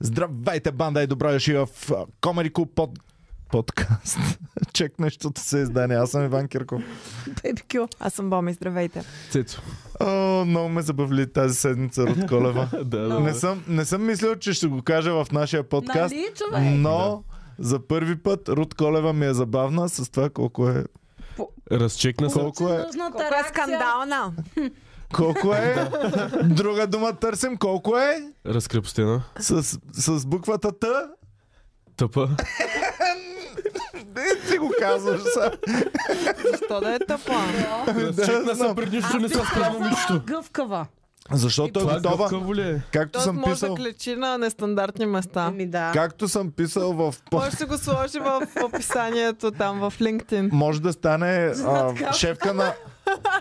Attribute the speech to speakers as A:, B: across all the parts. A: Здравейте, банда и добро дошли в Комерико под... подкаст. Чек нещото се издание. Аз съм Иван Кирков.
B: Беби Кю, аз съм Боми, здравейте.
C: Цецо.
A: О, много ме забавли тази седмица от Колева.
C: Да, да.
A: не, съм, не съм мислил, че ще го кажа в нашия подкаст,
B: Нали, човек?
A: но за първи път Рут Колева ми е забавна с това колко е
C: Разчекна се.
A: Колко е?
B: Колко е скандална.
A: Колко е? Друга дума търсим. Колко е?
C: Разкрепостена.
A: С, с буквата Т?
C: Тъпа.
A: Не, ти го казваш сега.
B: Защо да е тъпа?
C: Разчекна се
A: знам.
C: пред нищо, не се справя нищо.
D: Гъвкава.
A: Защото е
C: Това
A: готова.
C: гъвкаво ли е?
A: Както
B: Тоест
A: съм
B: може да
A: писал.
B: клечи на нестандартни места.
D: Ами да.
A: Както съм писал в... по-
B: Може да си го сложи в описанието там, в LinkedIn.
A: Може да стане а, шефка на...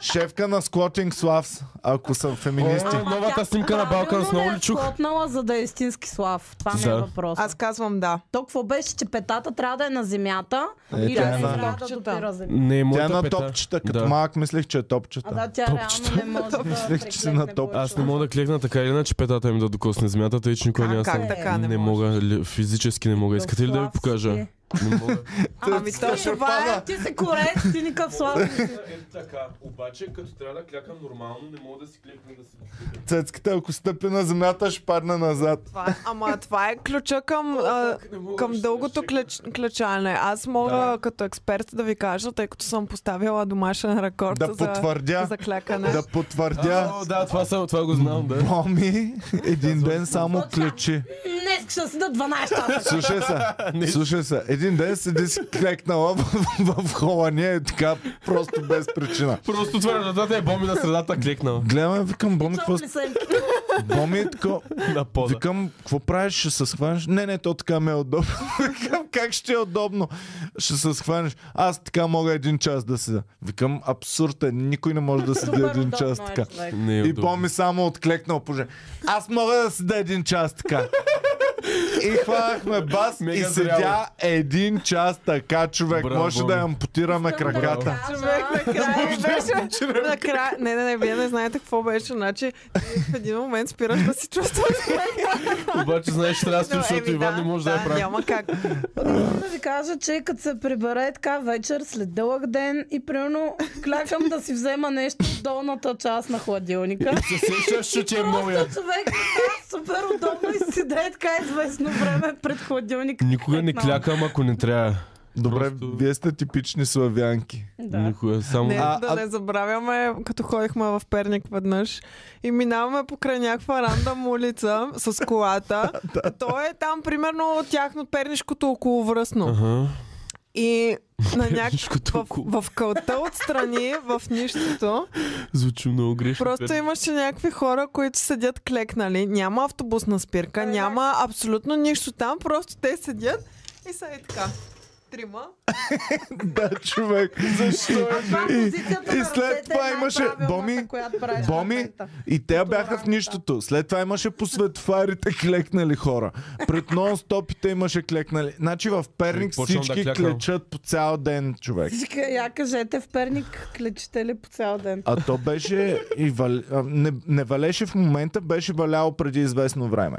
A: Шефка на Squatting Slavs, ако съм феминисти.
C: О, новата снимка на Балкан с много ли чух?
D: Отнала, за да е истински слав. Това ми е
C: Да.
D: въпрос.
B: Аз казвам да.
D: То какво беше, че петата трябва да е на земята
A: Е,
D: и
A: тя
D: да
A: е
D: е
A: на-
D: на земята.
C: Не
A: Тя
C: е
A: е
C: моята
A: на
C: пета.
A: топчета, като
C: Да.
A: малък мислех, че е топчета.
D: А да, тя
C: Топчета.
D: реално не може да
A: Мислех, че си
D: преклекне
A: на топ.
D: повече.
C: Аз не мога да клекна така или иначе петата им да докосне земята, тъй че никога
B: Как-
C: няма
B: как
C: Ами, съм.
B: така не
C: не
B: можеш?
C: мога, ли- физически не мога. Искате ли да ви
D: Слав си
C: покажа?
D: е.
C: Не мога.
B: Ами то
D: Ти,
B: това е.
D: Ти си корец, ти никакъв слав. не си.
C: Е така, обаче като трябва да клякам нормално, не мога да си клекна да си.
A: Цецката, ако стъпи на земята, ще падне назад.
B: Това е- Ама това е ключа към, а, към дългото клеч, клечане. Аз мога
C: Да.
B: като експерт да ви кажа, тъй като съм поставила домашен рекорд
A: Да
B: за,
A: потвърдя.
B: за клякане.
A: Да потвърдя.
C: Да, това, са- това го знам, да.
A: Боми, един ден само ключи.
D: Днес ще си да 12 часа.
A: Слушай са, слушай са. Един ден седи си клекнала в, в, в холания и така, просто без причина.
C: Просто отваря вратата и боми на средата клекнала.
A: Гледам, викам, Боми, какво...
D: Чопли са им.
A: Боми е така,
C: На пода.
A: Викам, какво правиш? Ще се схванеш? Не, не, то така ми е удобно. Викам, как ще е удобно? Ще се схванеш. Аз така мога един час да седя. Викам, абсурд е. Никой не може да седи
D: Супер
A: един
D: удобно
A: час
D: е,
A: така.
D: човек.
C: Не е
A: И
C: удобно.
A: Боми само отклекнал поже. Аз мога да седя един час така. И хванахме бас
C: Мега
A: и
C: зряло.
A: седя един час така, човек.
C: Браво,
A: може да
C: Боми.
A: ампутираме
D: Искам да
A: краката.
D: кажа,
B: Човек накрая беше. накрая... Не, не, не, вие не знаете какво беше. Значи в един момент спираш да си чувстваш.
C: Обаче знаеш, че трябва да стоиш, защото
B: Еми,
C: Иван не може да я прави.
B: Няма как.
D: Искам да ви кажа, че като се прибере така вечер след дълъг ден и примерно клякам да си взема нещо от долната част на хладилника.
C: Се сещаш, че ти е много яд.
D: Просто човек е супер удобно и си седе така известно време пред хладилника.
C: Никога не клякам, ако не трябва.
A: Добре,
C: Просто-
A: вие сте типични славянки.
D: Да.
C: Никога. Само...
B: Не,
A: А,
B: да
A: а-
B: не забравяме, като ходихме в Перник веднъж и минаваме покрай някаква рандам улица с колата. То е там, примерно, тяхно пернишкото околовръстно.
C: Ага.
B: И на
C: Пернишкото
B: някакво...
C: около-
B: В, в кълта отстрани, в нищото,
C: Звучи много грешно.
B: Просто имаше някакви хора, които седят клекнали. Няма автобусна спирка, няма абсолютно нищо там, просто те седят и са и така. Трима.
A: Да, човек. Защо е
D: Това позицията
A: и
D: на
A: след
D: ръцете
A: това
D: е
A: имаше-
D: най-правилната,
A: Боми,
D: която правиш в
A: Боми
D: момента.
A: и те бяха в нищото. След това имаше по светофарите клекнали хора. Пред нон-стопите имаше клекнали. Значи в Перник
C: Почвам да
A: всички
C: клякам.
A: клечат по цял ден, човек.
D: Всички, Я кажете в Перник, клечете ли по цял ден?
A: А то беше и вал... а, не, не валеше в момента, беше валяло преди известно време.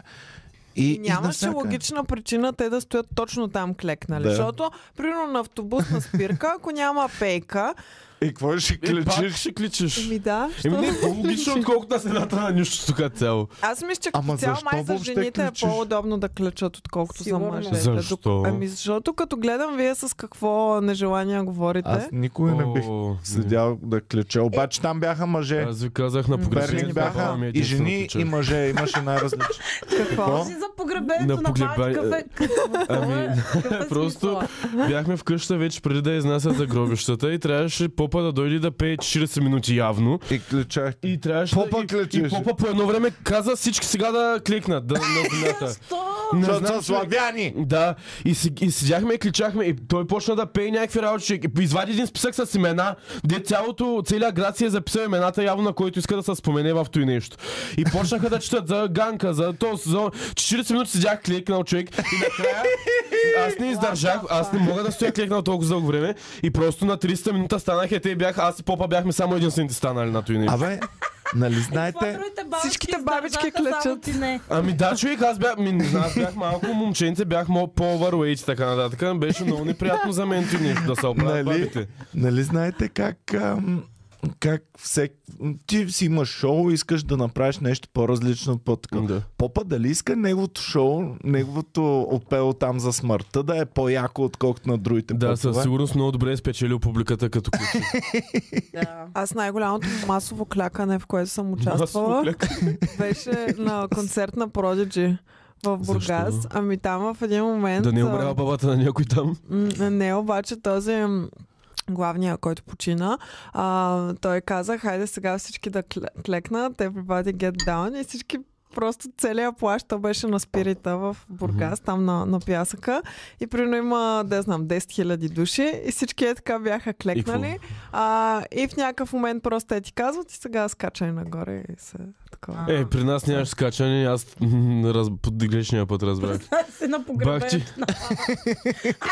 A: И,
B: И нямаше
A: навсякъде.
B: логична причина те да стоят точно там клекнали.
A: Да.
B: Защото, примерно на автобусна спирка, ако няма пейка,
A: И какво ще
C: Е, пак
A: клечиш?
C: ще кличиш.
B: ми да. Ами, що
C: Еми не,
B: да-
C: по-логично, отколкото на седата на нищото като цяло.
B: Аз мисля, че като
A: Ама
B: цяло
A: защо
B: май за
A: въобще
B: жените
A: кличиш?
B: е по-удобно да клечат, отколкото
D: Сигурно.
B: за мъжете.
C: Защо?
B: Док- Ами защото като гледам вие с какво нежелание говорите.
A: Аз никой не бих
C: О,
A: седял да клеча. Обаче там бяха мъже.
C: Аз ви казах на
B: М.
C: погребението.
A: Перник Е. бяха
C: е
A: и жени, и мъже. Имаше най-различни.
B: Какво?
D: Може и за погребението
C: На
D: на
C: погреба-
D: Пати кафе. е
C: Ами, просто бяхме вкъща вече преди да изнасят загробищата и трябваше попа да дойде да пее 40 минути явно.
A: И клечах.
C: И трябваше
A: Попа
C: да, и, и
A: клечеше.
C: попа по едно време каза всички сега да кликнат да, на земята. Не
A: Защото
C: знам,
A: са
C: човек.
A: славяни!
C: Да, и, си, и седяхме и кличахме и той почна да пее някакви работи. човек. И Извади един списък с имена, де цялото, целият град си е записал имената явно, на който иска да се спомене в той нещо. И почнаха да четат за Ганка, за то, за 40 минути седях кликнал човек и накрая аз не издържах, аз не мога да стоя кликнал толкова дълго време и просто на 300 минута станах и те бях, аз и попа бяхме само единствените станали на той нещо.
A: Абе, Нали
D: Това
A: знаете?
D: другите бабички
B: Всичките
D: издържаха,
B: бабички
D: само
B: клечат.
D: ти не.
C: Ами да, човек, аз бях, ми, не знам, аз бях малко момченце, бях много по-overweight и така нататък. Беше много неприятно за мен ти нещо да се оправят
A: Нали?
C: бабите.
A: Нали знаете как, ам, как всек... ти си имаш шоу, искаш да направиш нещо по-различно под
C: Да.
A: Попа дали иска неговото шоу, неговото опело там за смъртта да е по-яко, отколкото на другите
C: Да, със
A: попове?
C: сигурност много добре е спечелил публиката като куче.
D: Да.
B: Аз най-голямото масово клякане, в което съм
C: Масово
B: участвала, беше на концерт на Prodigy в Бургас.
C: Защо?
B: Ами там в един момент...
C: Да не е
B: а,
C: умряла бабата на някой там.
B: м, Не, обаче този м, главния, който почина, а, той каза, хайде сега всички да кле- клекнат, everybody get down и всички просто целият плащ, то беше на спирита в Бургас, там на, на пясъка. И прино има, да знам, 10 000 души и всички е така бяха клекнали. А, и в някакъв момент просто те ти казват и сега скачай нагоре и се такова.
C: Е, при нас нямаше скачане, аз м, раз, под грешния път разбрах.
D: Се на
C: Бах ти.
D: погребението на баба.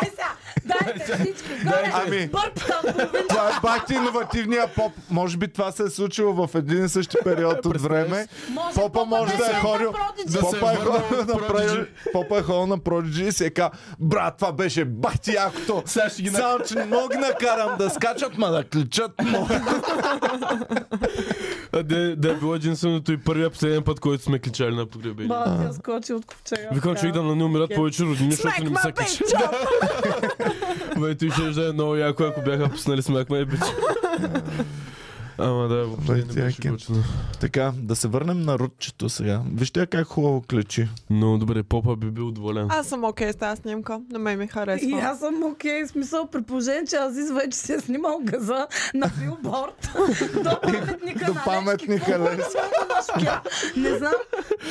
D: Ай сега, дайте всички, горе,
A: Ами-
D: бърп там, половин
A: Това е бак иновативния поп. Може би това се е случило в един и същи период от време.
D: Може
A: Попа може да е ходил-
D: Продиджи.
C: Да се
A: Попа е
C: е върнал
A: ходил
C: от
A: на
C: Prodigy.
A: Prodigy- Попа е ходил на Prodigy и си е ка, брат, това беше бах ти якото.
C: Сега ще ги на...
A: Само, че не мога ги накарам да скачат, ма да кличат. Но...
C: А, Да, да е било единственото и първия последен път, който сме кличали на погребение.
D: Баба ти скочи от ковчега.
C: Викам човек да Е, не умират
D: Окей.
C: повече родини, защото не ми
B: Smack
C: са
B: my
C: качи.
B: bitch up!
C: Бе, ти ще да е много яко, ако бяха пуснали смакма и бич. Ама да, въобще
A: Бе,
C: не беше
A: тяки.
C: готино.
A: така, да се върнем на рутчето сега. Вижте как хубаво кличи.
C: Много добре, попа би бил доволен.
B: Аз съм окей с тази снимка, на мен ми
C: е
B: харесва.
D: И аз съм окей, в смисъл при положение, че Азиз вече си е снимал газа на билборд до паметника
A: до
D: на
A: паметника
D: Лешки.
A: Лешки.
D: Не знам.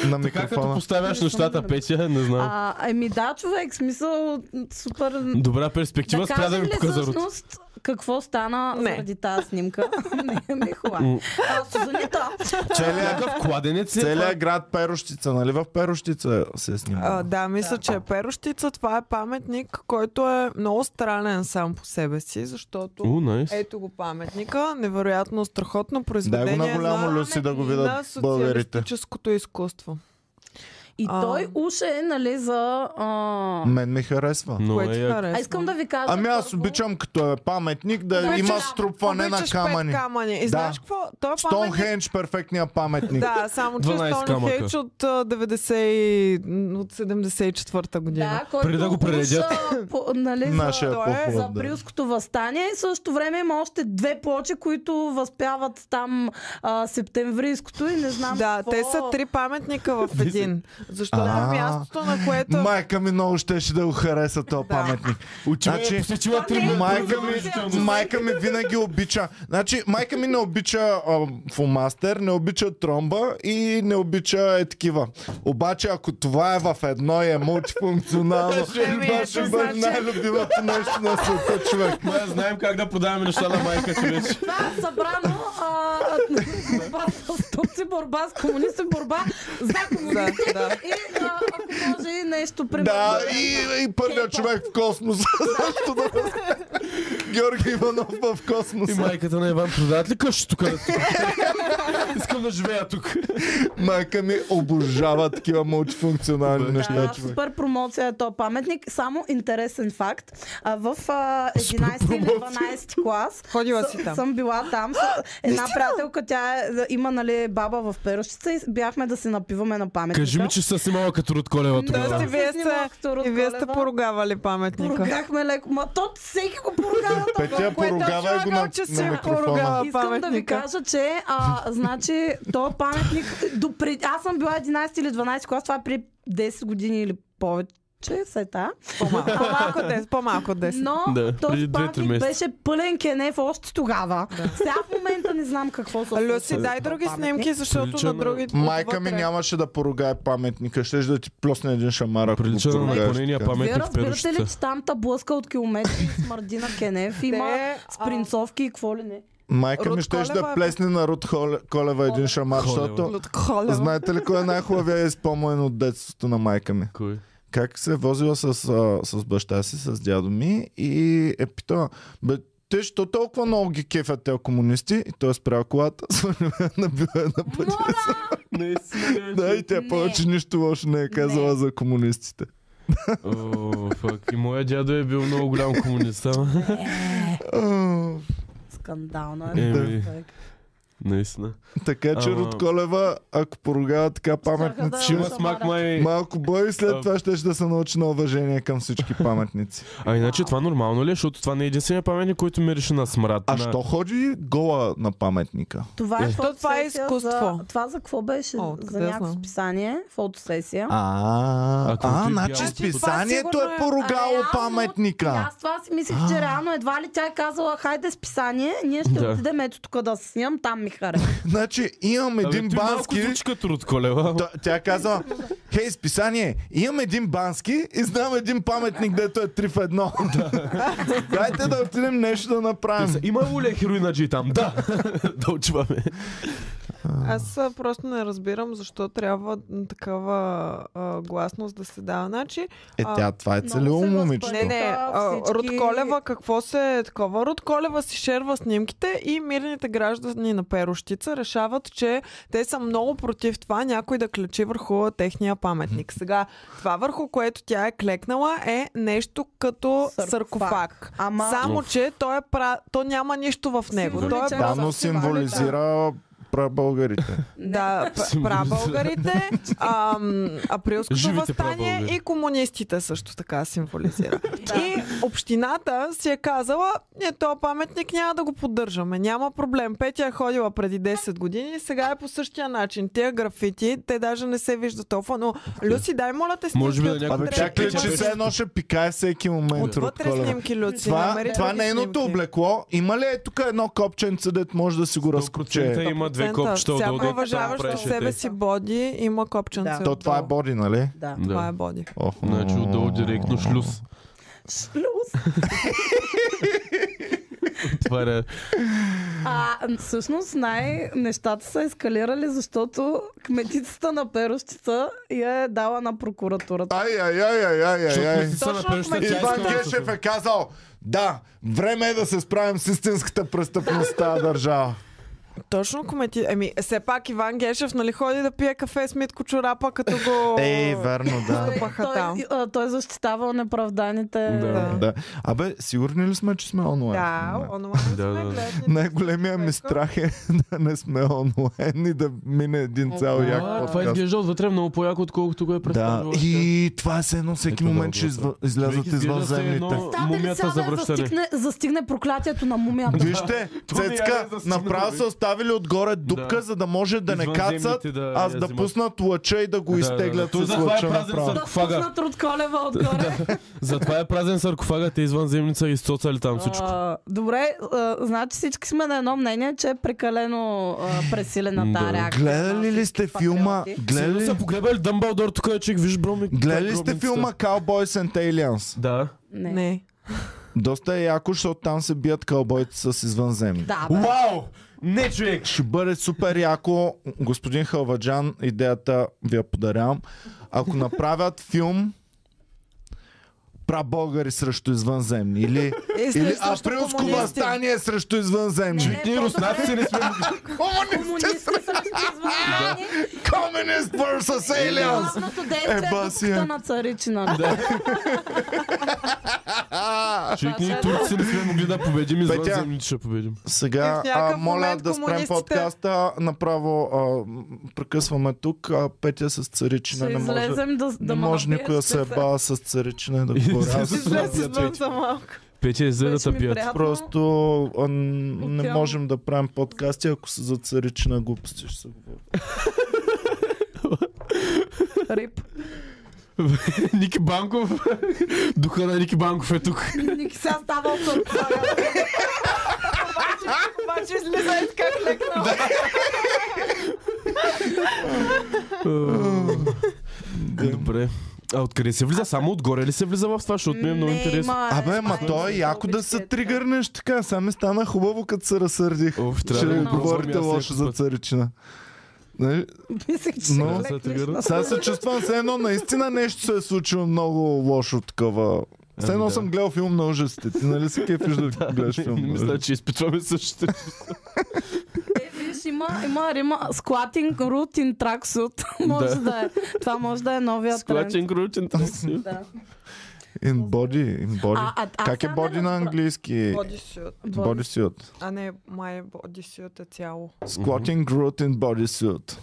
A: На
C: Така като
A: микрофона.
C: поставяш
D: Не съм
C: нещата,
D: намерена.
C: Петя, не знам.
D: А, Ами да, човек, в смисъл супер...
C: Добра перспектива,
D: Да
C: спря да
D: кажем
C: ми
D: ли
C: показа рут.
D: всъщност какво стана
B: Не.
D: заради тази снимка? Не, ми е хубаво.
C: М. е
D: А, Сузанита,
A: Целият
C: Някакъв кладенец е.
A: Целият град Перощица, нали? В Перощица се е снима.
B: А, да, мисля, че е Перощица. Това е паметник, който е много странен сам по себе си, защото
C: О, найс.
B: ето го паметника. Невероятно страхотно
A: Дай
B: произведение
A: го на голямо
B: на,
A: Люси да го
B: на
A: видят българите.
B: социалистическото изкуство.
D: И
B: А.
D: той уж е, нали, за... А...
A: Мен ми харесва.
C: Но
B: Кое ти
C: е
B: харесва?
D: А искам да ви кажа.
A: Ами аз
D: първо-
A: обичам като е паметник да
B: Обичаш-
A: има струпване на
B: Обичаш
A: камъни.
B: Пет камъни. И
A: Да.
B: знаеш какво? Той е паметник...
A: Стоунхендж перфектния паметник.
B: Да, само че
C: 12 камъка.
B: Стоунхендж от, а, 90 и- от 74-та година.
D: Да, който
C: Преди да го
D: уж,
C: прередят.
D: а, по- нали, за-
A: Нашия
B: той е
A: поход,
D: за
A: да.
D: априлското възстание и също време има още две плочи, които възпяват там а, септемврийското и не знам
B: Да,
D: какво.
B: те са три паметника в
C: Виси.
B: един. Защото
A: А.
B: мястото, на което е
A: Майка ми много щеше да го хареса този паметник.
C: Отива
A: Значи,
C: е посетила три
D: не е
A: Майка ми,
D: Задължително.
A: майка ми винаги обича. Значи, майка ми не обича а, фумастер, не обича тромба и не обича е такива. Обаче, ако това е в едно и е мултифункционално,
B: Еми,
A: това ще
B: ето,
A: бъде
B: значи-
A: най-любимото нещо на света, човек.
C: Май знаем как да подаваме неща на майка ти вече.
D: Това е събрано а, борба с турци, борба с комунисти, борба за комунисти
B: Да, да.
D: и а, ако може и нещо примерно.
A: Да, и, и първият човек в космоса. Защо да не сме? Георги Иванов в
C: И
A: космоса.
C: майката на Иван продават ли къща тук? да си купя? Искам да живея тук.
A: Майка ми обожава такива мултифункционални неща,
D: Да,
A: човек.
D: супер промоция е то паметник. Само интересен факт. А, в а, 11 или 12 клас
B: Ходила
D: съ-
B: си там.
D: съм била там. С една приятелка, тя е, има нали, баба в Перущица и бяхме да се напиваме на паметника.
C: Кажи ми, че се снимала като Руд Колева
B: Да,
D: Да.
B: сте,
C: тогава.
B: вие сте,
D: Снимах Торо
B: и вие сте
D: Колева.
B: поругавали паметника.
D: Поругахме леко. Ма то всеки го поругава това.
A: Петя
B: Което
A: поругава и го на,
B: слагал, че си
A: на микрофона.
B: поругала.
D: Искам да ви
B: паметника.
D: кажа, че а, значи, то паметник... Допред... Аз съм била 11 или 12 клас, това е при 10 години или повече. Сета.
B: По-малко, по-малко от 10, по-малко от 10.
D: Но
C: Да,
D: да,
C: преди
D: този
C: две-три
D: паметник
C: месеца.
D: беше пълен кенеф още тогава. Сега в момента не знам какво се
B: Люси, дай други снимки, защото
C: Прилича
B: на
C: на-
B: други
A: Майка ми
B: отвътре.
A: нямаше да поругае паметника. Щеше да ти плосне един шамар, ако
C: Прилича
A: го
C: на
A: поругаеш
C: наклонения
A: така.
D: Вие
C: паметник в
D: разбирате ли,
C: Перущица.
D: че там та блъска от километри и смърди на кенеф, има
B: Те, а,
D: спринцовки и какво ли не.
A: Майка ми
B: Руд
A: щеше да
B: Колева е-
A: плесне на Руд Холе- Колева един шамар,
C: Колева.
A: защото...
B: Лут Колева.
A: Знаете ли кой е най-хубавия изпомен от детството на майка ми?
C: Кой?
A: как се е возила с, а, с баща си, с дядо ми и е питала, бе, те, що толкова много ги кефят тези комунисти, и той е спрял колата, свалил я на била на пътя.
C: Не си.
A: Да, и тя
D: Не.
A: повече нищо лошо не е казала
D: Не.
A: за комунистите.
C: О, фак. И моя дядо е бил много голям комунист. ама.
A: А,
D: Скандално е.
C: Еми.
D: човек.
C: Наистина.
A: Така че
C: Ама-
A: Род Колева, ако поругава така паметници,
C: Ще има смак май.
A: малко бой и след
C: А.
A: това ще да се научи на уважение към всички паметници.
C: А иначе това нормално ли? е? Защото това не е единствения паметник, който мирише на смрад.
A: А
C: на-
A: що ходи гола на паметника?
D: Това е,
C: Е.
D: фотосесия.
B: това е изкуство.
D: За... Това за какво беше?
B: О,
D: за
B: откъде
D: някакво
B: знам?
D: списание. Фотосесия.
A: А,
C: Ако
A: а,
C: ти
A: значи
C: бял-
B: Значи това
A: списанието
B: сигурно
A: е
B: е-
A: поругало
D: реално,
A: паметника.
D: Аз това си мислих, че реално едва ли тя е казала, хайде списание, ние ще
C: Да.
D: отидем ето тук да се снимам, там ми хареса.
A: Значи имам
C: Абе,
A: един
C: ти Ами, малко
A: бански.
C: звучи като Руд Колева.
A: Та- Тя казва, хей, списание, имам един бански и знам един паметник, дето е 3 в 1. Дайте да отидем нещо да
C: Те са,
A: направим.
C: Има ли е хероинаджи там? Да. да отчуваме.
B: Аз а, просто не разбирам защо трябва м, такава а, гласност да се дава. Значи,
A: Е, тя, това е
D: Много
A: целило
D: се
A: момичето.
B: не,
D: Точно.
B: не, а,
D: Всички-
B: Руд Колева какво се е такова? Руд Колева си шерва снимките и мирните граждани на Перощица решават, че те са много против това някой да клечи върху техния паметник. Сега, това върху което тя е клекнала е нещо като
D: Саркофаг.
B: саркофаг.
D: Ама-
B: Само, че то, е пра... то няма нищо в него. То е
D: Символичен.
A: Да, но
D: Аз съм
A: символизира прабългарите.
B: Да, п- прабългарите, ам, априлското
C: Живите
B: въстание
C: прабългари.
B: и комунистите също така символизира. И общината си е казала, не, този паметник няма да го поддържаме, няма проблем. Петя е ходила преди 10 години и сега е по същия начин. Тия графити, те даже не се виждат толкова, но Люси, дай моля те снимки.
C: Може би да
B: отвътре.
C: някой
A: Абе, чакай, че все едно ще пикае всеки момент. Руд
B: Отвътре
A: Колева.
B: снимки, Люци.
A: Това,
B: намери
A: това
B: други
A: нейното
B: снимки.
A: облекло, има ли е тук едно копченце, дето може да си го
C: Процента
A: разкопче?
C: има две
B: Процента.
C: копчета
B: Всяко
C: отдолу. дето
B: уважаващо
C: правеше
B: себе
C: те.
B: си боди има копченце.
D: Да.
A: То
B: отдолу.
A: това е боди, нали?
D: Да.
B: Това е
C: Да.
B: боди.
A: О,
C: Значи отдолу директно шлюз.
D: Шлюз.
C: Това е...
D: А, м, всъщност най- нещата са ескалирали, защото кметицата на Перущица я е дала на прокуратурата.
A: Ай, ай, ай, ай, ай, ай, ай.
B: Точно сме-
A: Иван Гешев е казал, да, време е да се справим с истинската престъпност в тази държава.
B: Точно комети. Еми, все пак Иван Гешев, нали ходи да пие кафе с Митко Чорапа, като го...
A: верно,
D: Той,
B: Паха там.
D: той, а, той защитавал неправданите.
A: е-
C: Да.
A: Да. Абе, сигурни ли сме, че сме онлайн?
B: Да,
A: Не.
B: онлайн сме,
C: Да, да, да.
B: гледат ни
A: Най-големия ми
B: човека.
A: страх е да не сме онлайн и да мине един цял як
C: Това
A: подкаст.
C: изглежда отвътре много по-яко, отколкото го е
A: Да,
C: представил.
A: и това е все едно всеки
C: Ето
A: момент ще
C: дългото.
A: изв- излязат
C: Човек изглежда все едно-
A: извънземните.
D: Стане ли
C: Мумията
D: сега да
C: за връщане.
D: застигне, застигне проклятието на мумията.
A: Вижте,
C: То не я
A: Цецка
C: е застигнало,
A: направо
C: бе.
A: са оставили отгоре дупка,
C: Да.
A: за да може да не
C: Извънземните
A: кацат,
C: да
A: аз
C: я
A: да
C: взимат.
A: пуснат лъча и да го
C: Да,
A: изтеглят
C: да,
A: с
C: да. То затова е
A: лъча
C: празен
A: направо.
D: Да
C: Фага.
D: спуснат от колева отгоре.
C: Затова е празен саркофагът, те извънземница изцоцали там всичко.
D: А, добре, а, значи всички сме на едно мнение, че е прекалено а, пресилена
C: Да.
D: тази реакция.
A: Гледали ли сте филма?
C: Гледа
A: Гледали,
C: ли? са погребали Дъмбълдор, тук е, че виж бро ми...
A: гледали ли сте
C: гробницата.
A: филма Cowboys and Aliens?
C: Да.
D: Не. не.
B: Не.
A: Доста е яко, защото там се бият кълбойци с извънземни.
D: Да, бе.
C: Вау! Не, човек!
A: Ще бъде супер яко. Господин Халваджан, идеята ви я подарявам. Ако направят филм прабългари срещу извънземни или,
B: Е, след
A: или
B: също
A: априлско
B: комунисти.
A: възстание срещу извънземни.
D: Не, е
C: Ние
D: по-добре.
C: руснаци не сме...
D: Комунисти Е, срещу извънземни.
A: Communist vs.
B: Е,
C: Е,
A: Aliens!
D: Главното действие е
A: баси е.
D: дупката на нали? царичина.
C: Човек, ние турци не сме могли да победим,
A: Петя.
C: извънземните ще победим.
B: И в
A: Сега, а,
B: някакъв
A: моля
B: момент
A: да спрем
B: комунистите-
A: подкаста. Направо а, м, прекъсваме тук. А, Петя с царичина
D: Ще
A: не може.
D: излезем да,
A: не
D: да ме
A: може никой да се е
D: набиеш,
A: еба с царичина и да говори. Аз
B: Излез
C: Извън
B: извън
C: за
B: за малко.
C: Петя, излезе да
D: Беше ми
C: тъпият.
D: приятно.
A: просто а, н- не
D: Отявам.
A: можем да правим подкасти, ако са за царичина глупости. Ще се говори.
D: Рип.
C: Ники Банков. Духа на Ники Банков е тук.
D: Ники сега става от
B: Обаче излиза и така клекнал.
C: Е, Добре. А откъде се влиза? Само отгоре ли се влиза в това? Защото ми е много интересно.
A: Абе, ма то е яко да се тригърнеш така. Сега ми стана хубаво, като се разсърдих.
C: Оф, трябва
A: Ще
C: да
A: ми
C: го пробвам
A: говорите
C: аз
A: лошо за
C: някакъв път.
A: царичина. Нали?
D: Мислих, че
A: Но-
D: ще клекнеш
C: Да,
D: на-
A: Сега се чувствам все едно наистина нещо се е случило много лошо такова Все едно
C: Ами да.
A: съм гледал филм на ужасите. Ти нали се кефиш да гледаш филм? на
C: Мисля,
A: ужасите?
C: че изпитваме същите.
D: Е, виж, има, има рима Squatting Root in Tracksuit. може да. е. Това може да е новия тренд.
C: Склачен крутен тръсни.
D: Да.
A: In body, in body.
D: А, а, а
A: Как е
D: сега не
A: body
D: разбра-
A: на английски?
B: Бодисют.
A: Body suit.
B: А не, май бодисют е цяло.
A: Squatting root in body suit.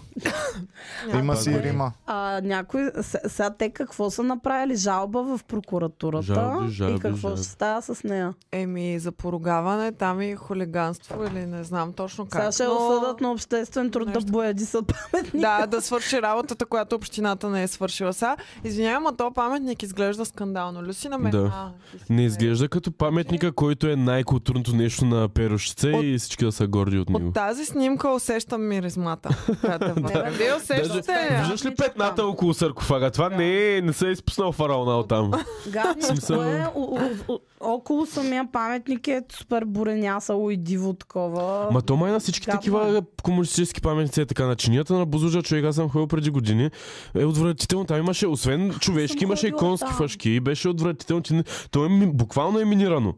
A: Има
C: пак
A: си
C: да.
A: рима.
D: А, някой, се- сега те какво са направили? Жалба в прокуратурата
C: Жалби,
D: и
C: жалби,
D: какво
C: жалби.
D: ще става с нея?
B: Еми, за поругаване, там и хулиганство или не знам точно как.
D: Сега ще
B: но-
D: осъдат на обществен труд да
B: Нещо.
D: бояди са паметни.
B: Да, да свърши работата, която общината не е свършила. Сега, извинявай, ма то паметник изглежда скандално. Люси на мен.
C: Да.
B: А, ти си
C: Не
B: на-
C: изглежда като паметника, който е най-културното нещо на перущица
B: От-
C: и всички да са горди от него.
B: От тази снимка усещам миризмата. която е вътре. Вие усещате.
D: Даже-
B: ли я?
C: Виждаш ли петната около саркофага? Това не, е, не се е изпуснал фараона от там.
D: Гадното
C: Смисъл-
D: е, о- о- о- около самия паметник е супер буренясало и диво такова.
C: Ма то май на всички
D: гадно
C: такива
D: е.
C: комунистически паметници е така. На чинията на Бузуджа човек, аз съм ходил преди години. Е отвратително. Там имаше, освен човешки, имаше и
D: ходила
C: конски
D: там.
C: фашки. И беше отвратително. Ти не- То е ми- буквално е минирано.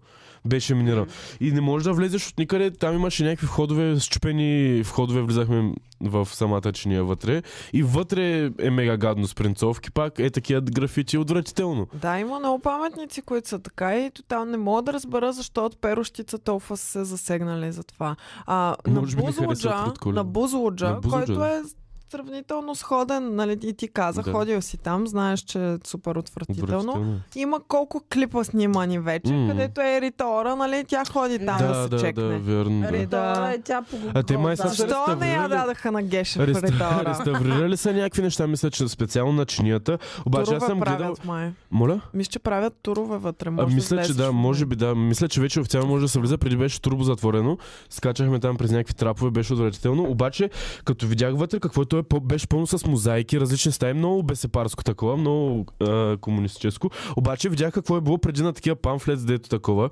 C: Беше минирано. И не можеш да влезеш от никъде. Там имаше някакви входове, счупени входове. Влизахме в самата чиния вътре. И вътре е мега гадно с принцовки пак. Е такива графити. Отвратително.
B: Да, има много паметници, които са така и тотално не мога да разбера защо от перущица толкова са се засегнали за това. А, на
C: Може би не харесват
B: Бузлуджа,
C: Руд Колев.
B: на Бузлуджа,
C: На Бузлуджа,
B: който
C: да.
B: е сравнително сходен, нали, и ти каза,
C: Да.
B: ходил си там, знаеш, че е супер отвратително.
C: Отвратително.
B: Има колко клипа снимани вече,
C: М.
B: където е Ритора, нали, тя ходи там да,
C: Да,
B: се
C: да,
B: чекне.
C: да, верно. Да.
D: Ритора
B: Да.
D: е тя по Google.
C: А те май са
D: да.
C: се
B: Защо не я
C: реставрирали?
B: дадаха на Гешев
C: Реста...
B: Ритора?
C: Реставрирали са някакви неща, мисля, че специално на чинията. Обаче аз
B: Турове
C: съм
B: правят,
C: гледал...
B: май.
C: Моля?
B: Мисля, че правят турове вътре.
C: А,
B: Може
C: мисля, че
B: влезеш
C: да,
B: в
C: може би да. Мисля, че вече официално може да се влиза. Преди беше турбо затворено. Скачахме там през някакви трапове, беше отвратително. Обаче, като видях вътре какво е, то е, по- беше пълно с мозайки, различни стаи, много бесепарско такова, много а, комунистическо. Обаче видях какво е било преди на такива памфлет, дето такова.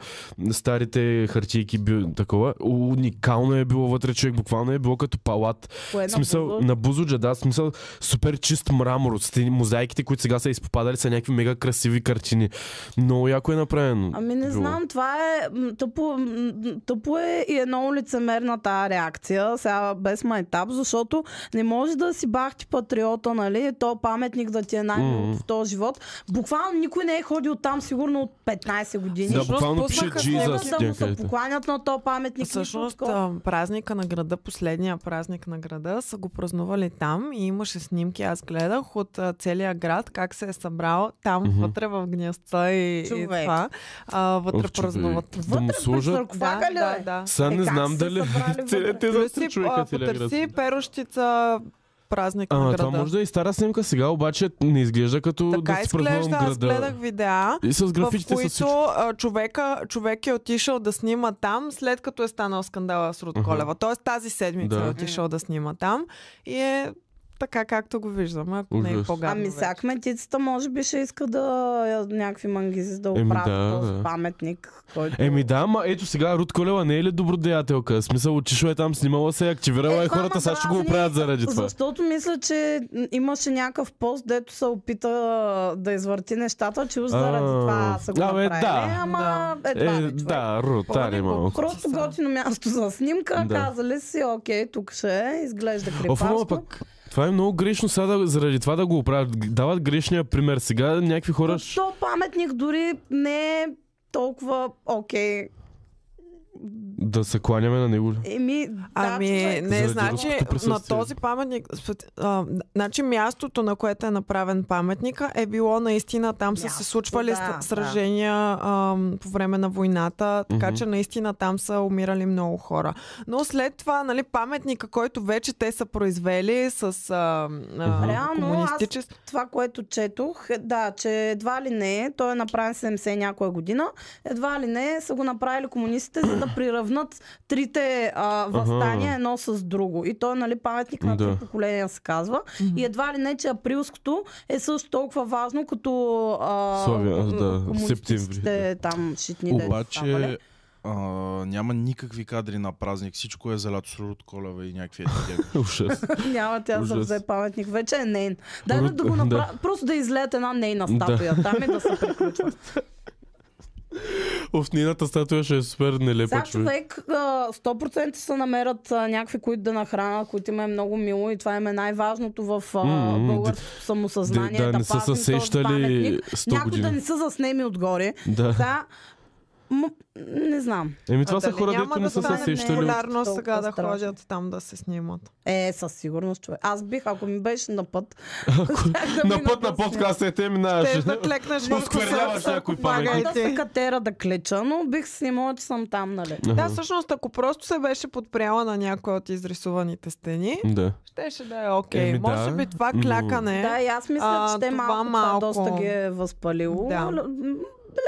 C: Старите хартийки, бю, такова. Уникално е било вътре, човек. Буквално е било като палат.
D: Кое е на
C: смисъл,
D: Google?
C: на Бузуджа, да, смисъл, супер чист мрамор. Стени, мозайките, които сега са изпопадали, са някакви мега красиви картини. Много яко е направено.
D: Ами не
C: било.
D: знам, това е м, тъпо, м, тъпо е и едно лицемерна тази реакция, сега без майтап, защото не може да си бахти патриота, нали, то паметник да ти е най-милото
C: Мгм.
D: в този живот. Буквално никой не е ходил там сигурно от 15 години.
C: Да,
B: Всъщност
C: буквално пише
B: пуснаха снимка
D: Няма
C: Jesus
D: да му се
C: някъде.
D: покланят на то паметник.
B: Всъщност
D: никой такова.
B: а, празника на града, последния празник на града, са го празнували там и имаше снимки, аз гледах от а, целия град, как се е събрал там
C: Мгм.
B: вътре в гнезда и, и
D: Човек.
B: това. А, вътре
C: Ох, човек.
B: празнуват.
C: Да му сложат.
D: саркофага ли
B: да,
D: е?
B: да.
C: Ами Сега
D: Е,
C: не
D: как
C: знам
D: са
C: дали
D: събрали
C: те,
D: вътре?
C: те за три
B: Плюси,
C: човека
B: а,
C: целия град.
B: потърси перущица празник на
C: Ама
B: града.
C: това може да е и стара снимка сега, обаче не изглежда като
B: Така
C: да си празнувам
B: изглежда, аз гледах
C: града.
B: видеа.
C: И с
B: в
C: графитите са всичко.
B: които а, човека, човек е отишъл да снима там, след като е станал скандала с Руд
C: Мгм.
B: Колева. Тоест тази седмица
C: Да.
B: е отишъл да снима там и е така както го виждаме, ако не е
C: Ужас.
B: по-гадно.
D: Ами
B: вече.
D: сега кметицата може би ще иска да я- някакви мангизи да
C: Еми,
D: оправят
C: да,
D: този
C: да.
D: паметник. Който...
C: Еми да, ма ето сега Рут Колева не е ли добродеятелка? В Смисъл, отишла е там, снимала се, активирала
D: Е,
C: е
D: това
C: хората,
D: ме
C: сега ще го
D: дразни,
C: оправят заради това.
D: Защото мисля, че имаше някакъв пост, дето се опита да извърти нещата, че уж заради
C: А,
D: това са го
C: абе,
D: направили.
C: да.
D: Ама едва
C: Е,
D: ли, човек.
C: да, Рут, аре малко.
D: Просто готино място за снимка,
C: Да.
D: казали си, окей, тук ще е, изглежда
C: Оф,
D: крепашко.
C: ама пък това е много грешно сега да, заради това да го оправят. Г- Дават грешния пример. Сега някакви хора... ще-
D: То паметник дори не е толкова окей.
C: Да се кланяме на него. ли?
D: Еми, да,
B: Ами,
D: човек.
B: не,
C: Заради
B: значи
C: руското
B: на
C: присъствие.
B: този паметник, спе- а, значи мястото, на което е направен паметника, е било наистина, там са се
D: Място,
B: случвали
D: да,
B: да,
D: да.
B: сражения а, по време на войната, така
C: Мгм.
B: че наистина там са умирали много хора. Но след това, нали, паметника, който вече те са произвели с а, а,
D: Реално,
B: комунистически...
D: Това, което четох, е, да, че едва ли не, той е направен 70 някоя година, едва ли не са го направили комунистите, за да приравнат трите а, възстания
C: Аха.
D: едно с друго. И той е нали, паметник на
C: Да.
D: три поколения, се казва. И едва ли не, че априлското е също толкова важно, като а,
C: Славя, а,
D: м,
C: да,
D: комунистическите
C: септември,
D: там шитни деца нали? ставали.
E: Обаче а, няма никакви кадри на празник. Всичко е за лято с Рут Колева и някакви етаги.
C: Ужас.
D: Няма тя да
C: Ужас.
D: взе паметник. Вече е нейн. Дай да,
C: Рут-
D: да го
C: да.
D: направя. Просто да излеят една нейна
C: Да.
D: статуя. Там и да се приключва.
C: Оф, нейната статуя ще е супер нелепа,
D: Сега
C: човек.
D: човек а, 100% ще се намерят а, някакви, които да нахранят, които им е много мило и това им е най-важното в а,
C: М, м,
D: българското самосъзнание.
C: да- да не са
D: пазим този
C: съсещали
D: паметник.
C: 100
D: Някой да
C: години.
D: не са заснеми отгоре.
C: Да.
D: Да, м- не знам.
C: Еми това
B: А
C: са
B: дали
C: хора,
B: няма
C: дето не
B: да
C: са се
B: стане
C: сещали. от-
B: популярно
D: Толкова
B: сега да
D: страшно.
B: ходят там да се снимат.
D: Е, със сигурност, човек. Аз бих, ако ми беше на път. щях да
C: На
D: мина
C: път на
D: да
C: подкаста те
B: Те
C: минаваш.
B: да клекнеш върху
C: Оскверняваш
B: сърца,
C: някой
B: помага
D: снимам.
B: и
D: Да
B: ти.
D: се катера да клеча, но бих снимала, че съм там, нали?
B: Да, всъщност, ако просто се беше подпряла на някоя от изрисуваните стени,
C: Да.
B: щеше да е окей.
C: Еми,
B: Може
C: да,
B: би това
C: но-
B: клякане...
D: Да, и аз мисля,
B: Е, А,
D: че те
B: това
D: малко,
B: малко.
D: това доста ги е възпалило.
B: Да.
D: Л- м,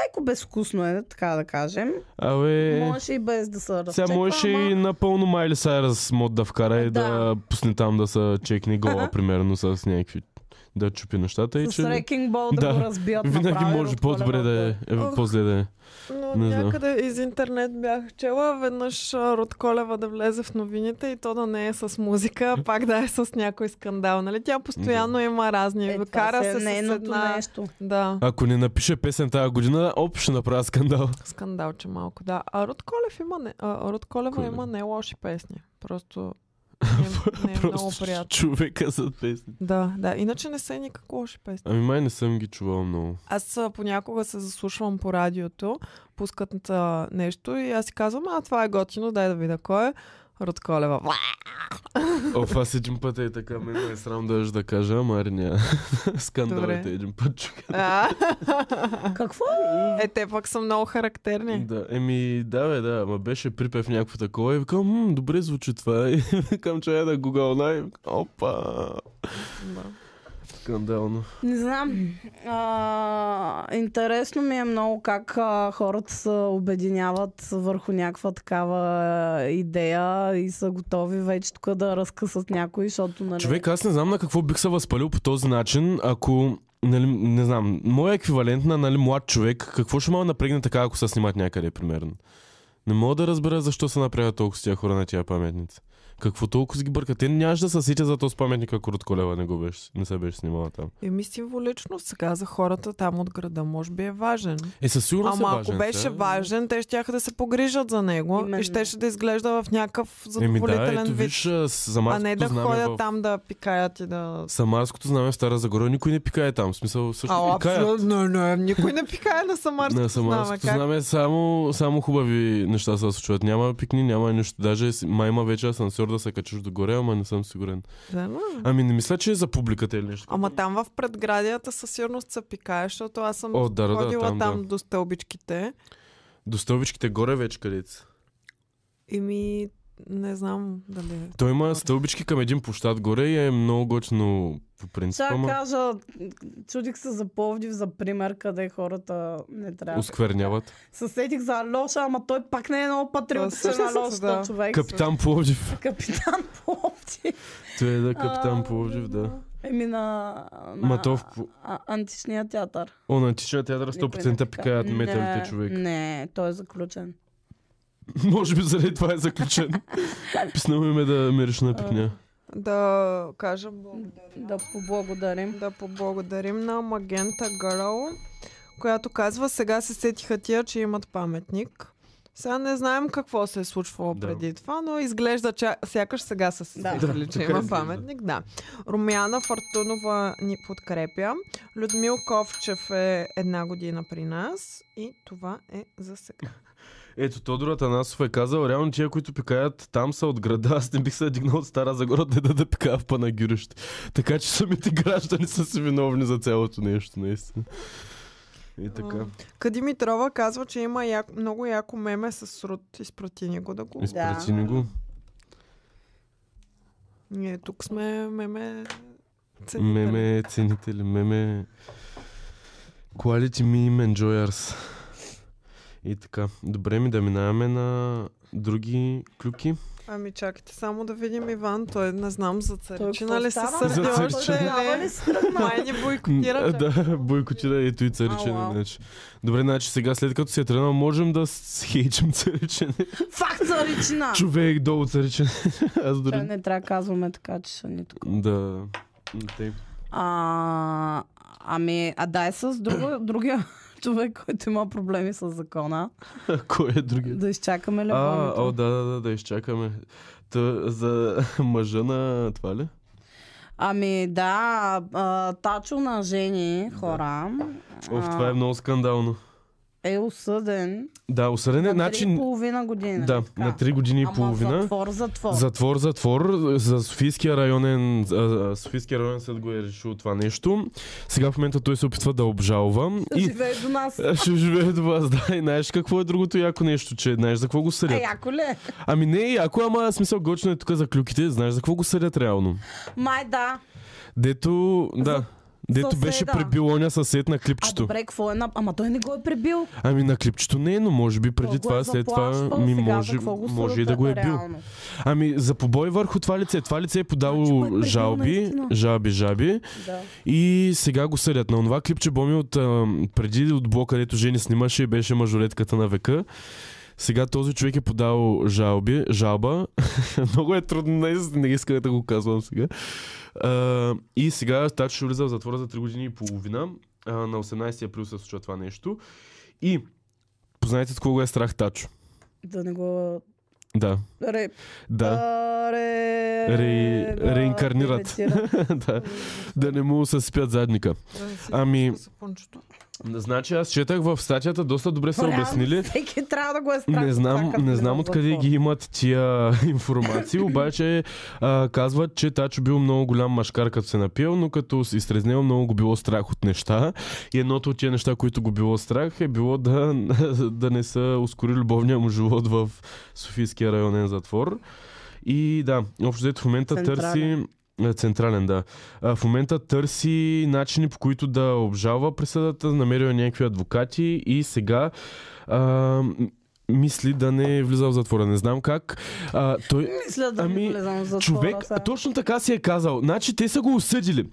D: Леко безвкусно е, така да кажем.
C: Абе...
D: Можеше и без да се разчеква.
C: Е, Сега можеше и напълно Майли Сайръс мод да вкара
B: Е,
C: и
D: Да.
C: да пусне там да се чекне гола, примерно, с някакви... Да чупи нещата и
D: С
C: че...
D: рекинг бол да,
C: Да.
D: го разбият
C: Винаги
D: направо и
C: може
D: да
C: по-добре да е,
D: отвалят
C: е,
B: Ох.
C: по-зле да е.
B: Но
C: Не знам.
B: някъде из интернет бях чела веднъж а, Род Колева да влезе в новините и то да не е с музика, а пак да е с някой скандал. Нали? Тя постоянно има разни.
D: Е,
B: Кара се,
D: се
B: с
D: нейното
B: една...
D: нещо.
B: Да,
C: Ако не напише песен тази година, общо ще направя скандал.
B: скандалче малко. Да. А Род, Колев има не... а, Род Колева
C: Колев.
B: има не лоши песни. Просто не, не е много
C: Просто
B: приятно.
C: човека зад песни.
B: Да, да. Иначе не са и никак лоши песни.
C: Ами май не съм ги чувал много.
B: Аз а, понякога се заслушвам по радиото, пускат а, нещо и аз си казвам, а това е готино, дай да видя кой е. Род Колева. Ва!
C: Оф, аз един път е така, мен ме е срам даже да кажа, ама ари, няма. Скандалите
B: Добре.
C: един път чука.
B: А,
D: Какво?
B: е, те пък са много характерни.
C: Да, еми, да, бе, да, ма беше припев някакво такова и викам, «М, добре звучи това. И викам, че е да гугълна и викам, опа,
B: Да.
C: скандално.
D: Не знам. А, интересно ми е много как а, хората се обединяват върху някаква такава идея и са готови вече тук да разкъсат някой, защото нали...
C: Човек, аз не знам на какво бих се възпалил по този начин, ако Нали, не знам, моя еквивалент на нали, млад човек, какво ще мога да напрегне така, ако се снимат някъде, примерно? Не мога да разбера защо се направят толкова с тия хора на тия паметници. Какво толкова си ги бъркат? Те нямаше да се сетя за този паметник, ако Рут Колева не, го беше, не се беше снимала там.
B: Еми символично сега за хората там от града може би е важен.
C: Е, със сигурност е
B: Ама ако
C: важен,
B: беше
C: сега.
B: важен, те ще да се погрижат за него
D: Именно.
B: и щеше да изглежда в някакъв
C: Еми
B: задоволителен
C: да, ето
B: вид.
C: виж, а, с-
B: а
C: самарското
B: не да
C: знаме
B: ходят
C: в...
B: там да пикаят и да...
C: Самарското знаме в Стара Загора, никой не пикае там. В смисъл, също
B: А,
C: пикаят.
B: абсолютно, не, никой не пикае на Самарското
C: На
B: знаме.
C: Самарското
B: Как?
C: знаме само, само хубави неща се случват. Няма пикни, няма нищо. Даже с- май има вече асансьор да се качиш догоре, ама не съм сигурен.
B: е, Да, но...
C: Ами не мисля, че е за публиката или нещо.
B: Ама там в предградията със сигурност се пикае, защото аз съм
C: О, да, да, да,
B: ходила
C: там,
B: там,
C: да.
B: до стълбичките.
C: До стълбичките горе вече където. са.
B: И ми... Не знам дали... е
C: Той има
B: добре.
C: стълбички към един площад горе и е много готино по принцип.
D: Сега
C: Ама
D: кажа, чудих се за Пловдив за пример, къде хората не трябва.
C: оскверняват.
D: Съседих за Лоша, ама той пак не е много патриотичен
B: Да,
D: на
B: всъщност,
D: Лошата
B: да.
D: човек.
C: Капитан Пловдив.
D: Капитан Пловдив.
C: Той е да
D: А,
C: капитан Пловдив, да.
D: Еми на... на
C: Ма то в Пл-
D: а, античния театър.
C: О, на античния театър
D: Никой не
C: 100%
D: пика.
C: пикаят
D: Не,
C: металите човек.
D: Не, той е заключен.
C: Може би заради това е заключен. Писнало им е да мириш на пикня.
B: Да кажа благодаря.
D: Да поблагодарим.
B: Да поблагодарим на Магента Гърл, която казва сега се сетиха тия, че имат паметник. Сега не знаем какво се е случвало
C: Да.
B: да. преди това, но изглежда, че сякаш сега са се
D: Да.
B: сетили, че
C: така е,
B: има
C: изглежда.
B: паметник. Да. Румяна Фортунова ни подкрепя. Людмил Ковчев е една година при нас и това е за сега.
C: Ето, Тодор Атанасов е казал, реално тия, които пикаят там са от града, аз не бих се дигнал от Стара Загора да да, да пикая в Панагюрище. Така че самите граждани са си виновни за цялото нещо, наистина. И така.
B: Кади Митрова казва, че има як, много яко меме с Рут. Изпрати ни го да го...
C: Изпрати ни го.
B: Ние тук сме меме... ценители.
C: Меме ценители, меме quality meme enjoyers. И така, добре ми да минаваме на други клюки.
B: Ами чакайте само да видим Иван, той не знам нали, за царичина
D: какво
B: ли се
D: става?
B: сърди
C: За
B: още?
C: царичина.
D: Трябва ли
B: Не. е.
D: си тръгна?
B: Май ни бойкотира. чак.
C: да, бойкотира и той царичен.
D: Ау, ау.
C: Значи. Добре, значи сега след като си е тръгнал, можем да схейчим царичен.
D: Факт за речина!
C: Човек долу царичен. Аз
D: Той
C: дори...
D: не трябва да казваме така, че ще ни тук.
C: Да. Тъй.
D: А, ами, а дай с друго, другия човек, който има проблеми с закона.
C: Кой е другия?
D: Да изчакаме
C: А, о,
D: любовното.
C: да, да, да, да изчакаме. Та, за мъжа на това ли?
D: Ами да, а, Тачо на жени хора
C: Оф, това е много скандално.
D: е осъден
C: Да, осъден е
D: на три и
C: начин...
D: половина година.
C: Да, на 3 години и
D: Ама
C: половина.
D: затвор, затвор.
C: Затвор, затвор. За Софийския районен, а, а, Софийския районен съд го е решил това нещо. Сега в момента той се опитва да обжалва. И Е,
D: Живее до нас.
C: ще живее до вас, да. И знаеш какво е другото яко нещо, че знаеш за какво го
D: Е,
C: съдят.
D: яко ли? е?
C: Ами не е яко, ама смисъл гочно е тук за клюките. Знаеш за какво го съдят реално.
D: Май да.
C: Дето, да. Дето
D: съседа.
C: беше пребил оня съсед на
D: А
C: клипчето.
D: добре, какво е на... Ама той не го е пребил.
C: Ами на клипчето не, но може би преди
D: Той го е
C: това, след това
D: заплашвал,
C: ми
D: сега за
C: може,
D: какво го
C: може и
D: съдят,
C: да го е бил.
D: реално?
C: Ами за побой върху това лице. Това лице е
D: Значи го е
C: подало
D: пребил
C: жалби,
D: наистина.
C: жалби, жалби
D: Да.
C: и сега го съдят. На онова клипче Боми от а, преди от блока, където Жени снимаше, беше мажолетката на века. Сега този човек е подал жалби, жалба. Много е трудно, не, не исках да го казвам сега. А, и сега Тачо ще влиза в затвора за 3 години и половина. А, на 18 април се случва това нещо. И познайте от кого е страх Тачо.
D: Да не го...
C: Да,
D: Ре...
C: да,
D: А, Ре...
C: Ре-
D: да,
C: реинкарнират.
D: репетират.
C: да. Да не му се спят задника. Ами, Значи аз четах в статията, доста добре са
D: Реално
C: обяснили.
D: Всеки трябва да го е страх.
C: Не знам,
D: така, като
C: не
D: влиза в
C: знам откъде
D: затвора.
C: ги имат тия информации, обаче а, казват, че Тачо бил много голям машкар като се напил, но като се изтрезнел много го било страх от неща. И едното от тия неща, които го било страх е било да, да не са ускори любовния му живот в Софийския районен затвор. И да, общо взето в момента
D: Централен.
C: търси е, Централен, да. А, в момента търси начини по които да обжалва присъдата, намерил е някакви адвокати и сега а, м- мисли да не влиза в затвора. Не знам как. А, той,
D: Мисля да
C: Ами,
D: ами, влезам в затвора.
C: човек,
D: сега.
C: точно така си е казал. Значи те са го осъдили.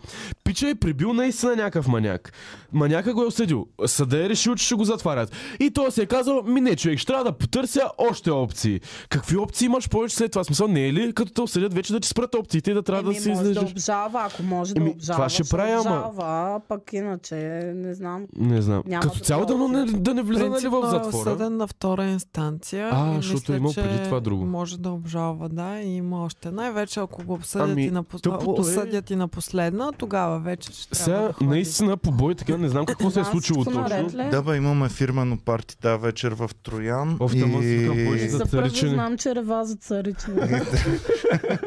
C: Пича е прибил наистина някакъв маняк. Маняка го е осъдил. Съда е решил, че ще го затварят. И той си е казал, ми не, човек, ще трябва да потърся още опции. Какви опции имаш повече след това? Смисъл не е ли, като те осъдят вече да ти спрат опциите и да трябва
D: Еми,
C: да се
D: Е, може да
C: излежиш?
D: обжалва, ако може да
C: Еми,
D: обжалва.
C: това ще прави, ама-
D: Обжалва, пък иначе, не знам.
C: Не знам.
D: Няма
C: като
D: да
C: цяло да,
D: обжалва.
C: не, да не влиза нали, в
B: Принципно е
C: затвора.
B: осъден на втора инстанция.
C: А,
B: и
C: защото
B: мисля,
C: е имал
B: че
C: преди това друго.
B: Може да обжалва, да, и има още. Най-вече ако го обсъдят,
C: Ами,
B: и, на пос...
C: тъпото е-
B: осъдят и на последна, тогава вече ще трябва
C: Сега
B: да ходи.
C: наистина по бой така не знам какво се е
D: Аз
C: случило
D: всичко
C: точно.
D: наред ли?
A: Да, бе, имаме фирмено парти тази вечер в Троян.
C: Оф, да, ма, си викам, кой ще
A: и...
C: за
D: За първо
C: царичане.
D: знам, че рева за
C: Е,
D: царичане.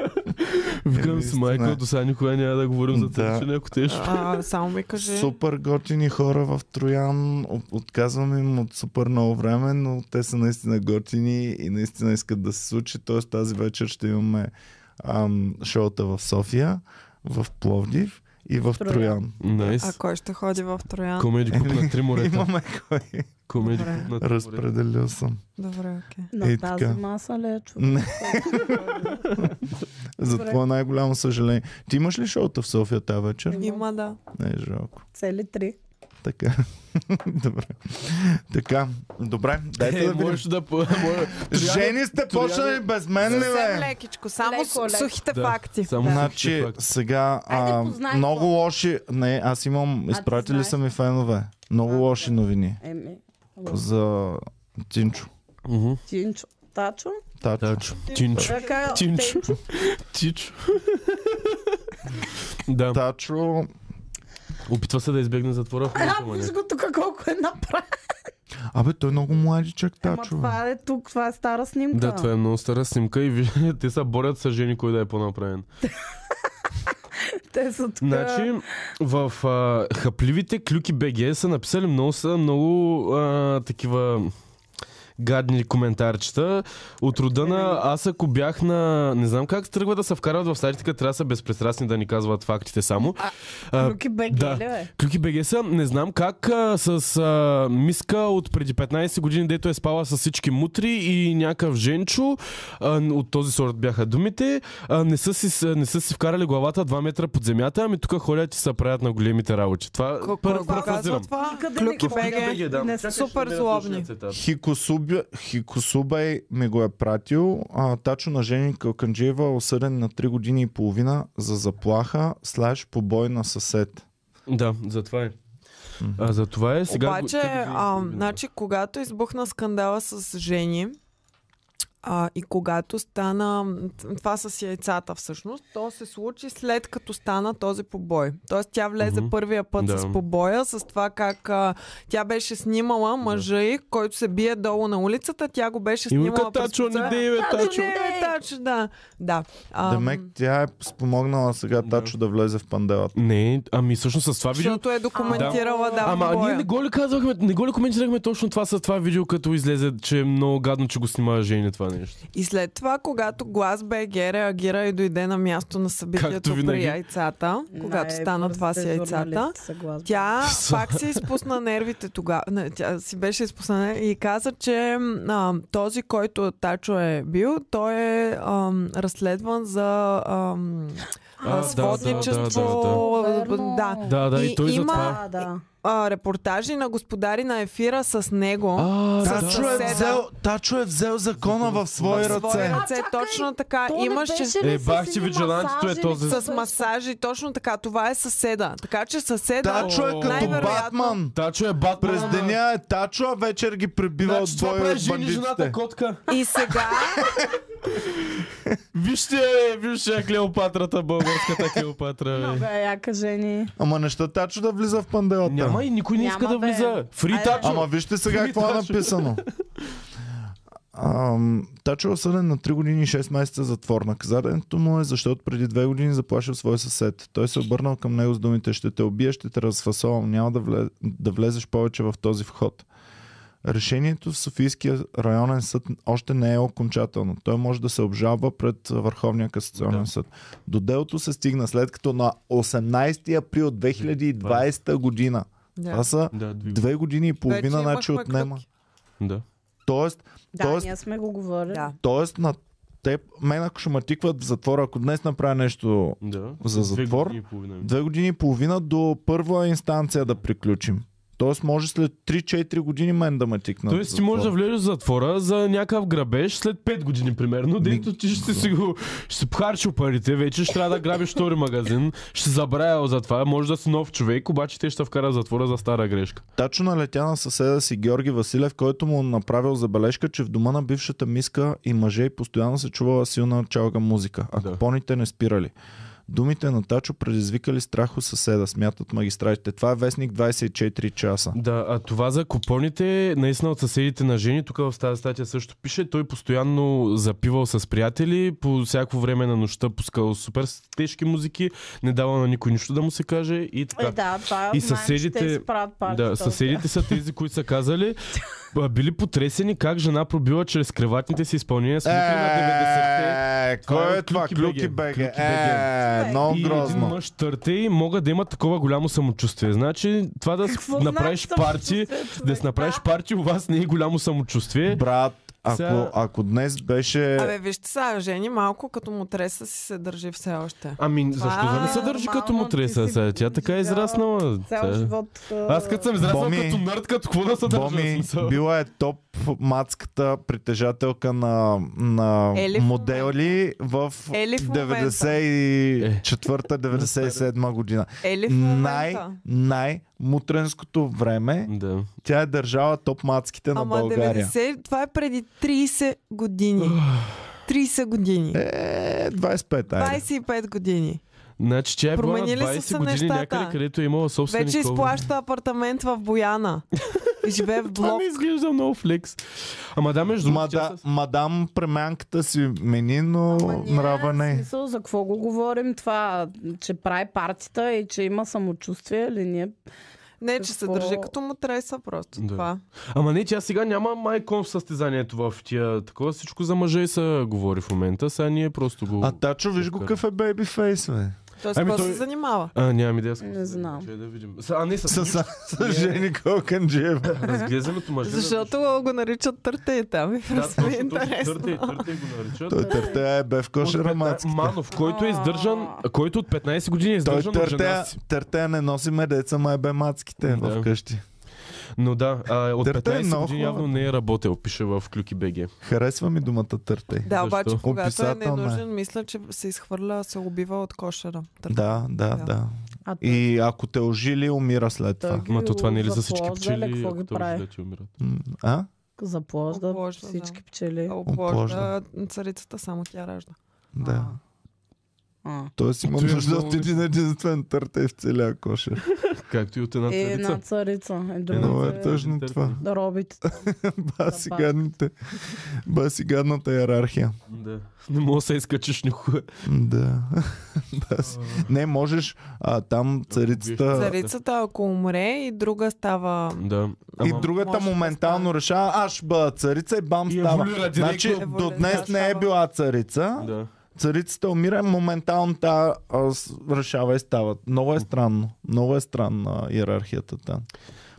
C: Викам си,
A: наистина.
C: майка, до сега никога няма да говорим за
A: Да.
C: това, че някой те е ще...
B: А, само ми кажи.
A: Супер готини хора в Троян. О- Отказвам им от супер много време, но те са наистина готини и наистина искат да се случи. Тоест тази вечер ще имаме ам, шоута в София, в Пловдив и в
D: Троян.
A: Троян.
B: А
C: Найс.
B: кой ще ходи в Троян?
C: Комеди клуб на три морета.
A: Имаме кой.
C: Комеди
B: Добре.
C: клуб
A: е
C: на три морета.
A: Разпределил съм.
B: Добре, окей.
D: На
C: е,
A: Ей,
D: тази
A: така.
D: маса ли е човек?
A: Не. За това най-голямо съжаление. Ти имаш ли шоута в София тази вечер?
B: Има да.
A: Не е жалко.
D: Цели три.
A: Така. Добре. Така. Добре. Дайте
C: Е,
A: да видим.
C: можеш да... по- може-
A: Жени сте
C: Троян е-
A: почнали без мен ли,
B: Съвсем
A: бе?
B: лекичко, само
D: Леко,
B: с-
D: леко.
B: сухите
C: Да,
B: факти.
C: само
B: да.
C: на-
A: Значи,
C: Е, Факт.
A: сега
D: Айде,
A: а,
D: познай
A: много
D: го.
A: лоши... Не, аз имам...
D: ти
A: Изпратили
D: знаеш.
A: са ми фенове. Много
D: А,
A: лоши новини
D: Еми,
A: за Тинчо.
C: Мгм.
D: Тинчо. Тачо?
A: Тачо.
C: Тачо. Чинчо.
D: Така,
C: Тинчо.
D: Тенчо.
C: Чичо. Да,
A: Тачо...
C: опитва се да избегне затвора в момента,
D: А,
C: ма
D: виж
C: не.
D: го тук колко е направил.
A: Абе, той е много младичък,
D: Ама
A: Тачо. бе.
D: това е тук, това е стара снимка.
C: Да, това е много стара снимка и виж- те са борят с жени, кой да е по-направен.
D: Те са тук.
C: Значи, в а, хапливите клюки БГ са написали много, са много а, такива гадни коментарчета от рода на аз ако бях на... Не знам как тръгва да се вкарват в сайтите, като трябва да са безпристрастни да ни казват фактите само. А,
D: Руки беги,
C: да.
D: ли бе?
C: Клюки БГ са, не знам как, а, с а, миска от преди 15 години, дето е спала с всички мутри и някакъв женчо, а, н- от този сорт бяха думите, а, не, са си, с- не са си вкарали главата 2 метра под земята, ами тук ходят и се правят на големите работи. Това
B: Кой- кой го
C: пър,
B: казва
C: парафразирам.
B: това?
D: Къде
B: Клюки
D: не го казва?
B: БГ.
D: да. Не са
B: Е, супер злобни.
A: Хикосубя, Хикосубай ми го е пратил. А, тачо на Жени Калканджиева е осъден на 3 години и половина за заплаха слаж побой на съсед.
C: Да, затова е. А, за това е сега... го-
B: Обаче,
C: как ви-
B: а, значи, когато избухна скандала с жени, а, и когато стана м, това с яйцата всъщност, то се случи след като стана този побой. Тоест тя влезе
C: Мгм.
B: първия път
C: Да.
B: с побоя, с това как а, тя беше снимала мъжа й, който се бие долу на улицата, тя го беше
C: И му
B: снимала през
C: Тачо, не
B: лице.
C: дей, бе, Тачо.
B: Е, Тачо, да. да. А,
A: Демек, тя е спомогнала сега Тачо да влезе в панделата.
C: Не, ами всъщност с това видео...
B: защото е документирала, да,
C: Ама
B: побоя.
C: ние не го ли казвахме, не го ли коментирахме точно това с това видео, като излезе, че е много гадно, че го снима Жени това нещо.
B: И след това, когато Глас БГ реагира и дойде на място на събитието
C: Както
B: при
C: винаги.
B: яйцата, когато стана това с
F: е
D: Най-бързите
B: яйцата,
D: журналисти са глас.
B: тя
C: Са.
B: пак се изпусна нервите тогава. Не, Тя си беше изпусна нервите и каза, че а, този, който Тачо е бил, той е а, разследван за а,
C: А, да,
B: а,
C: да,
B: сводничество.
D: да, да, да.
B: да.
C: Да, да, и,
B: И
C: той за
B: има-
C: това.
D: Да, да.
B: А, репортажи на господари на ефира с него.
C: А, да,
A: Тачо
C: да.
A: е,
B: съседа.
A: взел, Тачо е взел закона в свои
B: в свои
A: ръце.
B: ръце. Точно така.
F: То
B: Имаше...
F: не беше
C: Е,
F: ли с
C: бах ти
F: едни
C: виджелантито е
F: масажи,
C: този.
F: ли?
B: С масажи, точно така. Това е съседа. Така че съседа
A: Тачо е като
B: най-вероятно...
A: Батман.
C: Тачо е Батман.
A: През деня е Тачо, а вечер ги пребива
C: Значи
A: от
C: това
A: двоя
C: прави
A: от
C: Жени, жената
A: бандитите.
C: котка.
B: И сега,
C: Вижте, е, вижте я Клеопатрата, българската Клеопатра.
D: Много
C: бе.
D: е яка жени.
A: Ама неща Тачо да влиза в панделата.
C: Няма и никой не
D: Няма,
C: иска да
D: бе.
C: влиза. Фри
D: Айде.
C: Тачо.
A: Ама вижте сега
C: Фри
A: какво е
C: Тачо.
A: написано. Ам, Тачо е осъден на 3 години и 6 месеца затвор. Наказанието му е, защото преди 2 години заплашил свой съсед. Той се е обърнал към него с думите «Ще те убия, ще те разфасовам, няма да, влез, да влезеш повече в този вход». Решението в Софийския районен съд още не е окончателно. Той може да се обжалва пред Върховния касационен да. съд. До делото се стигна след като на 18 април 2020 година.
B: Да.
A: Това са
C: Да, две
A: Две години и половина,
B: Вече
A: значи
B: имахме
A: отнема.
B: клюки.
C: Да.
A: Тоест,
D: Да,
A: Тоест-
D: ние сме го говорили.
B: да.
A: тоест на теб, мен ако ще ме тикват в затвора, ако днес направя нещо
C: Да.
A: За
C: Две
A: затвор?
C: години и половина.
A: две години и половина до първа инстанция да приключим. Тоест може след 3-4 години мен да ме тикнат. в
C: Тоест ти можеш да
A: затвора.
C: влезеш в затвора за някакъв грабеж след 5 години примерно, дето ти ще си го ще си похарчил парите, вече ще трябва да грабиш втори магазин, ще забравя за това, може да си нов човек, обаче те ще вкара в затвора за стара грешка.
A: Тачо налетя на съседа си Георги Василев, който му направил забележка, че в дома на бившата миска и мъже и постоянно се чувала силна чалга музика, а
C: Да.
A: купоните не спирали. Думите на Тачо предизвикали страх у съседа, смятат магистратите. Това е вестник 24 часа.
C: Да, а това за купоните, наистина от съседите на жени, тук в тази статия също пише, той постоянно запивал с приятели, по всяко време на нощта пускал супер тежки музики, не давал на никой нищо да му се каже и така.
D: Е, да, това е
C: И
D: от мен,
C: съседите-
D: ще изпрат партията
C: Да,
D: от
C: съседите са тези, които са казали, а, били потресени как жена пробила чрез креватните си изпълнения с мукри на 90-те.
A: Е,
C: Това
A: кой
C: е
A: е
C: от
A: това?
C: Клюки
A: Клюки
C: БГ.
A: БГ.
C: Клюки
A: Е, много
C: И един
A: грозно.
C: мъж търте и могат да имат такова голямо самочувствие. Значи това да
D: Какво
C: Какво направиш
D: значи
C: парти,
D: самочувствие, човек?
C: да си направиш парти у вас не е голямо самочувствие.
A: Брат, ако,
C: Сега-
A: ако днес беше...
B: Абе, вижте сега, Жени малко като му треса си се държи все още.
C: Ами, защо да не се
D: е
C: държи
D: нормално,
C: като му
D: ти
C: треса
D: си
C: сега? Тя така е
D: живяла
C: израснала.
D: Цял
C: Тя- е-
D: живот. а,
C: Аз като съм израснал
A: Боми-
C: като нърд, като какво да се държа? в
A: Боми
C: смисъл?
A: била е топ мацката притежателка на, на
B: Ели Е в
A: модели в,
B: Ели в момента.
A: 94-97 година.
B: Ели Е в
A: Най,
B: момента.
A: най мутренското време
C: Да.
A: тя е държала топ мацките на
B: Ама
A: България.
B: 90, това е преди 30 години. 30 години.
A: Е, 25, айде.
B: 25 години.
C: Значи тя е била на
B: Променили са се
C: 20 години
B: нещата.
C: някъде, където е имала собствени
B: Вече
C: кожи.
B: изплаща апартамент в Бояна. И живее в
C: Това
B: блок.
C: ми изглежда много флекс. Ама да, между другото,
A: Мада,
C: тя с-
A: мадам премянката си мени, но
D: Ама ние,
A: нрава
D: в
A: не.
D: Смисъл, за какво го говорим това, че прави партията и че има самочувствие или ние?
B: Не, че се
D: Какво?
B: държи като му треса просто
C: Да.
B: това.
C: Ама не, тя сега няма майкон в състезанието в тия. Такова всичко за мъже се говори в момента. Сега ние просто го...
A: А Тачо, виж го какъв е бейбифейс, бе.
B: Той с
C: Ами
B: какво
C: той-
B: се занимава?
C: А, нямам идея. с-
D: Не знам.
C: Чай да видим. С- А, не, с...
A: С,
C: с...
A: с,
C: Е.
A: с Жени Коканджиев.
C: Разглезаното мъже.
B: Защото го наричат търте и там и
C: Да,
B: просто ми е
C: точно, точно,
B: интересно.
C: търте, търте го наричат.
A: Той търтея е бе в
C: От
A: кошера
C: 15
A: мацки.
C: Манов, който е издържан, който от 15 години е
A: Той
C: издържан от жена
A: търтея,
C: си.
A: търтея не носиме деца, май бе мацките
C: Да.
A: да. вкъщи.
C: Но да, а, от
A: Търте е
C: 15
A: много
C: години
A: хубав.
C: явно не е работел, пише в Клюки БГ.
A: Харесва ми думата търтей.
B: Да, обаче,
C: Защо?
B: когато е
A: Описателна е.
B: ненужен, мисля, че се изхвърля, се убива от кошера. Тър-
A: Да, да,
B: Да.
A: да.
D: А той,
A: И ако те ожили, умира след
D: той
A: това.
D: ги
C: Ма то това не е ли за всички
D: запложда, ли,
C: пчели,
D: какво ги
C: ако те
D: прави?
C: оживят и умират?
A: М, А?
D: Запложда
B: Обложда, да.
D: всички пчели.
B: Опложда е, царицата, само тя ражда.
A: Да.
D: А.
A: Тоест има
C: Той е
A: нужда
C: много
A: от един единствен търтей в целия кошер.
C: Както и от една
D: Е, една
C: царица.
D: царица. Е,
A: Много е
D: другата е
A: тъжно
C: търтей.
A: това.
D: да робите.
A: Баси гадните. Баси гадната иерархия.
C: Да. Не мога да се изкачиш никога.
A: Да. Баси. Не, можеш а, там царицата...
B: Царицата, ако умре и друга става...
C: Да.
A: И
C: Ама-
A: другата
B: Може да
A: моментално решава, аз ще бъда царица и бам
C: И еволюира
A: става.
C: директно.
A: Значи до
B: Еволюира,
A: днес не е
B: става.
A: била царица,
C: Да.
A: царицата умира, моментално та а, с- решава и става. Много е странно. Много е странна иерархията там.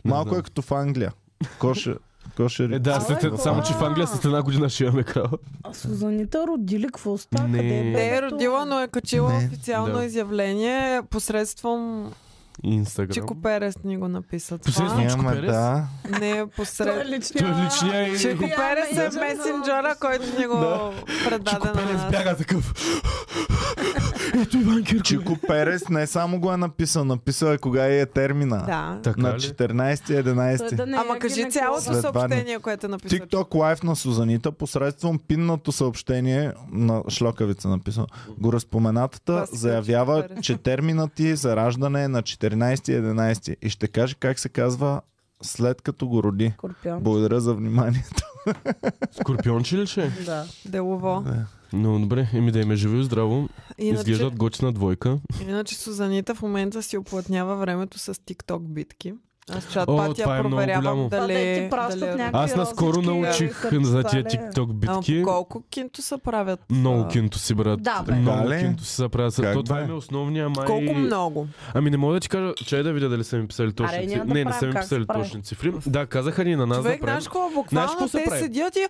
C: Не
A: Малко
C: знам.
A: е като в Англия. Коше, кошер.
C: Е, да,
D: Ала,
C: след, само че в Англия след една година ще имаме крал.
D: А Сузанита родили какво става?
C: Не.
D: Къде
C: Не
B: Не е
D: бебето?
B: родила, но е качила
A: Не.
B: официално
C: Да.
B: изявление посредством
C: Инстаграм.
B: Чико Перес ни го написа това.
C: Посредством- Чичко
A: Нямаме,
C: Перес?
A: да.
B: Не е
D: Той е Ами,
B: посред...
C: Той
D: личния.
C: е личния и...
B: Чико
D: Я,
B: Перес е
D: менеджер на
B: месенджера,
D: офиса.
B: който ни го
C: Да. Чико
B: предаде на
C: Пелес
B: нас.
C: бяга такъв. Ето Иван Кирков.
A: Чико Перес не само го е написал, написал е кога е термина.
B: Да.
A: На
C: Така ли?
D: Той да
A: 14-11.
D: не
B: Ама
D: е
B: кажи
D: гинеколог.
B: цялото
A: След
B: съобщение, което е написал.
A: TikTok лайф на Сузанита посредством пинното съобщение на Шлокавица написано. Гореспоменатата
B: Това си
A: заявява,
B: Чико Перес.
A: че терминът ти за раждане е на 14-11 и ще каже как се казва след като го роди.
D: Скорпион.
A: Благодаря за вниманието.
C: Скорпионче ли ще? е?
D: Да.
B: Делово.
C: Но добре, еми да им е живо и здраво.
B: Иначе,
C: Изглеждат готина двойка.
B: иначе Сузанита в момента си оплътнява времето с TikTok битки. Аз чат
C: О,
B: пат
C: това
B: я
C: е много
B: проверявам
C: голямо.
D: Това
B: дали...
D: да ти пращат
B: дали е-
D: някакви
C: Аз наскоро
D: розички,
C: научих
D: да,
C: за тия
D: сърцале.
C: TikTok
B: Ама
C: битки.
B: колко кинто са правят?
C: Много
B: а,
C: кинто си, брат.
D: Да, бе.
C: Много
A: Да ли?
C: кинто си направя.
A: Как
C: То това
A: бе?
C: е ми е основния май.
B: Колко много?
C: Ами не мога да ти кажа, чай да видя дали са ми писали точни
D: Аре,
C: цифри.
D: няма да
C: не, не
D: правим,
C: са ми
D: как се
C: писали
D: прави?
C: точни цифри. Да, казаха ни на нас
B: Човек,
C: да правим.
B: знаеш какво?
C: Знаеш какво
B: Буквално
C: се
B: те
C: прави?
B: седят и а,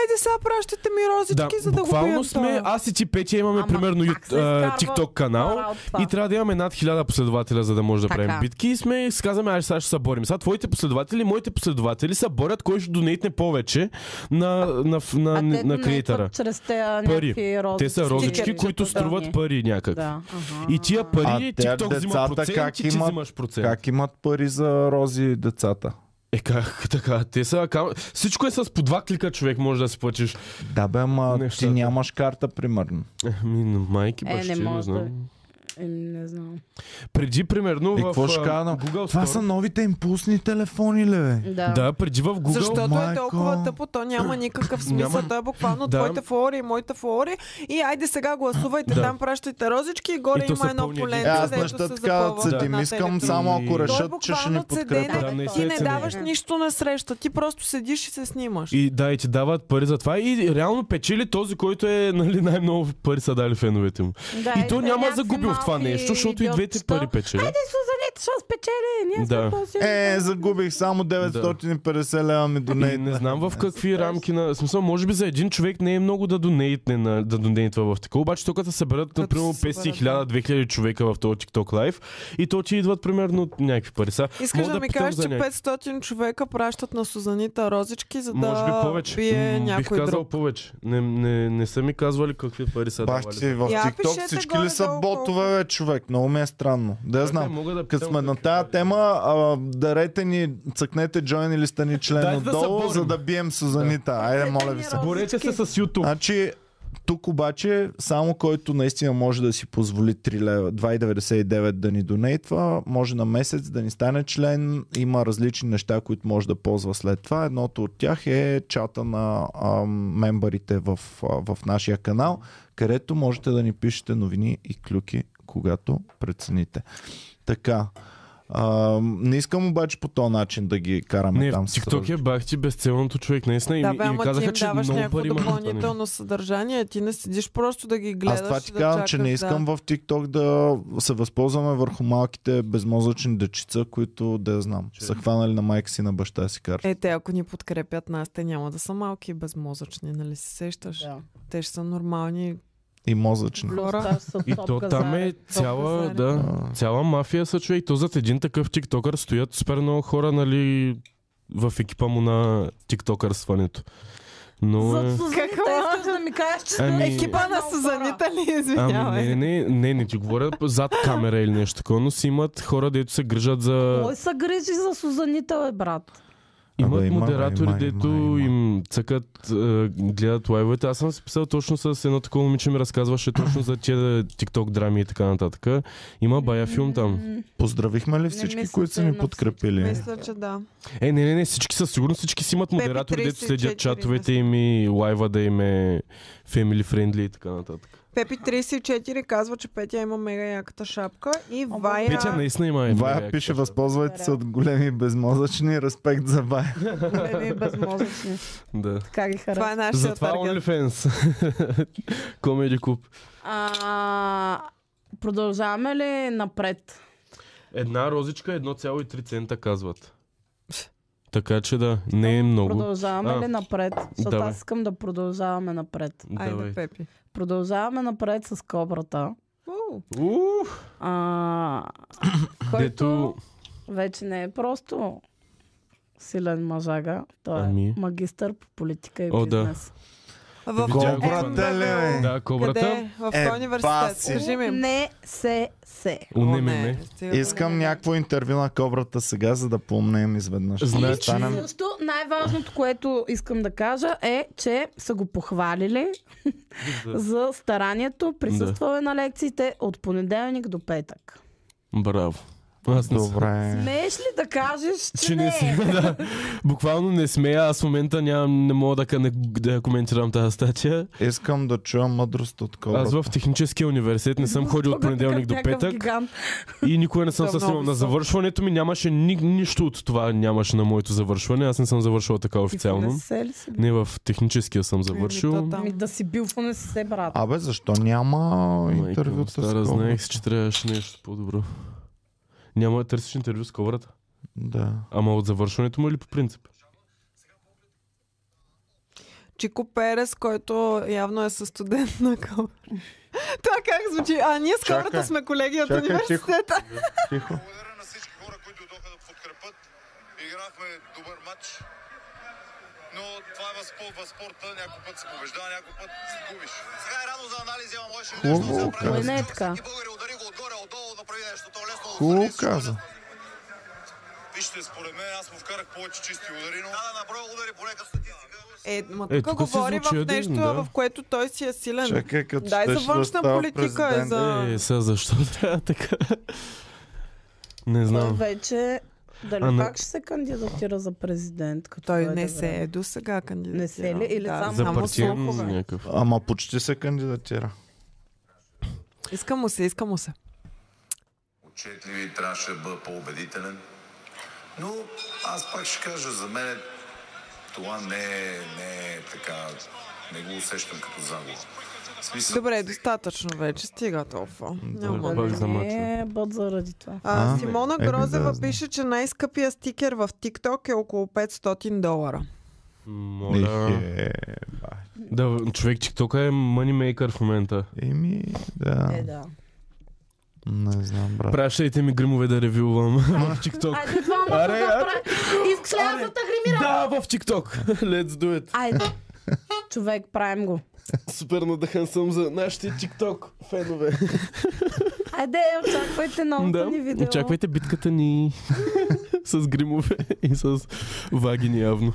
B: айде сега пращате ми
C: Да,
B: розички, за да го
C: буквално
B: бием
C: сме,
B: това.
C: аз и ти Петя имаме
D: Ама
C: примерно
D: как се
C: ю- а,
D: изкарва
C: TikTok канал
D: морал това?
C: и трябва да имаме над 1000 последователя, за да може да
D: Така.
C: правим битки и сме и си казваме, аз сега ще се борим. Сега твоите последователи, моите последователи се борят, кой ще донейтне повече на, на, на,
D: А
C: на,
D: те
C: на
D: не
C: креатора.
D: идват Чрез те
C: Пари.
D: някакви розички.
C: Те са розочки,
D: стикерчета,
C: които
D: да.
C: струват пари някак.
D: Да. аха.
C: И тия
A: А
C: пари,
A: те
C: TikTok взима
A: децата
C: процент
A: как
C: и ти
A: имат-
C: взимаш процент.
A: Как имат пари за рози децата?
C: Е, как така? Те са акаунт. Всичко е с по два клика човек може да си платиш.
A: Да бе, ма ти
C: Нещата.
A: нямаш карта, примерно.
C: Е, Ми, на майки,
D: Е, не
C: бащи,
D: може
C: не,
D: да е.
C: знам.
D: Еми, не знам.
C: Преди, примерно,
A: И
C: в
A: какво ще
C: а,
A: кажа на-
C: Google
A: Това
C: Store-
A: са новите импулсни телефони, ле, бе.
D: Да.
C: Да, преди в Google...
B: Защото е
A: майко.
B: толкова тъпо, то няма никакъв смисъл.
C: Няма.
B: Той е буквално
C: Да.
B: твоите флори и моите флори. И айде сега гласувайте
C: Да.
B: там, пращайте розички и горе
C: И то
B: има
C: се
B: едно
C: пълни един
A: Е,
B: поленце,
A: аз
B: дето
A: неща
B: се
A: така
B: запълва от
A: цедим.
B: едната
A: Искам
B: електронна-
A: само
C: Той
A: ако решат, че ще
B: буквално
A: ни
B: цедене,
A: подкрепят.
C: Да, не
B: Ти
C: се
B: не
C: цени.
B: даваш нищо насреща, ти просто седиш и се снимаш.
C: И да, и ти дават пари за това и реално печели този, който е нали, най-много пари са дали феновете му.
D: Да,
C: и
D: са
C: то няма
D: някакви
C: загубил в това
D: малки
C: нещо, защото и двете
D: идиотчета.
C: пари печели.
D: Айде, Сузанита, ще спечели. Ние
C: Да.
D: сме по-силни.
A: Е, загубих само 950 лева ми до
C: Ами Не, не знам в какви рамки на... в Смисъл, може би за един човек не е много да донейтне, на, да донейтва в такова, обаче тук да съберат,
B: Като
C: например,
B: се съберат,
C: 500 000-2000 човека в този TikTok Live и то ти идват примерно някакви пари. Са,
B: Искаш
C: мога
B: да ми
C: питам
B: кажеш,
C: за
B: че
C: някакви-
B: 500 човека пращат на Сузанита розички, за
C: Може би
B: да
C: повече.
B: бие
C: М, Бих
B: някой
C: казал
B: друг.
C: повече. Не, не, не са ми казвали какви пари са
A: Бах
C: давали.
A: ти в
B: Я
A: TikTok
B: пишете
A: всички ли са
B: горе-долу
A: ботове, бе, човек? Много ми е странно. Да я
C: Чакай,
A: знам.
C: мога да
A: Като
C: питам
A: сме на
C: какви
A: тая
C: пари.
A: тема, а, дарете ни, цъкнете джойн или стани член
C: Дайте да се
A: отдолу,
C: борим.
A: за да бием Сузанита. Айде, моля ви се.
C: Борете се с YouTube.
A: Значи, тук обаче, само който наистина може да си позволи 3 лева, 2,99 да ни донейтва, може на месец да ни стане член. Има различни неща, които може да ползва след това. Едното от тях е чата на а, мембарите в, а, в нашия канал, където можете да ни пишете новини и клюки, когато прецените. Така. А, не искам обаче по този начин да ги караме
C: Не, в
A: там. с
C: TikTok е бах ти безцелното човек, наистина. И,
B: Да,
C: ми-
B: бе,
C: и ми
B: ама ти
C: казаха,
B: им
C: че
B: даваш
C: много
B: някакво
C: пари нали? има. за това нещо.
B: допълнително съдържание, ти не седиш просто да ги гледаш.
A: Аз това ти
B: да
A: казвам,
B: чакаш,
A: че не искам
B: да.
A: в TikTok да се възползваме върху малките безмозъчни дечица, които да я знам. Че... Са хванали на майка си, на баща си карта.
B: Е, те ако ни подкрепят нас, те няма да са малки и безмозъчни, нали се сещаш?
D: Да.
B: Те ще са нормални.
A: И мозъчни.
D: Плюс
B: Хора.
D: това ще са
C: И
D: топ
C: то там е
D: казари.
C: цяла,
B: казари.
C: да,
A: А.
C: цяла мафия са човек. То зад един такъв тиктокър стоят супер много хора, нали, в екипа му на тиктокърстването. Но е...
D: Зад Сузанита
B: Какво?
D: искаш искаш да ми кажеш, че
C: Ами-
B: Екипа на
D: Много хора.
B: Сузанита ли,
C: Ами не,
B: извинявай.
C: не, не, не ти говоря зад камера или нещо такова, но си имат хора, дето се грижат за...
D: Кой се грижи за Сузанита, бе, брат?
C: Имат
A: Абе, има,
C: модератори,
A: има, има,
C: дето
A: има.
C: им цъкат, е, гледат лайвовете. Аз съм си писал точно с едно такова момиче, ми разказваше точно за тия тикток драми и така нататък. Има бая филм там.
D: М,
A: Поздравихме ли всички,
D: мисля,
A: които са
D: че
A: ни
D: е на
A: подкрепили?
B: Мисля, че да.
C: Е, не, не, не, всички със сигурност всички си имат модератори, дето
B: 34
C: следят чатовете
B: мисля.
C: им и лайва да им е family friendly и така нататък.
B: Пепи 34 казва, че Петя има мега яката шапка и
D: О,
B: Вая...
C: Петя наистина има е.
A: Вая пише, възползвайте се от големи и безмозъчни, респект за Вая.
D: Големи и безмозъчни.
C: Да.
D: Така ги харесва.
B: Това е нашия
C: Затова
B: таргет.
C: OnlyFans. Comedy Club.
D: А, продължаваме ли напред?
C: Една розичка 1,3 цента казват. Така че да, не е много.
D: Продължаваме
C: А.
D: ли напред? Защото
C: Давай.
D: аз искам да продължаваме напред.
C: Давай.
B: Айде, Пепи.
D: Продължаваме напред с кобрата.
B: Уу.
C: Уу,
D: А, който
C: Дето
D: вече не е просто силен мажага. Той е
C: Ами.
D: магистър по политика и
C: О, да.
D: бизнес.
B: В
C: Видях го
B: М,
C: това
A: Кобрата ли? бе?
C: Да,
B: Къде?
C: кобрата.
B: В
A: Е,
B: кой университет?
A: баси.
B: Кажи ми.
D: Не се се.
B: О,
C: Унеме ме.
B: стига.
A: Искам някакво интервю на кобрата сега, за да помнем изведнъж.
C: Значи-
A: Да станем-
D: Също най-важното, което искам да кажа е, че са го похвалили за старанието. Присъствал е на лекциите от понеделник до петък.
C: Браво. Аз не съм.
A: Добре.
D: Смееш ли да кажеш, че,
C: Е. Че не си. Да. Буквално не смея. Аз в момента нямам, не мога да, къне- да я коментирам тази статия.
A: Искам да чуя мъдрост от
C: Аз
A: кобрата.
C: в техническия университет не съм ходил от понеделник до петък. И никога не съм
B: Да,
C: се снимал.
B: много
C: На
B: високо.
C: завършването ми нямаше ни, нищо от това нямаше на моето завършване. Аз не съм завършил така официално. Не в техническия съм
B: Еми,
C: завършил.
B: то там.
D: Ами да си бил в УНСС, брат.
A: Абе, защо няма интервюта с
C: стара,
A: кобрата?
C: знаех си, че трябваше нещо по-добро. Няма да търсиш интервю с коврата.
A: Да.
C: Ама от завършването му или по принцип?
B: Чико Перес, който явно е със студент на кобра. Това как звучи? А, ние с
A: Чакай.
B: кобрата сме колеги от
A: Чакай, тихо.
B: университета.
A: Тихо.
F: Благодаря на всички хора, които дойдоха да подкрепят. Играхме добър матч. Но това е в спор- в спорта. Някой път се побеждава, някой път се губиш. Сега е рано за анализи, ама можеш и нещо да се
A: Хубаво
F: направи.
D: Ой,
A: каза.
D: не е така.
F: И българи удари го отгоре, отдолу, направи нещо. То е лесно да
A: Хубаво
F: отстрани,
A: каза.
F: супер лесно. Вижте, според мен аз му вкарах повече чисти удари, но... Да, да, наброя удари, поне като статистика.
B: Е, ма
C: Е,
B: тук,
C: тук си
B: говори в
C: звучи един,
B: нещо,
C: да.
B: в което той си е силен.
A: Чакай, като
B: Дай за
A: щеше да
B: външна
A: става
B: политика е
A: президент.
B: за- А.
C: Е, сега защо трябва така? Не
D: Той
C: знам.
D: вече дали
C: А, но-
D: пак ще се кандидатира за президент? Като
B: Той
D: дойде
B: не се е
D: време?
B: до сега кандидатирал.
D: Не се е ли? Или
B: да,
D: само-
C: За партиен
D: е.
B: слухове.
C: някакъв.
A: Ама почти се кандидатира.
B: Иска му се, иска му се.
F: отчетлив и трябваше да бъда по-убедителен. Но аз пак ще кажа, за мен това не е, не е така, не го усещам като загуба. В смисъл,
B: Добре, достатъчно вече. Стига толкова. Няма.
C: Добавих за мача.
D: Не е бът заради това.
B: А,
A: А,
B: Симона
A: еми, да,
B: Грозева
A: знам.
B: пише, че най-скъпия стикер в TikTok е около 500 долара.
C: Моля.
A: Ех, е,
C: Да, човек, тиктока е манимейкър в момента.
A: Еми,
D: Е,
A: да.
D: да.
A: Не знам, брат.
C: Пращайте ми гримове да ревювам в тикток.
D: Айде, двамата да
C: Аре, аре.
D: направим. И в клязата гримира.
C: Да, в тикток. Let's do it.
D: Айде. Човек, правим го.
C: Супер надъхан съм за нашите тикток фенове.
D: Айде, очаквайте новото
C: Да,
D: ни видео.
C: очаквайте битката ни с гримове и с вагини явно.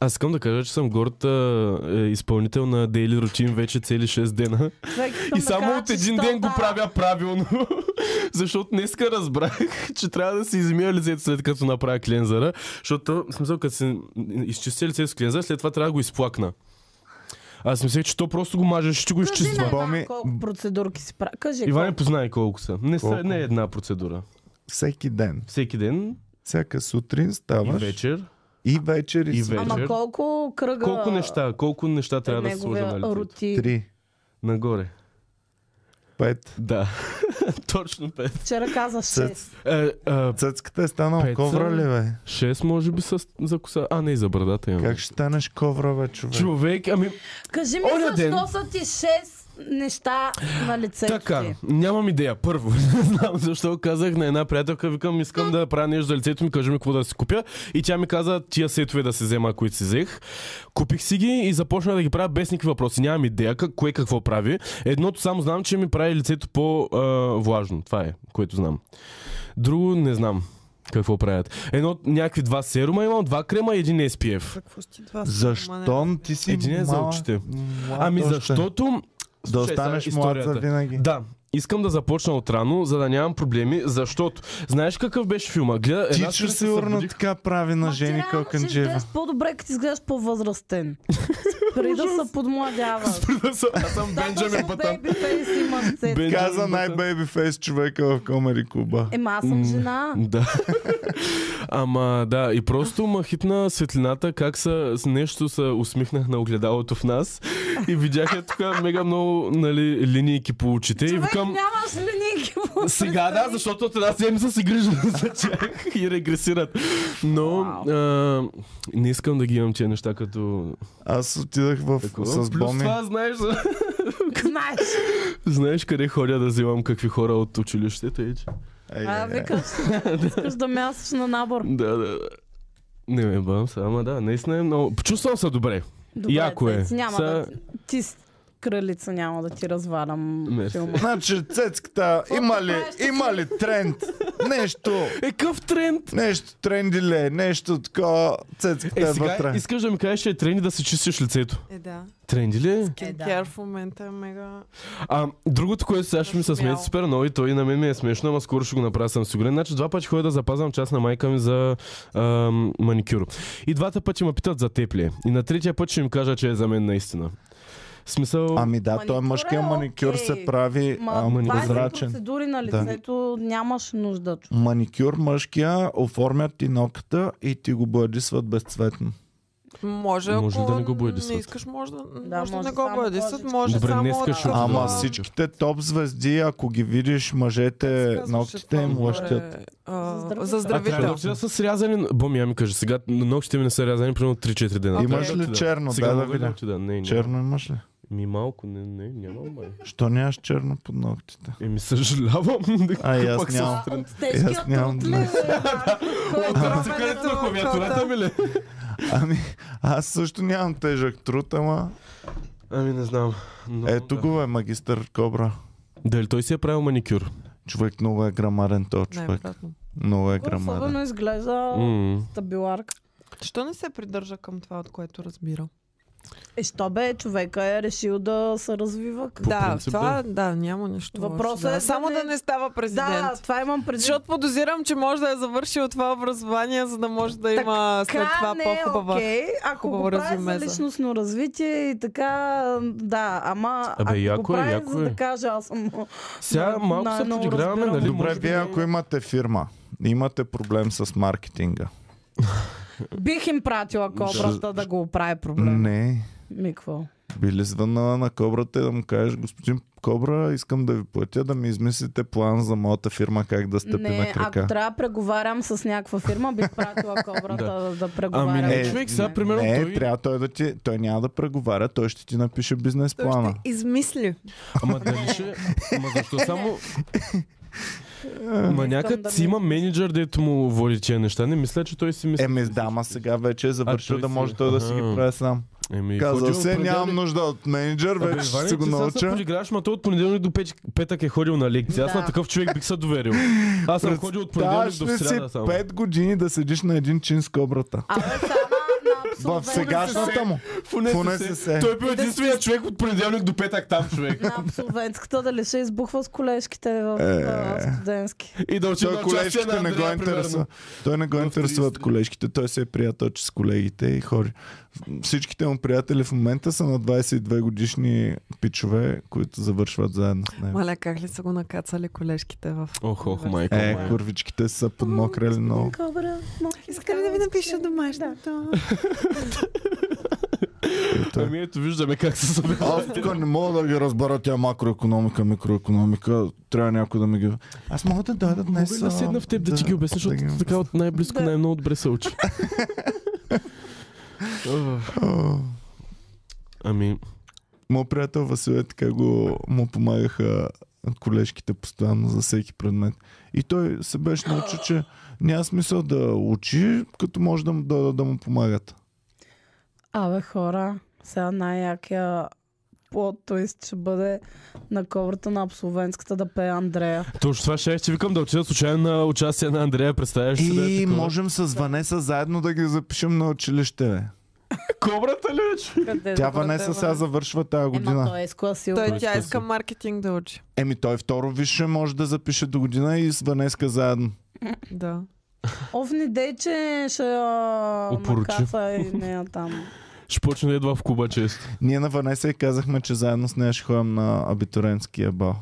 C: Аз искам да кажа, че съм горд а, е, изпълнител на Daily Routine вече цели 6 дена.
D: Човек, искам
C: И
D: да
C: само
D: кажа,
C: от
D: че
C: един
D: що
C: ден го
D: става?
C: правя правилно. Защото днеска разбрах, че трябва да си измия лицето след като направя клензъра. Защото, в смисъл, като си изчистя лицето с клензър, след това трябва да го изплакна. Аз мислех, че то просто го мажеш, ще го
D: Кажи на
C: изчиства.
A: Боми-
D: Иван колко процедурки си прави. Кажи
C: Иване
D: колко.
C: познай колко са. Не, са,
A: Колко?
C: не е една процедура.
A: Всеки ден.
C: Всеки ден
A: Всяка сутрин ставаш.
C: и вечер.
A: И вечер. И
C: И
A: вечер.
C: вечер.
D: Ама колко кръга
C: Колко неща, колко неща трябва да се нали, сложа на
D: неговия
C: лицето?
D: рути.
A: Три.
C: Нагоре.
A: Пет.
C: Да. Точно 5.
D: Вчера каза 6.
C: Е, е,
A: Цецката е станала
C: Пет
A: ковра
C: съм.
A: ли, бе?
C: 6 може би с, за коса. А, не, и за брадата имам.
A: Как ще станеш ковра, бе, човек?
C: Човек, ами
D: Кажи ми
C: Оня
D: защо
C: ден.
D: са ти 6 неща на лицето
C: Така,
D: ти.
C: нямам идея. Първо, не знам защо казах на една приятелка, викам, искам да правя нещо за лицето ми, кажи ми какво да си купя. И тя ми каза, тия сетове да се взема, които си взех. Купих си ги и започнах да ги правя без никакви въпроси. Нямам идея как, кое какво прави. Едното само знам, че ми прави лицето по-влажно. Това е, което знам. Друго не знам какво правят. Едно, някакви два серума имам, два крема и един SPF.
B: Какво си ти това?
A: Защо ти си
C: Един е за
A: мал-
C: очите.
A: млад
C: Ами
A: още?
C: защото...
A: Да
C: Слушай, сега
A: останеш млад за
C: историята.
A: винаги.
C: Да, искам да започна от рано, за да нямам проблеми, защото знаеш какъв беше филма? Гледа, една
A: Тичър
C: сутрин се
A: сигурно
C: събудих-
A: така прави на Жени Калканджиева.
D: Ти по-добре, като изглеждаш по-възрастен. Спри да се подмладяваш.
C: Аз съм Бенджамин Батан.
D: Бейбифейс има сет.
C: Бен-
A: Каза най-бейбифейс човека в Комери Куба.
D: Ема аз съм жена.
C: Да. Ама да, и просто ма хитна светлината, как са, с нещо се усмихнах на огледалото в нас и видях е тук мега много нали, линийки по очите и
D: Човек,
C: викам...
D: нямаш линейки по
C: Сега да, защото от една седмица се грижа за тях и регресират. Но а, не искам да ги имам тия неща като...
A: Аз отидах в,
C: Такова.
A: с
C: Плюс
A: Боми.
C: това знаеш, за-
D: Знаеш.
C: знаеш къде ходя да взимам какви хора от училище, тъй че...
A: Ей,
D: А,
C: Е.
A: ей,
D: викаш, искаш да мясаш на набор.
C: Да, да, да. Не ме бам се, ама да, наистина е много... Чувствам се добре.
D: Добре,
C: Яко е.
D: Цеци, Няма
C: Са-
D: да... Ти с кралица няма да ти развалям
C: Мерси.
D: филма.
A: Значи, цецката, има ли, има ли тренд? Нещо,
C: Е, къв тренд?
A: нещо трендиле, нещо такова, цецката
C: Е,
A: е
C: сега
A: вътре.
C: искаш да ми кажеш, че е тренди да си чистиш лицето.
B: Е, да.
C: Тренди ли? е?
D: Е, да.
B: Кер в момента е мега...
C: А, другото, което сега ще ми се смее
B: Мяло.
C: супер много и той и на мен ми е смешно, ама скоро ще го направя, съм сигурен. Значи два пъти ходя да запазвам част на майка ми за а, маникюр. И двата пъти ме питат за теплие. И на третия път ще им кажа, че е за мен наистина. В Смисъл...
A: Ами да,
D: Маникюра
A: той
D: е
A: маникюр, маникюр
D: окей.
A: се прави
D: Ма,
A: а,
D: това е за
A: прозрачен.
D: процедури на
A: Да.
D: лицето, нямаш нужда. чу-
A: Маникюр мъжкия, оформят ти ноката и ти го бъдисват безцветно.
B: Може,
C: Може
B: ако
C: да не го бъдисат.
B: Не искаш, може да, да,
D: Да,
B: може да
D: може
B: не го
D: само
B: бъдисат.
D: този.
B: Може
C: Добре,
B: само...
C: днеска ще
B: да-
A: Ама
C: да.
A: всичките топ звезди, ако ги видиш, мъжете,
B: Казваше
A: ногтите
B: това,
A: им
B: добре.
A: лъщят.
B: А,
D: За здравите.
B: За
C: А трябва да
B: здравите.
C: отида с рязани... Боми, я ми кажи, сега ногтите ми не са рязани, примерно 3-4 дена.
A: Имаш
C: Трябва да
A: ли
C: отида.
A: черно?
C: Сега
A: Дай да
C: мога ли
A: видя.
C: отида? Не, не.
A: Черно имаш ли?
C: Ми малко, не, не, нямам май.
A: Що нямаш черно под ногтите?
C: Еми съжалявам.
A: А, и аз
C: Пак се
A: нямам.
D: А,
C: стрем.
D: От тежкия
A: Аз нямам
D: труд ли? е,
A: днес.
C: Отварям се калето на клавиатурата ми ли?
A: Ами, аз също нямам тежък труд, ама
C: Ами не знам. Но,
A: ето го е магистър Кобра.
C: Дали той си е правил маникюр?
A: Човек много е грамарен то
B: Не,
A: човек.
B: обратно.
A: Много е грамарен.
D: Особено изглежда
C: М.
D: табиларка.
B: Що не се придържа към това, от което разбира?
D: Е, що бе, човека е решил да се развива.
C: По
B: да,
C: принцип,
B: това да, няма нищо.
D: Въпросът
B: лошо,
D: е
B: да.
D: да
B: само да
D: не-
B: не става президент.
D: Да, това имам предвид.
B: Защото подозирам, че може да е завършил това образование, за да може да има след
D: Така
B: това
D: не е
B: по-хубава.
D: окей, ако
B: хубава
D: го прави
B: резюме
D: за
B: за-
D: личностно развитие и така, да, ама
C: Абе,
D: ако
C: яко
D: го
C: е,
D: прави,
C: яко
D: за
C: е.
D: да кажа, аз съм...
C: Сега
D: На-
C: малко
D: на-
C: се
D: много
C: подиграваме,
D: разбирам.
C: нали?
A: Добре,
C: може би-
A: вие ако имате фирма, имате проблем с маркетинга.
D: Бих им пратила кобрата да го оправи проблем.
A: Не,
D: Ми, какво?
A: били звънала на Кобрата и да му кажеш, господин Кобра, искам да ви платя да ми измислите план за моята фирма как да стъпи на
D: Не,
A: крака.
D: ако трябва да преговарям с някаква фирма, бих пратила кобрата
C: Да.
D: да, да преговарям.
C: Ами не,
A: Е,
C: човек, сега примерно
A: Не,
C: той...
A: трябва той да ти... Той няма да преговаря, той ще ти напише бизнес
B: Той
A: плана.
B: ще измисли.
C: Ама дали ще... Ама защо само... Ма
D: Не
C: някак
D: искам
C: си
D: да
C: има менеджер, дето му води тия неща. Не мисля, че той си мисли.
A: Еми, да, ма сега вече е завършил
C: той
A: да
C: си-
A: може той да си ги
C: Аха.
A: прави сам.
C: Еми,
A: Е, Казал
C: ходил
A: се,
C: определен-
A: нямам нужда от менеджер,
C: Абе,
A: вече ще
C: Иване,
A: се го
C: ти сега се
A: науча.
C: подиграваш, ма той от понеделник до печ- петък е ходил на лекция. Аз
D: Да.
C: на такъв човек бих се доверил. Аз съм ходил от понеделник
A: Представяш
C: до
A: ли си
C: сряда само.
A: 5 години да седиш на един чин с кобрата?
D: Абе, сама на
A: В
D: абсолвент-
A: сегашната му. В
C: се.
A: УНСС.
C: Той е бил единственият човек от понеделник до петък там човек.
D: На абсолвентската дали ще избухва с колежките в
A: Е.
D: а, студентски.
C: И да учи на
A: Той
C: участие на
A: колежките не го
C: Андрея, примерно.
A: интересува. Той не го интересуват колежките. Той се е приятел че с колегите и хори. Всичките му приятели в момента са на 22 годишни пичове, които завършват заедно с него.
B: Маля, как ли са го накацали колежките в...
C: Ох, ох, майко.
A: Е, курвичките са подмокрели много.
D: Кобра, мога
B: Искам ли да ви напиша домашното?
A: Е,
C: Ами ето виждаме как се събира.
A: Аз тук не мога да ги разбера тя макроекономика, микроекономика. Трябва някой да ми ги... Аз мога да дойда днес.
C: Мога ли да седна в теб да,
A: а,
C: ти ги обясня, защото
A: ги-
C: така от най-близко
D: Да.
C: най-много добре се учи. Ами,
A: Моят приятел Васил е така го му помагаха колежките постоянно за всеки предмет. И той се беше научил, че няма смисъл да учи, като може да му дойдат да му помагат.
D: Абе хора, сега най-якия плод twist ще бъде на коврата на Абсолвенската да пее Андрея.
C: Точно това ще ще викам да отида случайно на участие на Андрея, представяш си да е
A: И
C: такова.
A: можем с Ванеса заедно да ги запишем на училище. Бе.
C: Кобрата ли е, че?
D: Къде
A: Тя
D: Е, да бъде,
A: Ванеса сега
D: бе?
A: завършва тази
D: Ема
A: година.
D: той е изкласил.
B: Той
C: Той
B: тя
C: ще
B: иска
C: се-
B: маркетинг да учи.
A: Еми той е второ висше може да запише до година и с Ванеска заедно.
B: Да.
D: Овни дей, че ще я
C: Опорочи.
D: накаца и нея там.
C: Ще почне да идва в Куба често.
A: Ние на Ванеса и казахме, че заедно с нея ще ходим на абитуренския бал.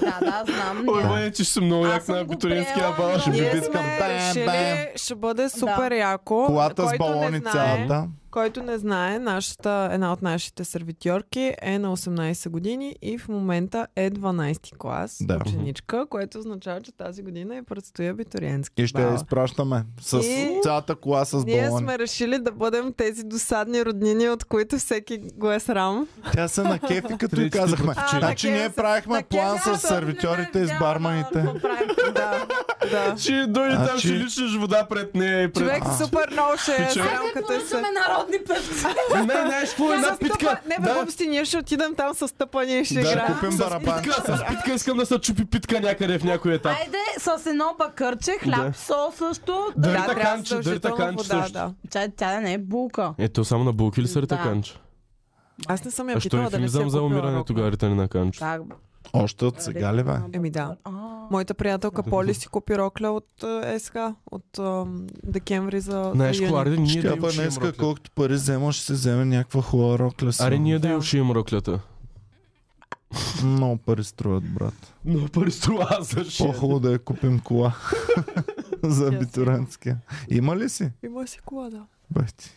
D: да, да, знам.
C: Ой,
D: няма.
C: бе, че ще съм много
D: Аз
C: як
D: съм
C: на
D: го
C: абитуриентския
D: приела,
C: бал.
D: но-
C: Ще
A: Ние
C: ми
B: Ние
A: би-
B: сме
A: искам бам, бам.
B: решили, ще бъде супер яко.
A: Колата с
B: Който не
A: балони
B: знае-
A: цялата.
B: Който не знае, нашата, една от нашите сервитьорки е на 18 години и в момента е 12 клас
A: Да.
B: ученичка, което означава, че тази година и предстои абитуриентски
A: И ще е
B: бал.
A: я изпращаме с
B: И-
A: цялата кола с
B: Ние
A: балони.
B: сме решили да бъдем тези досадни роднини, от които всеки го е срам.
A: Тя се на кефи, като и
C: Тридесет
A: казахме.
B: А,
A: Значи
B: на кеф
A: ние
B: се-
A: правихме
B: на кеф
A: план
B: се-
A: с сервитьорите и с барманите.
B: да, да.
C: Ще дойде там,
A: Значи-
C: ще личиш вода пред нея и пред...
B: Човек супер много ще е
C: Пича.
B: срам,
D: Хайде,
B: като е се...
D: поръчаме народни певци.
C: Не, не, ще по една
B: С
C: питка.
B: тъпа- Не, бе,
C: Да,
B: глупости, ние ще отидем там с тъпани и ще
A: Да,
B: играем.
A: купим
B: С-
A: барабан.
C: Питка, с питка искам да се чупи питка някъде в някой етап.
D: Айде с едно бакърче, хляб,
C: Да.
D: сол също.
C: Да.
B: Да,
C: Дори
B: трябва
C: таканче, дори
B: задължително
C: таканче
B: вода,
C: също.
B: да.
D: Чай, тя да не е булка.
C: Ето само на булки ли са
D: Да.
C: ретаканче?
B: Аз не съм я
C: А що
B: питала да не си
C: ефемизъм
B: я
C: за
B: купила
C: умиране
B: рокля.
C: тогава ритани на канче?
D: Так,
A: Още от сега ли бе?
D: Е,
B: Еми да.
D: А,
B: Моята приятелка Поли си купи рокля от ЕСКА, от ам, декември за,
C: Знаеш,
B: за юни.
C: какво, аре ние да
A: Ще
C: я
A: бъде
C: ушием
A: днеска,
C: роклята.
A: колкото пари взема, ще се вземе някаква хубава рокля. си.
C: Аре ние да я ушием роклята.
A: Много пари струват, брат.
C: Но пари струва аз за шия.
A: По-хубаво да я купим кола. За абитурантския. Има ли си?
B: Има си кола, да.
A: Бахти.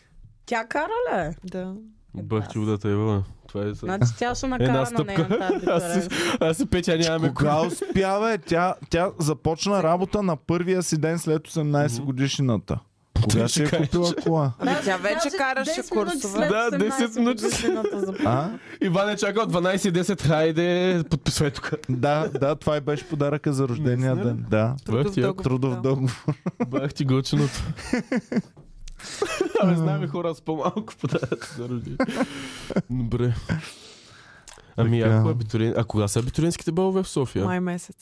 D: Тя кара ли? е?
B: да.
C: Бах ти водата, Ева. Това е... за-
B: Нали?
D: Значи тя ще
C: Една
D: накара на
C: стъпка.
D: нея тази
C: Аз,
D: Тереза.
C: аз и Петя нямаме
A: Кога успя, бе? Тя, тя започна работа на първия си ден след 18 годишнината. Кога ще е
C: ще
A: купила кола?
B: Ами тя
D: Даже-
B: вече
D: даже
B: караше
D: 10 Значи- минути
B: курсове.
D: след
C: Да, 10
D: 18
C: минути.
D: годишнината за-
A: А?
C: Иван е чакал 12.10, хайде, подписвай тук.
A: Да, да, това и беше подаръка за рождения
C: Наистина ли?
A: ден. Да.
B: Трудов
C: Бахтия,
B: договор.
A: Трудов
B: да.
A: договор.
C: Бах ти готиното. Абе, знаем и хора с по-малко подават за рождение. Добре. Ами
A: Така.
C: ако абитурин... А кога са абитуринските балове в София?
B: Май месец.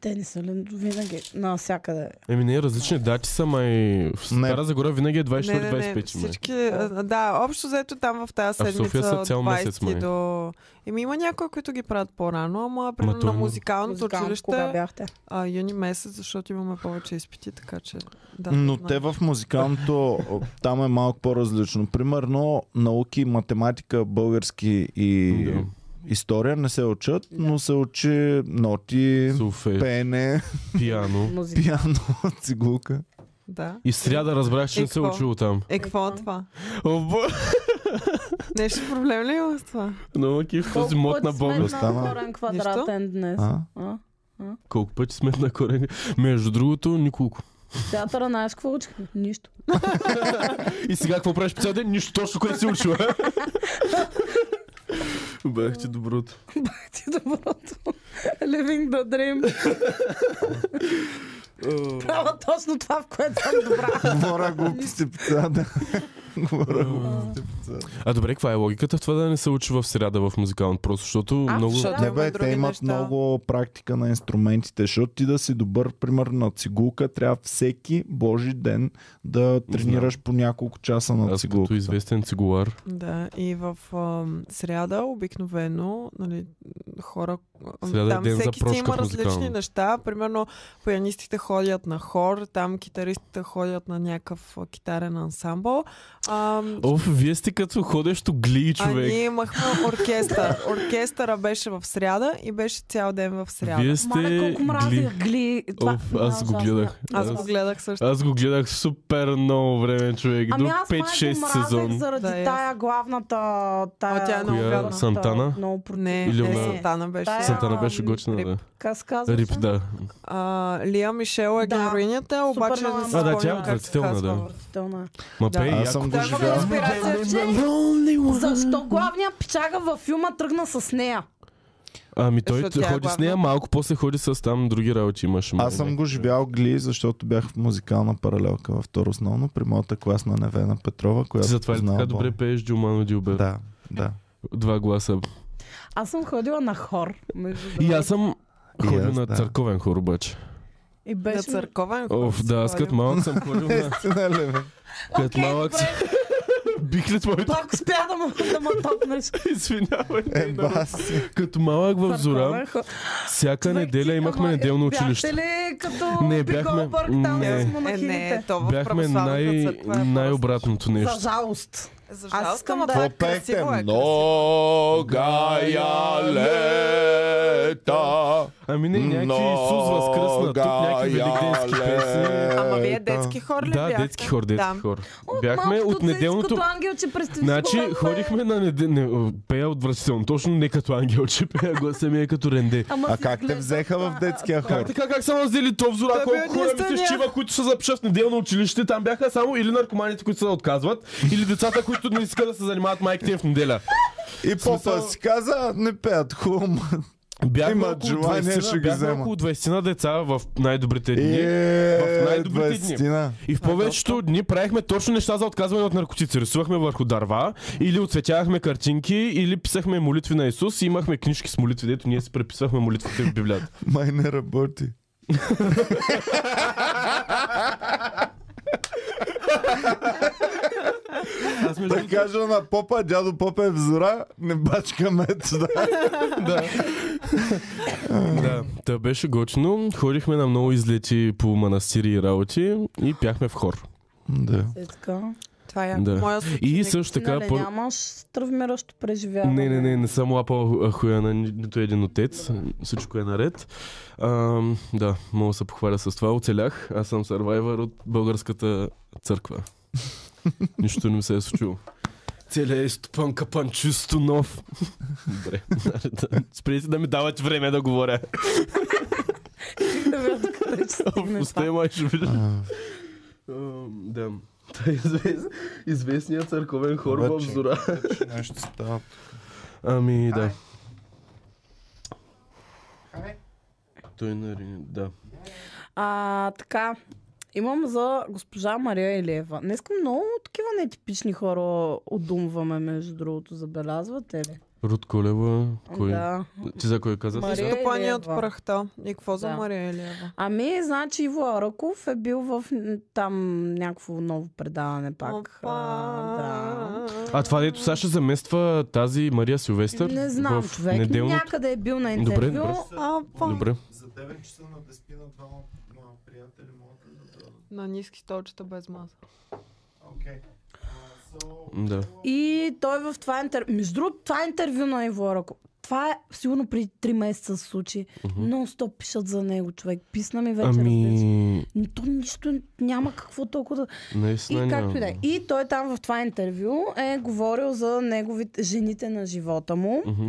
D: Те не са ли винаги навсякъде?
C: Еми не, е различни дати са, май... В
A: Не.
C: Стара Загора винаги е
B: Не, не, не,
C: 24-25 май.
B: всички, а, да, общо взето там в тази
C: А в
B: седмица
C: София са
B: от
C: цял месец,
B: 20
C: май.
B: до... Еми има някои, които ги правят по-рано, ама примерно
C: той
B: на
C: не-
B: музикалното
D: Музикалното Кога
B: училище
D: бяхте?
B: а, юни месец, защото имаме повече изпити, така че... Да,
A: Но
B: знам.
A: те в музикалното о, там е малко по-различно. Примерно науки, математика, български и
C: Да.
A: история не се учат, но се учи ноти,
C: София,
A: пеене,
C: пиано.
D: Музика.
A: пиано, цигулка.
B: Да.
C: И в сряда разбрах, че
B: Е,
C: не се
B: какво?
C: учило там.
B: Е, какво е това?
C: О, бо-
B: Нещо проблем ли има с това?
C: Много кив този мод на
D: Колко
C: бомба.
D: пъти сме
A: Остана.
D: на корен квадратен днес?
A: А?
D: А?
C: Колко пъти сме на корен? Между другото, николко.
D: Театъра знаеш какво учихме? Нищо.
C: И сега какво правиш по цял ден? Нищо точно, което си учила. Бах ти доброто.
D: Бах ти доброто. Living the dream. Правя точно това, в което съм добра.
A: Говоря глупости по цял ден. Говоря глупости по цял ден.
C: А добре, каква е логиката в това да не се учи в сряда в музикалното? Просто защото
B: А,
C: много...
B: защото-
A: Не
B: Има
A: бе, те
B: други
A: имат
B: неща.
A: много практика на инструментите, защото ти да си добър, примерно на цигулка, трябва всеки божи ден да тренираш по няколко часа на
C: Аз като
A: цигулка.
C: известен цигулар.
B: Да, и в ам, сряда обикновено нали, хора... ам,
C: Сряда е
B: там
C: ден за
B: всеки си
C: прошка
B: има
C: в
B: различни
C: музикално.
B: неща. Примерно пианистите ходят на хор, там китаристите ходят на някакъв а, китарен ансамбъл. Ам,
C: Оф, вие сте като ходещо глии,
B: а ние
C: човек.
B: имахме оркестър. Оркестъра беше в сряда и беше цял ден в сряда.
C: Вие
D: Мале,
C: сте
D: колко мрази
C: гли.
D: гли. Това
C: Оф,
D: е
C: аз го
D: ужасно.
C: гледах.
B: Аз го гледах също.
C: Аз го гледах супер много време, човек. До
D: Ами аз май го
C: 5-6
D: мразех
C: сезон.
D: заради
B: Да, и аз.
D: тая главната... Тая...
B: А, тя е много
C: Коя?
B: гадна.
C: Са- Сантана?
D: Много против.
B: Не,
C: Или
B: не,
C: оная-
B: Сантана беше.
D: Тая-
C: Сантана беше
D: Ам,
C: готина,
B: Рип.
C: да.
D: Как се казва?
C: Рип, да.
B: А, Лия Мишел е
D: Да.
B: героинята, обаче
D: Супер
B: не
D: много
B: се
D: А, да,
B: спомням
C: тя е
B: как се
C: отвратителна,
B: казва.
C: да.
D: Тълна.
C: Ма
B: Да.
C: пей,
A: Аз
C: яко.
A: съм го
B: Той има
A: живял.
B: конспирация в
D: Защо главният пичага във филма тръгна с нея?
C: Ами той
B: Защото тя е
C: ходи с
B: главна.
C: нея малко, после ходи с там други работи имаш.
A: Аз съм го живял гли, защото бях в музикална паралелка във второ основно при моята класна Невена Петрова, която
C: Затова ли
A: познава
C: така добре
A: Боми.
C: пееш Дюмано Дюбер?
A: Да, да.
C: Два гласа.
D: Аз съм ходила на хор. Между
C: И
D: другото.
C: аз съм
A: И
C: ходил
A: аз,
C: на
A: да.
C: църковен хор обаче.
D: И
B: На
D: беше...
B: църковен хор
C: Оф,
B: си
C: да, аз
B: ходим.
C: като малък съм ходил на...
A: Наистина ли бе?
C: Като малък съм... Бих ли твоето?
D: Пак успя да му да ме топнеш.
C: Извинявай.
A: Е, баси.
C: Като малък в Зора,
D: Църковен хор.
C: всяка
D: Човек,
C: неделя
D: ти,
C: имахме
D: ама,
C: неделно
D: бяхте
C: училище.
D: ли като
C: Не,
D: не,
C: бяхме-
D: бяхме... там
C: не.
D: с
B: Е, не,
D: монахините?
B: то в
C: Бяхме
B: православната
C: най-
B: църква е
C: най-обратното
D: За
C: нещо.
D: жалост.
B: по-различно. За
D: Аз
B: жалост,
D: искам
B: ама
D: да-
B: това е
A: Попекте
B: красиво, е
A: Много я лета.
C: Ами не, някакви Исус възкръсна, тук някакви великденски песни.
B: Ама
D: Е,
B: вие детски хор ли
C: Да,
B: бяхте?
C: детски хор, детски хор.
D: От
C: Бяхме
D: малкото
C: от
D: цици
C: неделното...
D: Като ангелче през
C: Значи ходихме на неде... не, пея отвратително, точно не като ангелче, пея гласа ми е като ренде.
D: Ама
A: А
D: си
A: как те
D: изглежда
A: взеха в
D: това-
A: детския
C: Как
A: хор?
C: така, как са раздели то взора,
B: Той бил
C: колко хора ми се
B: единствения.
C: щива, които се запишат в неделно училище, там бяха само или наркоманите, които се отказват, или децата, които не искат да се занимават майките им в неделя.
A: И попа си каза, не пеят хубаво.
C: Бяхме
A: Имат
C: около
A: желание,
C: 20,
A: ще ги
C: бяхме
A: вземат.
C: около 20 деца в най-добрите дни. в
A: Е,
C: най-добрите дни.
A: двайсетина.
C: И в повечето дни правихме точно неща за отказване от наркотици. Рисувахме върху дърва, или отцветявахме картинки, или писахме молитви на Исус и имахме книжки с молитви, дето ние си преписвахме молитвите в Библията.
A: Май не работи.
C: Аз между
A: Да кажа на попа, дядо попа е взора, не бачкаме да.
C: да, да, беше гочно. Ходихме на много излети по манастири и работи и пяхме в хор.
A: Да.
D: Е, така.
B: Това е
C: Да.
B: моя
C: И
B: случайник.
C: също така...
D: Нали,
C: по-
D: нямаш травмиращо преживяване.
C: Не, не, не, не съм лапал а, хуя на ни- нито един отец. Всичко е наред. А, да, мога да се похваля с това. Оцелях. Аз съм сървайвър от българската църква. Нищо не ми се е случило. Целият е стопан капан чисто нов. Добре. Спрете да ми давате време да говоря.
D: Да видя докъде ще стигне
C: Пустай
D: това.
C: май ще видиш. Ам, Да. Та е извест- Известният църковен хор в
A: Обаче.
C: Зора.
A: Нещо става.
C: Ами да. Той нарини, да.
D: А, така. Имам за госпожа Мария Елева. Днеска много такива нетипични хора отдумваме, между другото. Забелязвате ли?
C: Руд Колева, кой?
D: Да.
C: Ти за кой каза?
D: Мария
B: Нищо по-ни от
D: Елиева.
B: прахта. И какво за
D: Е, Да.
B: Мария Елиева?
D: Ами, значи Иво Аръков е бил в н- там някакво ново предаване пак.
B: Опа.
D: А, да.
C: А това дето сега ще замества тази Мария Силвестър?
D: Не знам,
C: в
D: човек.
C: Неделното...
D: Някъде е бил на интервю.
C: Добре, добре.
B: Опа.
C: Добре.
A: За 9 часа на Деспина двама приятели могат да дойдат.
B: На ниски столчета без маса.
A: Окей.
C: Да.
D: И той в това интервю... Между другото, това интервю на Иво Аръков. Това е сигурно преди 3 месеца се случи. Нон-стоп пишат за него, човек. Писна ми вече. разбира се.
C: Ами,
D: Но То нищо няма какво толкова да...
C: наистина
D: И както и да
C: няма.
D: е. И той там в това интервю е говорил за неговите жените на живота му.
C: Мгм.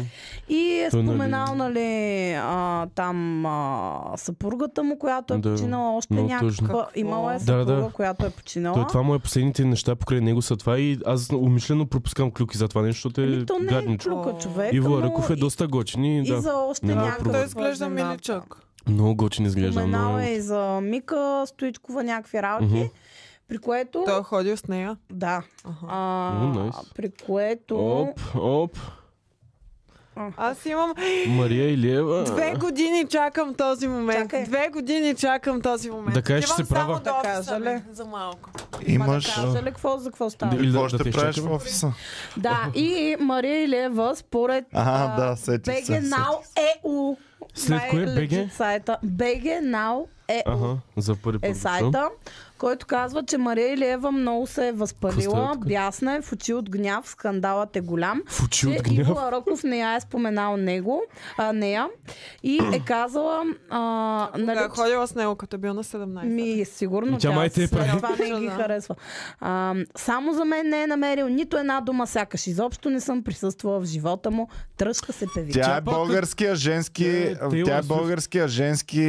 D: И е
C: Той, нали-
D: споменал, нали, а, там а, съпругата му, която е
C: Да,
D: починала още
C: много
D: някаква.
C: тъжно.
D: Имала е
B: Да,
D: съпруга,
C: да.
D: която е починала.
C: Той, това му е последните неща покрай него са това и аз умишлено пропускам клюки за това нещо, защото е
D: Ами, то не е
C: гадничко.
D: клюка, човек.
C: Иво
D: ама
C: Ръков е
D: и-
C: доста гочен и,
D: И
C: да,
D: за още
C: Няма
D: някаква.
C: проблем.
B: Той изглежда
D: познавка.
B: миличък.
C: много гочен изглежда.
D: Споменал
C: Много...
D: е и за Мика Стоичкова някакви работи,
C: Мгм.
D: при което...
B: Той е ходил с нея.
D: Да.
B: Аха.
D: А,
C: О, найс.
D: При което...
C: Оп, оп,
B: Аз имам
C: Мария Илиева.
B: две години чакам този момент.
D: Чакай.
B: Две години чакам този момент.
C: Да кажеш, че
B: Отивам
C: си права.
B: Само до
D: Да
B: офиса нали,
D: кажа нали, ли?
B: ми за малко.
A: Имаш...
D: Кажа ли какво, за какво става?
C: Или
A: Какво
C: да- да
A: ще
C: те
A: правиш в
C: изчакаме?
A: офиса?
D: Да, и Мария Илева, според
A: А, да, сетих
D: BG
A: се.
D: Now EU.
C: След
D: Това е
C: кое?
D: legit
C: BG?
D: Сайта. BG Now EU
C: Аха, за първи път.
D: е
C: го чувам.
D: сайта, който казва, че Мария Илиева много се е възпалила,
C: Какво става тук?
D: бясна е, в очи от гняв, скандалът е голям.
C: В очи от
D: че
C: гняв.
D: Иво Ароков не я е споменал него, а, нея и е казала, а, нали,
B: Кога е ходила с него, като е бил на 17.
D: ми, сигурно
C: Тя май те е
D: след
C: прави.
D: това не ги
B: Да.
D: харесва. А, само за мен не е намерил нито една дума, сякаш изобщо не съм присъствала в живота му. Тръжка се певи.
A: Тя е
C: Чапата-
A: българския женски...
C: Е, Тейлор
A: Тя е
C: Свифт.
A: българския женски...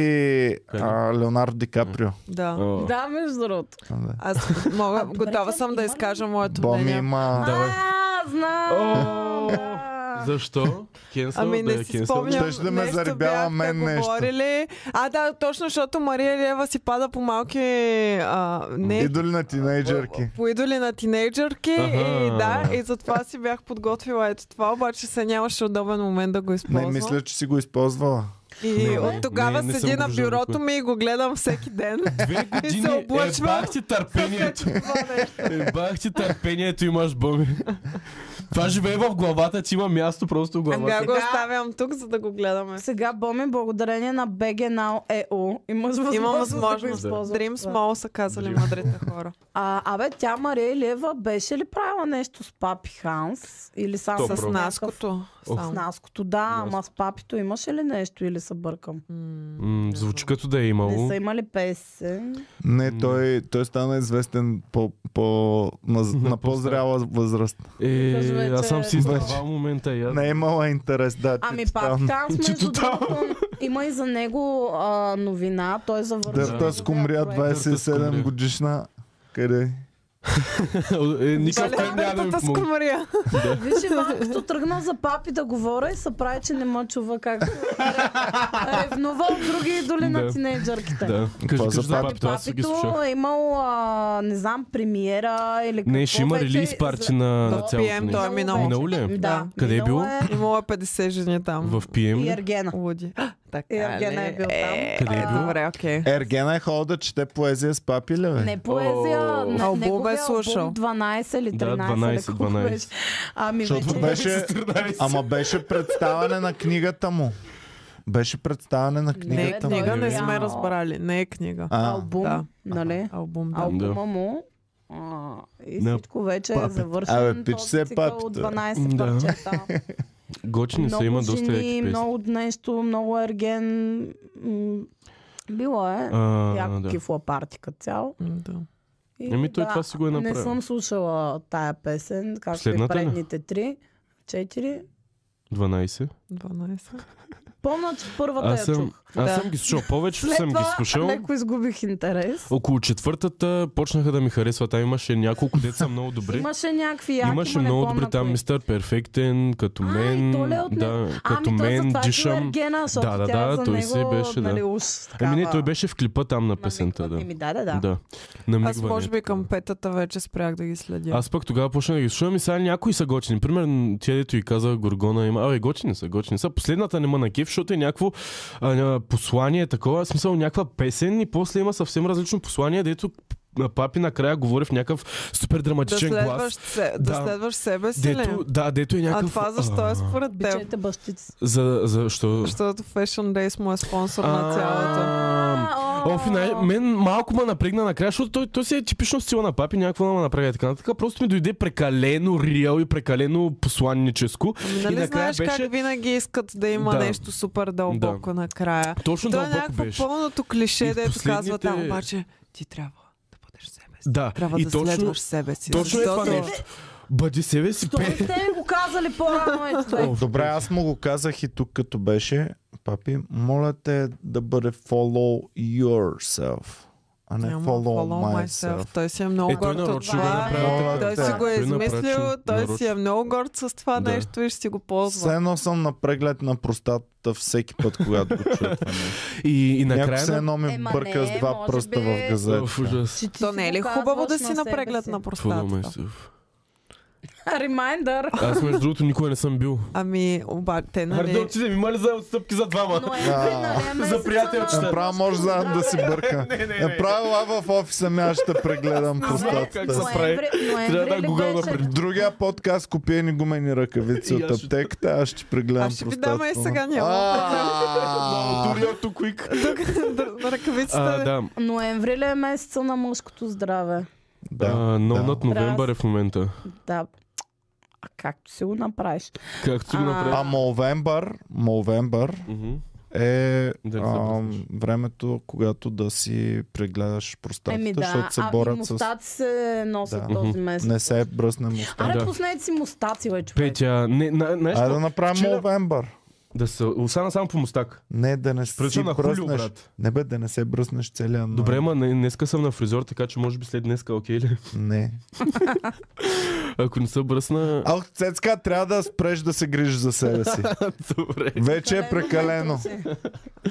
A: а, Леонардо Ди Каприо.
B: Да.
C: О.
D: Да, между другото.
A: Да.
B: Аз мога,
D: добре,
B: готова
D: че
B: съм да
D: има ли?
B: изкажа моето
A: Боми
B: мнение.
A: има...
C: Давай.
D: А, знам!
C: О,
D: Да.
C: Защо? Кенсъл?
B: Ами
C: да
B: не
C: е
B: си
C: кенсъл.
B: спомням.
A: Щеше да ме
B: нещо
A: заребява
B: бяхте
A: мен нещо.
B: Говорили. А, да, точно, защото Мария Лева си пада по малки... А, не,
A: Идоли на тинейджърки.
B: по идоли на тинейджърки и
C: Аха.
B: да, и затова си бях подготвила ето това, обаче се нямаше удобен момент да го
A: Не
B: използвам.
A: мисля, че си го използвала.
B: И
C: Не, не,
B: от тогава
C: не, не
B: седи
C: съм
B: на
C: го виждал
B: бюрото
C: никога.
B: ми и го гледам всеки ден. е
C: Две
B: И
C: години
B: се облъчва.
C: ебах ти търпението. ебах ти търпението имаш, Боми. Това живее в главата ти, има място просто в главата.
B: Ага, го
D: Да.
B: оставям тук, за да го гледаме.
D: Сега, Боми, благодарение на BG Now EU, Е имаш възможност,
B: Имам
D: да го
B: възможност.
D: използваш.
B: Dream
D: това.
B: Small са казали мъдрите хора.
D: А, абе, тя Мария Лева беше ли правила нещо с папи Ханс? Или само
C: С
B: С
C: Добро.
B: наското.
D: С
B: Само.
D: наското, да, ама с папито имаше ли нещо или се бъркам?
C: М, звучи като да е
D: Не
C: имало.
D: са имали песен.
A: Не, той, той стана известен по, по, на, на по-зряла възраст.
C: Е,
D: Кажи,
C: аз съм
D: че-
C: си издавал момента и аз.
A: Не е имала интерес, да.
D: Ами
A: ти
D: папи
A: стана.
D: Ханс,
C: Че
D: между
C: тотално.
D: другото, има и за него а, новина. Той завърши.
A: Дърта скумря
C: Дърта скумря.
A: 27 годишна. Къде?
C: Е, Никакъв
D: Нали
B: Бале,
C: крем няма да ми
B: Бертата с
C: помогне.
B: комария.
D: Виж, Иван, като тръгна за папи да говоря и се прави, че не ма чува как ревнува от други идоли на
C: Да.
D: тинейджърките.
C: Да, кажи,
A: за
C: кажи за
A: папи?
C: папито, аз си ги слушах.
D: Папито е имал, а, не знам, премиера или какво.
C: Не, ще има
D: вече
C: релиз
D: за-
C: парти на, на
B: Да,
C: цялото
B: PM,
D: минало
B: той
C: нещо.
B: е минал.
D: вече.
C: Минало ли е?
D: Да.
C: Къде е
D: минало
C: било?
B: Имала 50 жени там.
C: В
D: И
C: PM ли?
D: Ергена.
B: Луди. Така
D: Ергена е бил там.
C: Къде е бил?
B: Добре, окей.
A: Ергена е ходил да чете поезия с папи
C: Е.
A: ли бе?
D: Не поезия,
C: О.
D: на
B: Албум е
D: неговия албум
B: слушал.
D: 12 или 13.
C: Да, 12,
D: или колко
C: 12.
D: беше. Ами
C: Защото
D: вече...
A: Беше, ама беше представане на книгата му. Беше представане на
B: Не е
A: книгата му.
B: книга, не
D: Няма.
B: сме разбрали. Не е книга.
A: А,
D: Албум,
B: да.
D: нали?
B: Албум, да.
D: Албума му. А, и
C: На
D: всичко вече е
C: папет.
D: завършено.
A: Абе, пич се е папето.
D: От 12
C: Да.
D: парчета.
C: Гочни са,
D: много
C: има доста
D: жени,
C: яки песни.
D: много нещо, много ерген. М, Било е.
C: А,
D: Яко
C: да.
D: кифла парти като цяло.
B: М, Да.
D: И
C: Еми, той това си го е
D: Не
C: направил.
D: съм слушала тая песен, както
C: Последната ли?
D: и предните три. Четири.
C: 12.
B: 12.
D: Помня, че първата
C: Аз
D: я
C: съм,
D: чух.
C: аз
B: Да.
C: съм ги слушал, повече
D: След
C: съм ги
D: това
C: слушал.
D: леко изгубих интерес.
C: Около четвъртата почнаха да ми харесват. Там имаше няколко деца много добри.
D: Имаше някакви яки,
C: Имаше
D: ма не
C: много
D: помня
C: добри там,
D: кои.
C: мистер Перфектен, като
D: А, и
C: мен.
D: то ли е от него?
C: Да, като
D: ами,
C: мен,
D: той
C: дишам.
D: да, да, да, той си беше, да. е Нали, уж,
C: Еми Ами, не,
D: такава
C: той беше в клипа там на
D: намигване.
C: песента, да.
D: Еми, да, да, да.
C: Да.
B: Аз
C: Намигване.
B: може би към петата вече спрях да ги следя.
C: е Аз пък тогава почнах да ги слушам и сега някои са готини. Примерно, тя дето и каза Горгона има. Абе, готини са, готини са. Последната не ма на кеф, защото е някакво а, а, послание такова, в смисъл някаква песен и после има съвсем различно послание, дето а, папи накрая говори в някакъв супер
B: да,
C: драматичен глас.
B: следваш, се, да,
C: Да.
B: следваш себе си
C: Дето,
B: ли?
C: да, дето е
B: А
C: някакъв...
B: това защо е според теб?
D: Бичете бащите си.
C: За, за, що...
B: Защото Fashion Days му е спонсор на
C: А,
B: цялото.
C: Оф, и най- мен малко ме напрегна накрая, защото той, той си е типично в стила на папи, някакво ме направи и така. нататък. просто ми дойде прекалено реал и прекалено посланническо.
B: Ами,
C: и
B: Нали
C: накрая
B: знаеш
C: беше...
B: как винаги искат да има
C: Да.
B: нещо супер дълбоко накрая?
C: Точно
B: Това е
C: дълбоко
B: някакво
C: беше.
B: пълното
C: И
B: клише,
C: в
B: дето казва
C: последните-
B: там, обаче ти трябва да бъдеш себе си.
C: Да,
B: Трябва
C: и
B: да
C: точно,
B: следваш себе си.
C: точно е това
B: защото-
C: нещо. Бъди себе си,
D: Той
C: пе. Е,
D: сте ми го казали по-рано, е, човек.
C: Оф,
A: Добре, аз му го казах и тук като беше. Папи, моля те да бъде follow yourself, а не
B: Няма
A: follow,
B: follow
A: myself.
B: myself. Той си е много
C: Е, той
B: горд от
C: нарочно
B: това.
C: го направи
A: така.
B: Той си
A: Да.
B: го е
C: Той направи,
B: измислил,
C: че
B: той си
C: нарочно.
B: е много горд с това
C: Да.
B: нещо и ще си го
A: Все
B: ползва.
A: едно съм на преглед на простатата всеки път, когато го чуя. това нещо.
C: И, и
A: Някой е
C: накрая...
A: все
C: на-
A: едно ми
D: Ема
A: бърка
D: не,
A: с два
D: може
A: пръста
D: би-
A: в
C: Оф,
A: газета.
C: ужас.
D: Че ти
B: То не е ли
D: го
B: хубаво да
D: казваш
B: си на
D: себе
B: преглед
D: си?
B: на
C: Фудо ме
B: простата?
C: се.
D: Ремайндър.
C: Аз между другото никога не съм бил.
B: Ами, обаче, те нали...
C: отидем, има ли за отстъпки за двама?
D: Ноември, нали, е месеца
C: приятелчета.
D: на-
A: Направо може заедно да си бърка. Направо лава в офиса ми, аз ще прегледам
C: как се
A: простатата.
C: прави.
D: Ноември, ноември
C: да
D: ли
C: гугълна
D: беше?
C: преди.
A: Другия подкаст купи едни гумени ръкавици
C: И аз
A: от
C: ще-
A: аптеката, аз ще прегледам
B: Аз ще ви дам и
A: простатата.
B: сега, няма
A: А,
B: Ръкавицата
C: А,
B: да.
C: да.
D: Ноември ли е месеца на мъжкото здраве?
A: Да.
C: А, но
A: да.
C: над ноември е в момента.
D: Да. А както си го направиш?
C: Както го
D: А,
C: направи.
A: А Мовембър, Мовембър
C: Мгм.
A: е
C: Да не се
A: ам,
C: пръснеш.
A: времето, когато да си прегледаш простатата,
D: Еми да,
A: защото се
D: а и
A: борят с...
D: мустаци се носят
A: Да.
D: този
C: Мгм.
D: месец.
A: Не се бръсне мустаци.
D: Аре,
C: Да.
D: пуснете си мустаци, бе, човек.
C: Петя, не, на, знаеш
A: Айде
C: какво?
A: да направим
C: Вчера-
A: Мовембър.
C: Да се остана само по мустак.
A: Не, да не
C: Пръча
A: си
C: на хулио,
A: бръснеш.
C: брат.
A: Не бе, да не се бръснеш целия. но-
C: Добре, ма не, днеска съм на фризьор, така че може би след днеска, окей ли?
A: Не.
C: Ако не се бръсна...
A: Ах, Цецка, трябва да спреш да се грижиш за себе си.
C: Добре.
A: Вече е прекалено.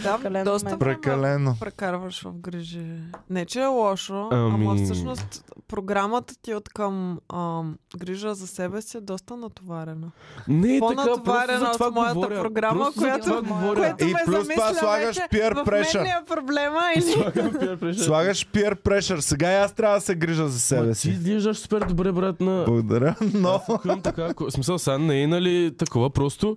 B: Да,
D: Прекалено
B: доста
D: мен.
B: време
A: Прекалено.
B: прекарваш в грижи. Не, че е лошо,
C: Ами-
B: ама всъщност програмата ти от към ам, грижа за себе си е доста натоварена.
C: Не е така, просто
B: По-натоварена
C: за това
B: от моята
C: говоря.
B: програма,
C: Просто за
B: която-
C: това говоря.
B: Което
A: И
B: ме
A: плюс
B: замисля
A: това слагаш
B: вече,
A: peer
B: В
A: pressure.
B: мен ли е проблема или...
C: Слагам peer pressure.
A: Слагаш peer pressure. Сега и аз трябва да се грижа за
C: Ма
A: себе
C: Ти
A: си.
C: изглеждаш супер добре, брат, на...
A: Благодаря, но...
C: Към така, ако- в смисъл сега не е, нали, такова просто.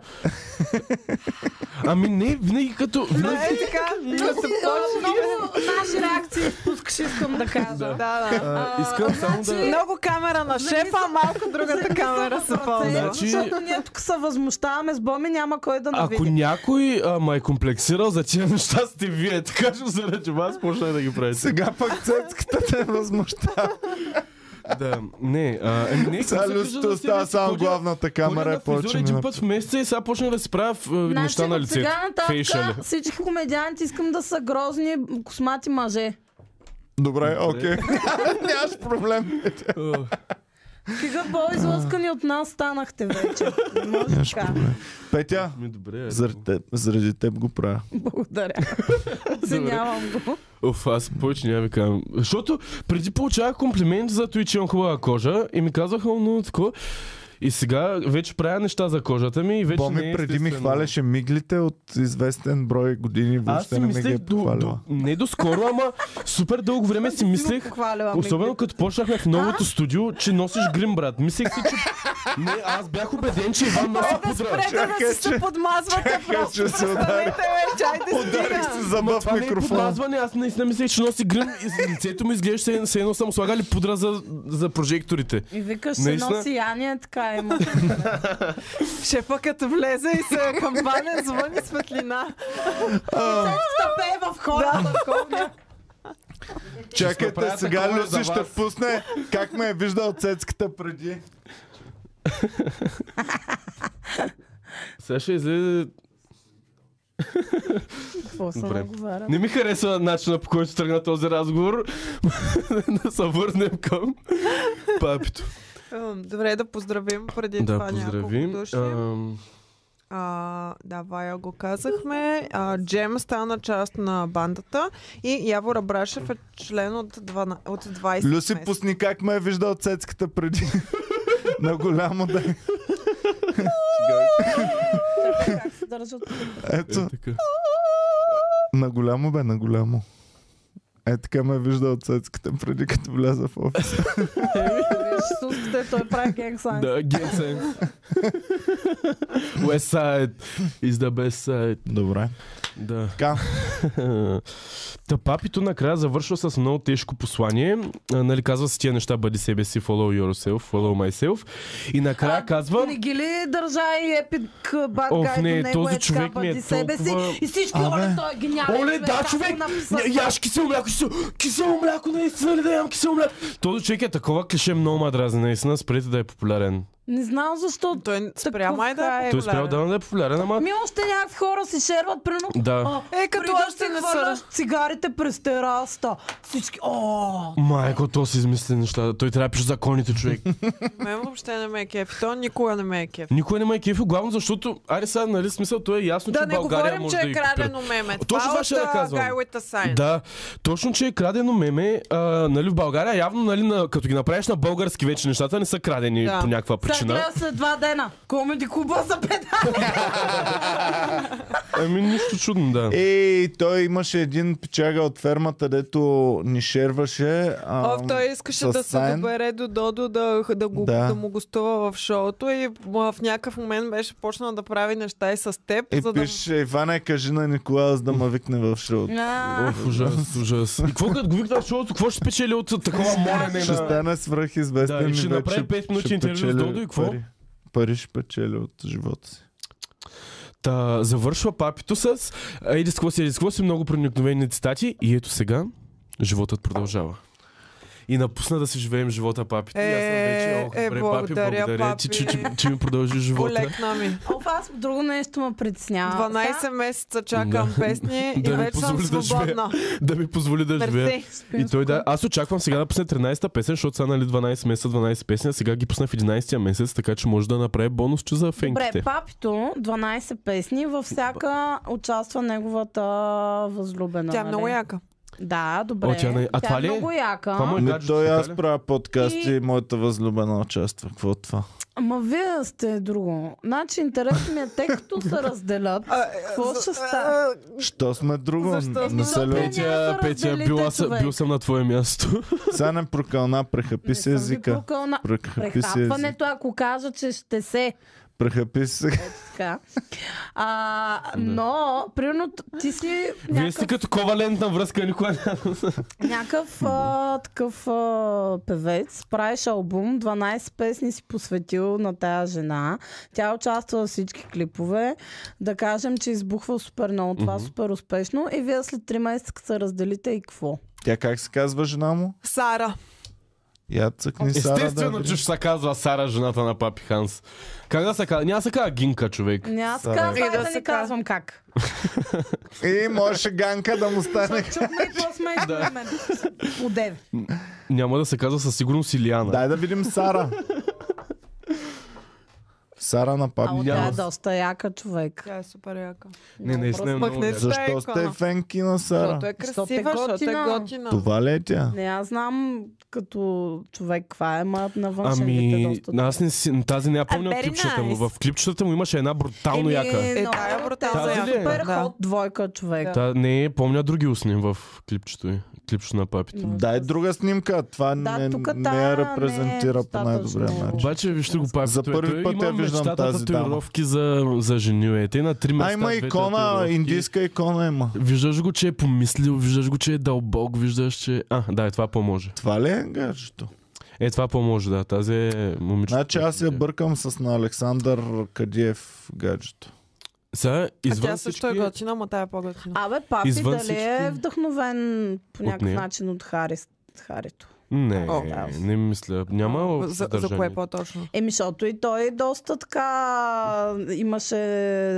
C: Ами не, винаги като...
B: Но
C: Винаги...
B: е така, като се почне-
D: Много наши реакции изпускаш, искам да кажа.
B: Да, Нали да.
C: А, искам само да...
B: Много камера на шефа, малко другата камера се ползва.
C: Значи-
D: Е, Защото ние тук се възмущаваме с Боми, няма кой да навиди.
C: Ако някой ама е комплексирал за тия неща, сте вие. Така че заради вас почнах да ги правите.
A: Сега пък цецката те е възмущава.
C: Да, не. А, еми не,
A: Сега
C: като се грижа за
A: люсто
C: себе
A: става
C: си,
A: само
C: ходя-
A: главната камера
C: ходя
A: е
C: на фризьор
A: повече
C: един
A: ми
C: път в месеца и сега почнах да си правя а, неща на
D: Значи, от
C: лицето. е.
D: Сега
C: Фейшали.
D: нататък всички комедианти искам да са грозни космати мъже.
A: Добре, окей. Нямаш проблем.
C: е.
D: Кига по-излъскани от нас станахте вече. Не може
A: Нямаш
D: така.
A: проблем. Петя,
C: Ми, добре, е.
A: заради теб, заради теб го правя.
D: Благодаря. Оценявам го.
C: Оф, аз повече няма ви казвам. Защото преди получавах комплимент за това, че имам хубава кожа и ми казваха много такова. И сега вече правя неща за кожата ми и вече не
A: Боми
C: е
A: преди ми
C: естествено.
A: хваляше миглите от известен брой години.
C: Аз
A: Въобще
C: си
A: не ми ги
C: мислех
A: е
C: до, до,
A: похвалила.
C: не до скоро, ама супер дълго време си мислех,
D: Похвалява ми.
C: особено като почнахме в новото студио, че носиш грим, брат. Мислех си, че... Не, аз бях убеден, че Иван носи
B: Да
C: пудра.
B: спрете да си се подмазвате просто.
A: че се удари.
B: Останете вече, айде
A: Ударих
B: стига.
A: се
C: Ма
A: зъба
C: това
A: в
C: не е
A: микрофона.
C: подмазване, аз наистина мислех, че носи грим и с- лицето ми изглежда се- се едно съм слагали пудра за, за прожекторите.
D: И викаш, че
C: Наистина?
D: носи Яния, така има.
B: Шефа като влезе и се камбане, звъни светлина.
D: Стъпе в хората.
C: Ще
A: Чакайте,
C: направя
A: сега
C: такова за
A: Люси ще
C: вас.
A: пусне как ме е виждал цецката преди.
C: Сега ще излезе...
D: Какво се
C: Добре.
D: разговаря?
C: Не ми харесва начина по който тръгна този разговор. да се върнем към папито.
B: Ем, Добре, да поздравим преди
C: Да,
B: това няколко
C: поздравим.
B: души.
C: Ам,
B: А, да, Вая го казахме. А, Джем стана част на бандата и Явор Абрашев е член от, 12, от 20
A: Люси
B: месеца.
A: пусни как ме е виждал цецката преди. На голямо да е.
D: Как се държат?
A: Ето,
C: е така.
A: на голямо бе, на голямо. Е така ме е виждал цецката преди като вляза в офис.
D: Виж, суските, той прави генг сайнс.
C: Да, Генсен. West side is the best side.
A: Добре.
C: Да.
A: Така,
C: Та папито накрая завършва с много тежко послание. А, нали, казва си тия неща, бъди себе си, follow yourself, follow myself. И накрая казва...
D: Не ги ли държа и епик бад
C: Оф,
D: гай
C: не,
D: до него
C: този
D: е така
C: човек ми е
D: бъди себе си
C: толкова-
D: и всички
A: Абе.
D: оле той е гениален.
C: Оле, да,
D: аз
C: човек!
D: го написах.
C: Ня- Яш кисело мляко, кисело, кисело мляко, наистина ли да ям кисело мляко? Този човек е такова клише, много ма дразни, наистина, спрете да е популярен.
D: Не знам защо.
C: е-
B: Той спря
D: Такъв
B: май да е
D: кайф.
C: Той спрял да да е популярен, ама...
D: Ми още някакви хора си шерват, примерно.
C: Да.
D: а,
B: Е, като
D: преди да
B: още
D: си
B: не са
D: хвърляш цигарите през тераста. Всички, о,
C: Майко, то си измисли неща. Той трябва да пише законите, човек.
B: Мен въобще не ме е кеф. То никога не ме е кеф.
C: Никой не ме е кефил, главно защото, аре сега, нали смисъл, то е ясно,
B: Да
C: че
B: не
C: България
B: говорим, че
C: може да
B: е
C: ги купира.
B: крадено меме.
C: Точно това ще да казвам.
B: Guy with a sign.
C: Да, точно, че е крадено меме. А, нали, в България явно, нали, на, като ги направиш на български вече, нещата не са крадени
B: Да.
C: по някаква
D: сега
C: причина.
D: гледа след два дена. Комеди клуба за педали.
C: Ами нищо чудно, да.
A: Е, Ей, той имаше един пичага от фермата, дето ни шерваше. а,
B: Оф, той искаше
A: с
B: да се
A: сайн.
B: добере до Додо да, да, го, да.
A: Да.
B: му гостува в шоуто и м, в някакъв момент беше почнал да прави неща и с теб,
A: И
B: за да...
A: пише, Иване, кажи на Николас да ме викне в шоуто.
C: Оф, ужас, ужас. И какво като го викна в шоуто, какво ще спечели от такова морене
A: Ще
C: на...
A: стане свръхизвестен
C: Да, и ще
A: и вече
C: направи пет минути
A: ще
C: интервю с
A: печели
C: Додо и какво?
A: пари. Пари ще печели от живота си.
C: Та, завършва папито с еди с какво си, еди с какво си, много проникновени цитати и ето сега животът продължава. и напусна да си живеем живота, папи. Е, и аз съм
B: Е,
C: вече, ох,
B: е,
C: добре, папи,
B: благодаря,
C: благодаря ти, че, че, че ми продължи живота.
B: Олекна ми.
D: Оф, аз друго нещо ме притеснява.
B: 12 месеца чакам
C: Да.
B: песни и
C: Да ми
B: вече съм
C: позволи да живея.
B: свободна.
C: да ми позволи да живея.
B: Мерси.
D: Сега
C: И той да. Аз очаквам сега да пусне 13-та песен, защото са нали 12 месеца, 12 песни, а сега ги пусна в 11-тия месец, така че може да направи бонусче за фенките.
D: Добре, папито, 12 песни, във всяка участва неговата възлюбена.
B: Тя е
D: нали?
B: много яка.
D: Да, добре.
C: О, тя не- а това
D: е
C: ли е?
D: много яка.
C: Това му е
A: Ми,
C: гаджето,
A: той
C: така
A: аз
C: ли?
A: правя подкасти и...
D: И-
A: моята възлюбена участва. Какво е това?
D: Ама вие сте друго. Значи интересно ми е, тъй като се разделят, какво ще стане?
A: Що сме друго?
B: Защо
A: Не се ли...
D: Петя, няма да
C: Петя, Петя,
D: разделите,
C: била съ-
D: човек.
C: бил съм на твое място.
A: Сега не прокълна, прехапи
D: Не
A: си
D: съм ви
A: езика.
D: пукълна.
A: Прехапи си езика.
D: Прехапването, ако кажа, че ще се.
A: Прехапи си.
D: Така. А, но, примерно, ти си
C: Вие сте
D: някакъв,
C: като ковалентна връзка, никога няма.
D: някакъв а, такъв а, певец, правиш албум, 12 песни си посветил на тая жена. Тя участва във всички клипове. Да кажем, че избухва супер много това, супер успешно. И вие след 3 месеца като се разделите и какво?
A: Тя как се казва жена му?
B: Сара.
A: Я цъкни Сара. да
C: Естествено, че
A: видим.
C: ще се казва Сара, жената на папи Ханс. Как да се казва? Няма да се казва Гинка, човек.
D: Не, аз
A: Сара.
D: казвам,
B: И Ами да
D: да, да
B: се
D: не казвам как.
A: И може ганка да му стане.
D: Чухме и по-смешно на мен. Одеве.
C: Няма да се казва със сигурност Илиана.
A: Дай да видим Сара. Сара на
D: Ало,
A: папи.
D: тя
C: няма.
D: е доста яка човек.
B: Тя е супер яка.
C: Не, наистина е
D: Просто-
B: Мах,
C: много.
B: не
C: яко.
B: знам.
A: Защо
B: Тайкона.
A: сте фенки на Сара?
B: Защото е
D: Защото е
B: красива, защото е
D: готина.
B: готина.
A: Това ли е тя?
D: Не, аз знам като човек каква е, ма на външените
C: Ами,
D: е доста.
C: аз не си, тази не я помня от
B: very
C: клипчетата му.
B: nice.
C: В клипчетата му имаше една брутално яка. е?
B: Е, тая брутална
D: Тази
C: яка.
D: Супер
B: Да.
D: ход двойка човек.
C: Та, не, помня други устни в клипчето й. Клипчето на папите.
D: Но-
A: Дай друга снимка. Това
D: Да,
A: не,
D: тук
A: не
D: тая
A: я
D: не е
A: репрезентира по най-добрия
D: достатъчно.
A: начин.
C: Обаче вижте го папито.
A: За първи
C: Той
A: път
C: има
A: я виждам
C: мечтата
A: тази
C: за
A: дама.
C: татуировки за, за жени. Е, те на три места.
A: А има
C: две
A: икона,
C: татуировки.
A: индийска икона има.
C: Виждаш го, че е помислил, виждаш го, че е дълбок, виждаш, че... А, да, е, това поможе.
A: Това ли е гаджето?
C: Е, това поможе, да. Тази е момичето.
A: Значи аз я
C: е
A: бъркам с на Александър Кадиев гаджето.
C: Сега,
B: А
C: извън
B: тя също е
C: всички-
B: готина, но тя е по-готина.
D: Абе, папи,
C: Извън
D: дали е
C: всички-
D: вдъхновен по
C: От
D: някакъв
C: нея?
D: начин от Харис, Харито?
C: Не,
B: О.
C: не мисля. Няма
B: за, за кое по-точно?
D: Еми, защото и той доста така имаше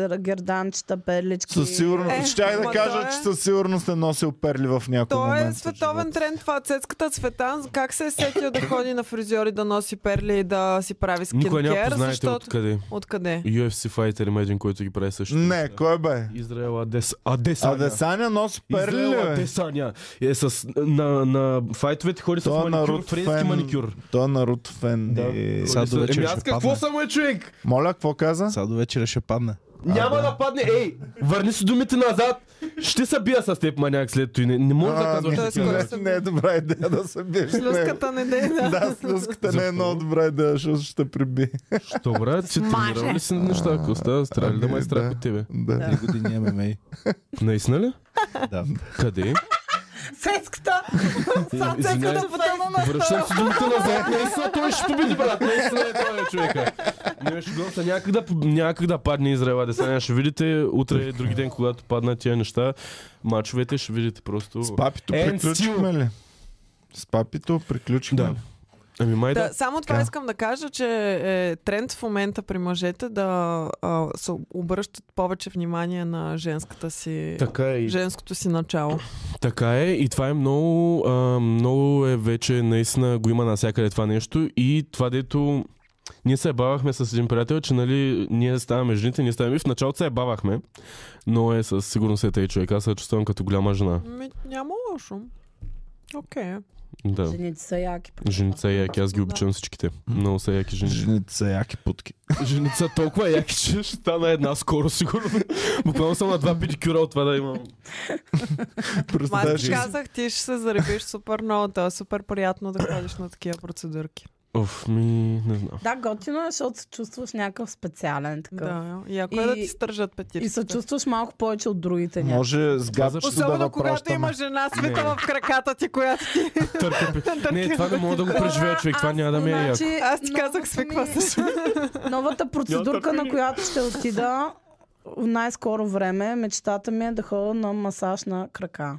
D: герданчета, перлички.
A: Със сигурност.
B: Е,
A: Щях да
B: ма
A: кажа,
B: той е-
A: че със сигурност е носил перли в някой
B: Той е
A: момент. в
B: световен
A: живота.
B: тренд това. е Цецката Цветан, как се е сетил да ходи на фризьор и да носи перли и да си прави
C: Никой няма
B: скинкер?
C: познаете
B: Защото...
C: откъде.
B: Откъде?
C: UFC файтер има един, който ги прави също.
A: Не, кой бе?
C: Израел Адес...
A: А
C: Адесаня.
A: Десаня носи перли ли
C: Израел
A: бе?
C: Адесаня. Е, с, на, на файтовете ходи с
A: Той е
C: маникюр,
A: народ
C: френски
A: фен. Е,
C: маникюр.
A: Той е Наруто фен. Ами
C: Да.
A: И...
C: Ходи
E: Сега
C: с-
E: до вечер
C: Еми,
E: ще
C: аз какво
E: падне.
C: съм, е, човек?
A: Моля, какво каза?
E: Сега до вечера ще падне.
C: Няма да падне. Ей, върни си думите назад. Ще се бия с теб, маняк, след това. Не, не мога да
A: А,
C: казваш
B: Той е скоро
C: такива
A: не,
C: неща.
B: се
A: не, не е добра идея да се биеш. с него.
B: Слюската не дей да.
A: Да, слюската не е
C: Защо?
A: много добра идея, защото ще приби.
C: Що, брат, че тренирал ли си неща, ако става страх ли да ме е
A: Ами,
C: страх
A: да.
C: от тебе?
A: Да.
E: Три години ММА.
C: Наистина ли?
E: Да.
C: Къде?
D: Сецката!
C: Извинявай.
D: Сецката потъна на
C: Връщам си думите назад, наистина той ще победи, брат, наистина е той е човека. Не шегувам се, някак да, някак да падне Израела Десаня, ще видите утре, е други ден, когато паднат тия неща, мачовете ще видите просто...
A: С папито
C: And
A: приключихме ли? С папито приключихме
C: Да.
A: ли?
C: Ами май да.
B: Да, само това
A: Така.
B: искам да кажа, че е тренд в момента при мъжете да а, се обръщат повече внимание на женската си,
C: Така е. и-
B: женското си начало.
C: Така е и това е много, а, много е вече наистина го има навсякъде това нещо и това дето ние се бавахме с един приятел, че нали ние ставаме жените, ние ставаме в началото се бавахме, но е със сигурност е тъй човек, аз се чувствам като голяма жена.
B: Ми, няма лошо. Окей. Okay.
C: Да.
D: Жените са яки.
C: Женица е яки, аз ги обичам всичките. Много са яки жени.
A: Жените са яки путки.
C: Женица толкова е яки, че ще стана една скоро, сигурно. Буквално съм на два педикюра от това да имам.
B: Ма аз ти
A: Представяш
B: казах, ти ще се заребиш супер много. То е супер приятно да ходиш на такива процедурки.
C: Оф, ми, не знам.
D: Да, готино е, защото се чувстваш някакъв специален такъв.
B: Да, яко е да
D: И-
B: ти стържат петиците.
D: И се чувстваш малко повече от другите някакви.
A: Може с габчето да
B: Особено когато
A: въпращаме.
B: има жена с
C: Не.
B: вита в краката ти, която ти...
C: Търка пи- Не, това не мога да го преживея, човек. Това няма да ми е яко.
D: значи
B: значи Аз ти
D: новата
B: казах,
D: ми-
B: свиква се.
D: Новата процедурка, на която ще отида в най-скоро време, мечтата ми е да ходя на масаж на крака.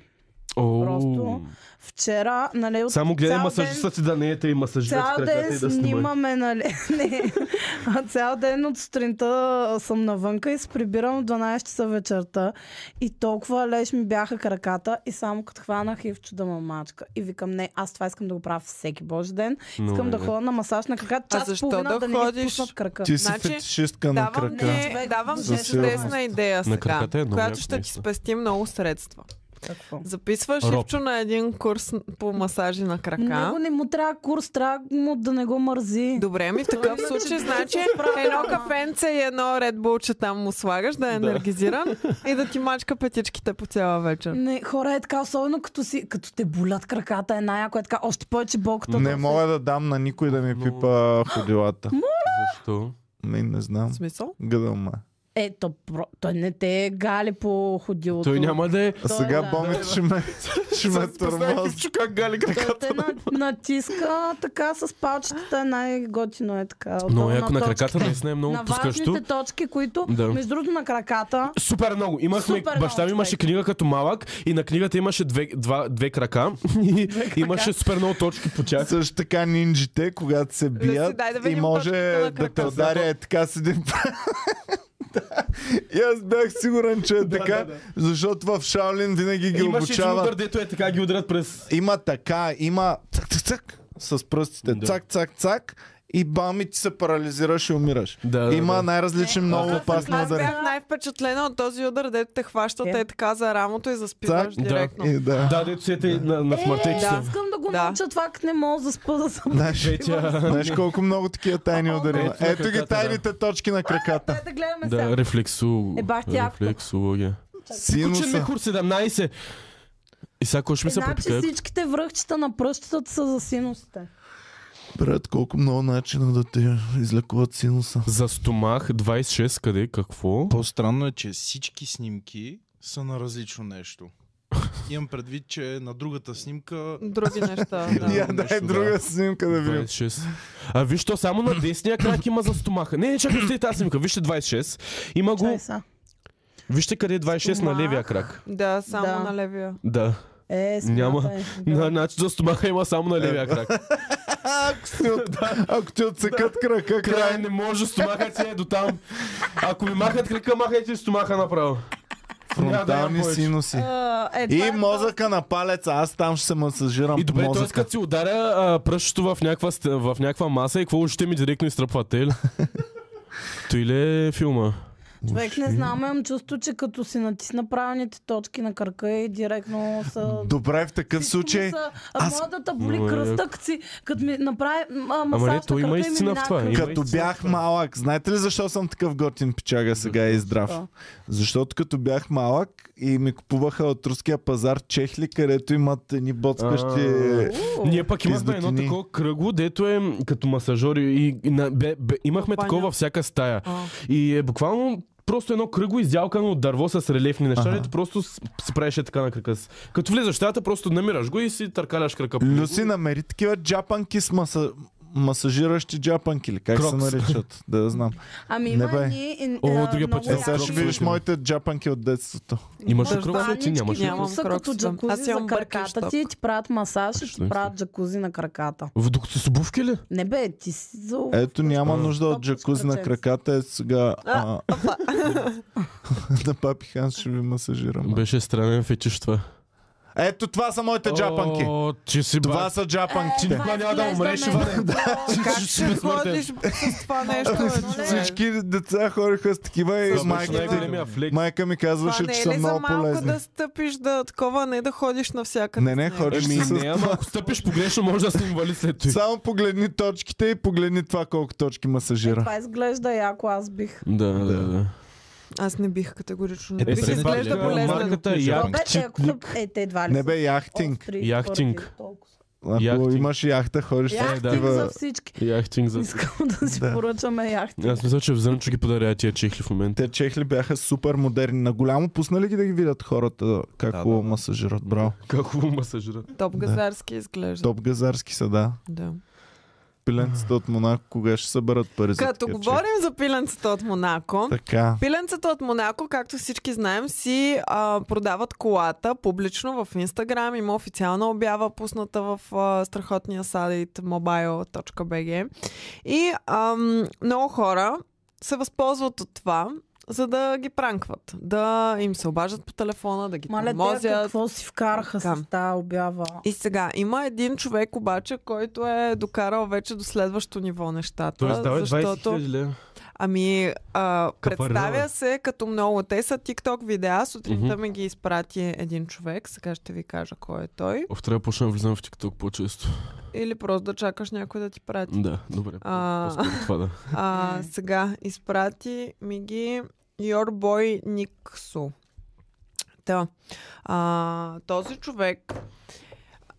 C: Оу.
D: Просто Вчера, нали, от
C: Само гледай
D: цял
C: масажиста си да не е ете и масажира с
D: Цял
C: краката е и
D: ден
C: да снима.
D: снимаме, нали? Не. А цял ден от сутринта а, съм навънка и се прибирам в 12 часа вечерта. И толкова леж ми бяха краката и само като хванах и в чуда ма мачка. И викам, не, аз това искам да го правя всеки божи ден.
C: Но, нали.
D: Искам да
C: не.
D: ходя на масаж на крака.
B: А
D: Час и
B: защо
D: половина
B: да
D: да, не ми
B: ходиш?
D: пуснат крака.
A: Ти си
B: Значи,
A: фетишистка на
B: Давам
A: крака.
B: ти, давам ти
A: За сигурност.
B: чудесна идея
C: На
B: сега,
C: краката е много
B: която
C: яко,
B: ще ти
C: наистина.
B: спести много средства.
D: Какво?
B: Записваш
C: Роб.
B: Ивчо на един курс по масажи на крака.
D: Много не му трябва курс, трябва му да не го мързи.
B: Добре, ми в такъв случай, значи едно кафенце и едно редбулче там му слагаш да е енергизиран и да ти мачка петичките по цяла вечер.
D: Не, хора е така, особено като, си, като те болят краката, е най-яко е така, още повече болката. да
A: Не
D: се-
A: мога да дам на никой да ми пипа ходилата.
C: Защо?
A: Не, не знам.
B: В смисъл?
A: Гъдам ме.
D: Е, то, про... той не те е гали по ходилото.
C: Той няма да е...
A: А
D: Той
A: сега
D: да.
A: Боми ще ме, ще ме тормоз.
E: как гали
D: Той те на... натиска така с палчетата, е най-готино е така.
C: Но
D: отдолу
C: яко на
D: точки.
C: краката наистина е много
D: На
C: пускащо.
D: важните точки, които,
C: Да.
D: да. между другото на краката,
C: Супер много. Имахме,
D: Супер много,
C: баща ми имаше
D: човек.
C: книга като малък и на книгата имаше две, два, две крака и имаше супер много точки по тях.
A: Също така нинджите, когато се бият
B: дай да
A: и
B: видим
A: може
B: точката на
A: да те
B: крака.
A: ударя е така с един пръст. Да. И аз бях сигурен, че е така, защото в Шаолин винаги ги
C: Имаше един удар,
A: обучават.
C: дето е така ги удрят през...
A: Има така, има цак, цак, цак, с пръстите,
C: Да.
A: цак, цак, цак, и бам и ти се парализираш и умираш.
C: Да, да,
A: Има
C: да.
A: най-различни
D: Не,
A: много
D: аз-
A: опасни
D: аз
B: Аз
A: удари.
B: бях най-впечатлена от този удар, дето те хващат
D: Е.
B: е така за рамото и заспиваш
A: Цак,
C: да.
B: директно.
A: И да.
C: Да, дето си ете на, на
D: е,
C: смъртеки
D: да.
C: са.
D: искам да го
B: Да.
D: науча това, като не мога да спа да съм.
A: Знаеш,
C: Петя,
A: знаеш колко много такива тайни
D: О,
A: удари. има.
C: ето на
A: Ето ги
C: краката, да.
A: тайните точки на краката.
D: Дай Е, да гледаме сега.
C: Да, рефлексу...
D: Е, бах ти якото.
C: рефлексология. Учен
A: Синуса.
C: Мехур 17. И сега кой ще ми се
D: Значи
C: пропика?
D: всичките връхчета на пръщата са за синусите.
A: Брат, колко много начина да те излекуват синуса.
C: За стомах 26 къде? Какво?
E: По-странно е, че всички снимки са на различно нещо. Имам предвид, че на другата снимка
B: Други неща.
E: Да,
A: Я
B: Да.
A: дай
C: е
E: нещо,
A: друга
E: да.
A: снимка да видим.
C: 26. А виж, то само на десния крак има за стомаха. Не, не, чакай, стой тази снимка. Вижте 26. Има
D: Чай
C: го.
D: са.
C: Вижте къде е 26
D: Стомах.
C: на левия крак.
B: да, само
D: Да.
B: на левия.
C: Да.
D: Е,
C: Няма.
D: смятай.
C: На, значи за стомаха има само на левия крак.
A: Ако, си от... Ако ти отсекат крака,
C: Е, Край,
A: край.
C: не може, стомаха си е до там. Ако ми махат крака, махайте стомаха направо. Няма да имам
A: Фронтални
C: е повече.
A: синуси.
D: А, Е, това
A: И
D: е
A: мозъка на палеца. Аз там ще се масажирам
C: И
A: по
C: добре, е т.е.
A: мозъка.
C: като си ударя а, пръщето в някаква, ст- в някаква маса и какво очите ми директно изтръпват, е ли? Той ли е филма?
D: Човек не знам, имам чувство, че като си натисна правилните точки на кръка и директно са...
A: Добре, в такъв
D: Всичко ми
A: случай...
D: Са,
A: аз-
D: аз... Мода да боли
C: Но е-
D: кръста, като си, като ми направи м, а, масаж
C: не,
D: на
C: то има
D: кръка и ми
C: истина в
D: мина
C: това.
D: кръка.
C: Има
A: Като
C: истина в
A: бях
C: това.
A: малък, знаете ли защо съм такъв готин пичага сега и здрав?
D: Защо?
A: Защото като бях малък и ми купуваха от руския пазар чехли, където имат едни боцкащи...
C: А. Ние пък имахме едно
A: Пиздотини.
C: такова кръгло, дето е м, като масажори и, и на, бе, бе, имахме
B: Баня.
C: такова във всяка стая.
B: А.
C: И е буквално просто едно кръгло изялкано от дърво с релефни неща,
A: Аха.
C: дето просто с- си правиш е така на крака. си. Като влизаш в стаята, просто намираш го и си търкаляш крака. по него.
A: Люси, намери такива джапанки с маса... масажиращи джапанки, или как
C: Крокс.
A: се наричат? Да, да знам.
D: Ами
A: Не,
D: има
A: бе.
D: едни... и-
C: О,
D: а,
C: другия път
D: много
C: ще
A: Е,
C: Крокс.
A: сега ще
D: яки.
A: видиш моите джапанки от детството.
C: Имаш ли
B: Да,
C: кръгло? Ти
D: Банички,
C: нямаш ли?
D: които са
B: Нямам
D: като
B: крокс, да.
D: джакузи
B: Аз
D: за
B: имам бъркаш
D: краката ти и
B: ток.
D: ти правят масаж и
C: Точно
D: ти
C: е.
D: правят джакузи на краката.
C: В- Докато с обувки ли?
D: Не бе, ти си за...
A: Ето няма
C: А.
A: нужда от джакузи на краката, ето сега а, на папи Ханс ще ви масажирам.
C: Беше странен фетиш това.
A: Ето това са моите джапанки.
C: О, че си
A: Това
C: бак.
A: са джапанките.
D: Е,
C: никога няма да
D: изглежда е
C: умреш,
D: ме-
C: Иване.
B: Как
C: Ще
B: ще
C: безсмъртен.
B: ходиш с това нещо? е, бе, човек?
A: Всички деца хориха с такива и
C: Това беше
A: майка, ми-
C: най-големия флекс.
A: майка ми казваше,
B: Това не
A: че
B: е
A: са
B: ли за
A: много
B: малко
A: полезни.
B: да стъпиш да такова, не да ходиш навсякъде?
A: Не, не,
B: с него?
A: ходиш
C: Еми
A: с
C: Ами, не, ама ако стъпиш погрешно, може да се инвали след това.
A: Само погледни точките и погледни това колко точки масажира.
D: Е,
B: Е,
D: Това изглежда яко, аз бих...
C: Да, да, да.
B: Аз не бих категорично. Не
E: Е,
B: бих
E: добре,
B: изглежда
E: добре,
B: полезен.
E: марката
C: Марката
E: е
C: Як
E: яка.
D: Бе, е, ако са- Е, те едва ли
A: Не
D: са
A: бе, яхтинг.
D: остри,
C: Яхтинг.
D: твърди, е толкова.
A: Ако
C: Яхтинг.
A: имаш яхта, ходиш с
D: Е, Яхтинг
A: такива...
D: за всички.
C: Яхтинг Е, за...
D: Искам да си
A: Да.
D: поръчаме яхтинг.
C: Аз мисля, че в Зънчо ги подаря тия чехли в момента.
A: Те чехли бяха супер модерни. На голямо пуснали ги да ги видят хората как
E: Да, да,
A: хубаво
E: да.
A: масажират, браво.
C: Как хубаво масажира.
B: Топ газарски изглежда.
A: Топ газарски са, да.
B: Да.
A: пиленцата от Монако, кога ще съберат пари за
B: Като
A: такива
B: говорим за пиленцата от Монако,
A: чеки? Така.
B: Пиленцата от Монако, както всички знаем, си а, продават колата публично в Инстаграм. Има официална обява, пусната в а, страхотния сайт mobile.bg. И ам, много хора се възползват от това, за да ги пранкват. Да им се обаждат по телефона, да ги
D: Мале, те
B: тормозят.
D: какво си вкараха
B: Така.
D: с тази обява?
B: И сега, има един човек обаче, който е докарал вече до следващо ниво нещата.
C: Тоест, давай 20
B: защото...
C: 000 лева.
B: Ами, а,
C: Капарнала.
B: представя се като много. Те са TikTok видеа. Сутринта ми ги изпрати един човек. Сега ще ви кажа кой е той.
C: Оф, трябва да почна да влизам в TikTok по-често.
B: Или просто да чакаш някой да ти прати.
C: Да, добре.
B: А.
C: По-скоро това да.
B: А, сега, изпрати ми ги Your Boy Никсо. Та. А, този човек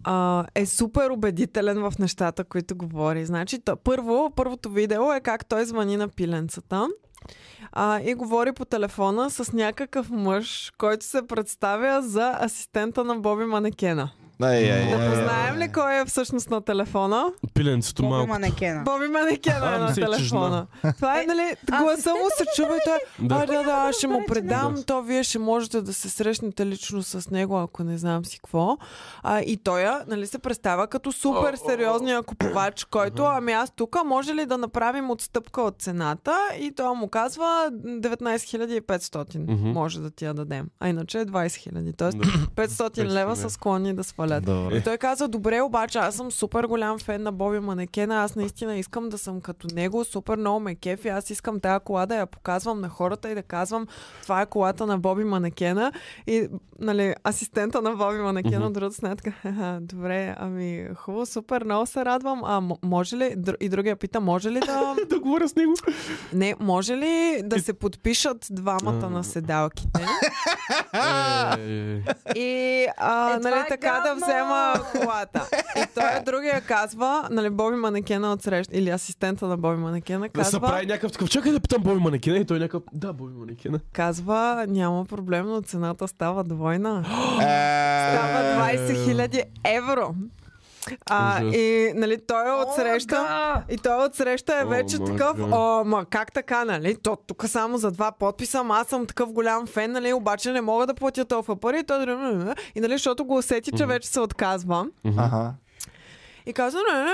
B: а, е супер убедителен в нещата, които говори. Значи, та, първо, първото видео е как той звъни на пиленцата а, и говори по телефона с някакъв мъж, който се представя за асистента на Боби Манекена.
A: Ай, ай,
B: Да
A: ай, ай.
B: познаем ли кой е всъщност на телефона?
C: Пиленцето
D: Боби
C: малко.
D: манекена.
B: Боби Манекена
C: А,
B: е на
C: мисля, че
B: телефона. Това е, нали, гласа му се чува и той
C: Да.
B: а, да, да, аз ще му
D: Да.
B: предам. То вие ще можете да се срещнете лично с него, ако не знам си какво. А, и той а, нали, се представя като супер сериозния купувач, който, ами аз тук, може ли да направим отстъпка от цената? И той му казва 19 500
C: Мгм.
B: може да ти я дадем. А иначе е 20 000. Тоест 500 лева са склонни да свалят. И
A: Добре.
B: той каза, добре, обаче аз съм супер голям фен на Боби Манекена, аз наистина искам да съм като него, супер много ме кефи, аз искам тая кола да я показвам на хората и да казвам, това е колата на Боби Манекена. И нали, асистента на Боби Манекена от другата страна така, «Ха-ха, добре, ами хубаво, супер, много се радвам. А м- може ли, Др- и другия пита, може ли да...
C: Да говоря с него.
B: Не, може ли да се подпишат двамата на седалките?
C: Е,
B: И а,
D: Е, това
B: нали,
D: е
B: така да
D: гадно!
B: взема колата. И той е другия казва, нали, Боби Манекена от среща, или асистента на Боби Манекена,
C: Да се
B: казва,
C: прави някакъв такъв. Чакай да питам Боби Манекена и той някакъв. Да, Боби Манекена.
B: казва, няма проблем, но цената става двойна.
A: Е,
B: Става 20 000 евро. А,
C: Ужас.
B: и нали, той е отсреща. И той отсреща е
C: О,
B: вече
C: май
B: такъв,
C: гад.
B: о, ма как така, нали? То, тук само за два подписа, ама аз съм такъв голям фен, нали? Обаче не мога да платя толкова пари. И, той, и нали, защото го усети, че вече се отказва.
A: Аха.
B: И каза, не, не,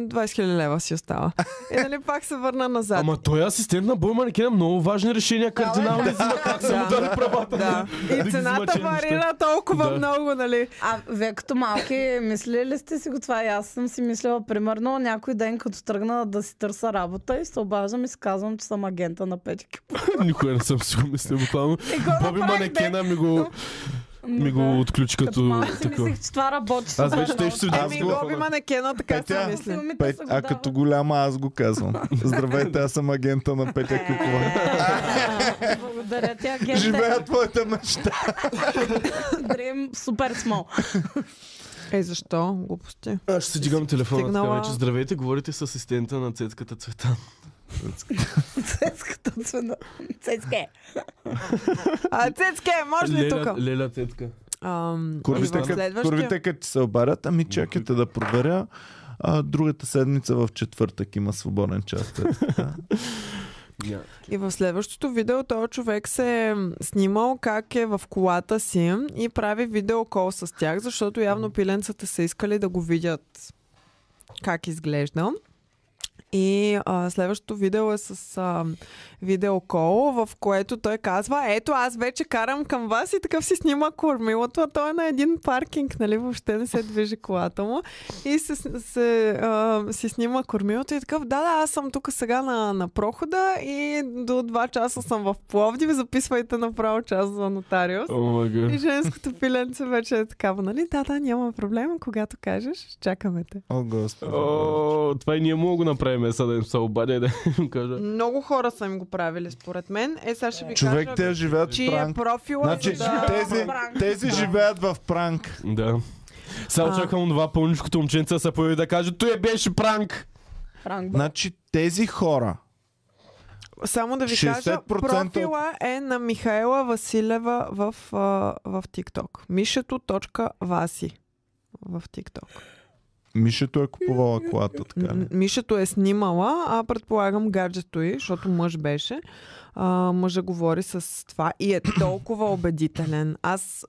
B: не, 20 000 лева си остава. И нали пак се върна назад.
C: Ама той е асистент на Боби Манекена. Много важни решения. Кардинални взима как са му
B: Да.
C: дали правата.
B: Да.
C: Да ги
B: И цената
C: измъчи нещата.
B: варира толкова
C: Да.
B: много, нали?
D: А вие като малки мислили ли сте си го това? И аз съм си мислила, примерно, някой ден като тръгна да си търса работа и се обаждам и си казвам, че съм агента на печки.
C: Никога не съм си го мислил буквално. Боби Манекена ми го... Ми го отключи
D: Като
C: като...
D: малко си
C: такова.
D: мислих, че това работи.
C: Аз вече те ще си отдам
A: Аз
B: Еми,
A: го-
B: Боби манекена, така
A: Петя.
B: се мисли.
A: Пет, а като голяма аз го казвам. Здравейте, аз съм агента на Петя
B: Е,
A: Кюкова.
D: Благодаря ти, агента.
A: Живея твоята мечта.
D: Дрим супер смол.
B: Е, защо? Глупости.
C: Аз ще си дигам телефона така
B: Стигнала-
C: вече. Здравейте, говорите с асистента на Цецката Цветан.
D: Цецката цена. Цецке.
B: А, Цецке, може ли е тук?
C: Леля, Леля Цетка.
A: Курвите,
C: Иван,
A: кът, курвите като ти се обадят, ами чакайте да проверя. А, другата седмица в четвъртък има свободен час.
C: Ня.
B: И в следващото видео този човек се е снимал как е в колата си и прави видеокол с тях, защото явно пиленцата са искали да го видят как изглежда. И а, следващото видео е с а, видеокол, в което той казва, ето аз вече карам към вас и такъв си снима кормилото, а той е на един паркинг, нали, въобще не се движи колата му. И се, се, а, си снима кормилото и такъв, да, да, аз съм тук сега на, на прохода и до 2 часа съм в Пловдив, записвайте направо час за нотариус.
C: О, май
B: И
C: гад.
B: женското пиленце вече е такава, нали? Да, да, няма проблем, когато кажеш, чакаме те.
A: О, господи.
C: О, това и ние мога да го направим, е, сега да им се обадя и да им кажа.
B: Много хора са им го правили, според мен. Е, сега ще ви
A: Човек,
B: кажа,
A: те живеят в
B: чий е
A: пранк.
B: профила,
A: Значи,
B: за да...
A: тези, тези живеят в пранк.
C: Да. Сега
B: А.
C: очаквам това пълничкото момченце да се появи да каже, той е беше пранк.
D: Франк.
A: Значи, тези хора.
B: Само да ви
A: 60%
B: кажа,
A: от-
B: профила е на Михаела Василева в, а, в TikTok. Мишето.васи в TikTok.
A: Мишето е купувала колата, така ли?
B: М- Мишето е снимала, а предполагам гаджето й, защото мъж беше. А, мъжа говори с това и е толкова убедителен. Аз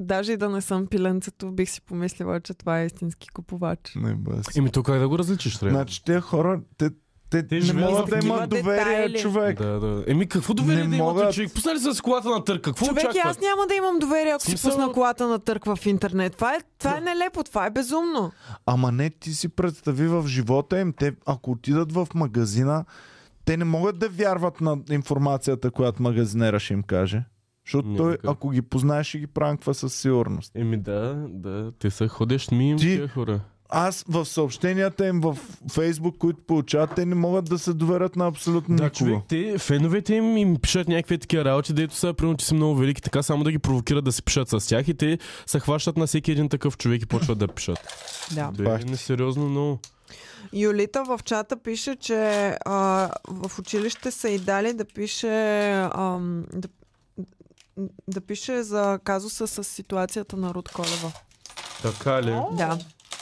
B: даже и да не съм пиленцето, бих си помислила, че това е истински купувач.
A: Не, бъс.
C: Еми тук как да го различиш, трябва.
A: Значи тези хора, те, те,
C: Те
A: не
C: живеят
A: могат
C: в
A: да
B: такива
A: имат доверие,
B: детайли.
A: човек.
C: Да, да. Еми какво доверие
A: Не
C: да имате,
A: могат.
C: човек? Пуснали са с колата на търк. Какво
B: Човек, и
C: очакват?
B: аз няма да имам доверие, ако си
C: Смисъл-
B: пусна колата на търк в интернет. Това е, това е нелепо, това е безумно.
A: Ама не, ти си представи в живота им, те ако отидат в магазина, те не могат да вярват на информацията, която магазинера ще им каже. Защото
C: Не,
A: той,
C: така.
A: ако ги познае, ще ги пранква със сигурност.
C: Еми да, да. Те са ходещ ми им
A: Ти-
C: тия хора.
A: Аз в съобщенията им в Фейсбук, които получават, те не могат да се доверят на абсолютно
C: Да,
A: никого.
C: човек, те, феновете им им пишат някакви такива работи, дето са, примерно, че са много велики, така само да ги провокират да се пишат с тях и те се хващат на всеки един такъв човек и почват да пишат.
B: Да.
C: Да,
A: Бахти.
C: е несериозно, но...
B: Юлита в чата пише, че а, в училище са и дали да пише ам, да, да пише за казуса с ситуацията на Руд Колева.
C: Така ли?
B: Да.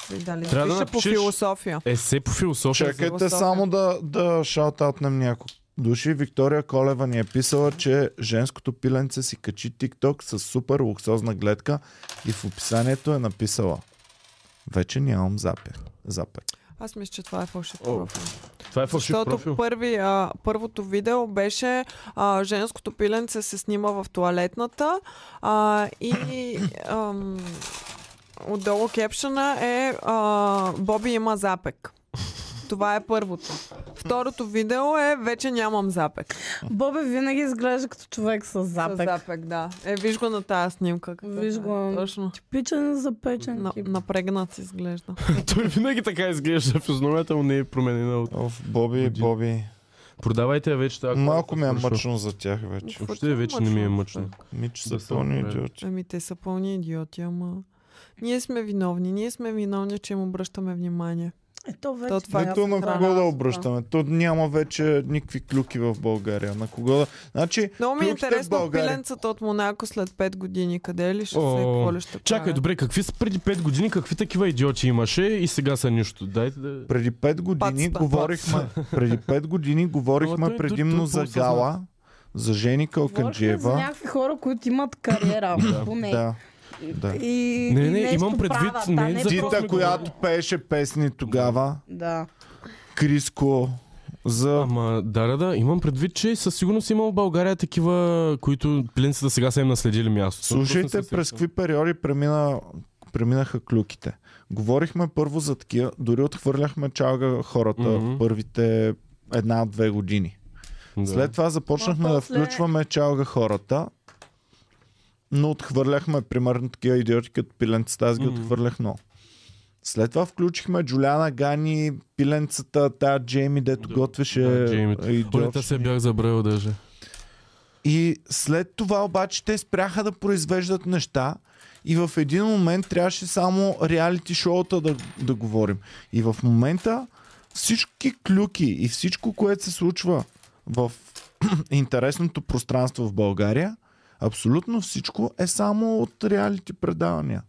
B: Са и дали да
C: Трябва да
B: пише по
C: напишеш-
B: философия.
C: Е, се по философия.
A: Чакайте
B: Философия.
A: само да, да шаутаутнем няколко души. Виктория Колева ни е писала, че женското пиленце си качи TikTok с супер луксозна гледка и в описанието е написала Вече нямам запер. запер.
B: Аз мисля, че това е фалшив
C: О,
B: профил.
C: Това е фалшив профил.
B: Защото първи, а, първото видео беше а, женското пиленце се снима в туалетната а, и ам, отдолу кепшена е а, Боби има запек. Това е първото. Второто видео е вече нямам запек.
D: Бобе винаги изглежда като човек с запек.
B: С запек, да. Е, виж го на тази снимка. какъв
D: Виж
B: е.
D: го.
B: Точно.
D: Типичен запечен
B: На,
D: тип.
B: напрегнат изглежда.
C: Той винаги така изглежда, физиономията му не е променена. от-
A: Оф, Боби, Боби.
C: Продавайте я вече тази.
A: Малко ми е
C: Свършва.
A: мъчно за тях вече.
C: Въобще вече не ми е мъчно.
A: Мич
C: Да
A: са
C: съм
A: пълни
C: добре.
A: идиоти.
B: Ами те са пълни идиоти, ама... Ние сме виновни. Ние сме виновни, че им обръщаме внимание.
D: Ето вече.
B: То това е
D: трябва
A: Ето на
D: да
A: кого да
D: става.
A: обръщаме? То няма вече никакви клюки в България. На кого да... Значи,
B: Много ми е
A: клюките в
B: интересно
A: България.
B: пиленцата от Монако след 5 години. Къде ли ще се
C: О,
B: и какво ли ще
C: Чакай,
B: правят?
C: добре, какви са преди 5 години, какви такива идиоти имаше и сега са нищо. Дайте да...
A: Преди 5 години
B: Пацата.
A: говорихме, преди 5 години
C: Ама той
A: говорихме
C: е
A: предимно
C: друг- друг
A: за
C: по-осъзнат.
A: Гала, за Жени
D: Говорихме за
A: Калканджиева.
D: някакви хора, които имат кариера, поне.
A: Да, да.
D: И,
C: Не, не,
D: и нещо
C: имам предвид,
D: правят,
C: не
D: а
C: за
D: просто-
A: Тита, която пееше песни тогава,
D: Да.
A: Криско, за...
C: Ама, да, да, да, имам предвид, че със сигурност има в България такива, които пленцата сега са им наследили място.
A: Слушайте през какви периоди премина, преминаха клюките. Говорихме първо за такива, дори отхвърляхме чалга хората
C: Мгм.
A: в първите една-две години.
C: Да.
A: След това започнахме
D: Ма
A: да
D: после-
A: включваме чалга хората, но отхвърляхме примерно такива идиоти като пиленцата, аз ги
C: Мгм.
A: отхвърлях много. След това включихме Джулиана Гани, пиленцата, тая Джейми, дето
C: Да,
A: готвеше
C: да, Джеймито. Олета се
A: идиотчини.
C: бях забравил даже.
A: И след това обаче те спряха да произвеждат неща и в един момент трябваше само реалити шоута да, да говорим. И в момента всички клюки и всичко, което се случва в интересното пространство в България, абсолютно всичко е само от реалити предавания.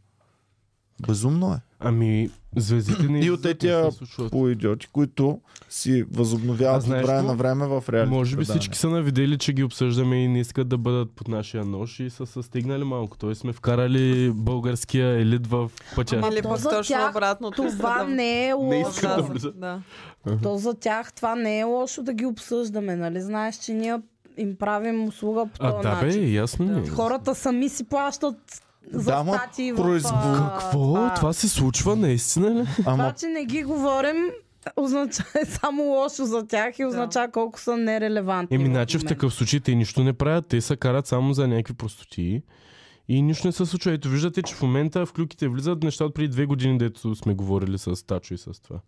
A: Безумно е.
C: Ами, звездите ни...
A: И от етия по идиоти, които си
C: А
A: възобновяват от
C: знаеш
A: време
C: какво?
A: на време в реалити
C: Може би
A: предавания.
C: всички са навидели, че ги обсъждаме и не искат да бъдат под нашия нож и са се стигнали малко. Той сме вкарали българския елит в пътя.
D: Ама
B: Или
D: то
B: пък
D: за
B: точно
D: тях
B: обратно.
D: Това не е
C: Не
D: лошо.
C: искам да влиза.
B: да.
D: То за тях това не е лошо да ги обсъждаме, нали? Знаеш, че ние им правим услуга по
C: А,
D: този
C: да бе,
D: начин.
C: ясно ми е.
D: Хората сами си плащат за
A: Да, ма,
D: статии
A: произв-
D: в... а,
C: Какво? Това се случва наистина ли?
A: Ама
D: Това, че не ги говорим, означава е само лошо за тях и означава колко са нерелевантни.
C: Еми, значи в
D: момента.
C: такъв случай те нищо не правят, те се карат само за някакви простоти. И нищо не се случва. Ето виждате, че в момента в клюките влизат неща от преди две години, дето сме говорили с Тачо и с това.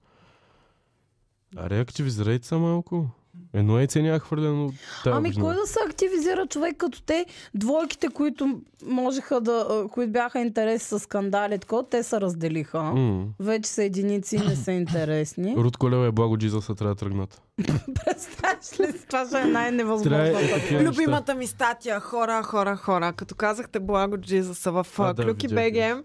C: Аре, активизирайте се малко. Едно яйце няма хвърлено от тази
D: Ами
C: година.
D: кой да се активизира човек като те двойките, които можеха да, а, които бяха интереси с скандали, и такова, те се разделиха.
C: М.
D: Вече са единици и не са интересни.
C: Руд Колева е благо Джизаса, трябва да тръгнат.
D: Представяш ли си, това ще е
C: Трябва е
D: най-невъзможното.
C: такива неща.
B: Любимата ми статия. Хора, хора, хора. Като казахте Благо Джизаса в
C: А,
B: а,
C: да,
B: Клюки
C: видях,
B: БГ,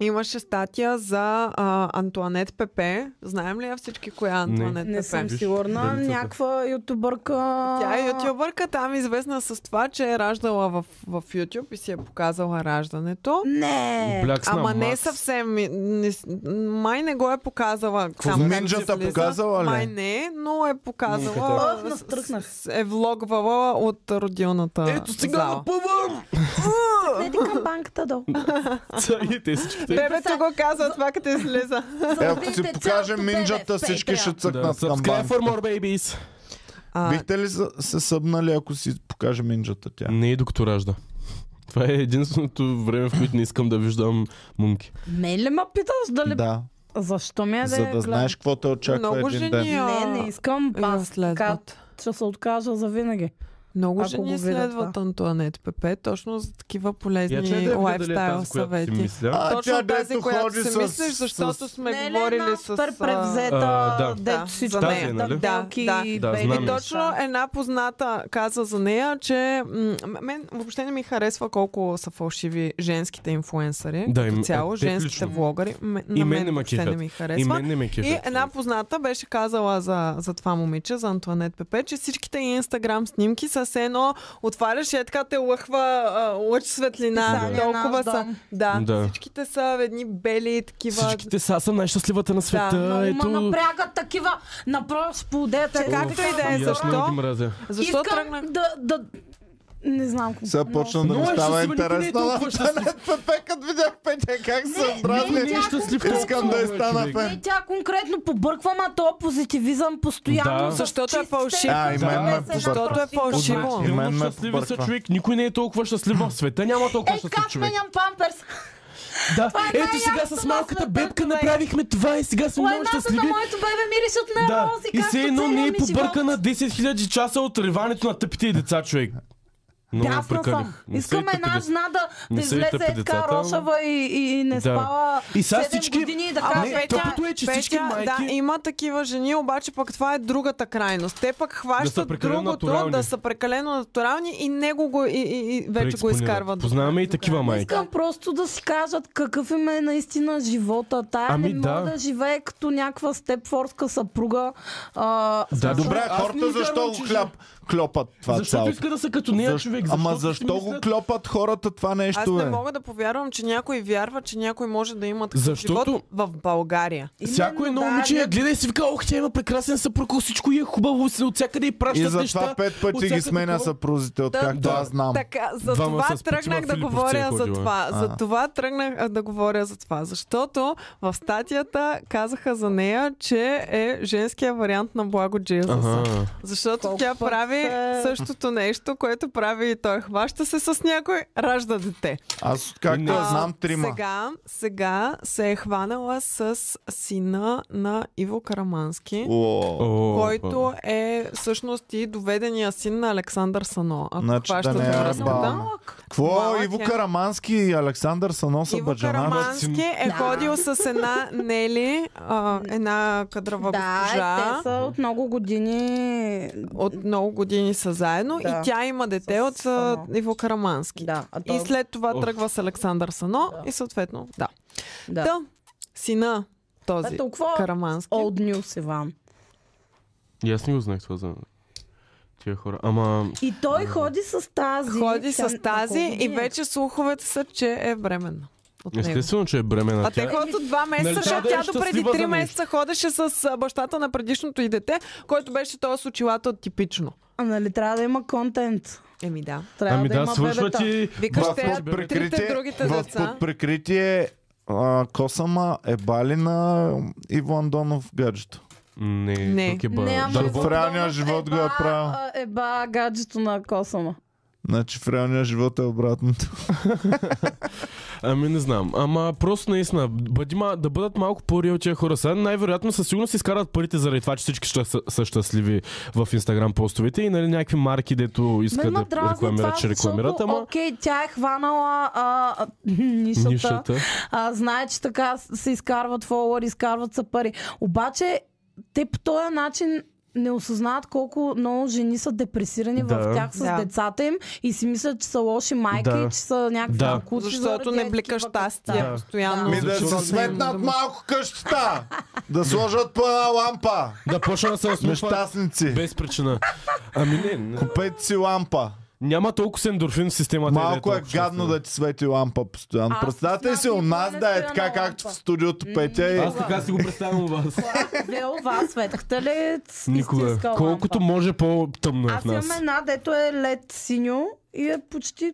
B: Имаше статия за а, Антуанет Пепе. Знаем ли я всички коя е Антуанет
D: Не
B: Пепе?
D: съм
C: Виж,
D: сигурна.
C: дали цъка.
D: Някаква ютубърка.
B: Тя е ютубърка, там е известна с това, че е раждала в, в YouTube и си е показала раждането.
D: Не.
C: Обляксна
B: е. Ама не
C: Макс.
B: съвсем. ми- Не, с- май не го е показала. Там как
A: Минджата
B: се влиза.
A: показала ли?
B: Май не, но е показала.
D: Ох, настръхнах.
B: с- с- Е влогвала от родилната
C: Ето сега
B: зала.
C: напъвам!
D: Седи към банката долу.
C: Е, И те всичките.
B: Бебето го казва това, като излиза.
A: Е, ако си
G: Завидите
A: покажем
G: цялото
A: минджата,
G: бебе в
A: всички
G: Patreon.
A: ще цъкнат към
C: Да, subscribe
A: банк.
C: for more babies.
B: А,
A: Бихте ли се- се събнали, ако си покаже минджата тя?
C: Не и докато ражда. Това е единственото време, в което не искам да виждам мумки.
D: Мен ли ме питаш дали...
A: Да,
D: Защо ми е да
A: за
D: я
A: да
D: гледам?
A: знаеш какво те очаква
B: много
A: един
B: жени
A: ден.
B: а,
D: Не, не искам
B: я
D: пас. Така,
B: следват.
D: ще се откажа за винаги.
B: Много
D: ако го
B: жени
D: видя
B: следват Антуанет Пепе, точно за такива
A: е
B: полезни
C: видя е
B: лайфстайл съвети.
C: мисля.
A: А,
B: Точно
A: тя,
B: тази,
A: дето
B: която
A: ходи
B: си
A: с-
B: мислиш, защото
A: с-
B: сме
D: не,
B: говорили
D: една
B: с... а,
D: супер превзета,
C: А, да.
D: а, дето
B: Да,
D: всичко
B: за
D: е
B: нея,
C: нали?
D: табелки
B: Да,
D: и
C: да. Да,
D: бели
C: знам
B: И
D: неща.
B: точно една позната каза за нея, че м- мен въобще не ми харесва колко са фалшиви женските инфуенсъри.
C: Да,
B: като
C: им-
B: цяло,
C: те
B: женските
C: лично.
B: влогари. М-
C: И
B: на
C: мен
B: мен,
C: не ме
B: въобще
C: кефят.
B: не ми
C: И
B: харесва.
C: мен не ме
B: И
C: кефи.
B: една позната беше казала за, за това момиче, за Антуанет Пепе, че всичките инстаграм снимки са все едно отваряш и е така те лъхва а, лъч светлина.
D: Писание
B: толкова
D: наш
B: са.
D: дом.
B: Да,
C: Да.
B: всичките са едни бели такива.
C: Всичките са, аз съм най-щастливата на света.
B: Да,
G: Много ме
C: Ето...
G: напрягат такива направо сполудеца.
B: Така, както и да е,
C: И аз
B: защо?
C: много ги мразя.
B: Защо
G: Искам
B: тръгнах?
G: да, да...
D: Не знам какво.
A: Сега почна да
C: Много
A: ми
C: е
A: става
C: щастлива, никой не е
A: интересно.
C: толкова щастлив.
A: Антонет Пепе, като видях Петя, как се дразни.
G: не,
C: е щастлив.
A: Искам да и стана
G: Не,
A: фен.
G: тя конкретно побърква, ма то е позитивизъм постоянно.
C: Да.
G: с
B: Защото е
G: чистите-
B: фалшив.
A: А, и мен ме
G: Да,
B: Защото е
A: побърка.
B: фалшиво.
A: И мен ме
C: щастлив са
A: побърква.
C: човек. Никой не е толкова щастлив в света. Няма толкова
G: Е,
C: щастлив
G: как
C: човек.
G: сменям памперс?
C: Да.
G: е
C: Ето сега
G: най-ясното
C: с
G: на
C: малката
G: света,
C: бебка
G: човек.
C: направихме това и сега
D: е
C: сме много
G: Лайната на
C: щастливи.
G: моето бебе мирише от нейрози,
C: И
G: както
C: все едно не е
G: целият ми живот.
C: побъркана 10 000 часа от реването на тъпите и деца, човек. Много ме
G: Дясна
C: прекалих.
G: съм.
C: Не се
G: Искам
C: и
G: една
C: тъпи деца.
G: жена да,
C: Не
G: да
C: са и
G: излезе
C: тъпи
G: е така
C: децата, ама-
G: рошава и, и не
C: Да.
G: спала
C: И сега
G: 7
C: всички-
G: години и да
B: Ама
G: каже,
C: Не,
B: Петя,
C: тъпото е, че
B: Петя,
C: всички майки-
B: Да, има такива жени, обаче пък това е другата крайност. Те пък хващат
C: прекалено
B: другото,
C: натурални.
B: да са прекалено натурални и него го, и, и, и вече го
C: Преекспонират.
B: изкарват.
C: Познаваме и такива майки.
D: Искам просто да си кажат какъв им е наистина живота. Тая
C: Ами
D: не
C: да.
D: мога да живее като някаква степфорска съпруга. А,
C: Да,
A: Добре,
C: аз не
A: хората
C: вярвам,
A: защо
C: че
A: го
C: ще-
A: хляб клопат това
C: Защото
A: цялото?
C: иска да са като нея
A: Защ-
C: човек.
A: Ама
C: защото си
A: защо го
C: мислят-
A: клопат хората това нещо, е.
B: Аз
A: бе?
B: не
C: е?
B: мога да повярвам, че някой вярва, че някой може да има такъв
C: Защото-
B: живот в България.
C: Всяко едно момиче я гледа и си вика, ох, тя има прекрасен съпруг, ако всичко й е хубаво, се- от всякъде и пращат
A: И
C: неща.
A: затова пет пъти ги
C: отвсякъде
A: сменя
C: такова.
A: съпрузите, откакто
C: Да.
A: аз знам.
B: Така, за
C: Двама
B: това
C: с петима
B: тръгнах да
C: филиповци
B: говоря
C: е
B: за
C: ходила.
B: това.
A: А.
B: За това тръгнах а, да говоря за това. Защото в статията казаха за нея, че е женския вариант на Благо Джизуса.
C: Ага.
B: Защото
D: Колко
B: тя
D: пък
B: прави
D: се-
B: същото нещо, което прави и той. Хваща се с някой, ражда дете.
A: Аз откакто я
C: А,
A: знам трима.
B: Сега, сега се е хванала с сина на Иво Карамански.
A: О,
C: О,
B: Който е всъщност и доведения син на Александър Сано. Ако
A: Значи да
B: хващате
A: не е
B: връзката.
A: бавно. Какво
B: Малък
A: Иво
B: е.
A: Карамански и Александър Саноса
B: Иво
A: Баджана?
B: Карамански е
D: Да.
B: ходил с една Нели, а, една кадрава
D: Да, е,
B: госпожа.
D: те са от много години.
B: От много години са заедно
D: Да.
B: и тя има дете
D: С
B: от а,
D: Сано.
B: Иво Карамански.
D: Да, а
B: И
D: той-
B: след това
C: Оф.
B: тръгва с Александър Сано и съответно, да.
D: да.
B: Та, сина този,
D: Е, толкова
B: Карамански.
D: Old News, Иван.
C: И аз не го знаех това за тия хора. Ама...
D: И той ходи с тази.
B: Ходи
D: Тя
B: с
D: на
B: тази и
D: колко години?
B: вече слуховете са, че е бременна от него.
C: Естествено, че е бремена.
B: А те ходят от два месеца,
C: Нали тя
B: защото
C: да е
B: тя до преди
C: щастлива
B: три
C: за нещо?
B: месеца ходеше с а, бащата на предишното и дете, който беше този с очилата от типично.
D: А, нали трябва да има контент.
B: Еми да.
D: Трябва
C: Ами
D: да,
C: да,
D: има
C: свършва
D: бебета.
C: ти...
B: Викаш,
A: В
B: те я трите
A: подприкритие,
B: другите
A: в
B: деца.
A: подприкритие а, Косама е бали на Иво Андонов гаджето.
C: Не,
B: Не.
C: тук е ба...
D: Не, ама
C: дърво.
A: Дърво. в реалния живот го е правил.
D: Еба гаджето на косама.
A: Значи в реалния живот е обратното.
C: Ами не знам. Ама просто наистина, бъди, ма, да бъдат малко по-реал тия хора. Сега най-вероятно със сигурност изкарат парите заради това, че всички ще са, са щастливи в инстаграм постовете и нали някакви марки, дето искат
D: Мен ме
C: да
D: дразни това,
C: рекламират, че рекламират,
D: защото,
C: ама...
D: окей, тя е хванала а, а, нишата.
C: Нишата.
D: А, знае, че така се изкарват фолуари, изкарват се пари. Обаче, те по този начин не осъзнават колко много жени са депресирани
C: Да.
D: в тях с
B: Да.
D: децата им и си мислят, че са лоши майка
C: Да.
D: и че са някакви
C: Да.
D: кучи.
B: Защото не блика щастие
C: Да.
B: постоянно.
A: Ми да се сметнат малко къщата, да сложат па лампа,
C: Да почна да се усмешва
A: нещастници.
C: без причина. Ами не, не.
A: Купете си лампа.
C: Няма толкова ендорфин в системата.
A: Малко
C: дето
A: е
C: общо
A: гадно
C: взето.
A: да ти свети лампа постоянно.
D: Аз
A: Представете си
D: знам,
A: у нас
D: и
A: да е
D: полето е
A: така,
D: на
A: както в
D: лампа.
A: студиото Петя и...
C: Аз така си го представям у вас.
D: Вело вас, светката ли е с
C: Никога.
D: истинска
C: Колкото
D: лампа?
C: може по-тъмно е
D: Аз
C: в нас.
D: имам една, дето е лед синьо и е почти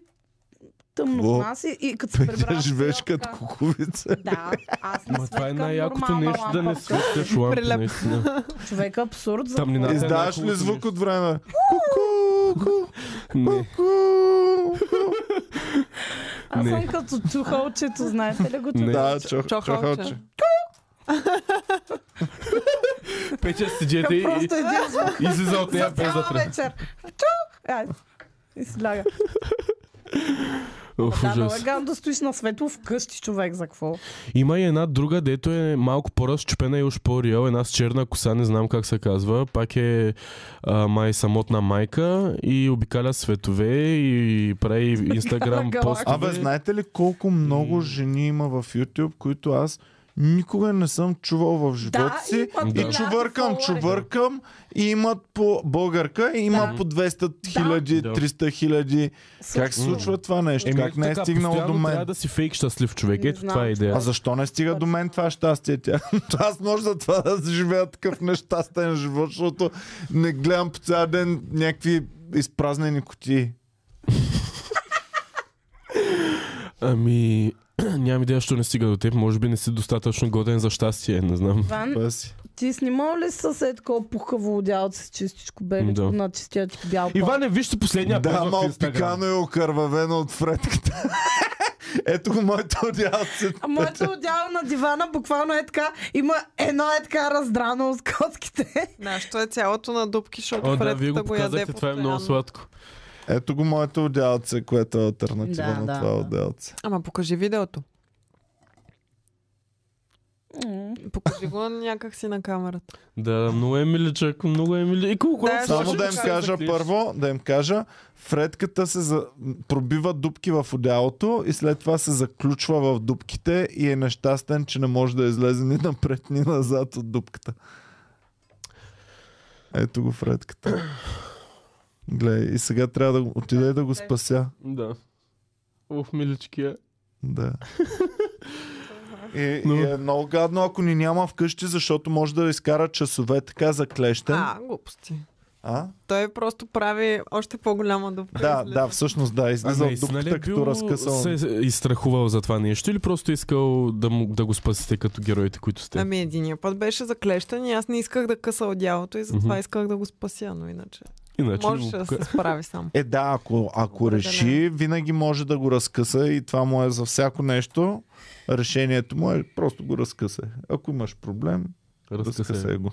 D: тъмно
A: Во.
D: в нас и, и като се прибрах...
A: Петя живееш
D: сега
A: като
D: така.
A: кукувица.
D: Да, аз не
C: Ма това е
D: светкам
C: най-якото
D: нормална
C: нещо да не
D: лампавка.
C: светиш лампи,
B: Прилеп.
C: наистина.
D: Човек абсурд. За...
C: Тъмнината е
A: Издаваш ли
C: най-хубавото
A: звук
C: нещо.
A: от време? Ку-ку, ку,
C: Не.
A: ку.
D: Аз
C: Не.
D: съм като чухалчето, знаете ли го?
C: Не.
A: Да, чох-
B: Чохалче.
A: чохалче.
C: Петя седите и
D: Просто един звук
C: и излиза от нея без да
D: цяла
C: трябва.
D: вечер. Чу! Ай, И си ляга.
C: Уф,
D: Да, много е
C: ужас.
D: гадно да стоиш на светло вкъщи, човек, за какво?
C: Има и една друга, дето е малко по-разчупена и уж по-реал. Една с черна коса, не знам как се казва. Пак е а, май самотна майка и обикаля светове и прави инстаграм
D: галактика.
C: постове.
A: Абе, знаете ли колко много жени има в YouTube, които аз никога не съм чувал в живота
D: Да,
A: си.
D: имат
A: И
C: Да.
A: чувъркам,
D: фолуари.
A: чувъркам и имат по българка и имат
D: Да.
A: по 200 хиляди,
C: Да.
A: 300 хиляди. Как се
D: Също.
A: случва това нещо? как не е
C: така,
A: стигнало до
C: постоянно Трябва
A: мен?
C: да си фейк щастлив човек.
D: Не
C: Ето
D: знам,
C: това е
D: че
C: идея.
A: А защо не стига до мен това щастие? Тя? Аз може за това да живея такъв нещастен живот, защото не гледам по цял ден някакви изпразнени кутии.
C: Ами, нямам идея, що не стига до теб. Може би не си достатъчно годен за щастие, не знам.
D: Ван,
A: Това си.
D: ти снимал ли със е такова пухаво одяло си чистичко беличко
C: Да.
D: на чистия ти бял път?
C: Иване, вижте последния
A: Да,
C: пост в
A: ма
C: Инстаграм.
A: опикано и окървавено от фредката. Ето го моето одеяло.
D: А моето одяло на дивана буквално е така, има едно е така раздрано от котките.
B: Нашето е цялото на дупки, защото
C: О, да,
B: Фредката
C: вие го
B: го яде
C: показахте, това е много
B: постоянно.
C: сладко.
A: Ето го моето одеялце, което е альтернатива
D: Да,
A: на
D: да,
A: това
D: да.
A: одеялце.
B: Ама покажи видеото. Покажи го някакси на камерата.
C: Да, много е миличък, много е мили. И колко
B: Да, Само
C: е
A: Само
B: ще
A: да им кажа
B: кажа,
A: първо, да им кажа, Фредката се за... пробива дупки в одялото и след това се заключва в дупките и е нещастен, че не може да излезе ни напред, ни назад от дупката. Ето го Фредката. Гледай, и сега трябва да го- отиде да го спася.
C: Да. Уф, миличкия.
A: Да. И,
C: Но-
A: и е много гадно, ако ни няма вкъщи, защото може да изкара часове така заклещен.
B: А, глупости.
A: А?
B: Той просто прави още по-голяма дупка.
A: Да,
B: излиза.
A: да, всъщност да, излиза
C: Ами,
A: от дупката, като разкъсал.
C: нали е се изстрахувал за това нещо или просто искал да, му, да го спасите като героите, които сте?
B: Ами единия път беше заклещен и аз не исках да къса одялото и затова
C: Мгм.
B: исках да го спася, но иначе.
A: Значи,
C: Иначе не го
B: Можеше да
C: пока-
B: се справи сам.
A: Е, да, ако, ако
B: Определено.
A: реши, винаги може да го разкъса и това му е за всяко нещо. Решението му е просто го разкъсай. Ако имаш проблем,
C: разкъса. е.
A: разкъсай го.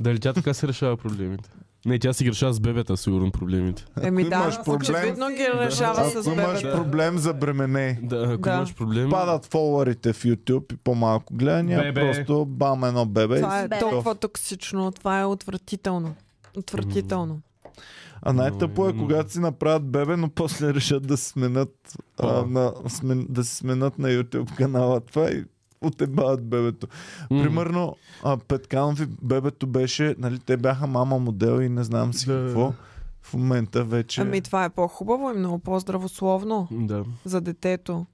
C: Дали тя така се решава проблемите? Не, тя си ги решава с бебета, сигурно, проблемите.
B: Еми
A: Ако
B: да,
A: имаш проблем-
B: очевидно ги решава
A: Ако
B: с
A: имаш
B: бебето.
A: проблем за бремене,
C: Да, ако
B: Да.
C: имаш проблем...
A: падат фолуарите в YouTube и по-малко гледания,
C: Бебе.
A: просто бам едно бебе.
B: Това
A: и
B: е
A: си
B: толкова токсично, това е отвратително. Отвратително.
A: А най-тъпо е,
C: Но-
A: когато си направят бебе, но после решат да си сменят, а,
C: Пола.
A: на, смен, да си сменят на YouTube канала. Това и отебават бебето. Примерно, а, Петканви бебето беше, нали, те бяха мама модел и не знам си
C: Да.
A: какво. В момента вече.
B: Ами това е по-хубаво и много по-здравословно
C: Да.
B: за детето.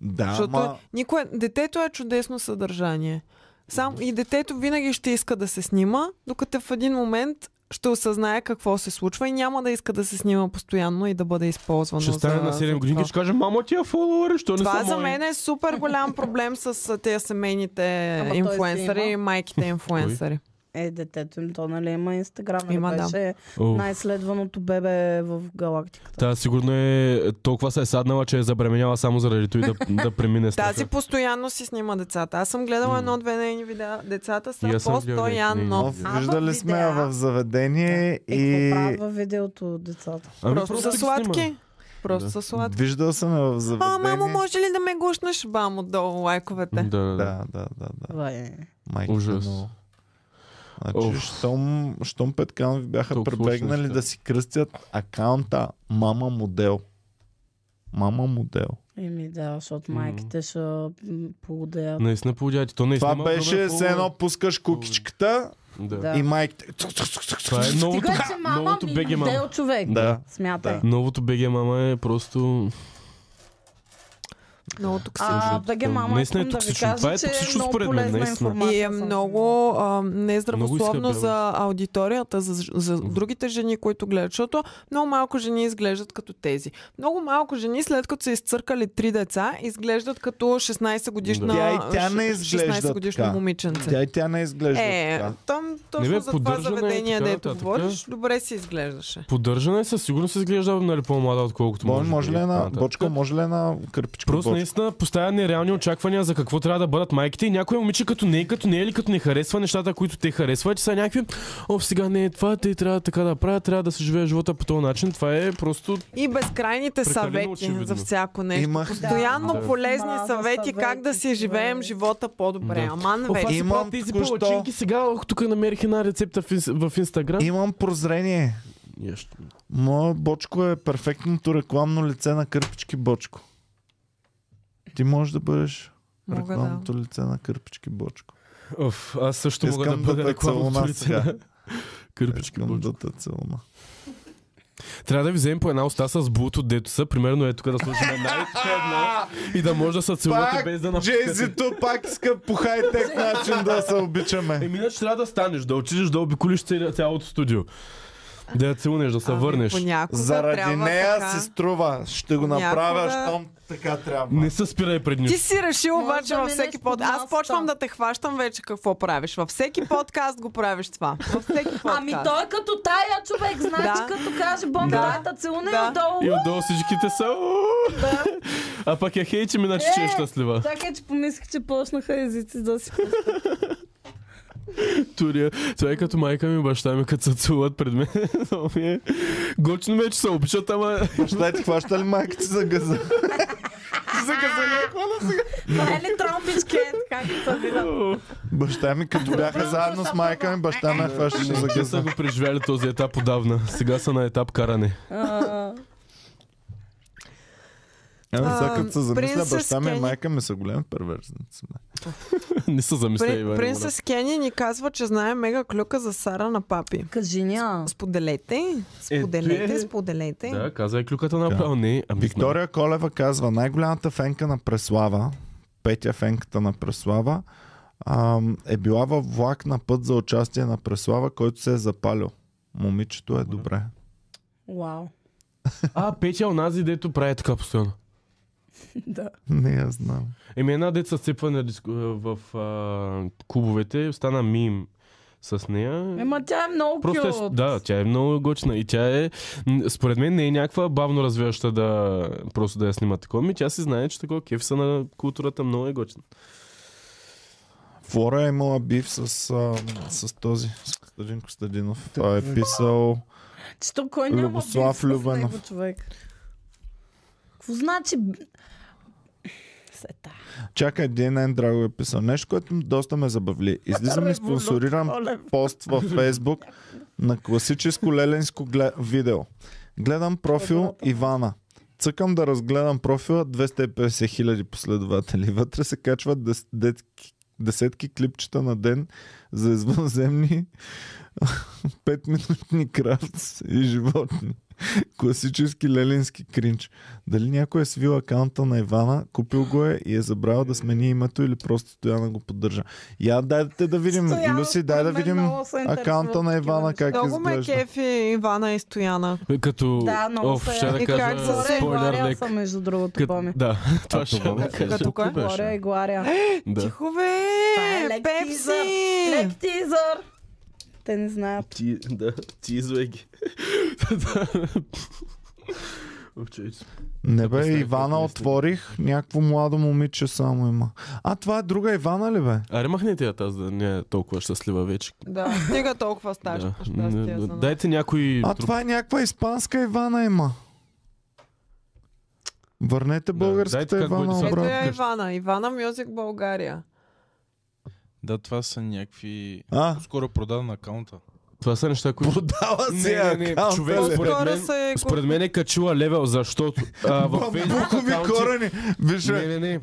A: да,
B: Защото
A: ма...
B: никое... детето е чудесно съдържание. Сам... И детето винаги ще иска да се снима, докато в един момент ще осъзнае какво се случва и няма да иска да се снима постоянно и да бъде използвано.
C: Ще стане
B: за-
C: на 7
B: за
C: години и
B: това.
C: ще каже, мамо, тия фолуари, що не
B: Това
C: са
B: за
C: мои?
B: мен е супер голям проблем с а, тези семейните
D: Ама той си
B: инфуенсъри
D: има.
B: и майките инфуенсъри.
D: Е, детето им то, нали, има инстаграм. нали,
B: Има, да.
D: беше
C: О,
D: най-следваното бебе в галактиката.
C: Та сигурно е толкова се е саднала, че е забременяла само заради това и да, да премине страха.
B: Тази постоянно си снима децата. Аз съм гледала
C: М.
B: едно-две нейни видеа. Децата
C: И
B: са
C: аз съм гледал някакви
B: постоянно.
C: нейни
A: Но
C: видеа.
A: виждали сме я в заведение
D: Е,
A: и
D: какво правят във видеото от децата?
C: Ами
B: Просто,
C: ги
B: са
C: снима.
B: сладки. Просто
C: Да.
B: са сладки.
A: виждал съм я в заведение.
B: А, мамо, може ли да ме гушнеш? Бам, отдолу лайковете.
C: Да, да, да.
A: Да, да, да, да.
D: Това е.
A: Майка,
C: Ужас.
A: много. Значи,
C: Оф.
A: щом, щом Петканови бяха
C: Толкова сложни
A: пребегнали
C: неща.
A: да си кръстят акаунта Мама Модел. Мама Модел.
D: Еми да, защото майките ще м, полудеят.
C: Наистина поудявайте. То наистина
A: Това
C: има
A: беше
C: огромен
A: с едно
C: фолуър.
A: пускаш кукичката
C: Да.
D: Да.
A: и майките.
C: Това е новото,
D: Стига, че мама
C: новото
D: ми е
C: BG мама. е
D: модел човек.
A: Да. Да.
D: Смятай.
C: Новото BG мама е просто...
B: Много тук
D: А,
C: Токсично.
D: беге мама,
C: Наистина е
D: искам да ви
C: токсично. Това е
D: кажа, че е
C: токсично
D: много
C: според мен,
D: полезна
C: наистина.
D: информация.
B: И е
D: съм
B: много а,
C: Много
B: нездравословно
C: иска
B: за аудиторията, за, за другите жени, които гледат, защото много малко жени изглеждат като тези. Много малко жени, след като са изцъркали три деца, изглеждат като 16 годишна
A: Тя и тя не изглежда
B: 16 годишно
A: така.
B: момиченце.
A: Тя и тя не изглежда
B: Е,
A: така.
B: там точно
C: Не бе,
B: за това
C: поддържане е
B: заведение,
C: така,
B: дето
C: нататък.
B: говориш, добре си изглеждаше.
C: Поддържане със сигурност изглежда нали по-млада, отколкото
A: Бо,
C: може.
A: може
C: би
A: ли
C: и така
A: една
C: нататък.
A: бочка, може ли една кърпичка?
C: Просто
A: бочка?
C: наистина поставя нереални очаквания за какво трябва да бъдат майките и някоя момиче като не, като не е или като не харесва нещата, които те харесват, че са някакви, о, сега не е това, те трябва така да правят, трябва да се живее живота по този начин. Това е просто
B: И безкрайните
C: Прекалено
B: съвети
C: очевидно.
B: за всяко нещо.
A: Имах
B: Постоянно
C: Да.
B: полезни
D: Мраза
B: съвети как да си
D: съвети,
B: живеем
D: човек.
B: живота по-добре.
C: Да.
B: Аман
C: О,
B: вече.
C: аз си
A: Имам
C: правя тези
A: току-що-
C: палачинки сега, ох, тук намерих една рецепта в, инс- в Инстаграм.
A: Имам прозрение.
C: Нещо.
A: Моя Бочко е перфектното рекламно лице на Кърпички Бочко. Ти можеш да бъдеш
B: Мога да.
A: рекламното лице на Кърпички Бочко.
C: Оф, аз също мога да
A: Искам да
C: бъда
A: те целуна
C: рекламното лице.
A: сега.
C: на Кърпички
A: Искам
C: бочки.
A: да те целуна.
C: Трябва да ви вземем по една уста с булто, дето са, примерно е тук да сложим една и тук една и да може да се целувате без да напускате.
A: Джейзито пак иска по хай-тек начин да се обичаме.
C: Еми, иначе трябва да станеш, да отидеш да обиколиш цяло- цялото студио. Да я целунеш, да се
B: Ами,
C: върнеш.
B: понякога
A: Заради
B: трябва
A: нея
B: така.
A: си струва. Ще го направя,
B: Някога-
A: щом така трябва.
C: Не се спирай пред
B: Ти
C: нищо.
B: си решил
D: Може
B: обаче
D: да
B: във
D: минеш
B: всеки
D: под
B: под... Аз
D: масата.
B: почвам да те хващам вече какво правиш. Във всеки подкаст го правиш това. Във всеки подкаст.
G: Ами той е като тая човек, значи
B: Да.
G: като каже бомба,
B: Да.
G: да. та целуне
B: Да.
G: и отдолу.
C: И отдолу всичките са. «Уу!» А пък я хейчи ми, значи, че е
D: Е!
C: щастлива.
D: Чакай, че помислих, че почнаха езици да си
C: Турия. Това е като майка ми, баща ми, като се целуват пред мен. Много ми е- Гочно ме, е, че се обичат, ама
A: Баща ти хваща ли майка ти за газа? за газа
D: Прави ли тромбички, е така като са видят.
A: Баща ми, като бяха заедно с майка ми, баща ме хващаше за
C: те са
A: газа.
C: го преживяли този етап отдавна. Сега са на етап каране.
D: А,
A: Ами сега
B: А,
A: като се замисля,
B: Принцес
A: баща ми и
B: Кени.
A: майка ми са големи перверзници. бе.
C: Не се замисля,
B: При,
C: Иван.
B: принцес Кени ни казва, че знае мега клюка за Сара на папи.
D: Кажи ня.
B: Споделете,
C: Е,
B: споделете,
C: е.
B: споделете.
C: Да, каза и клюката направо. Не, ами
A: Виктория Колева казва, най-голямата фенка на Преслава, петя фенката на Преслава, ам, е била във влак на път за участие на Преслава, който се е запалил. Момичето е добре.
D: Вау.
C: знам. А, Петя е онази, дето прави така постоянно.
D: Да.
A: Не я знам.
C: Еми една деца сцепва на диско... в а, клубовете, стана мим с нея.
D: Ема тя е много
C: Просто
D: кют.
C: е, да, тя е много гочна и тя е, м, според мен не е някаква бавно развиваща да просто да я снима такова, ми тя си знае, че такова кефса на културата много е гочна.
A: Флора е имала бив с, ам, с този, с Костадин Костадинов. Той е писал...
D: Че то кой няма
A: Любослав
D: бив с него,
A: Любенов.
D: човек. Какво значи... б- Сета.
A: Чакай, един ден драго е писал. Нещо, което м- доста ме забавли. Излизам и спонсорирам
D: Колев.
A: пост във Фейсбук на класическо леленско гле... видео. Гледам профил Ивана. Цъкам да разгледам профила 250 хиляди последователи. Вътре се качват дес, детки, десетки клипчета на ден за извънземни 5-минутни крафтс и животни. Класически лелински кринч. Дали някой е свил акаунта на Ивана, купил го е и е забравил да смени името или просто Стояна го поддържа. Я дайте да видим.
D: Стоян,
A: Люси, дай да
D: според мен
A: видим
D: много се интересува
A: акаунта на
D: от такива
A: Ивана
D: неща.
A: как
B: Много ме
A: изглежда.
B: кефи Ивана и Стояна.
C: Е, Като...
D: Да, много
C: Оф,
D: се
C: ще
D: е.
C: да
B: И
C: кажа
B: как се-
C: спойлер
D: Гларя
C: лек.
D: са между другото,
C: Кът...
D: Боми.
C: Да, това ще
A: това
C: да
A: беше.
C: кажа.
B: Като кой?
D: Гларя и Гларя.
A: Е,
C: Да.
B: Тихо бе!
D: Това е лек
B: Пепси!
D: тизър. Лек тизър! Те не знаят.
C: Ти, да, ти извай ги. Овче,
A: Не бе,
C: представя
A: Ивана
C: какво
A: отворих. Някакво младо момиче само има. А, това е друга Ивана ли бе?
C: Аре, махнете я тази, да не е толкова щастлива вече.
B: Да, стига толкова стаж.
C: Да.
B: щастие за нас.
C: Дайте някой...
A: А,
C: друг-
A: това е някаква испанска Ивана има. Върнете
C: Да,
A: българската
C: дайте как
A: Ивана
C: бъде
B: Ето
A: обратно.
B: я Ивана. Ивана Мюзик България.
E: Да, това са някакви...
A: А,
E: Скоро продаден акаунта.
C: Това са неща, които...
A: продава си
C: Не, не, не,
A: акаунта,
C: човек,
A: ле.
C: според
B: Хора
C: мен,
B: се го-
C: според мен е качила левел, защото а, във Facebook
A: Бамбукови
C: акаунти...
A: корени. Виж,
C: Не,
A: бе, е
C: не, не.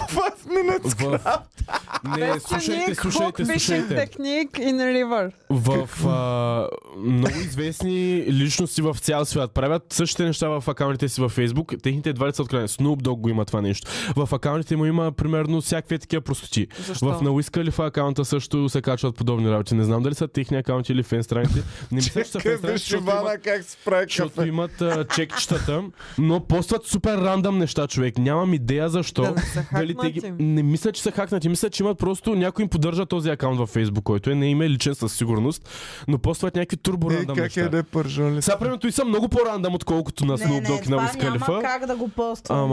A: пас минут.
C: В...
B: Е,
C: Не, Е, слушайте, слушайте, слушайте.
B: техник in river.
C: В а, много известни личности в цял свят правят същите неща в акаунтите си във Facebook. Техните едва ли са открадени. Snoop Dogg го има това нещо. В акаунтите му има примерно всякакви е такива простоти.
B: Защо?
C: В Науиска ли в акаунта също се качват подобни работи. Не знам дали са техни акаунти или фен страници. Не мисля, че са
A: Чакай,
C: фен страници,
A: Е, виж
C: защото имат-
A: Ивана как се прави
C: защото
A: кафе.
C: имат а, чекчетата, но постват супер рандъм неща, човек. Нямам идея защо.
B: Да не са
C: Дали те ги...
B: хакнати.
C: Не мисля, че са хакнати. Мисля, че имат просто някой им поддържа този акаунт във Facebook, който е не им е личен със сигурност, но постват някакви турбо
A: Е,
C: рандъм
A: как
C: неща.
A: е да е пържоли?
C: Сега, примерно, и са много по-рандъм, отколкото на
D: Не,
C: Snoop
D: не,
C: Dogg и на
D: това
C: Wiz
D: няма
C: Khalifa.
D: как да го поствам.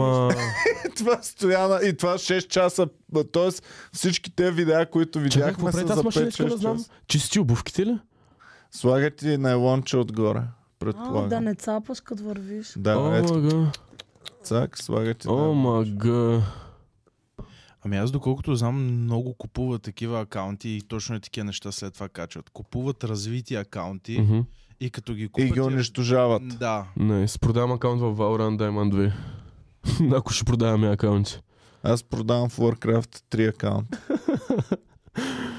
C: Ама...
A: Това стояна и това 6 часа. б- Тоест всички те видеа, които
C: Чакай,
A: видяхме
C: какво прави
A: са
C: тази
A: за
C: машина, искам да
A: 5-6
C: знам.
A: часа.
C: Чисти обувките ли?
A: Слагат ти найлонче отгоре.
D: А, да
A: Предполагам.
D: не цапаш като вървиш.
C: О,
A: Да, ето
C: мага.
A: цак, слагат ти.
C: О, мага.
E: Ами аз доколкото знам, много купуват такива акаунти и точно е такива неща след това качват. Купуват развити акаунти
C: Мгм.
E: и като ги купят...
A: И ги
E: я-
A: унищожават.
E: Да.
C: Найс, продавам акаунт в Valorant да имам две. Ако ще продаваме акаунти.
A: Аз продавам в Warcraft 3 акаунт.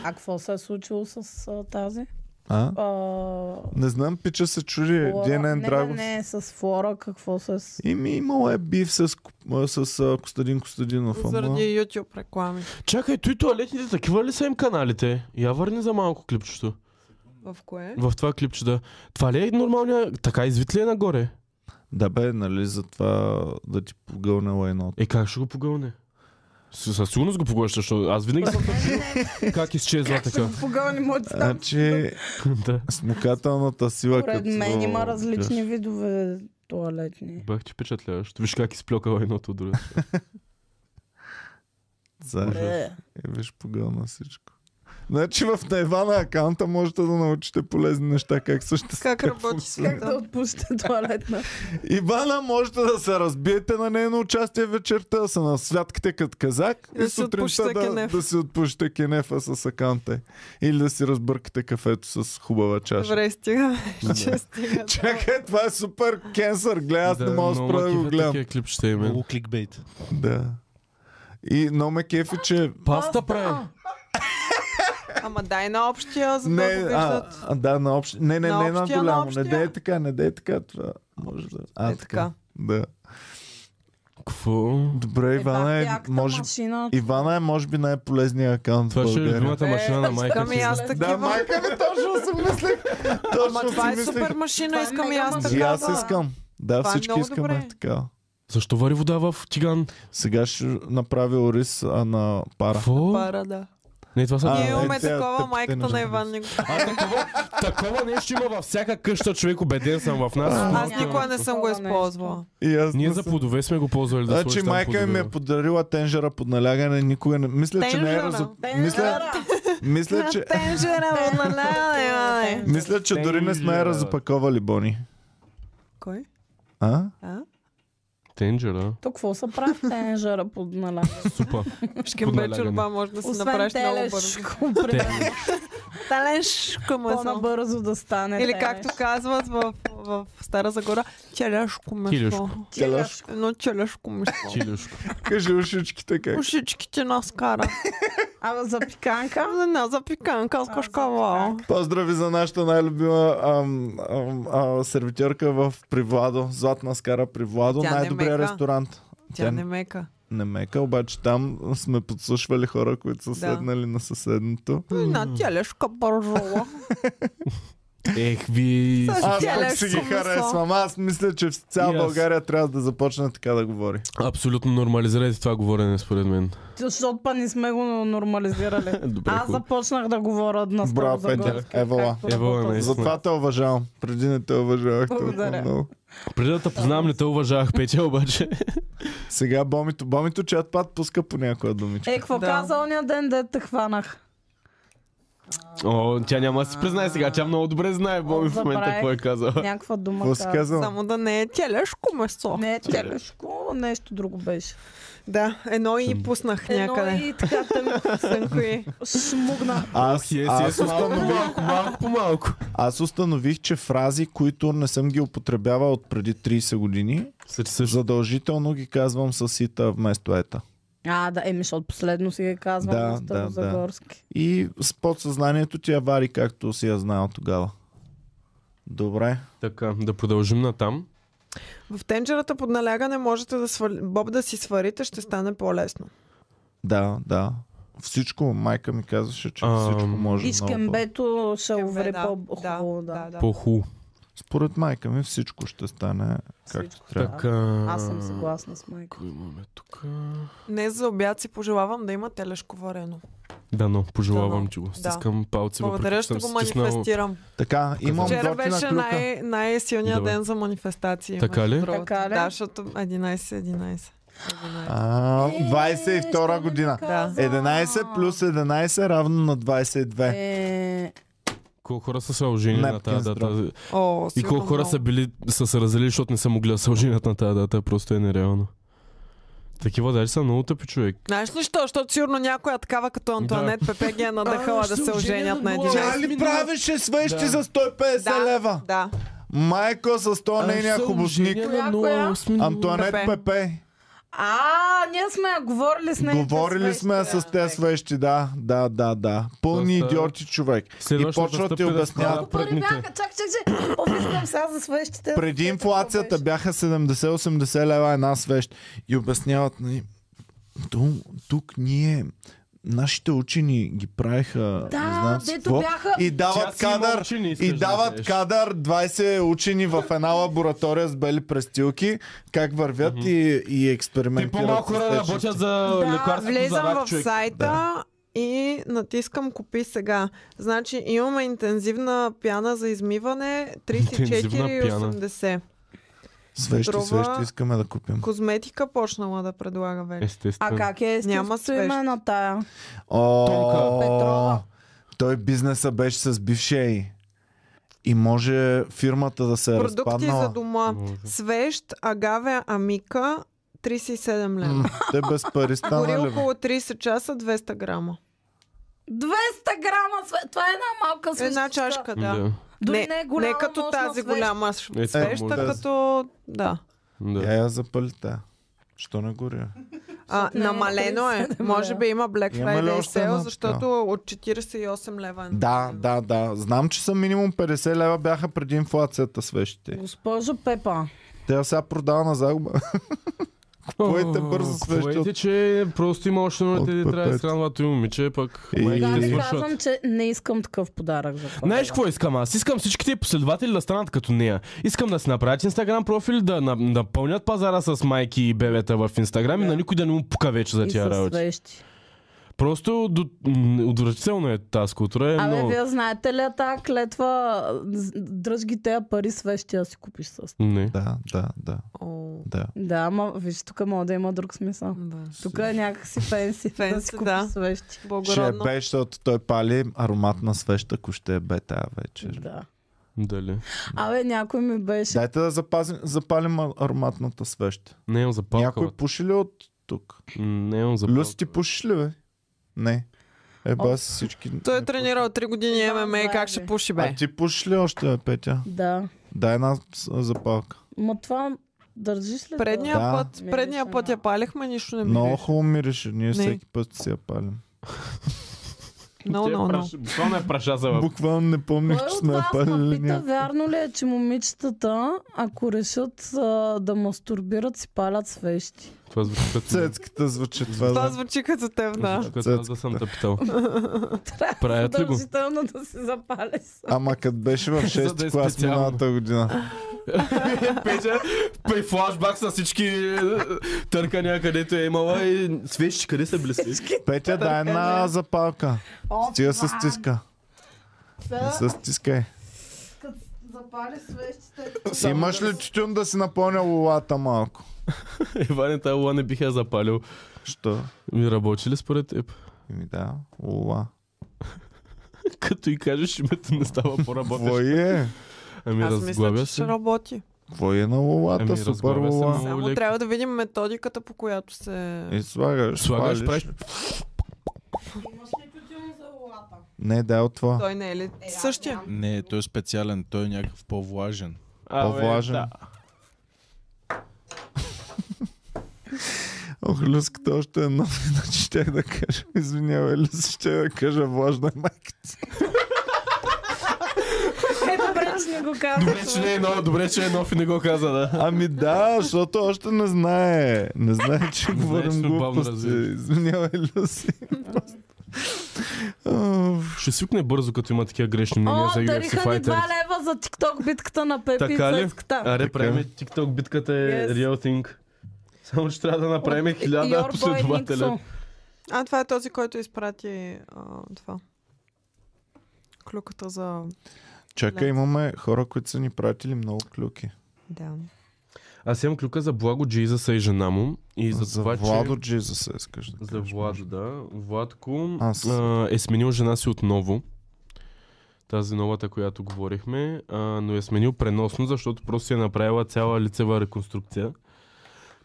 D: А какво се е случило с а, тази?
A: А?
D: А,
A: Не знам, пича се чуди. Един
D: Флора-
A: ден
D: не,
A: Драгов.
D: не, не, с Флора какво се... с-
A: Ими имало е бив с, Ку- а, с а, Костадин Костадинов. Ама...
B: Заради YouTube реклами.
C: Чакай, той туалетните такива ли са им каналите? Я върни за малко клипчето.
B: В кое?
C: В това клипче, да. Това ли е нормалния... Така извит ли е нагоре?
A: Да бе, нали, за това да ти погълне лайното.
C: Е, как ще го погълне? С- Със сигурност го погълнеш, защото аз винаги съм как изчезва така.
D: Погълни му ти там.
A: Значи,
C: да.
A: смукателната сила
D: Поред
A: като...
D: мен има различни видове туалетни.
C: Бах ти впечатляващ. Виж как изплюкала едното от друго.
A: За...
D: Е,
A: Е, виж, погълна всичко. Значи в Тайвана акаунта можете да научите полезни неща, как съществува.
B: Как работи
D: Как да
B: света?
D: отпусти туалетна?
A: Ивана, можете да се разбиете на нейно участие вечерта, да са на святките като казак
B: И
A: и,
B: да си
A: сутринта
B: отпушите
A: да,
B: кенеф.
A: да си отпушите кенефа с акаунта. й. Или да си разбъркате кафето с хубава чаша.
B: Добре, стига. Ще стига.
A: Чакай, това е супер кенсър. Гледай, аз не мога да
C: много е
A: спра да го
C: такива
A: гледам.
C: такива клипчета
A: Ами.
C: има.
E: Много кликбейт.
A: Да. И но ме кефи, че...
C: Паста прави.
B: Ама дай на общия, за да
A: Не,
B: го
A: а,
B: виждат.
A: а, да, на общ... Не, не,
B: На
A: не на
B: общия, на
A: голямо. Не
B: общия.
A: дей така, не дей така. Това може да... А,
B: Е така.
A: Да.
C: Какво?
A: Добре, Ивана е,
D: Пак
A: може...
D: машина.
A: Ивана е, може би най-полезният акаунт в
C: Това ще е
A: България.
C: любимата машина на майка
B: Искам и
C: ти.
B: Ами аз
A: Да,
B: такива.
A: майка ми, точно си мислих.
B: Ама
A: Точно
B: това
A: си
B: е
A: мислих.
B: супер машина,
D: Това е
B: искам и
D: мега
B: аз
D: машина.
A: И
B: такава.
A: аз искам. Да,
B: Това е
A: всички
B: много
A: искаме
B: добре.
A: така.
C: Защо вари вода в тиган?
A: Сега ще направя ориз а, на пара.
C: Какво?
B: Пара, да.
C: Не, това са
A: А,
B: Ние имаме
A: е, тя-
B: такова,
A: тъпките
B: майката
A: неща.
B: на Иван Николов.
C: А такова, такова нещо има във всяка къща, човек, убеден съм в нас.
B: Аз
D: няма
B: никога не съм го
D: такова нещо.
B: използвала.
A: И аз
C: Ние
A: не
C: за
A: съм-
C: плодове сме го ползвали да
A: Значи
C: сложиш там
A: майка ми ми е
C: плодове.
A: подарила тенжера под налягане, никога не... Мисля, че не е
B: Тенджера.
A: разо... Мисля, мисля, че...
B: Тенжера, лалала, Иване.
A: Мисля, че дори не сме я разопаковали, Бони.
B: Кой?
A: А?
B: А?
C: Тенджера.
D: Тук какво се прави тенжера под наля?
C: Супа.
B: Шкембе
C: Подналягане.
B: чорба може да си
D: Освен
B: направиш много бързо.
D: телешко,
C: Те-
D: примерно.
B: Телешко месо.
D: По-набързо да стане.
B: Или
D: телеш.
B: както казват в, в Стара Загора, челешко месо.
C: Килешко.
A: Телешко.
B: Едно челешко месо.
C: Чилешко.
A: Кажи ушичките как.
B: Ушичките нас кара.
D: А за пиканка?
B: За една запиканка с
D: за
B: кашкавал.
A: Поздрави за нашата най-любима ам, ам, а, сервитьорка в Привладо. Златна скара Привладо.
B: Тя не
A: Най-добрия
B: мека.
A: ресторант.
B: Тя не мека.
A: не мека, обаче там сме подслушвали хора, които са седнали на съседното.
B: Една телешка бържола.
C: Ех ви...
B: Със
A: Аз
B: телешко
A: пък си ги
B: месо.
A: харесвам. Аз мисля, че в цяла
C: И аз.
A: България трябва да започне така да говори.
C: Абсолютно нормализирайте това говорене според мен.
D: Защото па не сме го нормализирали.
C: Добре,
D: Аз започнах да говоря на
A: Браво, Петя.
D: Старозагорска,
A: Евала.
D: както
C: Евала,
D: работя.
C: наистина.
A: Затова те уважавам. Преди не те уважавах толкова
D: Благодаря.
A: много.
C: Преди да те познавам, не те уважавах, Петя, обаче.
A: Сега бомито, бомито чат пат пуска по някоя думичка.
D: Е, какво
B: Да.
D: каза ония ден, де те хванах?
C: О, тя няма да се признае сега. Тя много добре знае, Боми, в момента
D: Забравих.
C: какво е казала.
D: Някаква дума
A: Какво си
D: каза.
A: казал?
B: Само да не е телешко месо.
D: Не, телешко. нещо друго беше.
B: Да, едно и пуснах
D: Е,
G: Едно
B: някъде.
G: и така тънко.
B: Тънко и...
D: Шмугна.
A: Аз,
C: Е,
A: аз,
C: малко, малко по малко.
A: аз установих, че фрази, които не съм ги употребявал от преди 30 години, задължително ги казвам с ита вместо ета.
D: А, да, еми, защото последно си ги казвам
A: Да,
D: на
A: да,
D: Старозагорски.
A: И с подсъзнанието ти я вари както си я знаел тогава. Добре.
C: Така, да продължим натам.
B: В тенджерата под налягане можете да свали... Боб да си сварите, ще стане по-лесно.
A: Да, да. Всичко, майка ми казваше, че
C: Ам,
A: всичко може
D: И
A: много. по-
D: шкембето ще уври
B: Да,
D: по-хубаво, да.
B: да.
C: По-ху.
A: Според майка ми всичко ще стане както
D: Всичко,
A: трябва.
D: да.
C: Така.
D: Аз съм съгласна с майка.
C: Какво имаме тук?
B: Днес за обяд си пожелавам да има телешко варено.
C: Да, но пожелавам
B: Дано.
C: ти
B: Да.
C: го. Стискам палци,
B: Благодаря,
C: въпреки че
B: ще
C: съм
B: го
C: стиснал.
B: манифестирам.
A: Така, имам
B: Вчера
A: готина
B: беше
A: клюка.
B: най- най-силният
C: Добре.
B: ден за манифестации.
C: Така
B: между
C: ли?
B: другото.
D: Така ли?
B: Да, защото 11-11.
A: А,
B: Е,
A: 22 година.
B: Да.
A: 11 плюс 11 равно на 22.
D: Е,
C: Колко хора са се оженили на
A: Лепкин
C: тази дата?
A: здраве.
B: О,
C: И колко хора са били, са се разделили, защото не са могли да се оженят на тази дата. Просто е нереално. Такива даже са много тъпи човек.
B: Знаеш ли що? Защото сигурно някоя такава като Антуанет ПП ги е надъхала да се оженят на един.
A: Тя ли Нали правеше свещи за 150 лева?
B: Да.
A: Майко с то
C: Ами,
A: нейния хубосник. Антуанет
B: Пепе.
A: Пепе.
D: А, ние сме я говорили с нея.
A: Говорили сме я с тези свещи, да, да, да, да. Пълни
C: Доста-
A: идиоти човек. И почва да ти обясняват.
D: Пари бяха, чак, чак, чак. Обискам сега за свещите.
A: Преди инфлацията бяха 70-80 лева една свещ. И обясняват, нали, тук, тук ние Нашите учени ги правиха,
D: Да,
A: не знам си
D: дето
A: какво,
D: бяха-
A: и дават
C: Тя си има
A: кадър,
C: учени, искаш
A: и
C: да
A: дават
C: кажеш.
A: кадър 20 учени в една лаборатория с бели престилки, как вървят и, и
C: Те
A: експериментират.
C: по-малко
A: с
C: хора
A: течните.
C: работят за
B: да
C: лекарството за
B: влезам
C: рак,
B: в
C: човек.
B: сайта
A: Да.
B: и натискам купи сега. Значи имаме интензивна пяна за измиване
C: Интензивна пяна.
B: 34,80.
A: Свещи,
B: Струва-
A: свещи, искаме да купим.
B: Козметика почнала да предлага вече.
C: Естествено.
D: А как е
B: Няма
D: естеството
B: свещ.
D: име на тая?
A: О,
C: Тонка.
D: Петрова.
A: Той бизнеса беше с бившия й. И може фирмата да се е
B: Продукти за
A: разпаднала.
B: дома. Свещ, агаве, амика, 37
A: М,
B: лева.
A: нали? Те без пари
B: Гори
A: станали. бе.
B: около 30 часа 200 грама.
D: 200 грама свещ. Това е една малка свещ.
B: Една чашка, да.
C: Да.
D: Дори не е голяма
B: не като
D: нощна
B: тази
D: свещ.
B: голяма ш-
C: Е,
B: свеща,
A: може да.
B: като... Да.
C: Да.
A: Я я запалита. Що не горя?
B: А,
D: не е
B: намалено е.
D: 37
B: Може
D: лева.
B: би има Black
A: Има ли
B: Friday
A: още една
B: sale,
A: така?
B: защото от 48 лева е.
A: Да, да, да. Знам, че са минимум 50 лева бяха преди инфлацията свещите.
D: Госпожо Пепа,
A: Тя сега продава на загуба. Купувайте бързо свещи
C: Купувайте,
A: от-
C: че просто има още едно
A: от
C: дете, де трябва да
A: пепето.
C: изхранва и момиче, пък
A: И-
C: майките
A: Да,
D: Аз
A: Те
C: свършват.
D: казвам, че не искам такъв подарък за коледа.
C: Знаеш какво искам аз? Искам всичките последователи да станат като нея. Искам да си направят инстаграм профили, да на- напълнят пазара с майки и бебета в инстаграм и на никой да не му пука вече за
D: И
C: тия
D: със
C: работи.
D: свещи.
C: Просто до... м, отвратително е тази култура. Е
D: Абе,
C: много...
D: вие знаете ли я тая клетва, з- дръж ги тея пари свещи, а си купиш с.
C: Не.
A: Да, да, да,
B: О,
A: да.
D: Да, ама виж, тук мога да има друг смисъл.
B: да.
D: Тук е някакси фенси, да
B: Фенси,
D: си купиш
B: да.
D: свещи.
A: Ще е
B: Благородно.
A: бе, защото той пали ароматна свеща, ако ще е бе тая вечер.
D: Да.
C: Дали.
D: Абе, някой ми беше.
A: Дайте да запазим, запалим а- ароматната свеща.
C: Не имам запалкала.
A: Някой пуши ли от тук?
C: Не имам запалкала.
A: Люси ти пушиш ли, бе? Не. Е, бас всички...
B: Той е
A: не
B: тренирал 3 години
D: Да,
B: ММА и как ще
D: знаеме.
B: пуши,
A: пушат.
B: бе.
A: А ти пушиш ли още, бе, Петя?
D: Да.
A: Дай една с- запалка.
D: Ма това държиш ли?
B: Предния
A: Да.
B: път, предния
D: Мириш,
B: път
D: ама.
B: я палихме, нищо не
A: Много
B: мирише.
A: хубаво мирише, ние
B: Не.
A: всеки път си я палим.
B: Но, но, но.
C: Това не е праша за въп.
A: Буквално не помних,
D: Кой
A: че
D: от
A: сме я
D: вас ме
A: палили
D: пита,
A: някой.
D: вярно ли е, че момичетата, ако решат а, да мастурбират, си палят свещи?
C: Това звучи като...
A: Цецката звучи това.
B: Това
A: да.
B: звучи като теб, да.
C: Звучи като аз да съм тъпитал. Правят ли го?
D: Задължително да си запаля свещи.
A: Ама като беше в
C: За да
A: 6
C: е
A: клас
C: специално.
A: миналата година.
C: Петя при флашбак с всички е, търкания, където е имала и свещи, къде са били свещи?
A: Петя, дай една запалка. Стига се стиска. Не се стискай.
D: Запали свещите.
A: Имаш ли тютюн да си напълня лулата малко?
C: Иване, тая лула не бих я запалил.
A: Що?
C: Ми работи ли според теб?
A: Ми да, лула.
C: Като и кажеш името не става по-работещо.
A: Твое е.
C: Ами
B: Аз мисля, че
C: разглавя
B: ще
C: се.
B: работи.
A: Какво е на лолата?
H: Еми,
A: Супер
H: разговаря се
A: лола.
H: много.
B: Само
H: леко.
B: трябва да видим методиката, по която се...
A: И слагаш,
C: Слагаш,
A: палиш.
C: правиш...
A: Не, дай от това.
B: Той не е ли същия?
E: Не, той е специален, той е някакъв по-влажен.
H: А, бе,
A: По-влажен.
H: да.
A: Ох, люската още едно, иначе щях да кажа. Извинявай, Люси, ще да кажа влажна майка.
D: Е, добре, че не го казвам.
C: Добре, че не е нов, добре, че е нов и не го каза, да.
A: Ами да, защото още не знае. Не знае, че
H: Не знае, че
A: говорим
H: се отбавно
A: глупости.
H: развиваш.
A: Извинявай, Люси. Оф.
C: Ще свикне бързо, като има такива грешни мнения
D: О,
C: е за UFC
D: дариха ни 2
C: Fighter.
D: лева за TikTok битката на Пепи и
C: Така ли?
D: Цецката.
C: Аре,
A: Така.
C: правим TikTok битката е
D: Yes.
C: real thing. Само, че трябва да направим
D: От Your
C: хиляда
D: Boy
C: последователя.
D: Nixo.
B: А, това е този, който изпрати а, това. Клюката за...
A: Чакай, имаме хора, които са ни пратили много клюки.
B: Да.
C: Аз имам клюка за Благо Джизаса и жена му. И за,
A: За
C: това,
A: Владо
C: че...
A: Джизус, искаш да
C: За
A: кажеш.
C: Владо, да. Владко
A: Аз.
C: а, е сменил жена си отново. Тази новата, която говорихме. А, но е сменил преносно, защото просто си е направила цяла лицева реконструкция.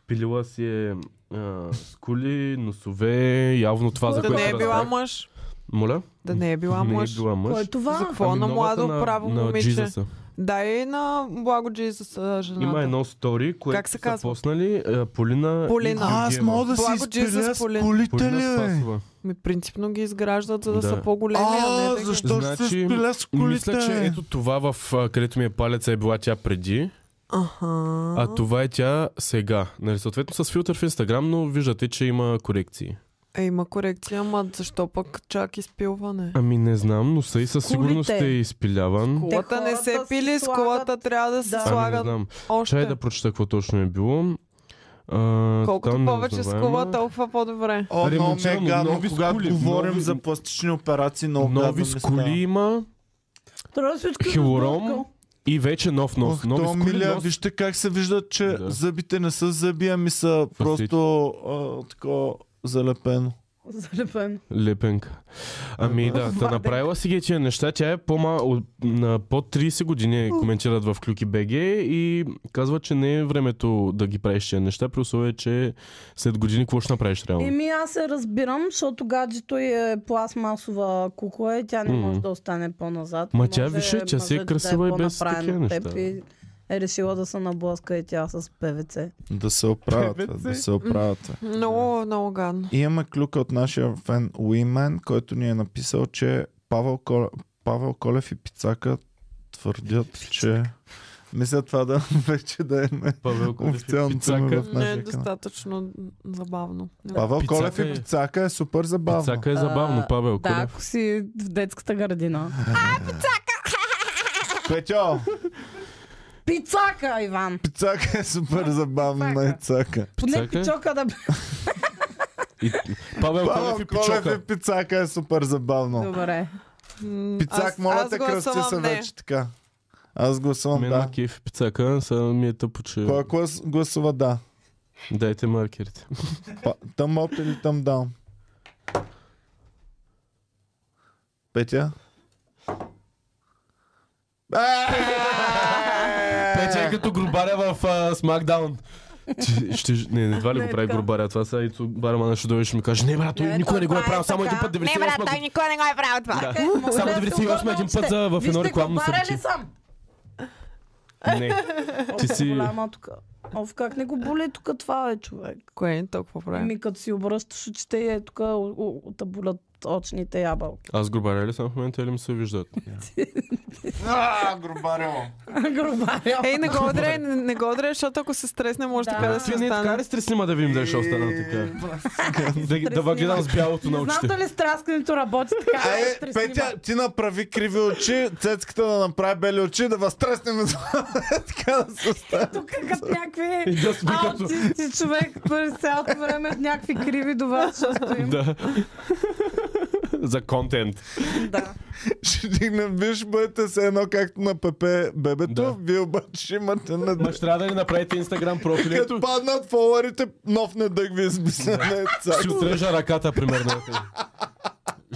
C: Пилила си е а, скули, носове, явно това, за
B: Да
C: което
B: не е била
C: разбрах.
B: мъж.
C: Моля?
B: Да не е била
C: не е
B: мъж.
C: била мъж. Ами
D: Кой е
B: За
D: това?
B: какво на
C: новата
B: младо право
C: на
B: момиче?
C: Джизъса.
B: Да, и на Благо Джизус а, жената.
C: Има едно стори, което
B: Как се
C: са
B: казва?
C: поснали а, Полина,
B: Полина.
C: и
A: А, Аз
C: Георгиева.
A: мога да си
B: Благо
A: изпиля
B: Джизус,
A: с
B: Полин.
A: колите
C: Полина
A: ли, бе?
C: Спасова.
B: Ми принципно ги изграждат, за да,
C: Да.
B: са по-големи, а не
A: А,
B: да ги-
A: защо ще се
C: Значи,
A: спиля с колите?
C: Мисля, че ето това, в а, където ми е палеца, е била тя преди,
B: Аха.
C: а това е тя сега. Нали, съответно с филтър в Инстаграм, но виждате, че има корекции.
B: Е, има корекция, ама защо пък чак изпилване?
C: Ами не знам, но са и със
D: Скулите.
C: сигурност е изпиляван.
D: Те
B: Колата не се
D: хората си
B: пили, с колата
D: слагат-
B: трябва да се
D: Да. Ами не
C: Ами не
B: слагат
C: знам.
B: още.
C: Чай да прочета какво точно е било. А,
B: Колкото
C: тотално
B: повече с
C: неузнаваемо.
B: кола, толкова по-добре.
A: О, много ми е
C: Ремонтирано,
A: гадно,
C: нови
A: когато
C: скули,
A: говорим
C: нови-
A: за пластични операции, много гадно ми
C: Нови
A: става.
C: скули има
D: Трябва всички да
C: Хилором.
D: сбъркал.
C: и вече нов нос.
A: Ох,
C: Нови
A: то,
C: скули,
A: миля,
C: нов
A: вижте как се вижда, че
C: Да.
A: зъбите не са зъби, ами са просто а, такова залепено.
D: Залепен.
C: Лепенка. Ами да, та направила си ги тия неща. Тя е по-ма, от- на под 30 години коментират в Клюки БГ и казва, че не е времето да ги правиш тия неща, при условие, че след години какво ще направиш реално.
D: Еми аз се разбирам, защото гаджето й е пластмасова кукла и тя не
C: Мгм.
D: може да остане по-назад.
C: Ма тя
D: Може
C: више, тя си е
D: мъжът
C: красива
D: да
C: и без
D: по-направен
C: такива
D: от
C: неща.
D: теб И е решила да се наблъска и тя с ПВЦ.
A: Да се оправят, бе, да се оправят. бе.
B: Много, много гадно.
A: И имаме клюка от нашия фен Уимен, който ни е написал, че Павел, Кол... Павел Колев и Пицака твърдят, че... Мисля това да вече да е на
C: Павел
A: официалното име в
B: Не е
A: нашия канал.
B: достатъчно забавно. Не.
A: Павел
C: Пицака
A: Колев и
C: е-
A: Пицака е супер забавно.
C: Пицака е забавно,
D: А,
C: Павел
D: Да,
C: Колев.
D: ако си в детската градина.
C: е-
A: Петьо,
D: Пицака, Иван!
A: Пицака е супер забавно на Ицака.
D: Поне
C: Пицака?
D: пичока да...
C: И- Павел
A: Павел
C: Колев и
A: Колев
C: Пичока.
A: и Пицака е супер забавно.
D: Добре.
B: М,
A: Пицак,
B: аз-
A: моля
B: аз
A: те, кръсти
B: гласувам
A: се
B: не.
A: вече така. Аз гласувам
C: Мен
A: да.
C: на Киев и Пицака, сега ми е тъпо, че...
A: Кой глас, гласува да?
C: Дайте маркерите.
A: Па, Тъм up или тъм down? Петя?
C: Петя е като грубаря в а, Смакдаун. Ти Ще, не, едва ли го прави грубаря. Това сега Ицо Бармана ще дойде и ще ми каже, не брат, той
D: Не,
C: никога
D: той
C: не го е
D: прави
C: правил, само
D: така.
C: един път 98 го.
B: никога не го е правил това.
C: Да.
D: Е, мога
C: Само
D: да се
C: 98
D: обърна
C: един път
D: още.
C: за, в едно
D: Вижте,
C: рекламно
D: губаря ли
C: събитие.
D: съм?
C: Не,
D: Ти
C: Ти си-
D: Голяма тук. Оф, как не го боли тук това, е, човек.
B: Кое е толкова прави?
D: Еми, като си обръщаш очите и е тук табулят очните ябълки.
C: аз грубаря ли съм в момента или ми се виждат?
A: А, грубарел.
D: Грубаря.
B: Ей, не го удряй, не, не го удряй, защото ако се стресне, може
D: Да.
B: така да
C: Ти
B: се
C: не е така
B: стане.
C: ли стреснима да видим дали ще остана така? Да, ги- да ви гледам с бялото на
D: Не знам
C: очите.
D: дали стряскането работи така. да
A: Е,
D: стреснима.
A: Петя, ти направи криви очи, цецката да направи бели очи, да възтреснем така да се остави.
D: Тук е като някакви
C: И да сме като...
D: аутисти човек през цялото време в някакви криви до вас, защото им...
C: Да. За контент.
D: Да.
A: Ще дигнем, вие ще бъдете се едно както на пепе бебето,
C: Да.
A: вие обаче ще имате на
C: Ма ще трябва да ни направите инстаграм профил.
A: Като
C: Ето,
A: паднат фоларите, нов недъг ви измисля на
C: Ще
A: цецката.
C: отрежа ръката, примерно.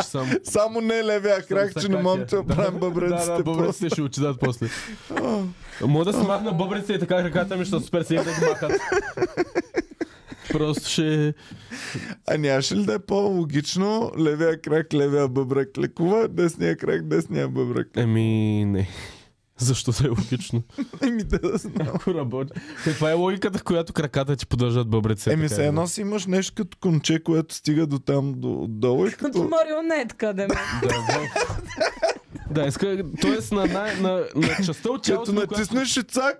C: Ще съм...
A: Само не левия крак, че не мога да ти оправим
C: Да,
A: бъбреците.
C: да,
A: просто.
C: бъбреците ще отидат после. Мога да си махна бъбреците и така краката ми ще са супер силни да ги махат. Просто ще...
A: А нямаше ли да е по-логично левия крак, левия бъбрек лекува, десния крак, десния бъбрек?
C: Еми, не. Защо да е логично?
A: Еми да, да знам.
C: Ако работи. Каква е логиката, в която краката ти поддържат бъбреците?
A: Еми
C: така е,
A: се
C: или
A: едно си имаш нещо като конче, което стига до там, до отдолу и
D: Като
A: като...
D: марионетка, да ме.
C: Да, в- да иска, т.е. на, най- на, на частта от
A: Като
C: тялото, на която-
A: натиснеш и цак,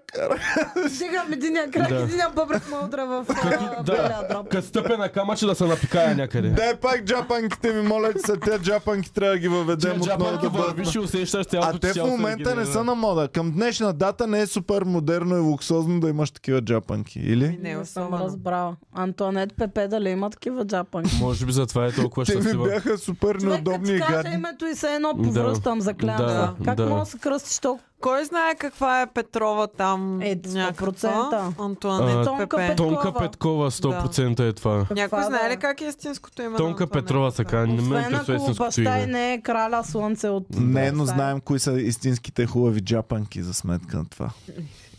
D: Стигам единия крак,
C: Да.
D: единия бъбрек му удра в а, белия
C: да,
D: дроб.
C: като стъпя на камъче да се напикая някъде.
A: дай пак джапанките ми, моля че са те джапанки трябва да ги въведем отново да бъдат.
C: вървиш и усещаш
A: А
C: тялото е
A: те
C: ти
A: в момента не са на мода. Към днешна дата не е супер модерно и луксозно да имаш такива джапанки, или?
B: Не,
D: съм
B: особено.
D: разбрала. Антуанет Пепе дали има такива джапанки?
C: Може би затова е толкова
A: Те ми
C: щастлива.
A: бяха супер
D: Човек, като
A: неудобни
D: ти
A: и
D: кажа
A: гадни.
D: името и се едно
C: Да.
D: повръщам за
C: Да,
D: кляна. Как
C: да.
D: мога да се кръстиш толкова?
B: Кой знае каква е Петрова там?
D: Е,
B: някаква?
D: 100%.
C: А,
B: Антуанет
D: Тонка
B: Пепе.
D: Пет-
C: Тонка Петкова 100% е това.
B: Някой
D: Това да
B: знае
D: е.
B: ли как е истинското име? на
C: Тонка
B: Антуанет
C: Петрова
B: Пепе?
C: така, не ме
D: Освен
C: интересува
D: ако
C: истинското
D: баща и
C: име.
D: не е краля слънце от...
A: Не, но
D: Баща е.
A: знаем кои са истинските хубави джапанки за сметка на това.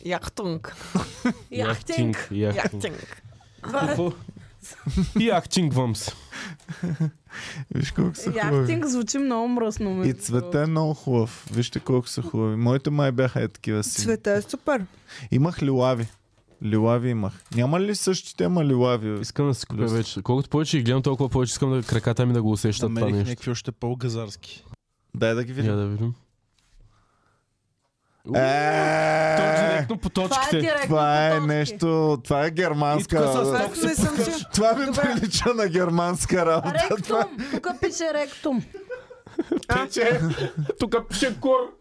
B: Яхтунг.
D: Яхтинг.
C: Яхтинг.
B: Яхтинг.
C: Какво? Яхтинг въмс.
A: Виж колко са хубави.
D: Яхтинг звучи много мръсно.
A: И
D: между
A: цвета е много хубав. Вижте колко са хубави. Моите май бяха е такива си.
B: Цвета е супер.
A: Имах лилави. Лилави имах. Няма ли същите, ама лилави? бе?
C: Искам да си купя вече. Колкото повече ги гледам, толкова повече искам да краката ми да го усещат това
E: Намерих
C: нещо.
E: някакви още по-газарски.
A: Дай да ги видим.
C: Я да видим. То
A: Е,
C: директно по
D: Това е
C: точките.
D: директно
A: това е
D: по точки.
A: нещо, това е
C: И тук с
A: германска.
C: това-
B: Аз не съм си...
A: Това ми
B: Добре.
A: прилича на германска работа. Това
D: Ректум! Тук пише ректум.
C: Пече. Тук пише кор.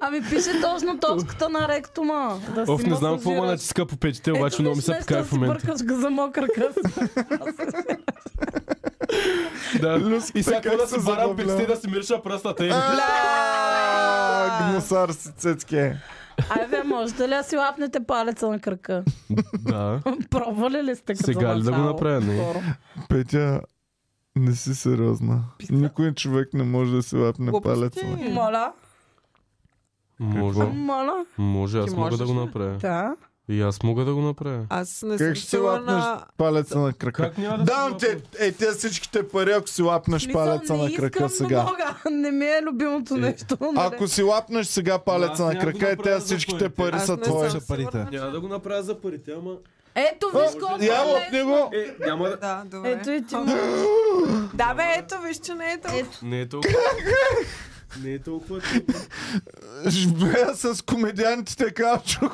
D: Ами пише точно точката на ректума. Да си
C: Оф, не знам какво ме
D: масажираш.
C: натиска по печите, обаче
D: Ето
C: много ми
D: виж,
C: се
D: вместо
C: пикае
D: да
C: в
D: си
C: момента.
D: бъркаш за мокър кръст.
C: Да. И сега
A: така
C: какво да
A: се
C: се барам
A: забавлявам.
C: печите и да си мириша пръстата. е?
A: А, Гнусар си цецке.
D: Ай, бе, можете ли да си лапнете палеца на кръка?
C: Да.
D: Пробвали ли сте като
C: Сега ли да го
D: начало?
C: направя? Не.
D: Скоро.
A: Петя, не си сериозна. Никой човек не може да се лапне
B: Глупости.
A: палеца.
D: Моля,
C: Може.
D: моля.
C: Може, аз
B: Ти
C: мога да
B: можеш
C: го
B: ли?
C: направя.
D: Да.
C: И аз мога да го направя.
B: Аз не съм
A: Как ще си лапнеш
B: сигурна...
A: палеца на крака?
C: няма
A: Давам ти е те всичките пари, ако си лапнеш
D: Мисъл,
A: палеца
D: не
A: на крака
D: искам, но
A: сега.
D: мога. Не ми е любимото нещо. нали?
A: Ако си лапнеш сега
C: Аз
A: палеца на
C: няма да
A: крака, е
C: направя
A: те
C: за
A: всичките
C: парите.
A: пари
B: Аз
A: са
B: не
A: твои.
B: съм
E: Са парите.
B: сигурна.
C: Няма да го направя за парите, ама...
D: Ето виж колко
A: Я
D: е нали?
A: от него!
C: Е, няма да...
B: Да, добре.
D: Ето и ти
B: Да, бе, ето, виж, че не е толкова.
C: Не е толкова... Не е толкова...
A: Живея с комедиантите Капчо.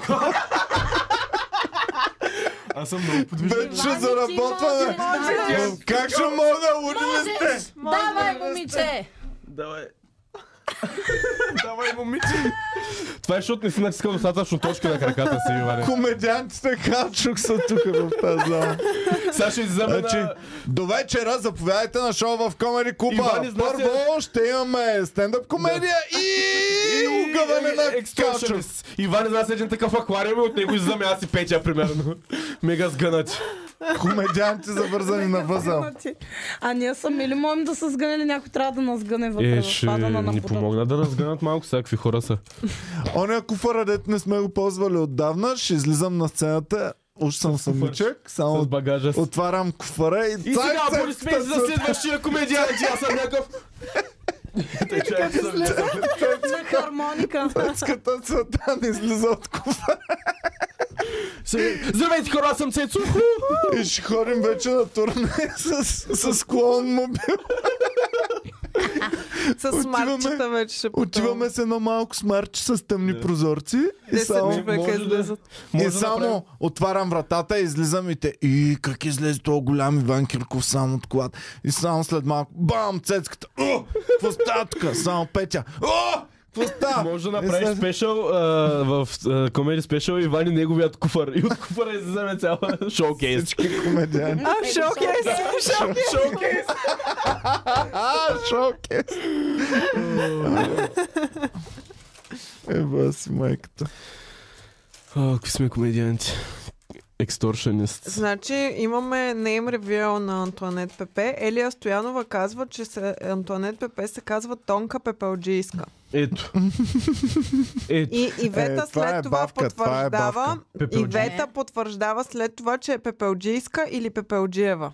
C: Аз съм много подвижен.
A: Вече заработваме.
D: можеш.
A: Но Как ще мога да луди ли сте?
D: Давай, момиче!
C: Давай. Давай, момиче. Това е защото не си натискал достатъчно точка на краката си, Иване.
A: Комедиантите Капчук са тук в тази зала.
C: Сега ще изземе
A: Значи,
C: на...
A: до вечера заповядайте на шоу в Комери Куба.
C: Иван изнася-
A: Първо ще имаме стендъп комедия и угъване на Капчук.
C: Ексторшънист. Иван изнася е един такъв аквариум и от него иззаме аз и Петя, примерно. Мега сгънати.
A: Комедианти завързани на възел.
D: Значи, А ние са мили, можем да са сгънали, някой трябва да нас сгъне вътре
A: Е,
C: Е,
D: в падана на подобно.
C: да разгънат малко сега какви хора са.
A: Оня куфара, дето не сме го ползвали отдавна, ще излизам на сцената. Уж съм самичък,
C: С
A: само
C: багажа си.
A: отварям куфара и
C: И сега аплодисменти за следващия комедиант, че аз съм някакъв... Те, че аз съм-
D: На хармоника.
A: Цецката Цветан излиза от куфара
C: Здравейте хора, аз съм Цецо.
A: и ще ходим вече на турне с, с клоун мобил.
B: С марчета вече ще потъл.
A: Отиваме с едно малко смарче с тъмни прозорци и
B: 10
A: само,
B: човека
C: може да-
B: излизат.
A: и само отварям вратата, излизам и те и как излезе този голям Иван Кирков само от колата. И само след малко бам, цецката. О, какво става тук? Само Петя. О, какво става?
C: Може да
A: И
C: направиш
A: след-
C: спешъл а, в а, комеди спешъл Иван и неговият куфар. И от куфара излизаме цяла шоукейс.
A: Всички комедианти.
B: А, е,
D: е.
B: шоукейс! Шоукейс!
C: Шоукейс!
A: А, шок е. Еба си майката. Е,
C: О, какви сме комедианти. Ексторшенист.
B: Значи имаме name reveal на Антуанет Пепе. Елия Стоянова казва, че се, Антуанет Пепе се казва Тонка Пепелджийска.
C: Ето. Ето.
B: И Ивета
A: Е, това
B: след
A: е
B: това
A: бавка, това е бавка.
B: потвърждава,
C: Пепелджи.
B: Ивета потвърждава след това, че е Пепелджийска или Пепелджиева.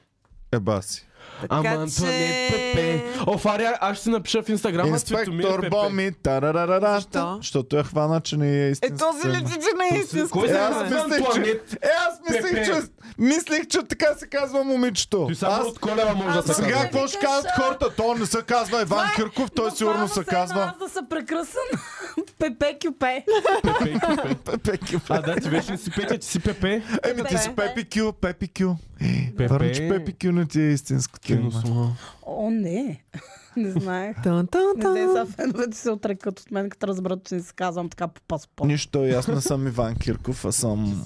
A: Еба си.
C: Ама
B: Така
C: Антуанет
B: че-
C: Пепе. Оф, Ария, аз ще си напиша в Инстаграма Цветомир
A: Инспектор
C: Пепе.
A: Боми, тарарарара.
B: Защо?
A: Защото я хвана, че не е
B: Е,
A: истинска.
B: този
A: цена.
B: личи, че не е истинска.
C: Кой
A: Е,
C: се
A: аз
C: казва
A: мислех, че...
C: Антуанет
A: Е, аз мислех,
C: Пепе.
A: че... Мислех, че така се казва момичето.
C: Ти само
A: Аз...
C: от колева може да се
A: Сега
C: казва.
A: какво ще кажат хората? То не се казва Иван
G: е
A: Кирков, той
D: Буквално
A: сигурно
D: все
A: се
D: едно
A: казва
D: Аз да е се прекръсам. Пепе кюпе.
C: Пепе, Пепе.
A: Пепе Кю.
C: А, да, ти беше ли си Петя, ти си Пепе.
A: Еми ти си Пепи Кю, Пепи Кю. Е,
C: Пепе.
A: Върна, че Пепи Кю не ти е истинското име.
D: О, не. Не знаех.
B: Тън, тън,
D: Не, дей
B: тън.
D: са феновете се отрекат от мен, като разберат, че не се казвам така по паспорт.
A: Нищо, аз не съм Иван Кирков, а съм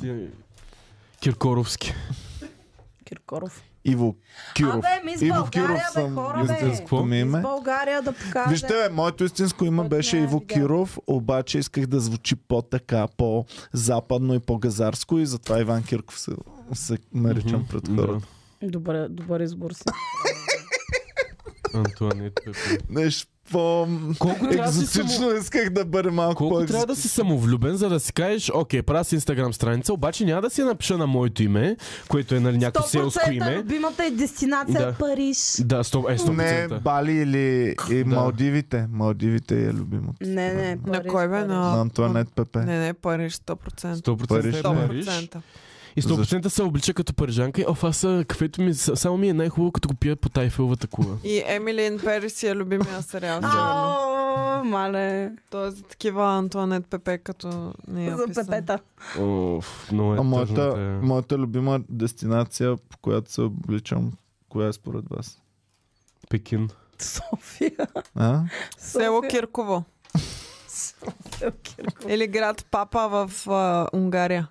C: Киркоровски.
D: Киркоров.
A: Иво Киров.
G: Абе, ми с
A: Иво
G: България,
A: Киров
G: бе,
A: съм
G: хора, бе.
A: истинското ми е
D: Из
A: име.
D: България да покаже.
A: Вижте, бе, моето истинско име
G: Който
A: беше
G: не е
A: Иво
G: видял.
A: Киров, обаче исках да звучи по-така, по-западно и по-газарско и затова Иван Кирков се, се наричам
C: Мгм,
A: пред
C: да.
A: хората.
D: Добър, добър избор си.
C: Антуанет е Пепе.
A: Нещо по...
C: Колко трябва да си
A: Екзотично исках да бъде малко
C: Колко трябва
A: по-екзотично.
C: да си самовлюбен, за да си кажеш, окей, правя си инстаграм страница, обаче няма да си я напиша на моето име, което е нали, някакво селско
D: 100%
C: име.
D: любимата е дестинация
C: Да.
D: Париж.
C: Да, 100%. Е, 100%.
A: Не Бали или и Малдивите. Малдивите е любимото.
D: Не, не,
B: На
D: Париж.
B: кой бе?
D: Париж.
A: На
B: На...
A: Антуанет е Пепе.
B: Не, не, Париж 100%.
C: 100% е
A: Париж, не.
C: Париж.
B: 100%.
C: И 100% се облича като парижанка. и, Оф, аз а, кафето ми, с- само ми е най-хубаво, като го пия по тайфелвата кула.
B: И Емилин Перис си е любимия сериал. сигурно.
D: Ао, мале.
B: Той е за такива Антуанет Пепе, като не е
D: За пепета.
C: Оф, много е
A: А моята,
C: тъжно, да.
A: моята любима дестинация, по която се обличам, коя е според вас?
C: Пекин.
D: София.
A: А?
B: Село
D: София. е
B: Кирково.
D: Село Кирков.
B: Или град Папа в а, Унгария.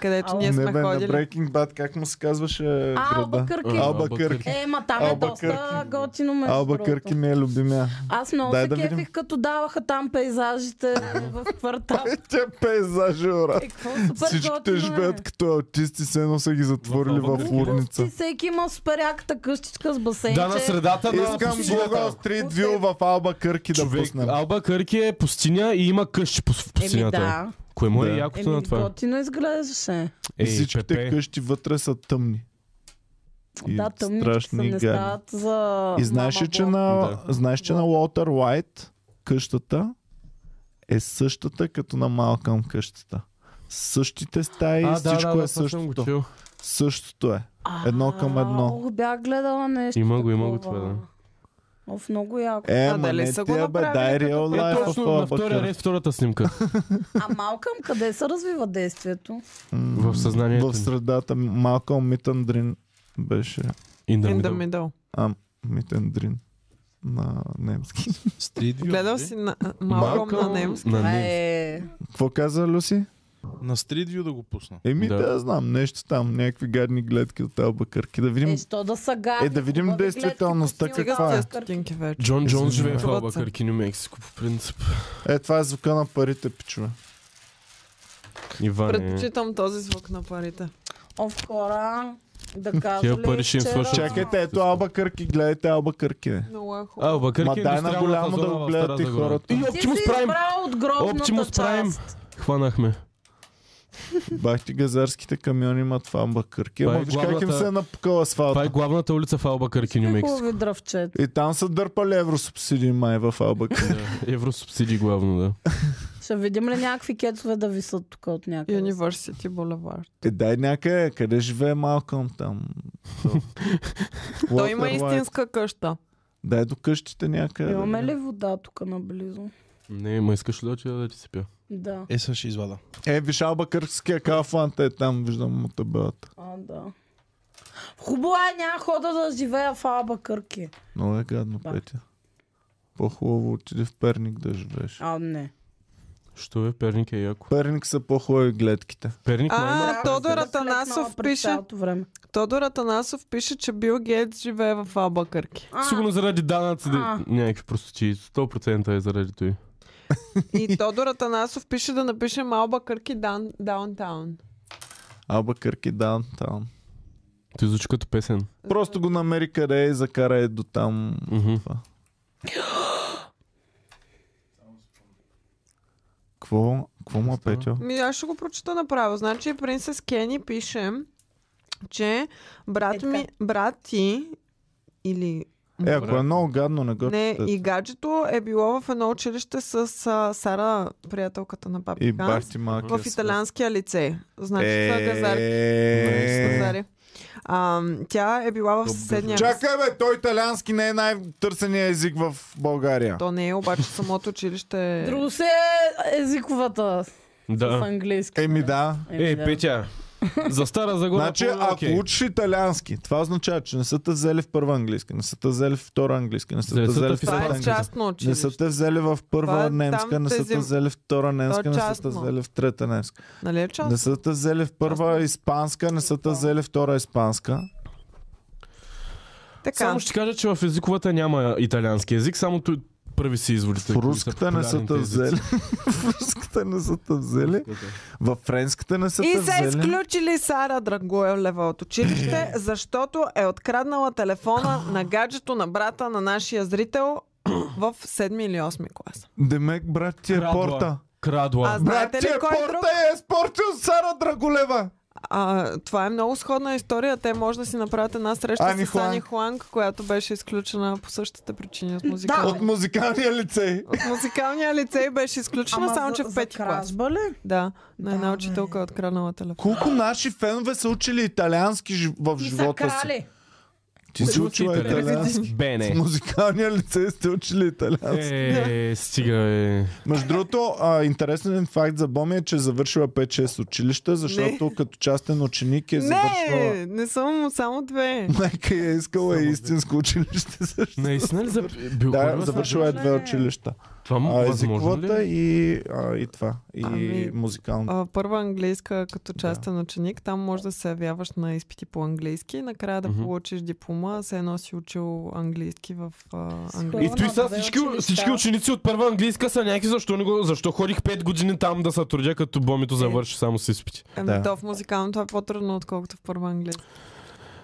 B: Където
D: Ау.
B: ние сме
A: не бе, на
B: ходили.
A: Breaking Bad, как му се казваше
D: А,
A: града?
D: Албакърки.
C: А,
A: Албакърки.
D: Е, ма там е доста
A: Албакърки.
D: готино между
A: Албакърки
D: другото.
A: ми е любимия.
D: Аз много
A: Дай
D: се
A: да видим.
D: кефих, като даваха там пейзажите в квартал.
A: Те пейзажи, ура.
D: Е, какво супер
A: Всичките
D: готино
A: живеят
D: е.
A: като аутисти, се едно са ги затворили
C: В
A: в
C: Албакърки.
A: лурница.
D: Ти всеки има супер яката къщичка с басейче.
C: Да, на средата на
A: Искам Google Street View в Алба Кърки да
C: Човек,
A: пуснем.
C: Алба Кърки е пустиня и има къщи по в
D: Еми
C: пустинята.
D: да.
C: Кое му е
A: Да.
C: якото
D: Еми,
C: на това?
D: готино изглеждаше.
A: И
C: Ей,
A: всичките
C: Пепе.
A: къщи вътре са тъмни. И
D: да, тъмни са,
A: страшни
D: не
A: гадни.
D: стават за...
A: И знаеш ли,
D: мама
A: че
D: Бог.
A: на,
C: Да.
A: знаеш, че на Уолтер Уайт къщата е същата като на Малкъм къщата. Същите стаи,
C: А, да,
A: всичко
C: да, да,
A: е
C: това съм го
A: същото.
C: чул.
A: Същото е. Едно към едно.
D: Ох, бях гледала нещо
C: Има го, има го
D: такова.
C: това, да.
D: Оф, много яко.
A: Е,
B: А,
A: ма
B: дали
A: не
B: са
A: тия,
B: го
A: бе, дай
B: направили
A: реал
B: като-
A: лайф
C: Е, точно на втория ред, втората снимка.
D: А малкам къде се развива действието?
C: в съзнанието.
A: В средата Малкъм Митандрин беше.
C: In the
B: In the
C: middle.
B: middle.
A: А, Митандрин на немски.
E: Стрит View,
B: Гледал
E: нали?
B: си на, малко на немски.
C: На
D: Това
C: немски.
D: е...
A: Какво каза Люси?
E: На Street View да го пусна.
A: Еми да.
C: Да.
A: да знам, нещо там, някакви гадни гледки от Албакърки. Да видим
D: Е, що да са гади,
A: Е, да видим
D: хубави
A: действителността
D: гледки,
A: каква
D: красиви
A: е.
D: гледки.
B: Стотинки вече.
C: Джон Джонс
A: Извинявай.
C: живее в
B: Чуват се.
C: Алба Кърки, Нью Мексико, по принцип.
A: Е, това е звука на парите, пичове.
C: Иван е...
B: Предпочитам този звук на парите.
D: Оф, хора, да кажа
C: Тия
D: ли
C: пари ще им
D: вчера-
C: свършат.
A: Чакайте, ето Алба Кърки, гледайте Алба Кърки. бе.
B: Много е хубаво.
C: Алба
A: Ма
C: Кърки е
A: дай на голямо
C: индустриалната
A: да
C: зона
A: го
C: в Стара
A: гледат и
C: Загора.
A: хората.
C: И
D: Ти си
C: Оптимус Прайм!
D: избрал от гробната
C: Оптимус Прайм.
D: част.
C: Хванахме.
A: Бахти газарските камиони имат в Алба Кърки. Ама
C: Това е
A: виж как им
C: главната-
A: се е напукал
C: Това е
A: асфалта.
C: главната улица в Алба Кърки, Нью
D: Какви
C: Мексико.
D: хубави дръвчета.
A: И там са дърпали евросубсидии май в Алба Кърки.
C: Да, Евросубсидии главно, да.
D: Ще видим ли някакви кецове да висат тук от някъде?
B: University Boulevard.
A: Е, дай някъде, къде живее Малкъм там.
B: Той има
A: Walter White.
B: истинска къща.
A: Дай до къщите някъде.
D: Имаме ли вода тук наблизо?
C: Не, ма искаш ли да отида да ти сипя?
D: Да.
E: Е, сега ще извада.
A: Е, виж Алба Къркския кафлант е там, виждам му табелата.
D: А, да. Хубаво е, няма хода да живея в Албакърки.
A: Много е гадно,
D: Да.
A: Петя. По-хубаво отиде в Перник да живееш.
D: А, не.
C: Що е? Перник е яко.
A: Перник са по-хубави гледките.
C: Перник е ма има...
B: А, Тодор Атанасов
D: Клекнала през
B: пише,
D: цялото време.
B: Тодор Атанасов пише, че Бил Гейтс живее в Албакърки.
D: А,
C: Сигурно заради данъци
D: А.
C: да... някакви простоти. 100% е заради той.
B: И Тодор Атанасов пише да напишем Албакърки даун- даунтаун.
A: Аба Кърки е Даунтаун.
C: Ти звучи като песен.
A: Просто го намери къде и закара е до там.
C: Мгм.
A: Това. Кво? Кво му е Петю?
B: Ми, аз ще го прочета направо. Значи, принцес Кени пише, че брат
D: Е,
B: ми, брат ти или
A: Е, ако е много гадно, не го
B: не,
A: четете.
B: и гаджето е било в едно училище с а, Сара, приятелката на
A: и
B: папа.
A: бащи малки.
B: В италианския лицей. Значи, това е газарки.
A: Е,
B: Газари. А, тя е била в
E: Добре.
B: съседния...
A: Чакай бе, той италиански не е най-търсения език в България.
B: То не е, обаче самото училище... е-
D: Друго се е езиковата с
C: Да.
D: английски.
A: Еми да.
C: Е, Петя. За Стара Загора.
A: Значи,
C: по-добре,
A: ако
C: окей.
A: учиш италиански, това означава, че не са те взели в първа английска, не са те взели в втора английска, не са
C: Не
A: те
C: са те
A: взели в
C: в
A: трета
B: Това е
A: английска.
B: частно
A: Не са
B: училище.
A: те взели в
B: Това
A: първа
B: е
A: немска,
B: там
A: не са
B: тези- е
A: те взели в втора немска, не са те
B: частно.
A: взели в трета немска.
B: Нали е частно?
A: Не са те взели в първа испанска, не са те взели втора испанска.
B: Така.
C: Само ще кажа, че в езиковата няма италиански език, само ту... прави си изводите.
A: В
C: кои
A: руската не са
C: популярните
A: те
C: езици.
A: взели. В руската не са те взели. В френската не са те
B: И са
A: взели.
B: изключили Сара Драгоелева от училище, защото е откраднала телефона на гаджето на брата на нашия зрител в 7 или 8 клас.
A: Демек, брат ти е
C: Крадла.
A: порта.
C: Крадла.
B: Аз-
A: Брат
B: Знаете ли
A: ти е
B: кой е друг?
A: порта и е спортил Сара Драголева.
B: А, това е много сходна история. Те може да си направят една среща
A: Ани
B: с Хуанг. Ани
A: Ами Хуанг.
B: Хуанг, която беше изключена по същата причини от музикалния.
A: От музикалния лицей.
B: От музикалния лицей беше изключена, само че в пети клас.
D: кражба ли?
B: Да, на
D: Да,
B: една
D: бе.
B: учителка е откраднала телефон.
A: Колко наши фенове са учили италиански жи- в
D: И са
A: живота си?
D: крали.
A: Ти си учила италиански. В
C: Бене.
A: музикалния лицей сте учили италиански.
C: Е, стига е.
A: Между другото, а, интересен факт за Боми е, че е завършила 5-6 училища, защото като частен ученик е завършила...
B: Не, не съм, само две.
A: Майка е искала и истинско училище също.
C: Наистина ли за... Бил
A: Да,
C: Курва
A: завършила е две училища.
C: Това му
A: А,
C: възможно ли? е?
A: езиковата и, а, и това. И
B: Ами,
A: музикалната.
B: А, първа английска като частен ученик, там може да се явяваш на изпити по английски и накрая да
C: Мгм.
B: получиш диплома, все едно си учил английски в а,
C: И
B: Англия.
D: Първо
C: той
D: на
C: сега
D: две
C: всички,
D: училища.
C: всички ученици от първа английска са някакви, защо, не го, защо ходих 5 години там да се трудя, като бомито завърши само с изпити.
B: Ами,
A: да.
B: То в музикалното е по-трудно, отколкото в първа английска.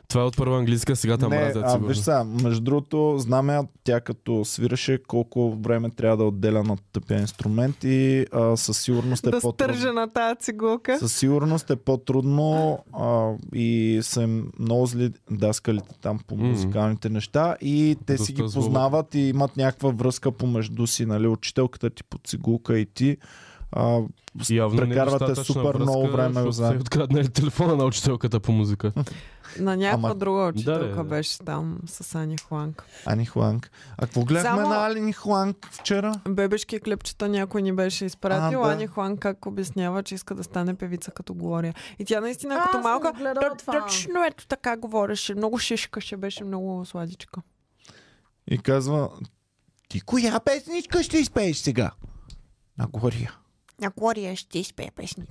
C: Това е от първа английска, сега там
A: Не,
C: мразят
A: а, виж
C: сигурно.
A: сега, между другото, знаме тя като свиреше колко време трябва да отделя на тъпия инструмент и а, със сигурност е
B: да
A: по-трудно.
B: стържа нали? на тази цигулка.
A: Със сигурност е по-трудно а, и са им много зли даскалите там по
C: Мм.
A: музикалните неща и те си
C: Доста
A: ги
C: злоба.
A: познават и имат някаква връзка помежду си, нали, учителката ти по цигулка и ти. А, с-
C: Явно
A: прекарвате
C: недостатъчна
A: супер
C: връзка,
A: много време
C: защото са
A: за...
C: й откраднали телефона на учителката по музика.
B: На някаква
A: Ама-
B: друга учителка
C: да.
B: беше там с Ани Хуанг.
A: Ани Хуанг. А какво гледахме
B: Само-
A: на Ани Хуанг вчера?
B: Бебешки клипчета някой ни беше изпратил.
A: А, да.
B: Ани Хуан как обяснява, че иска да стане певица като Глория. И тя наистина
D: А,
B: като
D: аз съм
B: малка...
D: го гледала
B: тъ-
D: това.
B: Точно ето така говореше. Много шишкаше, беше много сладичка.
A: И казва, ти коя песничка ще изпееш сега? На Гория.
H: На Глория ще изпее песни.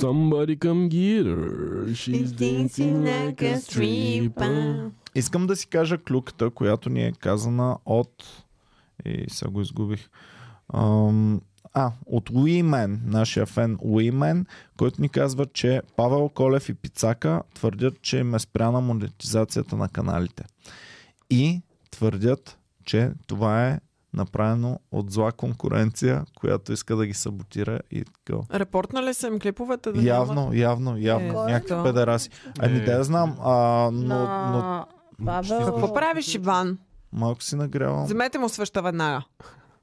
C: Somebody come get her, she's dancing like a stripper.
A: Искам да си кажа клюката, която ни е казана от... И сега го изгубих. Ам... А, от Уимен, нашия фен Уимен, който ни казва, че Павел Колев и Пицака твърдят, че им е спряна монетизацията на каналите. И твърдят, че това е направено от зла конкуренция, която иска да ги саботира и така.
B: Репортна ли са им клиповете? Да Няма...
A: Явно, явно, явно.
B: Е,
A: Някакви
B: да.
A: педараси. Ами
C: Е.
A: да я знам, а, но, но
D: На Павел.
B: Какво правиш, Иван?
A: малко си нагрявам.
B: Вземете му свеща веднага.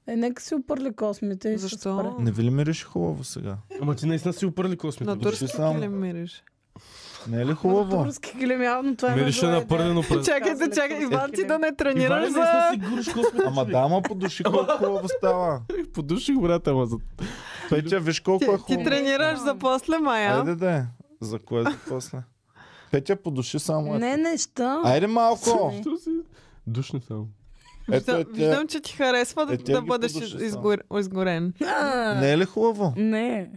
D: Е, нека си опърли космите. и ще
B: Защо?
D: спре.
A: Не ви ли мириш хубаво сега?
C: Ама ти наистина си опърли космите.
B: На турски
A: само.
B: ли мириш?
A: Не е ли хубаво?
D: Турски глем, явно това е
C: Мирише
D: между-
C: на пърлено през...
B: Чакайте,
D: Казали,
B: чакай,
D: турски
B: Иван ти
D: килим.
B: да не тренираш
C: Иване,
B: за...
C: наистина си гуриш космите.
A: Ама да, ама подуши колко хубаво става.
C: подуших, брат, ама за...
A: Петя, виж колко е
B: Ти, ти
A: хубаво.
B: тренираш за после
A: Айде
B: мая.
A: да е. За кое за после? Петя, подуши само. е.
D: Не неща.
A: Айде малко.
C: Душни само.
A: Ето, е, тя.
B: Виждам, че ти харесва да,
A: Е, тя
B: да
A: ги
B: бъдеш
A: подуши
B: изгор... изгорен.
A: Не е ли хубаво?
D: Не.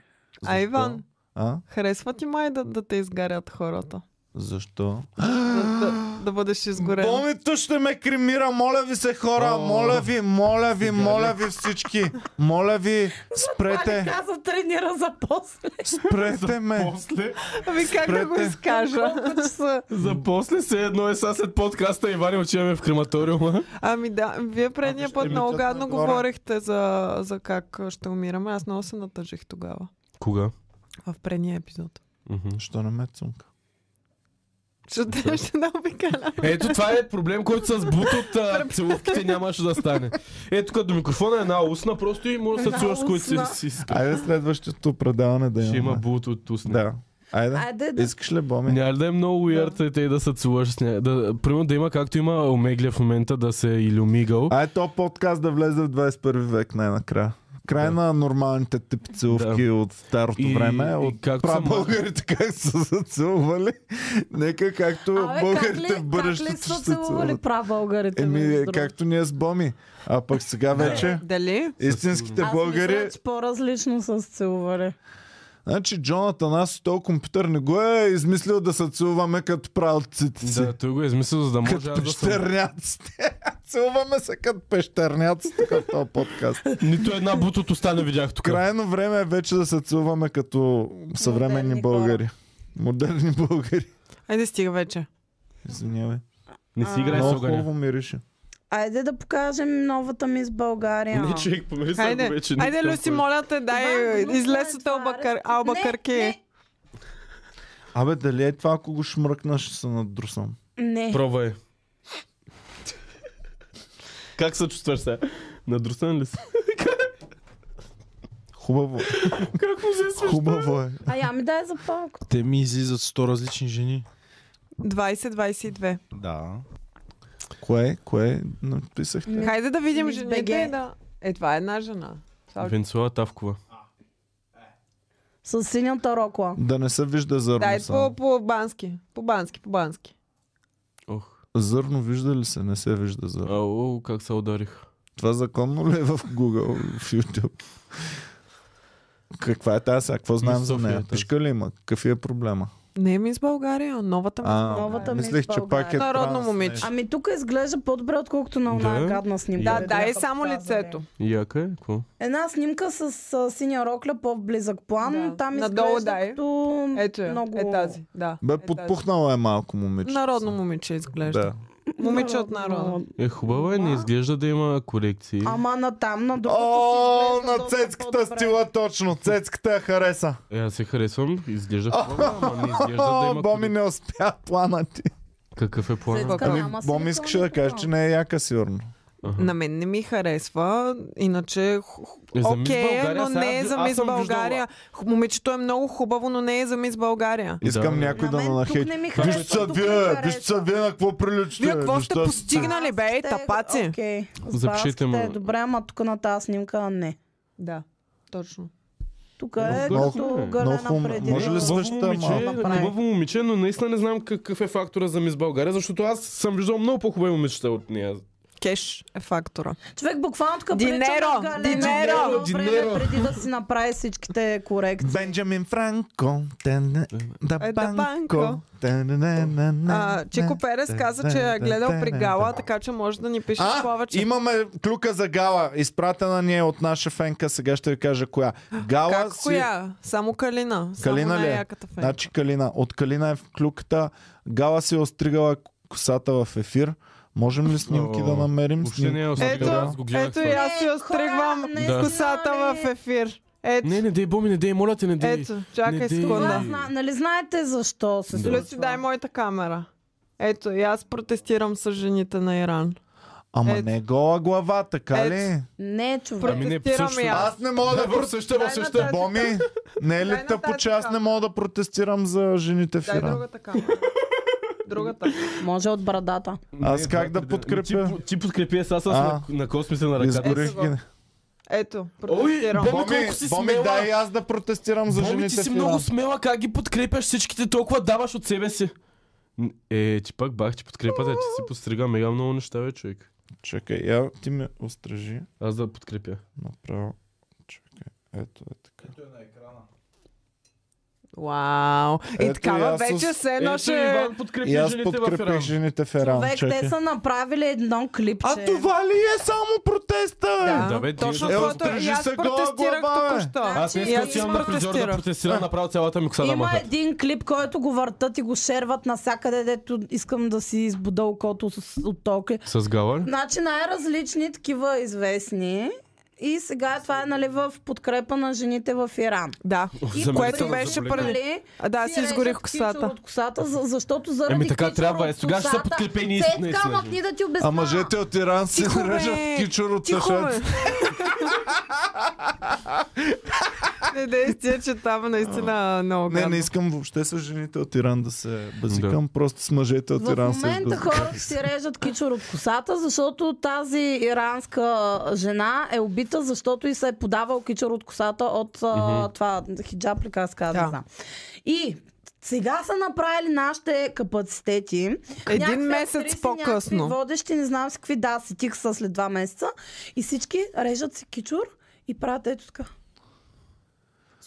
B: А, Иван?
A: А?
B: Харесва ти май да, да те изгарят хората.
A: Защо?
B: да, да бъдеш изгорен.
A: Бомито ще ме кремира, моля ви се хора, моля ви, моля ви, моля ви всички, моля ви,
D: Пали
A: спрете,
D: каза тренира за после.
A: спрете ме.
C: После,
B: Ами как да го
A: Спрете.
B: изкажа?
D: Колко часа?
C: за после се едно е сега след подкаста Ивани отиваме в крематориума.
B: Ами да, вие предния път
A: Еми,
B: много
A: тъкмо
B: гадно
A: нагоре.
B: говорихте за, за как ще умираме. Аз много се натъжих тогава.
C: Кога?
B: В предния епизод.
A: Що не ме цунка?
B: Ще, ще да обикалям.
C: Ето това е проблем, който с бут от а, целувките нямаше да стане. Ето тук до микрофона е една устна, просто и може да се
D: Една
C: целуваш с който си
D: устна.
C: си иска.
A: Айде следващото предаване да
C: Ще има
A: имаме.
C: бут от устна.
A: Да, айде.
D: Айде да
A: Искаш ли боми?
C: Няма ли да е много weird те да се целуваш с нея? Да, примерно да има, както има Омегле в момента, да се или Омигъл.
A: Ай, то подкаст да влезе в 21 век най-накрая. Край
C: Да.
A: на нормалните тип целувки
C: Да.
A: от старото
C: И-
A: време,
C: и
A: от
C: как са
A: прабългарите как са се целували. Нека както
D: Абе, как ли,
A: българите в
D: как
A: бъдещето
D: ли
A: ще
D: са
A: се
D: целували
A: целуват.
D: прабългарите?
A: Еми,
D: между другото?
A: както ние с Боми. А пък сега вече
B: Дали?
A: истинските
D: Аз
A: българи...
D: мисля, че по-различно са се целували.
A: Значи Джонатан, аз този компютър не го е измислил да се целуваме като пралците си.
C: Да, той го е измислил, за да може
A: като
C: аз да съм...
A: пещерняците. Целуваме се като пещерняците в този подкаст.
C: Нито една бут от уста не видях тук.
A: Крайно време е вече да се целуваме като съвременни
D: Модерни
A: българи. Модерни българи.
B: Айде стига вече.
A: Извинявай.
C: Не си играй с
A: Много
C: огъня.
A: хубаво мирише.
D: Айде да покажем новата ми с България.
C: Не, човек, помисли се, ако
B: Айде,
C: вече. не
B: айде
C: искам
B: Люси,
C: повече.
B: моля те, дай,
D: Иван, гнусно
B: излез
D: е
B: от
D: това,
B: албакър,
D: аре.
B: албакърки.
A: Абе, дали е това, ако го шмръкнаш, ще се надрусам?
B: Е.
D: Не,
C: Пробвай. Как се чувстваш сега? Надрусан ли си?
A: Хубаво е.
C: Как му се смеш?
A: Хубаво е.
D: а я ми ами дай за палко.
E: Те ми излизат 100 различни жени.
B: 20-22.
E: Да.
A: Кое? Кое написахте?
B: Хайде да видим
D: Мис
B: жените.
D: BG.
B: и Да... Е, това е една жена. Това
C: Венцела Тавкова.
D: С синята рокла.
A: Да не се вижда зърно
B: Дай
A: само.
B: по, по бански. По бански, по бански.
C: Ох,
A: Зърно вижда ли се? Не се вижда зърно.
C: ау, как се ударих.
A: Това законно ли е в Google, в YouTube? Каква е тази? сега? Какво знаем за
C: София е
A: нея?
C: тази.
A: Пишка ли има? Какъв е проблема?
B: Не е мис България, новата мис
A: А,
B: България.
D: Новата мис
A: мислех, че
D: България.
A: пак е
B: Народно
A: транс
B: момиче.
A: нещо.
D: Ами тук изглежда по-добре, отколкото на
C: Да.
D: една гадна снимка.
C: Да,
D: дето
B: Да, е
D: бяха
B: само
D: показали.
B: лицето.
C: Яка е? Какво?
D: Една снимка с а, синя рокля, по-близък план.
B: Да.
D: Там
B: Надолу
D: изглежда
B: дай.
D: като
B: Ето е,
D: много...
B: е тази. Да,
A: Бе,
B: е тази.
A: подпухнала е малко момиче.
B: Народно момиче изглежда.
A: Да.
B: Момиче от народа.
C: Е, хубава е, не изглежда да има колекции.
D: Ама на там, на другото си
A: О,
D: изглежда
A: на
D: доста
A: цецката
D: по-добре.
A: стила точно. Цецката я хареса.
C: Е, аз се харесвам, изглежда хубава, ама не изглежда да
A: О, Боми
C: има колекции.
A: не успя плана ти.
C: Какъв е планът?
D: Цецка
B: Ами,
D: няма
A: Боми
D: силикон,
A: искаше да
D: нито
A: каже,
D: малко.
A: че не е яка сигурно.
B: На мен не ми харесва, иначе ху- ху-
C: Е, за Мис
B: окей, е,
C: България
B: но
C: сега
B: не е
C: ви-
B: за
C: аз
B: мис
C: съм виждал-
B: България. Ху- Момичето е много хубаво, но не е за мис България.
A: Искам
C: да.
A: някой
D: На
A: да
D: мен
A: ме
D: тук
A: нахейти.
D: не ми харесва,
A: Вижте са
D: тук не ми
A: вие,
D: харесва.
A: вижте са вие на какво приличате.
B: Вие какво сте
A: неща-
B: постигнали, бе,
D: Те-
B: тапаци?
D: Окей.
C: Запишете му.
D: Запишете е добре, ама тук на тази снимка не.
B: Да, точно.
D: Тук е
A: Много
D: като
C: хубаво.
A: Много
D: гърна
A: хубаво.
D: преди.
A: Може ли
D: да-
A: с
C: Хубаво
A: връща
C: момиче,
A: малко?
D: направи.
C: хубаво момиче, но наистина не знам какъв е фактора за мис България, защото аз съм виждал много по-хубави момичета от нея.
B: Кеш е фактора.
D: Човек буквално тук прилича
B: Динеро,
D: на Галена
B: динеро,
D: едно време,
C: динеро.
D: преди да си направи всичките корекции.
A: Бенджамин Франко. тен- Да
B: Е, да,
A: банко.
B: банко. А,
A: тен-на-на-на-на.
B: Чико Перес каза, че е гледал при Гала, така че може да ни пишеш
A: А,
B: повече.
A: имаме клюка за Гала. Изпратена ни е от наша фенка. Сега ще ви кажа коя. Гала
B: Как
A: си... е
B: коя? Само Калина.
A: Калина
B: Само
A: ли е?
B: най-яката фен.
A: Значи Калина. От Калина е в клюката. Гала си е остригала косата в ефир. Можем ли снимки
C: О,
A: да намерим?
C: Въобще не е
B: Ето,
C: особено, аз го гледах.
B: ето и
C: това.
B: аз си
D: Е,
B: остригвам
D: хора, не
C: Да.
B: косата
D: знали.
B: в ефир. Ето,
C: Не, не дей, Боми, не дей, моля те, не дей.
B: ето, чакай
C: не дей.
D: Това
B: секунда.
C: Да.
D: зна... Нали знаете защо се случва?
B: Люси, дай моята камера. Ето, и аз протестирам с жените на Иран.
A: Ама
B: Ето.
A: не е гола глава, така
B: Ето.
A: ли?
D: Не, човек.
C: Ами не,
B: Е, Протестирам
C: всъщност-
B: и аз.
A: Аз Е, не мога да протестирам.
C: съща,
B: Дай нататък.
A: Боми, не е ли
B: Дай
A: тъпо, че аз
B: нататък.
A: не мога да протестирам за жените в
B: Дай
A: Иран?
B: другата камера. Другата.
D: Може от брадата.
A: Аз как да
C: Ти,
A: подкрепя?
C: по- ти подкрепи сега с аз
A: А.
C: на, на космиса на ръката.
A: Изгорих
B: Ето
A: ги.
B: го. Ето,
C: Ой,
B: протестирам.
C: Боми,
A: Боми,
C: колко си
A: Боми,
C: смела.
A: дай и аз да протестирам за
C: Боми, ти
A: жените
C: си
A: в
C: много
A: Иран.
C: смела, как ги подкрепяш всичките, толкова даваш от себе си. Н- Е, ти пак бах, че подкрепата, че си пострига мега много неща, бе, човек.
A: Чакай, я ти ме острижи.
C: Аз да подкрепя.
A: Направо. Чакай. Ето е така.
B: Вау. И
A: Ето, и
B: такава
A: аз с-
B: вече се едно
C: Ето
B: ще...
C: Е, Иван подкрепи
A: И аз
C: жените в
A: подкрепих
C: Иран.
A: жените в
D: Век,
A: Еран.
D: те са направили едно клипче.
A: А това ли е само протеста, бе?
B: Да,
C: Да, бе, ти
B: точно
C: е,
B: твоето.
A: разтържи
B: И аз
A: се гола
B: протестирах
A: глава, бе.
B: току-що.
C: Аз
D: Значи,
C: не
B: И аз
C: искам
D: аз
C: да отивам на фризьор да
B: протестирах.
C: протестирам, направо цялата ми коса да
D: Има
C: махат.
D: един клип, който го въртат и го шерват насякъде, дето искам да си избуда окото с, от този клип.
C: С гала?
D: Значи най-различни такива известни. И сега това е нали, в подкрепа на жените в Иран.
B: Да,
D: И
C: За мен
B: което
C: това
B: беше
C: заболя.
B: първи.
D: Нали,
B: А, да,
D: си
B: си изгорих
D: режат кичур
B: косата.
D: От косата, за- защото заради
C: Еми така
D: кичур
C: трябва,
D: от
C: е, сега ще са
D: косата,
C: подкрепени
D: те
C: истина,
D: искат,
C: наистина. е,
D: ама ти да ти обясня.
A: А мъжете от Иран си
B: Тихо, бе!
A: нарежат кичур от
B: Тихо, бе!
A: тъшанци.
B: Не, да, стия, че там наистина много
A: Не, не
B: гадно.
A: искам въобще с жените от Иран да се базикам, просто с мъжете от
D: В
A: Иран се
D: момента
A: базикам.
D: хората си режат кичур от косата, защото тази иранска жена е убита, защото и се е подавал кичур от косата от mm-hmm. това хиджаб ли как се казва,
B: Да.
D: не знам. И сега са направили нашите капацитети.
B: Един
D: Някакви
B: месец
D: актриси,
B: по-късно.
D: някакви водещи, не знам си какви, да, си тих са след два месеца. И всички режат си кичур и правят ето така.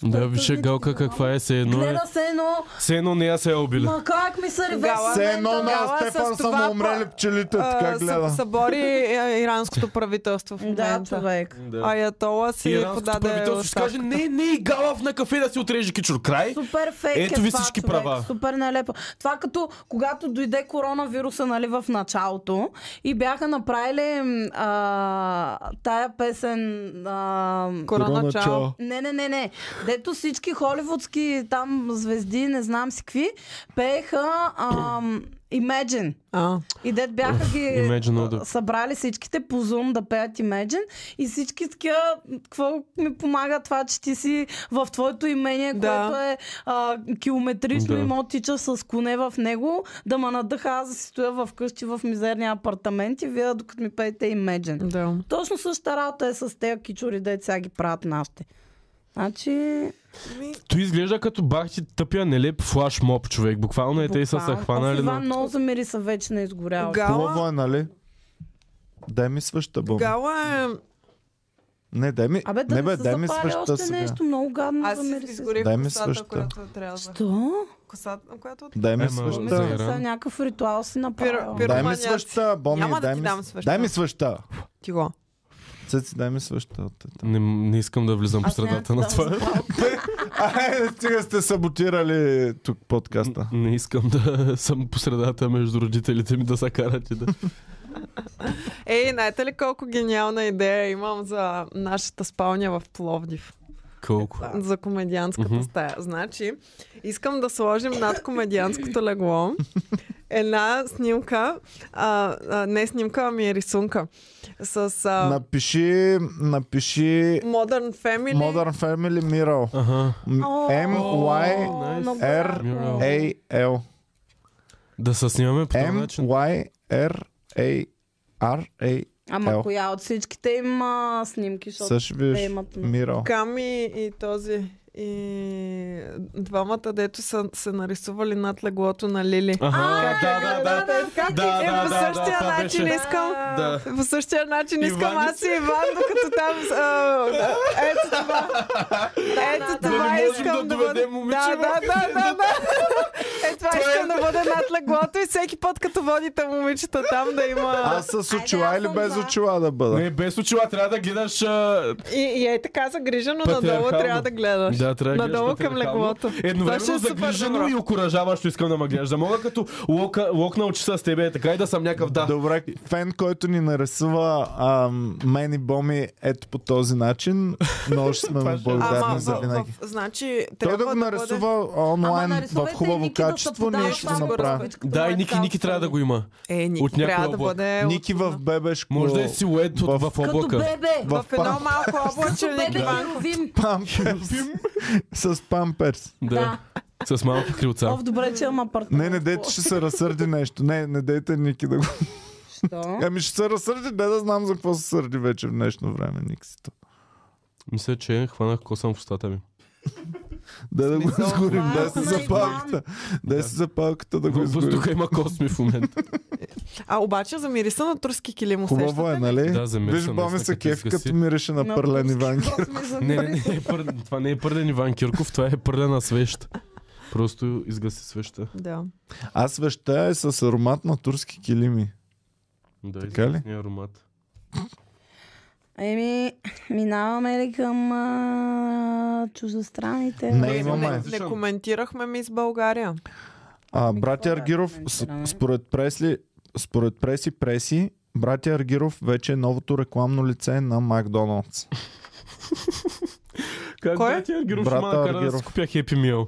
C: Да, више галка каква е, се едно е.
D: Гледа се едно,
C: Се едно нея се е убили.
D: ма как ми се реве
B: Гала.
D: се
A: Все едно на
B: Тогава с
A: Стефан са
B: това
A: му умрели
B: па-
A: пчелите, така
B: А, съ-
A: гледа.
B: Събори е, иранското правителство в
D: Да, е
B: момента.
D: човек.
B: Аятола си
C: Иранското
B: подаде
C: е правителство ще каже,
B: оставка.
C: не, не, гала в на кафе да си отрежи кичур. Край.
D: Супер фейк
C: Ето
D: е
C: ви
D: това,
C: всички
D: човек.
C: права.
D: Супер нелепо. Това като когато дойде коронавируса нали, в началото и бяха направили м, а, тая песен а,
B: Корона чао.
D: не, не, не, не. Дето всички холивудски там звезди, не знам си какви, пееха ам, Imagine.
B: А,
D: И дет бяха ги
C: Imagine, но да.
D: събрали всичките по Zoom да пеят Imagine и всички такива, какво ми помага това, че ти си в твоето имение,
B: Да.
D: което е а, километрично
C: Да.
D: да. и мога да тича с коне в него, да ме надъха аз да си стоя в къщи в мизерния апартамент и вие докато ми пеете Imagine.
B: да.
D: Точно същата работа е с тези кичури, де сега ги правят нашите. Значи,
C: Той изглежда като бах ти тъпия нелеп флаш моб, човек. Буквално е те са се
D: буквално. Оф,
C: хванали
D: Иван
C: на...
D: много замириса вече на изгорял.
B: Гала,
A: Хубаво е, нали? Дай ми свъща, бом.
B: гала е...
A: Не, дай ми,
D: Абе, да
A: не, бе,
D: се
A: дай ми
D: запали
A: свъща
D: още
A: сега.
D: нещо много гадно.
B: Аз си
D: замириса.
B: изгорих
A: Дай ми
B: косата,
A: свъща.
B: която отрязах.
D: Що?
B: Косата, която отрязах.
A: Дай ми
C: Ема,
A: свъща.
C: за
D: Да.
C: Иран.
D: Сега някакъв ритуал си направил.
B: Пир-
A: Дай ми
B: Пироманяци.
A: свъща, Боми,
B: Няма да
A: дай
B: ти
A: ми
B: дам свеща.
A: Дай ми свъща.
B: Ти го.
A: Цеци, дай ми свъща. от тета.
C: Не, не искам да влизам по
D: Аз няма
C: средата
D: да
C: на
D: дам
C: това.
A: Ай, стига сте саботирали тук подкаста.
C: Не искам да съм по средата между родителите ми да се карат и да...
B: Ей, знаете ли колко гениална идея имам за нашата спалня в Пловдив?
C: Колко?
B: За комедианската
C: Мгм.
B: стая. Значи, искам да сложим над комедианското легло една снимка, а, а, не снимка, ами е рисунка, с а,
A: Напиши, напиши
B: Modern Family.
A: Modern Family Mural.
C: Ага.
A: M-Y-R-A-L.
D: Много
A: R-
D: яко.
C: Да се снимаме по този начин.
A: M-Y-R-A-R-A. L.
D: Ама коя от всичките има снимки, защото...
A: Сега ще видиш
D: имат много.
A: Мирал.
B: Ками и този и двамата, дето са се нарисували над леглото на Лили.
C: Ага, да, да, да.
B: Как?
C: Да,
B: е,
C: да,
B: по
C: да,
B: същия
C: да, това
B: начин
C: беше.
B: искам.
C: Да.
B: По същия начин искам
C: Иван-
B: аз и Иван, докато там... а, да, Ето това. Ето
C: да. Да
B: това
C: не можем
B: искам
C: да
B: да бъде.
C: доведем момиче
B: Да,
C: в-
B: да, да, да, да. Е, това искам да бъде над леглото и всеки път, като водите момичета там, да има...
A: Аз с очила
D: аз
A: или
D: съм
A: без
D: за.
A: очила да бъда?
C: Не, без очила трябва да гледаш... а,
B: И, и е така загрижено, надолу
C: Патриархално.
B: трябва да гледаш.
C: Да, трябва да
B: Надолу
C: гледаш
B: към
C: патриархално.
B: леглото. Това ще
C: Едновременно
B: е супер
C: загрижено
B: добро.
C: и окоръжаващо искам да ме гледаш. Да мога като лока, локна очи с тебе, така и да съм някакъв да.
A: Добре, фен, който ни нарисува ам, мен и Боми ето по този начин, много ще сме му благодарни
B: Ама,
A: за
B: в, в,
A: винаги.
B: значи,
A: Той
B: трябва
A: да го
B: бъде...
A: нарисува
D: Ама
A: онлайн в
D: нарисувайте
A: хубаво
D: Ники да се
A: качество,
D: подава
A: ние ще го
D: само
A: направим.
D: ръкавичката
C: Да,
D: на
C: и Ники,
D: Ецал
C: Ники трябва да го има.
B: Е,
C: От
B: Ники
C: някой
B: трябва да
C: облак.
B: бъде...
A: Ники в бебешко.
C: Може да е силует от в
D: Като
C: облака.
D: бебе!
A: в
B: в едно малко облаче,
D: Като бебе
B: Ники
D: да.
B: Ван.
A: памперс. С памперс.
C: Да. С малко крилца.
D: О, добре, че имам апартамент.
A: Не, не дейте, ще се разсърди нещо. Не, не дейте Ники да го...
D: Що?
A: Ами ще се разсърди, не да знам за какво се сърди вече в днешно време, Никсито.
C: Мисля, че хванах косъм в устата ми.
A: Да да го
B: Смисъл,
A: изгорим,
D: това е
A: дай си
D: хубав
A: запалката. Дай си запалката да го
C: Във
A: изгорим.
C: въздуха има косми в момента.
B: А обаче за мириса на турски килим
A: Хубаво е,
B: усещате?
A: нали?
C: Да, за мен
A: Виж,
C: съм
A: Боми
C: наистина
A: се
C: като
A: кефи,
C: изгаси.
A: като мирише на
D: На
A: пърлен
D: турски
A: Иван.
D: кос ми
C: Не,
D: замири.
C: не, не, е пър... това не е пърден Иван Кирков, това е пърлена свещ. Просто изгаси свеща.
A: е.
B: Да.
A: А свеща е с аромат на турски килими.
C: Да,
A: Така ли?
C: изгъсния аромат.
D: Еми, минаваме ли към а, чуждестранните?
A: Не,
B: Не,
A: Е, имаме.
B: не, не коментирахме ми с България.
A: А,
D: Ми,
A: братя
D: какво да
A: Аргиров,
D: коментираме?
A: с- според, пресли, според преси преси, братя Аргиров вече е новото рекламно лице на Макдоналдс.
C: Как
B: Кой?
C: брат Аргиров ще ме
A: Брата
C: накара да
A: Аргиров.
C: си купя Happy Meal?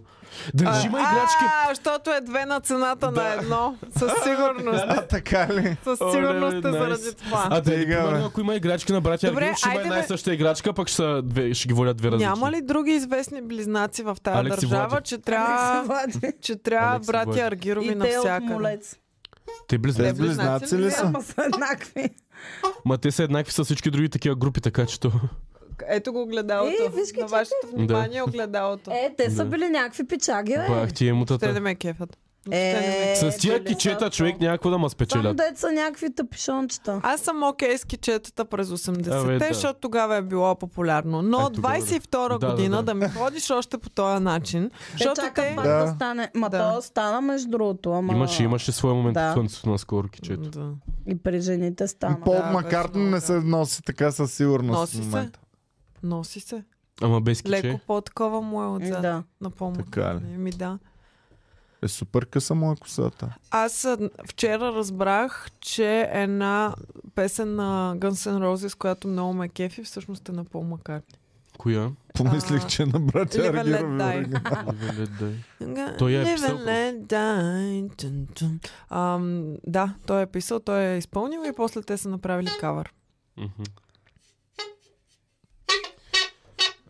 C: Да не ще има играчки.
B: А, защото е две на цената на едно. Със сигурност.
A: А така ли?
B: Със
C: Оле,
B: сигурност е
C: найс.
B: заради това.
C: А да,
A: Стига, бе.
C: примерно, ако има играчки на братя
B: Добре,
C: Аргиров, ще има
B: айде,
C: една и
B: бе.
C: съща играчка, пък ще, са две, ще ги водят две различни.
B: Няма ли други известни близнаци в тази
C: Алекс и
B: държава,
C: Влади.
B: че
D: Алекс и
B: трябва,
D: Влади.
B: че трябва
C: Алекс и
B: братя
C: Влади.
B: Аргирови
D: И те от
B: навсякъде?
D: молец.
C: Те
B: Е,
A: Те
C: близнаци.
A: близнаци ли са?
D: Ама са еднакви.
C: Ма те са еднакви с всички други такива групи, така че то.
B: Ето го огледалото.
D: Е, виж ги,
B: на вашето внимание е огледалото.
D: Е, те са
C: Да.
D: били някакви пичаги,
B: Е,
D: бе.
C: Бах ти
B: Те
C: емутата.
B: не ме кефят. Въобще не ме
D: Е,
C: С тия
D: били са
C: кичета
D: то.
C: човек някакво да ма
D: Само
C: спечелят.
D: дет е са някакви тъпишончета.
B: Аз съм окей с кичетата през 80-те,
C: Абе, да.
B: защото тогава е било популярно. Но
C: Е,
B: от
C: тогава да.
B: 22-а
C: Да, да,
B: година да,
C: да.
B: ми ходиш още по този начин,
D: Те
B: защото
D: чакат
B: те...
D: пак
A: Да.
D: да стане. Ма
B: Да.
D: то стана между другото. Ама...
C: Имаше, имаше свой момент
D: Да.
C: в слънцето наскоро кичето.
B: Да.
D: И при жените стана.
A: Пол
B: Да, беше
A: Маккартни
B: много
A: не се носи така със сигурност
B: Носи
A: в
B: се.
A: момента.
B: Носи се.
C: Ама без киче.
B: Леко по-такова му е
D: Да.
B: отзад. Да.
D: да.
B: Напълно.
A: Така ли?
B: Ми да.
A: Е супер къса му е косата.
B: Аз а, вчера разбрах, че една песен на Guns N' Roses, която много ме кефи, всъщност е на Пол Маккартни.
C: Коя?
A: Помислих,
B: А,
A: че на братя е
B: Live and Let
A: Аргирови.
B: Die.
A: оригинал.
C: Ивелет, дай. Той я е
B: Live
C: писал,
B: and let die. Тун, тун. Ам, да, той е писал, той е изпълнил и после те са направили кавър.
C: Мгм.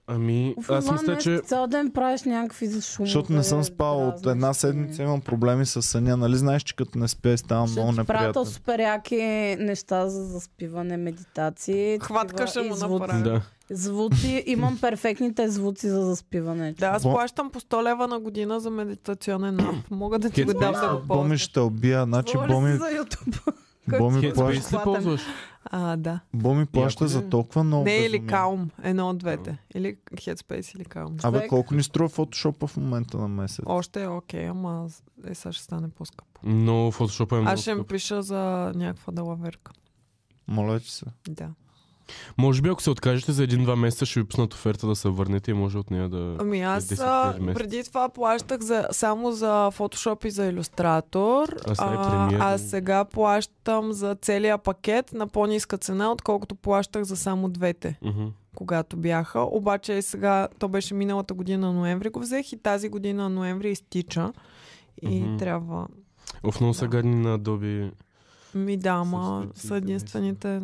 C: Ами,
D: Уф,
C: аз
D: Иван,
C: мисля,
B: е
D: днес
C: че
D: Цял ден правиш някакви шумове.
A: Защото не съм спал от
D: дразнещи.
A: една седмица, имам проблеми с съня. Нали знаеш, че като не спя, ставам
D: Ще
A: много
D: ти пратя
A: неприятен.
D: супер яки неща за заспиване, медитации.
B: Хватка
D: такива
B: ще
D: и
B: му
D: звуци.
B: направя.
C: да.
D: Звуци, имам перфектните звуци за заспиване.
B: Да, аз
A: Бо-
B: плащам по 100 лева на година за медитационен ап. Мога да ти го
C: Headspace?
B: дам да го
A: Боми
B: ползваш.
A: ще убия, значи
D: Говори
A: Боми,
D: си за YouTube.
A: боми, Ами, плаща,
C: Headspace ли
D: Хватам.
C: ползваш?
B: А, да.
A: боми плаща
C: Яко ли е?
A: за толкова много
B: Не или
A: безумие.
B: Calm, едно от двете. Или Headspace или Calm.
A: Абе,
D: човек.
A: колко ни струва фотошопа в момента на месец?
B: Още е окей, ама е, сега ще стане по-скъпо.
C: Но фотошопа е много
B: Аз ще им
C: скъп.
B: пиша за някаква далаверка.
A: Моля, че се.
B: Да.
C: Може би ако се откажете за един-два месеца, ще ви пуснат оферта да се върнете и може от нея да...
B: Ами аз
C: 10
B: а,
C: хиляди месеца.
B: преди това плащах за, само за Photoshop и за Illustrator.
C: А сега е премиер.
B: а сега плащам за целия пакет на по-ниска цена, отколкото плащах за само двете,
C: Мгм.
B: когато бяха. Обаче сега, то беше миналата година ноември го взех и тази година ноември изтича. И
C: Мгм.
B: трябва...
C: Оф, много са
B: Да.
C: гадни на Adobe.
B: Ми да, ама
C: Субсидиите,
B: са единствените...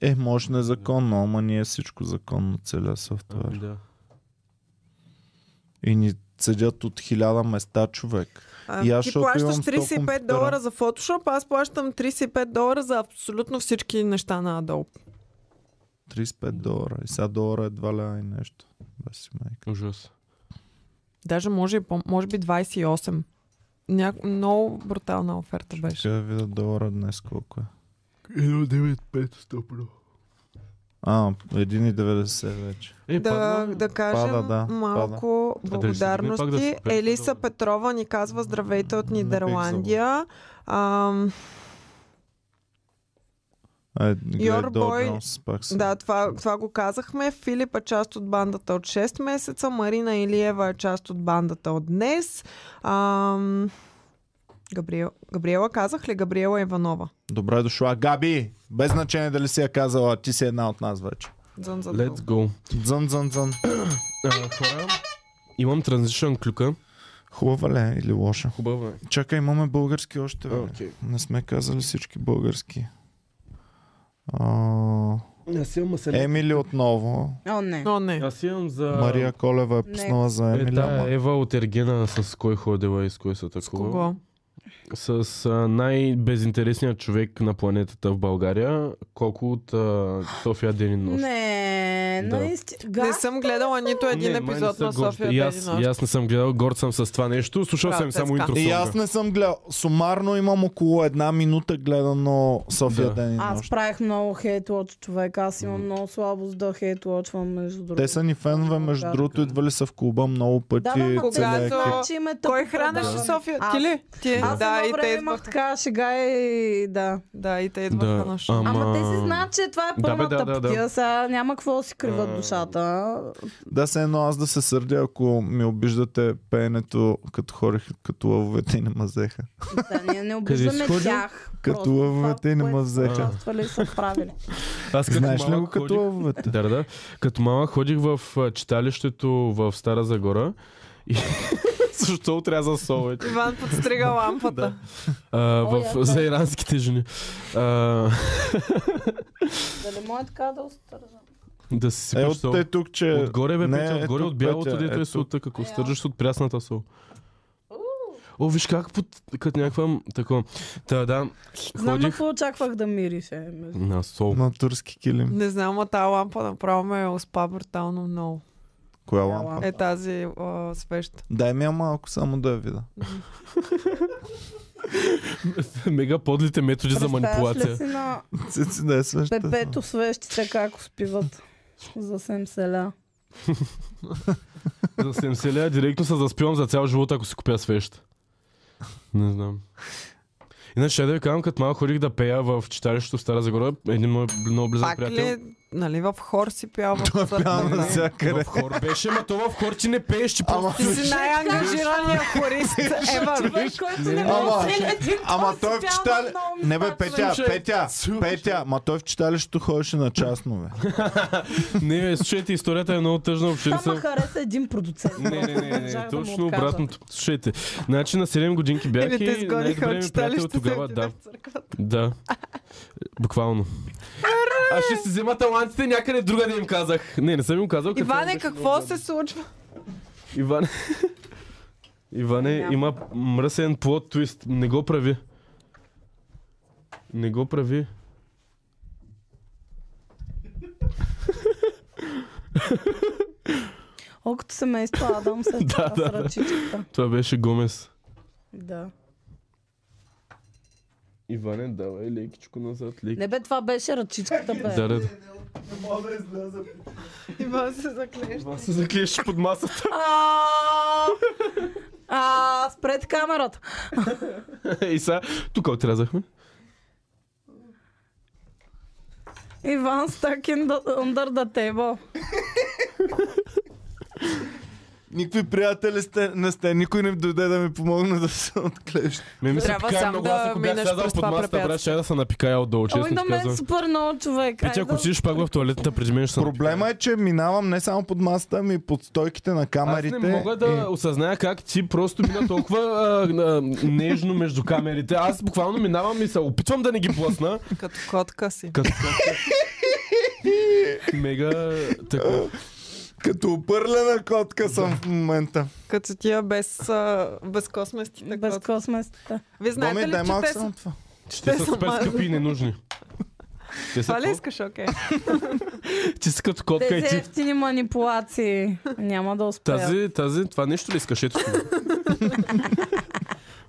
A: Е, може незаконно, ама ние всичко законно целя софтуер.
C: Да.
A: И ни цедят от хиляда места човек.
B: А,
A: И аз,
B: ти
A: защото имам
B: плащаш
A: 100
B: 35
A: компютъра.
B: долара за Photoshop, аз плащам 35 долара за абсолютно всички неща на Adobe.
A: 35 долара. И сега долара едва ли е нещо. Без си майка.
C: Ужас.
B: Даже може, и по- може би 28. Ня... Много брутална оферта беше.
A: Ще да видя долара днес колко е.
C: 1,95 стъпно.
A: А, 1,90 вече.
C: Е,
B: Да,
C: падна.
B: да кажем
A: Пада, да,
B: малко
C: пада. А да, Е, ще се
B: благодарности.
C: вдигне пак да се
B: Елиса
C: добре.
B: Петрова ни казва здравейте от
A: Не бих
B: Нидерландия. Ам,
A: Е, гледай,
B: Your boy-
A: Догнос пак се.
B: да, това, това го казахме. Филип е част от бандата от 6 месеца. Марина Илиева е част от бандата от днес. Ам, Габриел, Габриела казах ли? Габриела Иванова.
A: Добре дошла. Габи, без значение дали си я казала, ти си една от нас вече.
B: Дзън за
C: Let's go.
A: Дзън, дзън, дзън.
C: А, хора, имам транзишън клюка.
A: Хубава ли е или лоша?
C: Хубаво е.
A: Чакай, имаме български още. бе.
C: Окей.
A: Не сме казали всички български. А...
C: Не си
A: Е,
C: имам се.
A: Емили отново.
D: О, не.
B: Но не.
C: Аз имам за...
A: Мария Колева е пуснала за
C: Е,
A: Емили.
C: да,
A: Ама...
C: Ева от Ергена с кой ходила и с кой са
B: С
C: такова.
B: кого?
C: с а, най-безинтересният човек на планетата в България, колко от а, София ден и нощ.
D: Не,
C: Да.
D: наистина.
B: Не
D: Газ?
B: съм гледала нито е един
C: Не, май не
B: епизод
C: са
B: на
C: горд.
B: София
C: И
B: Ден
C: аз,
B: и нощ.
C: и аз не съм гледал, горд съм с това нещо. Слушал съм само
B: Братецка.
C: интро.
A: И
C: сонга.
A: аз не съм гледал. Сумарно имам около една минута гледано София
C: Да.
A: да. ден и
D: Аз
A: нощ.
D: правих много хейтлоч човек. Аз имам много слабост да хейтлочвам между другото.
A: Те са ни фенове, между
D: Да.
A: другото, идвали са в клуба много пъти.
D: Да, да,
A: целият
D: ма
B: целия
D: когато
A: екип.
B: екип.
D: значи ме тъпо
B: Кой хранеше
D: предаване.
B: София?
D: Аз-
B: Ти ли? Ти?
D: Аз
B: Да, и те
D: имах
B: идваха.
D: така шега и да.
B: Да, и те
C: Да,
B: идваха на шоу.
C: ама-
D: Ама те си знаят, че това е
C: Да, бе,
D: пълната
C: да, да, да.
D: птия. Сега няма какво да си
C: А.
D: криват душата.
A: Да, се едно аз да се сърдя, ако ми обиждате пеенето, като хорих, като лъвовете и не ме взеха.
D: Да, ние не обиждаме
C: сходим?
D: тях.
A: Като
D: Просто
A: лъвовете
D: това,
A: не
D: което
A: ме
D: са
A: взеха.
D: Участвали са правили.
C: Аз като
A: Знаеш ли
C: малък
A: го като
C: ходих-
A: лъвовете?
C: Да, да, да. Като малък ходих в а, читалището в Стара Загора и защо отряза солове?
B: Иван подстрига лампата.
C: А, в,
D: Ой, аз-
C: за иранските жени. А,
D: Дали може така да остържа?
C: да си
A: Е,
C: сипеш
A: от
C: сол.
A: те тук, че...
C: Отгоре бе,
A: Не,
C: Петя,
A: ето
C: отгоре
A: тук,
C: от бялото,
A: Петя,
C: дето
A: ето
C: е
A: тук.
C: султа, ако стържаш от прясната сол. О, виж как под, като някаква такова. Та, да,
D: Знам на
C: ходих
D: какво очаквах да мирише. между-
C: на сол.
A: На турски килим.
B: Не знам, а тази лампа направо ме е успа брутално много.
A: Коя
D: Коя
A: лампа?
D: лампа?
B: Е тази а, свеща.
A: Дай ми я малко само да я видя.
C: Мега подлите методи за
D: Представяш ли
C: манипулация.
D: си на
A: Цици да е свеща.
D: пепето свещите как успиват за семселя?
C: За 70 лева директно се заспивам за цял живот, ако си купя свеща. Не знам. Иначе ще да ви казвам, като малко ходих да пея в читалището в Стара Загора, един мой много близък
B: Пак
C: приятел.
B: ли, нали, в хор си пял в
A: Пял
B: църква?
A: навсякъде.
C: В хор беше, ма то в хор ти не пееш, ти просто...
B: Ти си най-ангажирания хорист. Ева,
D: Е, Човек, който не
A: Ама-
D: може да целият ден
A: Ама
D: си
C: е
A: той в
D: пял
A: читали...
D: много ми
A: Не бе,
D: пасва.
A: Петя,
C: Слушай,
A: Петя,
C: слушай.
A: Петя, ма той в читалището ходеше на частнове.
C: Не, бе, слушайте, историята е много тъжна, въобще не
D: Там ма
C: съм...
D: хареса един продуцент.
C: Не, не, не, не,
D: Можах
C: не,
D: да му
C: точно
D: откажа.
C: обратното. Слушайте, значи на 7 годинки бях
B: Или те
C: и
B: изгониха
C: най-добре
B: от
C: ми приятел
B: читалището
C: тогава, да. Да. Буквално. А ще си взема талантите някъде друга да им казах. Не, не съм им казал. като
B: Иване,
C: беше
B: какво се случва?
C: Иване... Иване има мръсен плод твист. Не го прави. Не го прави.
D: О, като семейство Адам се
C: Да, да, да.
D: с ръчичката.
C: Това беше Гомес.
D: Да.
C: Иване, давай лекичко назад. Лек...
D: Не бе, това беше ръчичката, бе.
C: Да, да. да.
B: Иван се заклеща.
C: Това се заклиеш под масата.
D: А, А, спрете камерата.
C: И сега, тук отрязахме.
D: Иван stuck in the, under the table.
A: Никакви приятели сте, не сте, никой не дойде да ми помогне да се отклеща.
C: Ме ми се
B: Трябва
C: пикае
B: сам
C: много,
B: да
C: аз ако бях
B: минеш
C: сядал
B: през
C: под
B: това
C: масата, брат,
B: препятствие. Ами
C: ще я да се напикая отдолу, честно
D: Ой,
C: ти
D: да ме е
C: казвам.
D: супер много човек.
C: Петя, ако отидеш пак в туалетната преди мен, ще се
A: Проблема е, че минавам не само под масата, ми под стойките на
C: Аз
A: камерите.
C: не мога да
A: и-
C: осъзная как ти просто мина толкова а, а, нежно между камерите. Аз буквално минавам и се опитвам да не ги плъсна.
B: Като котка си.
C: Като мега така.
A: Като опърлена котка съм в момента.
B: Като тия без, а, без косместите
D: Без
B: котки.
D: косместа.
A: Боми,
B: Вие знаете ли,
A: дай
B: че
A: малко
B: те
A: само
B: са...
A: това.
C: Че те са
B: са
C: супер
B: мазни.
C: скъпи и ненужни. Те са,
B: Това ли
C: какво?
B: искаш, окей?
C: ти си като котка и
D: Тези
C: ти.
D: ефтини манипулации. Няма да успея.
C: Тази, тази, това нещо ли искаш? Ето сега.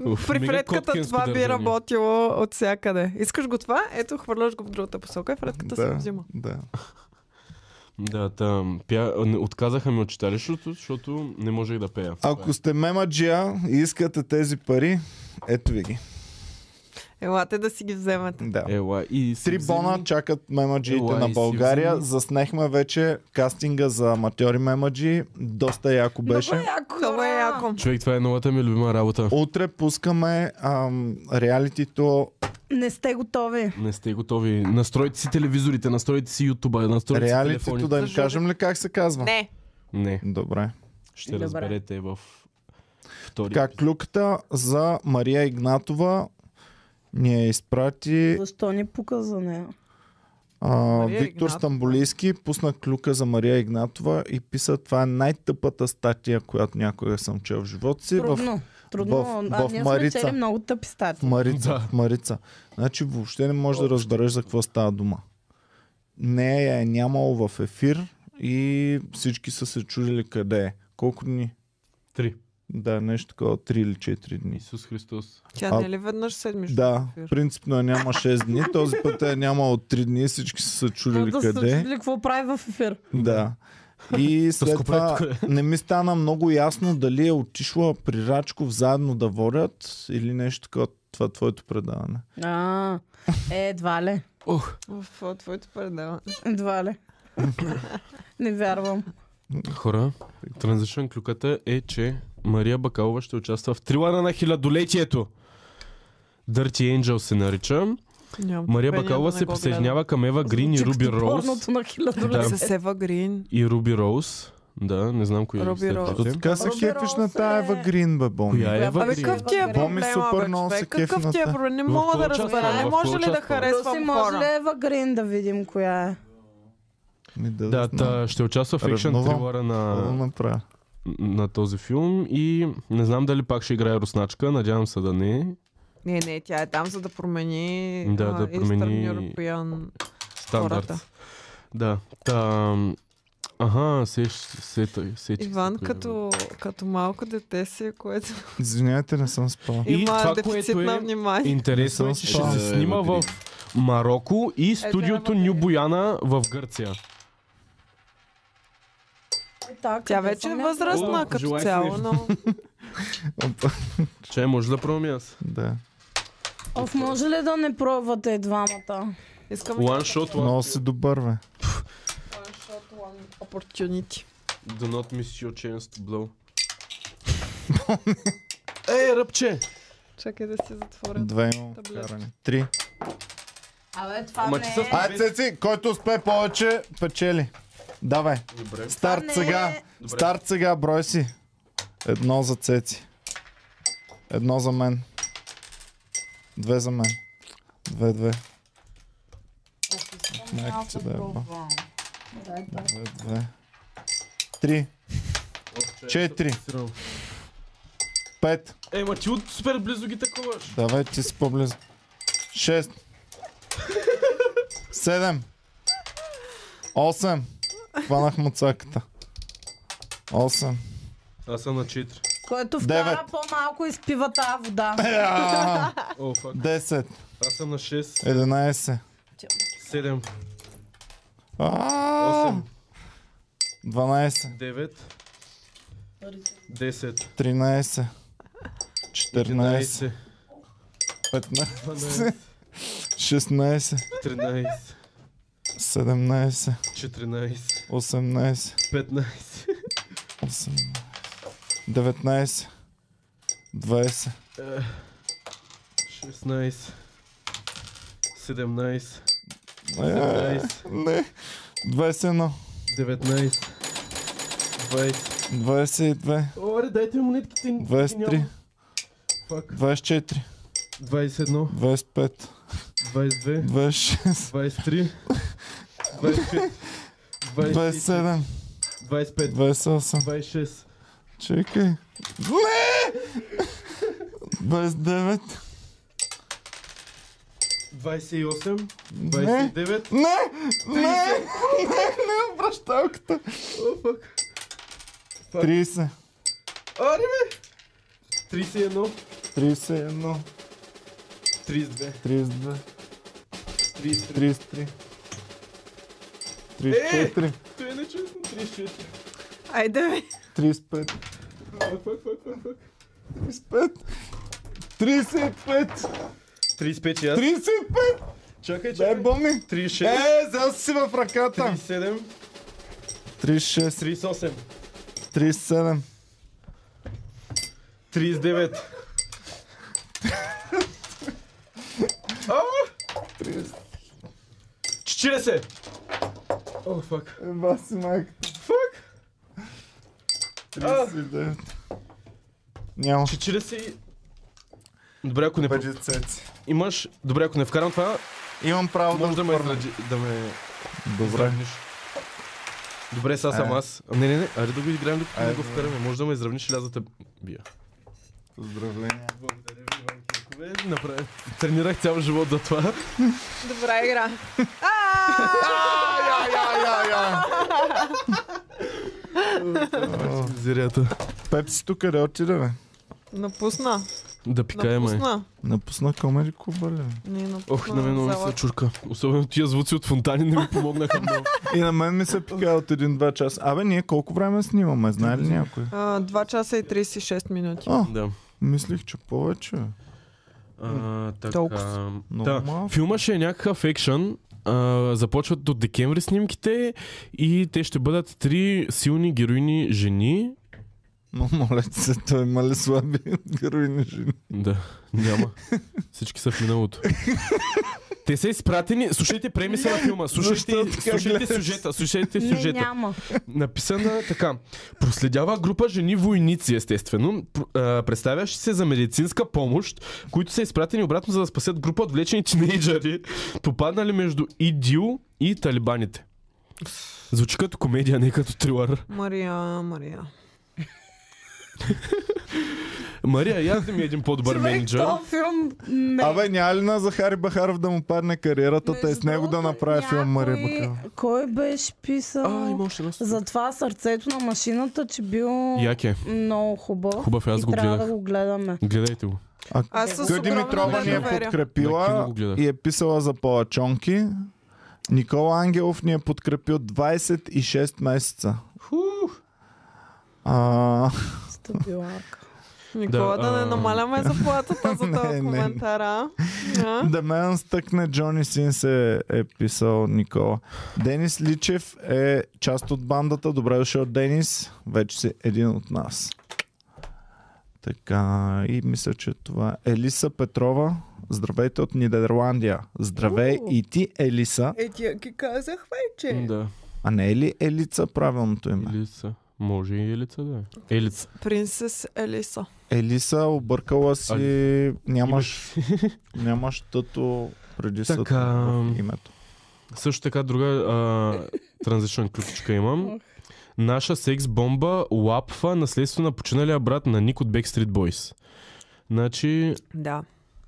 C: Уф,
B: При
C: мега
B: фредката
C: коткинско
B: това би
C: държание.
B: работило от всякъде. Искаш го това? Ето, хвърляш го в другата посока и фредката се
A: Да,
B: взима.
A: да.
C: Да, там. Пя... не, Отказаха ми от читалището, защото не можех да пея.
A: Ако сте мемаджия и искате тези пари, ето ви ги.
B: Елате да си ги вземете.
A: Да.
C: Ела, и си
A: Три
C: вземи-
A: бона чакат мемаджиите
C: Ела, и
A: на
C: си
A: България.
C: вземи.
A: Заснехме вече кастинга за аматьори мемаджи. Доста яко
D: Много
A: беше.
D: яко.
B: Много е
D: ура!
B: яко.
C: Човек, това е новата ми любима работа.
A: Утре пускаме ам, реалитито.
D: Не сте готови.
C: Не сте готови. Настройте си телевизорите, настройте си YouTube, настройте си
A: Реалитито,
C: телефоните.
A: да им кажем ли как се казва?
B: Не,
C: Не,
A: Добре.
C: ще
D: Добре.
C: разберете в втори.
A: Така, клюката за Мария Игнатова ни е изпрати
D: Защо ни пука за нея?
A: а,
B: Мария
A: Виктор
B: Игнатова.
A: Стамбулийски, пусна клюка за Мария Игнатова и писа това е най-тъпата статия, която някога съм чел в живота си. В
D: Трудно. Трудно.
A: В-
D: а,
A: в
D: ние
A: Марица.
D: сме чели много тъпи
A: В
D: стати.
A: Марица. Да. Марица. Значи въобще не можеш да разбереш за какво става дума. Нея е нямало в ефир и всички са се чудили къде е. Колко дни?
C: Три.
A: Да, нещо такова, 3 или 4 дни.
C: Исус Христос.
B: Тя
A: А-
B: не е ли веднъж седмично?
A: Да,
B: в ефир?
A: принципно я няма 6 дни. Този път е нямало 3 дни, всички са се
D: Ма
A: чудили
D: Да се
A: къде. е.
D: чудили какво прави в ефир.
A: Да. И след
C: скопре
A: това
C: тук
A: не ми стана много ясно дали е отишла при Рачков заедно да водят или нещо такова. Това е твоето предаване.
D: А, е, едва ли.
C: Ох,
B: В е твоето предаване.
D: Едва ли. Не вярвам.
C: хора, транзишън клюката е, че Мария Бакалова ще участва в трилара на хилядолетието. Dirty Angel се нарича.
B: Нямам
C: Мария
B: търпение
C: Бакалова
B: да не
C: се
B: го
C: присъединява към Ева Грин и
D: Звучи
C: Руби
D: като
C: Роуз.
D: Порното на хилядолетие.
B: гледам.
C: Да.
B: С Ева Грин.
C: И Руби Роуз. Да, не знам кои
B: Руби
C: следващите.
B: Роуз.
A: Защото така се
D: Руби
A: кефиш на
D: Роуз
A: тая
D: е-
A: Ева Грин, бе, Боми.
C: Коя е Ева
B: Абе,
C: Грин?
B: какъв ти е
A: Боми
B: проблема,
A: супер много
B: бе,
A: се
B: човек?
A: кефи
B: Какъв
A: на
B: ти е
A: тая.
B: проблем? Не
C: В
B: мога да
C: кой участва?
B: разбера. Не
C: В
B: може
C: кой
B: ли да
C: участва?
D: Руси,
B: харесвам
D: може ли
B: хора?
D: Ева Грин да видим коя е?
A: Ми да,
C: Да,
A: знам.
C: та, ще участва в екшен
A: Ревнувам.
C: трилъра
A: Какво да
C: на,
A: направя?
C: на този филм и не знам дали пак ще играе русначка, надявам се да не.
B: Не, не, тя е там, за да промени
C: Да,
B: а,
C: да промени-
B: Eastern European
C: Стандарт.
B: Хората.
C: Да. Та, аха, сеч, сета, сеч,
B: Иван като, като малко дете си, което
A: Извинявайте, не съм спал.
C: И
B: има
C: това,
B: дефицит
C: което е-
B: на внимание.
C: Интересно е,
A: Не съм
C: че ще
A: спал.
C: се снима в Марокко
B: Е,
C: и студиото
B: Ева Грин.
C: Ню Бояна в Гърция.
D: Та,
B: Тя
D: къде
B: вече е
D: съм я
B: възрастна
C: О,
B: като
C: желаете
B: цяло,
C: ли?
B: но
A: Опа,
C: Че, може да пробвам и аз.
A: да.
D: гледала? Оф, може ли да не пробвате и двамата?
B: искам
C: One shot, one...
A: Много си добър, бе.
B: opportunity.
C: Do not miss your chance to blow. Ей, ръбче!
B: Чакай да си затворя.
A: Две имам вкарани. Три.
D: Абе, това
B: е.
C: Ама че са...
A: Ай, цеци, който успее повече, печели. Давай.
C: Добре.
A: Старт
D: Това не е-
A: сега. Старт сега, брой си. Едно за цеци. Едно за мен. Две за мен. Две, две. Майка ти да е ба. Две, две. Три. Четири. Пет.
C: Ей, ма ти от супер близо ги таковаш.
A: Давай, ти си по-близо. Шест. Седем. Осем. Хванах му цаката. Осем.
C: Аз съм на 4.
D: Който вкара
A: Девет.
D: по-малко изпива тази вода.
A: Еа!
C: О, фак.
A: Десет.
C: Аз съм на 6.
A: Единайсет.
C: 7.
A: А,
C: 8.
A: 12,
C: 9. 10.
A: 13, 14,
C: 11.
A: 15,
C: 12.
A: 16,
C: 13.
A: 17,
C: 14.
A: 18,
C: 15.
A: 18, 19, 20,
C: Е, 16. 17.
A: Е,
C: 18.
A: не, 21,
C: 19. 20.
A: 22,
C: Оре, дайте монетките. ги
A: 23,
C: няма. Фак.
A: 24,
C: 21.
A: 25, 26,
C: 22. 23. 25. 27.
A: 27,
C: 25.
A: 28,
C: 26.
A: чекай, не, 29,
C: 28.
A: не,
C: 29.
A: Не! Не! Не! Не! Обращалката!
C: О, фак.
A: 30,
C: Аре, бе! 31.
A: 31,
C: 32.
A: 32, 33,
C: 33.
A: 34,
C: Той е нечестно. 34.
B: Айде бе.
A: 35,
C: Фак, фак, фак, фак, фак.
A: 35, 35,
C: 35 и аз.
A: 35!
C: Чакай,
A: Дай
C: чакай.
A: бомни!
C: 36.
A: Е, взел си в ръката!
C: 37.
A: 36,
C: 38.
A: 37,
C: 39. 40. О, фак.
A: еба си майка.
C: Фак.
A: 39. Няма.
C: 40. и- Добре, ако не... про-
A: 50.
C: Имаш... Добре, ако не вкарам това,
A: Имам право
C: може да ме...
A: отхвърля.
C: изради- Да ме...
A: Добре.
C: Изравниш. Добре, сега съм
A: Е.
C: аз. Не, не, не, аре да го играем, докато
A: Е,
C: не го
A: добре.
C: вкараме. Може да ме изравниш и лязата бия.
A: Поздравления.
C: Направи. Тренирах цял живот за това.
B: Добра игра.
C: Зирята.
A: Пепсито къде отида, е, бе?
B: Напусна.
C: Да пикаем. е.
B: Напусна.
A: Напусна Комери Куба, ли?
B: Не, напусна.
C: Ох, на мен много ми
B: Зала.
C: се чурка. Особено тия звуци от фонтани не ми помогнаха много.
A: И на мен ми се пика от един-два часа. Абе, ние колко време снимаме, знае ли някой?
B: А, 2 часа и 36 минути.
A: О,
C: Да.
A: мислих, че повече. бе.
C: А, така.
B: Толкова.
A: Много
C: Да.
A: малко.
C: Филма ще е някакъв екшън. А, започват до декември снимките и те ще бъдат три силни героини жени.
A: Но моля ти се, той има ли слаби героини жени?
C: Да, няма. Всички са в миналото. Те са изпратени. Слушайте премиса на филма.
A: Защо
C: Слушайте,
A: така
C: слушайте
A: гледаш?
C: сюжета. Слушайте
D: Не,
C: сюжета.
D: няма.
C: Написана така. Проследява група жени войници, естествено, пр- а, представящи се за медицинска помощ, които са изпратени обратно за да спасят група отвлечени тинейджъри, попаднали между ИДИЛ и талибаните. Звучи като комедия, не като трилър.
B: Мария, Мария.
C: Мария, я да ми един по-добър менеджер.
D: Човек, този филм ме...
A: Абе, няма ли на Захари Бахаров да му падне кариерата, те с
D: Между
A: него да
D: другото,
A: направи филм Мария
D: някой-
A: Бахаров?
D: Кой беше писал
C: А, има още една.
D: за това сърцето на машината, че бил
C: Яке,
D: много хубав.
C: Хубав е, аз
D: и
C: го
D: трябва
C: гледах.
D: да го гледаме.
C: гледайте го.
B: Аз с
A: Кой
B: огромно
A: Димитрова ни е
B: недоверие.
C: На кино
A: подкрепила
C: го гледах.
A: и е писала за палачонки. Никола Ангелов ни е подкрепил 26 месеца. А,
D: Стабилак.
B: Никола, да,
C: Да,
B: да не
C: а-
B: намаляме заплатата за
A: Не,
B: този
A: не, не.
B: коментар, а? А?
A: да мен стъкне Джони Синс е, е писал Никола. Денис Личев е част от бандата. Добре дошъл, Денис. Вече си един от нас. Така, и мисля, че това е Елиса Петрова. Здравейте от Нидерландия. Здравей и ти, Елиса.
B: Е, ти я ги казах вече.
C: Да.
A: А не е ли Елица правилното име?
C: Елица. Може и Елица да е. Елица.
B: Принцес Елиса.
A: Елиса объркала си, нямаш, нямаш тъто преди съд
C: Така.
A: в името.
C: Също така друга а, транзична ключичка имам. Наша секс-бомба лапва наследство на починалия брат на Ник от Backstreet Boys. Значи,
B: Да.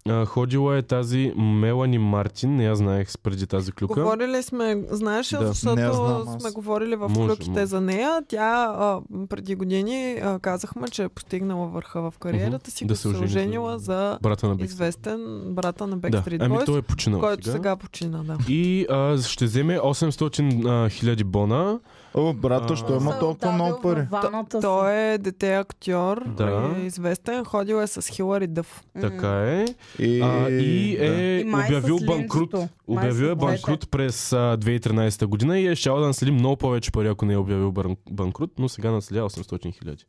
C: а, ходила е тази Мелани Мартин, не я знаех преди тази клюка.
B: Говорили сме, знаеш, ли,
C: Да.
A: Не я
B: защото
A: знам аз.
B: сме говорили в
C: Може,
B: ключите
C: може.
B: за нея. Тя а, преди години а, казахме, че е постигнала върха в кариерата си,
C: Да
B: като
C: се
B: се
C: ожени за-
B: оженила за
C: Брата на Backstreet.
B: известен брата на
C: Да,
B: Backstreet
C: ами той
B: Boys,
C: е починал
B: който
C: сега.
B: сега почина, да.
C: И а, ще вземе 800 а, хиляди бона.
A: О, брато,
C: А.
A: що има толкова много пари?
D: Ваната
B: Той е дете актьор,
C: Да.
B: е известен, ходил е с Хилари Дъв.
C: Така е.
A: И,
C: А, и е
D: И май с
C: обявил
D: линзото.
C: банкрут.
D: Май
C: Обявил
D: с
C: е банкрут през а, 2013 година и е щял да наследи много повече пари, ако не е обявил бан- банкрут, но сега наследя 800 хиляди.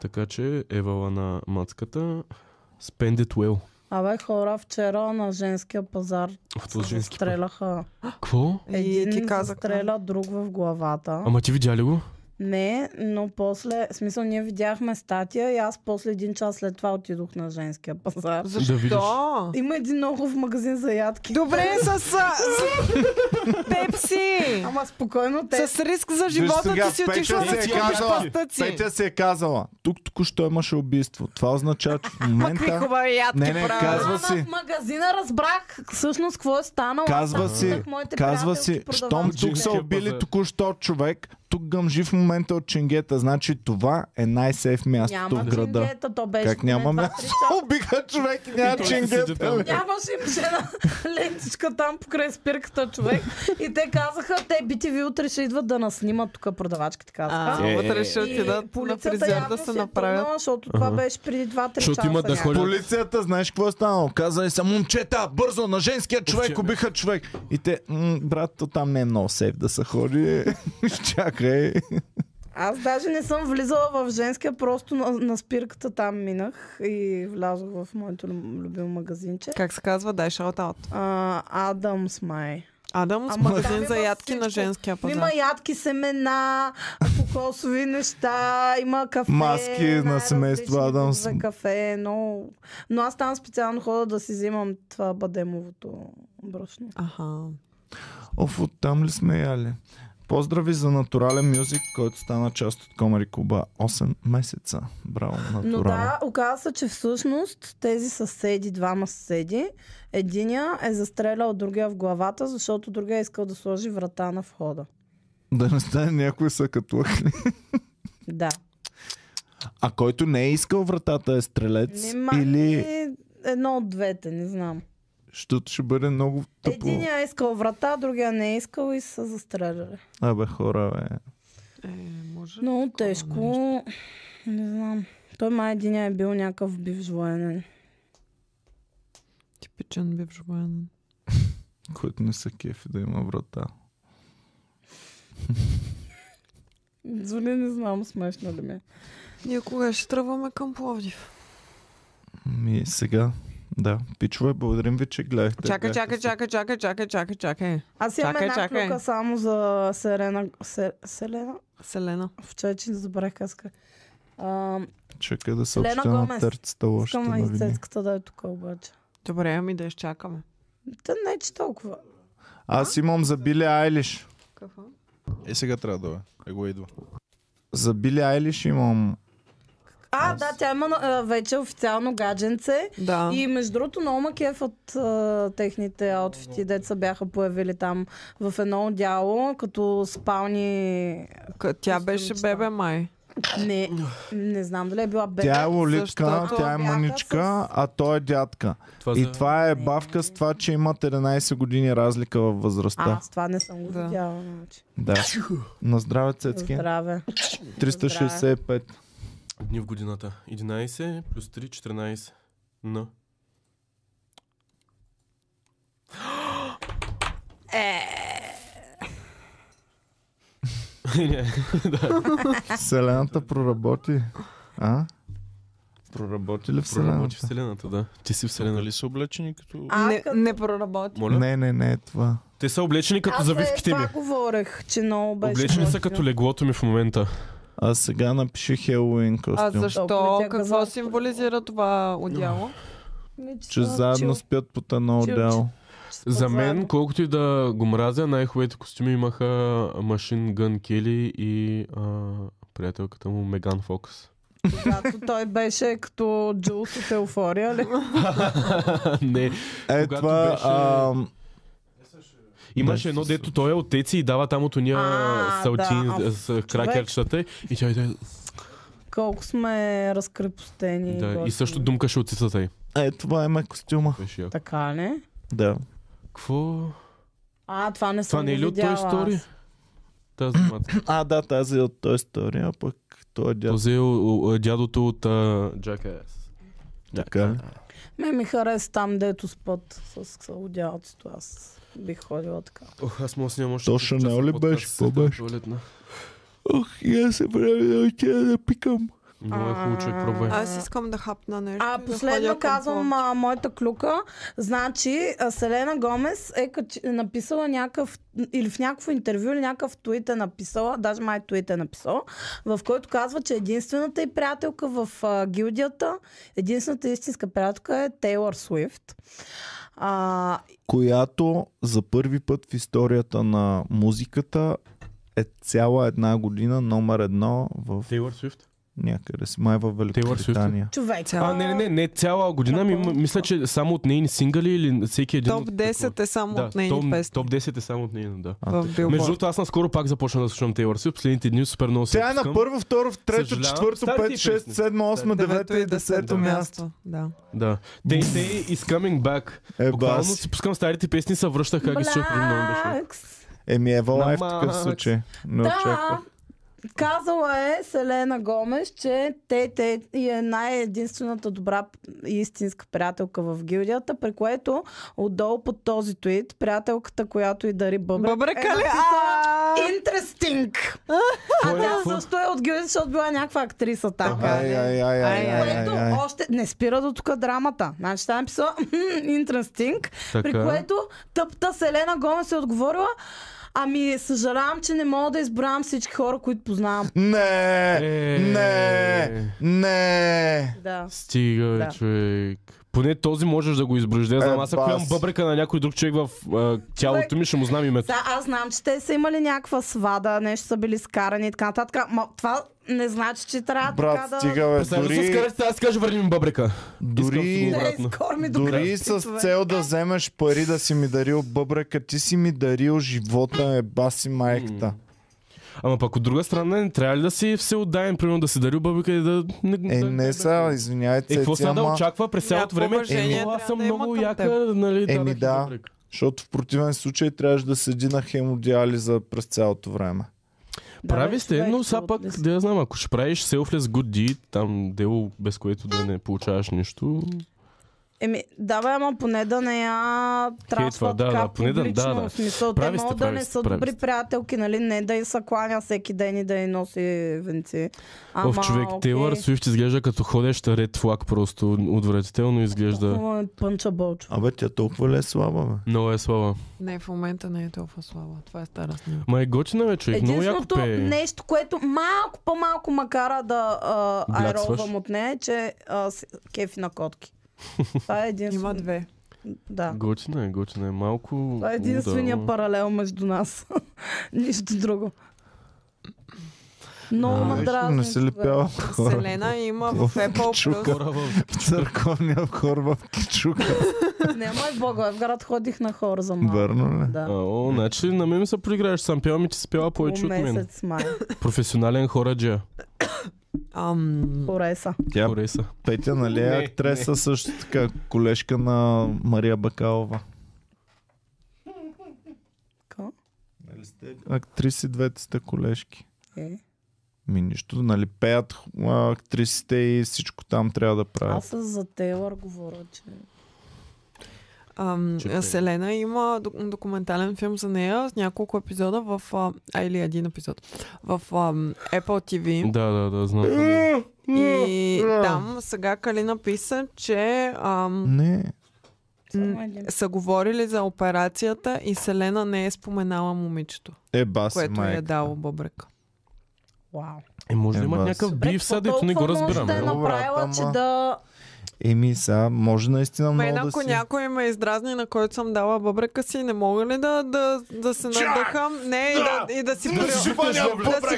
C: Така че евала на мацката. Spend it well.
D: Абе, хора, вчера на женския пазар
C: В този женски път.
D: стреляха.
C: Какво?
B: И ти казах.
D: стреля друг в главата.
C: Ама ти видя ли го?
D: Не, но после, в смисъл, ние видяхме статия и аз после един час след това отидох на женския пазар.
C: Да видиш.
B: Защо?
D: Има един много в магазин за ядки. Е,
B: Добре, Е, с, с, с пепси!
D: Ама спокойно те.
B: С риск за
A: Виж
B: живота
A: сега,
B: ти си отишла
A: Петя
B: да
A: си
B: си
A: е
B: купиш
A: казала,
B: пастъци.
A: Петя си е казала, тук току-що имаше убийство. Това означава, че в
B: Какви
A: момента...
B: хубави ядки
A: Не, не,
B: правят.
A: казва
D: Ама
A: си,
D: в магазина разбрах всъщност какво е станало.
A: Казва
D: Аз
A: си-
D: питах моите
A: Казва
D: приятелки,
A: си, щом тук
D: продавачки.
A: са
C: Джинския
A: убили
C: пазар.
A: току-що човек, тук гъмжи в момента от ченгета. Значи това е най-сейф мястото в
D: Няма
A: града.
D: чингета, то беше.
A: Как
D: поне
A: няма
D: два-три
A: място?
D: часа.
A: Убиха човек и няма
C: той си седи
A: ченгета.
C: там.
A: бе.
D: Нямаше им жена лентичка там покрай спирката човек. И те казаха, те BTV утре ще идват да нас снимат тук продавачките
B: А,
D: казаха.
C: Е,
B: утре Е, ще
D: И
B: отидат на
D: полицията
B: фризьор
D: явно
B: да
D: си
B: се
D: е
B: направят.
D: тръгнала, защото това беше преди 2-3 часа.
C: Защото имат да
D: някак.
C: ходят-
A: Полицията, знаеш какво е станало? Казали са, момчета, бързо, на женския човек
C: Овче,
A: убиха човек. И те, «М, брат, то там не е много сейф да се ходи. Чакай.
D: Аз даже не съм влизала в женския, просто на, на спирката там минах и влязох в моето лю- любимо магазинче.
B: Как се казва, дай шаут-аут.
D: А, Адамс май.
B: Адамс,
D: Ама там
B: магазин за
D: има
B: ядки на
D: всичко.
B: женския пазар.
D: Има ядки, семена, кокосови неща, има кафе.
A: Маски на
D: най-различни
A: семейство
D: тип
A: Адамс.
D: За кафе, но... но аз там специално хода да си взимам това бадемовото брашно.
B: Аха.
A: Оф, оттам ли сме яли? Поздрави за Натурален Мюзик, който стана част от Комари Куба 8 месеца. Браво, Натурален.
D: Но да, оказа се, че всъщност тези съседи, двама съседи, единия е застрелял другия в главата, защото другия е искал да сложи врата на входа.
A: да не стане някой съкатлък. ли?
D: Да.
A: А който не е искал вратата е стрелец
D: Нима,
A: или...
D: и Едно от двете, не знам.
A: Защото ще бъде много тъпо.
D: Единия е искал врата, другия не е искал и са застреляли.
A: Абе, хора, бе.
B: Е, може.
D: Много
B: такова
D: тежко.
B: нещо.
D: Не знам. Той май единия е бил някакъв бивш военен.
B: Типичен бивш военен.
A: Които не са кефи да има врата.
D: Звали Нали не знам, смешно ли ми е.
B: Ние кога ще тръгваме към Пловдив?
A: Ми сега, да. Пичове, благодарим ви, че гледахте.
B: Чакай,
A: Бяхте
B: чакай,
A: с-
B: чакай, чакай, чакай, чакай, чакай.
D: Аз имам
B: Чакай,
D: една
B: чакай.
D: клюка само за Серена... Се, Селена?
B: Селена.
D: Вчера, че не забравих казка. А,
A: Чакай да се
D: Лена
A: обща на
D: Гомес.
A: търцата лошите
D: искам
A: новини.
D: истинската да е тук обаче.
B: Добре, ами да изчакаме.
D: Та не, че толкова.
A: Аз имам за Били Айлиш.
B: Какво?
E: Е, сега трябва да е. Его идва.
A: За Били Айлиш имам...
D: А, да, тя има а, вече официално гадженце.
B: Да.
D: И между другото, много ма кеф от а, техните аутфити, деца бяха появили там в едно отдяло, като спални...
B: К- Тя беше
D: Костюмчета.
B: бебе май.
D: Не, не знам дали е била бе.
A: Тя е лолитка,
B: защото
A: тя е
D: бяха
A: маничка,
D: с-
A: а той е дядка.
I: Това
A: И това е бавка с това, че имат 11 години разлика във
D: А,
A: възрастта.
D: аз това не съм го
B: Да.
D: видяла. Значи.
A: Да. На здраве, Цецки.
D: Здраве.
A: 365.
C: Дни в годината. 11 плюс 3, 14. На.
A: Вселената проработи. А? Проработи ли
C: Проработи
A: Вселената?
C: вселената, да. Ти си вселената.
E: Нали са облечени като...
D: А,
B: не,
D: като-
B: не проработи.
C: Моля?
A: Не, не, не е това.
C: Те са облечени като
D: Аз е за
C: завивките ми.
D: това говорех, че много беше.
C: Облечени са
D: готино.
C: като леглото ми в момента.
A: А сега напиши Хелоуин
B: А
A: костюм.
D: Толкова
B: защо?
D: тя
B: Какво
D: казала.
B: символизира това одяло?
D: Ми, че
A: Че
D: са
A: заедно
D: чил,
A: спят под едно
D: Чил,
A: отдел.
D: че са
C: За
D: заедно.
C: мен, колкото и да го мразя, най-хубавите костюми имаха Машин Гън Кели и а, приятелката му Меган Фокс.
D: Когато той беше като Джулс от Еуфория. Ли?
C: Не,
A: Е,
C: Когато
A: това...
C: беше-
A: ам,
C: имаше едно дето той е от Теци и дава там от уния
D: А,
C: салтин
D: да.
C: с кракерчетата и тя иде...
D: Колко сме разкрепостени.
C: Да, и
D: готини.
C: също думкаше от цицата й.
A: е, това има костюма.
C: Беше яко.
D: Така не?
A: Да.
C: Какво?
D: А, това не съм
C: Това не е
D: го
C: ли от Toy
D: видяла аз.
C: Story? Тази думата.
A: А, да, тази е от той история, пък той е дядо.
C: Този е о- о- дядото от Джакас.
A: Така ли?
D: Ме ми хареса там, дето спът с с одялото. Аз бих ходила така.
C: Ох, аз мога да снимам още.
A: То
C: три часа
A: Шанел е ли
C: подкаст
A: беше?
C: с
A: Какво
C: седа
A: беше?
C: туалетна.
A: Ох, и аз се прави да отида да пикам.
C: Много е хубаво, човек, пробвай.
D: А,
B: Аз искам да хапна нещо. и
D: А,
B: да ходя
D: последно
B: към
D: казвам
B: Пловдив.
D: а, моята клюка. Значи, а, Селена Гомес е кач... написала някакъв, или в някакво интервю, или някакъв твит е написала, даже май твит е написала, в който казва, че единствената й приятелка в а, гилдията, единствената истинска приятелка е Тейлор Суифт. А,
A: Която за първи път в историята на музиката е цяла една година номер едно в
C: Тейлор Свифт?
A: някъде си, май в Великобритания.
D: човек.
C: А, не, не, не, не цяла година. Ми, м- мисля, че само от нейни сингъли или всеки един.
B: Топ
C: от-
B: 10 е само
C: да,
B: от нейни
C: топ,
B: песни.
C: топ 10 е само от нейни, да.
A: А,
B: в
A: така.
B: Билборд.
C: Между другото, аз наскоро пак започна да слушам Тейлор Свифт. Последните дни супер много
A: Тя
C: се
A: е на
C: отпускам.
A: първо, второ, в трето,
C: Съжалявам.
A: четвърто,
C: Старите
A: пето, шесто,
C: песни.
A: седмо, осмо,
B: е
A: девето и десето място.
B: Да.
C: Да. They say is coming back.
A: Е,
C: Буквално
A: бас.
C: си пускам старите песни, се връщах как ги слушах. Много беше.
D: Блякс.
A: Еми, е, ева
C: На
A: лайф в такъв
C: Макс.
A: случай. Не
D: Да,
A: очаквах.
D: казала е Селена Гомеш, че те, те и е най-единствената добра и истинска приятелка в гилдията, при което отдолу под този твит, приятелката, която и дари бъбрек,
B: Бъбрека
D: е
B: ли?
D: написала
B: А!
D: Interesting!
C: Кой
D: А
C: е?
D: тя
C: Кой е?
D: също е от гилдията, защото била някаква актриса е. там.
A: Ай, ай, ай, ай, ай,
D: Което
A: ай, ай.
D: още не спира до тук драмата. Значи тя е написала Interesting, при
C: Така.
D: което тъпта Селена Гомес е отговорила Ами, съжалявам, че не мога да избрам всички хора, които познавам.
A: Не,
C: Е.
A: не, не.
D: Да.
C: Стига, бе,
D: Да.
C: човек. Поне този можеш да го изброиш. Да я знам,
A: Е,
C: аз ако имам
A: бас.
C: бъбрека на някой друг човек в а, тялото ми, ще му знам името.
D: Да, аз знам, че те са имали някаква свада, нещо са били скарани и така нататък. Ма, това не значи, че трябва
A: Брат,
D: така да...
A: стига, бе,
C: Представи дори... се
A: дори,
C: скараш, аз кажа върни ми бъбрека.
A: дори,
C: Искам
D: Да,
B: Е,
C: обратно.
D: изкорми до
A: дори
D: кръвти,
A: с
D: човек.
A: цел да вземеш пари да си ми дарил бъбрека, ти си ми дарил живота, е баси майката.
C: Ама пък от друга страна, не трябва ли да си всеотдаен, примерно да си дарил бъбрека и да...
A: Е,
C: да-
A: не са,
C: Е,
A: извиняйте,
C: какво сега да
A: ама-
C: очаква през цялото
B: Някакво
C: време?
B: уважение
C: Е, аз
B: трябва
C: съм
B: да има
C: много
B: към
C: яка, нали,
A: Еми
C: дадах ти
A: да.
C: бъбрек.
A: Защото в противен случай трябваше да седи на хемодиализа през цялото време.
D: Да, е бе,
C: Прави сте,
D: човек,
C: но сега
D: от
C: пак,
D: лес.
C: да я знам, ако ще правиш selfless good deed, там дело, без което да не получаваш нищо,
D: Еми, да бе, ама поне да не я
C: да,
D: трасва да, така
C: да, поне да- да,
D: публично,
C: да.
D: в смисъл,
C: Прави
D: те
C: сте,
D: могат да
C: прави
D: не
C: сте,
D: са
C: прави
D: добри
C: сте.
D: приятелки, нали, не да й се кланя всеки ден и да й носи венци. Ама,
C: Ама, Ов, човек,
D: окей.
C: Тейлър Суифт изглежда като ходеща ред флаг просто. Отвратително изглежда.
D: Хубаво е Пънча Бълчо.
A: Абе, тя толкова ли е слаба, бе?
C: Много е слаба.
B: Не, в момента не е толкова слаба. Това е стара снимка.
C: Ма е готина бе, човек. Много яко
D: Единственото е.
C: пее.
D: нещо, което малко по-малко ма кара да а,
C: Бляксваш.
D: айровам от нея, е, че а, с- кефи на котки. Това е
B: Има
D: единствено.
B: две.
D: Да.
C: Готина е, готина е. Малко...
D: Това е единствения
C: да,
D: паралел между нас. Нищо друго. Много ма
A: Виж,
D: дразни.
A: не се
D: човек.
A: лепява хора.
B: Селена има в Apple Plus.
C: Хора в...
A: Църковния хор в Кичука.
D: Няма и в Благоевград ходих на хора за малко.
A: Върно ли?
D: Да.
C: О, значи на мен ми се проиграеш. Сам пява ми, че си пява повече от мен.
D: месец май.
C: Професионален хораджия.
B: Ам,
D: Хореса.
A: Тя
C: Хореса.
A: Петя, нали е
C: Не,
A: актреса също така, колежка на Мария Бакалова.
D: Ка?
A: Нали сте актриси, двете сте колежки.
D: Е.
A: Ми нищо, нали пеят а, актрисите и всичко там трябва да
D: Аз
A: правят.
D: с за Тейлър говоря, че...
B: ам,
C: Чакай.
B: Селена има док- документален филм за нея с няколко епизода в... А, а или един епизод. В ам, Apple TV.
C: Да, да, да, знам. да.
B: И там сега Калина писа, че ам,
A: Не,
D: Само един.
B: са говорили за операцията и Селена не е споменала момичето,
A: е баси
B: което й е
A: майка.
B: дало бъбрека.
D: Вау.
C: Е, може да
A: Е,
C: има
A: бас.
C: някакъв
D: Добре,
C: бив сега,
D: какво
C: дето не го
D: толкова
C: разбирам.
D: Може да е
A: Добре,
D: направила,
A: ама-
D: че да...
A: Еми сега, може наистина
B: Мен
A: много да
B: ако
A: си...
B: някой ме издразни, на който съм дала бъбрека си, не мога ли да, да, да се надъхам? Не, да, и да си, при... да си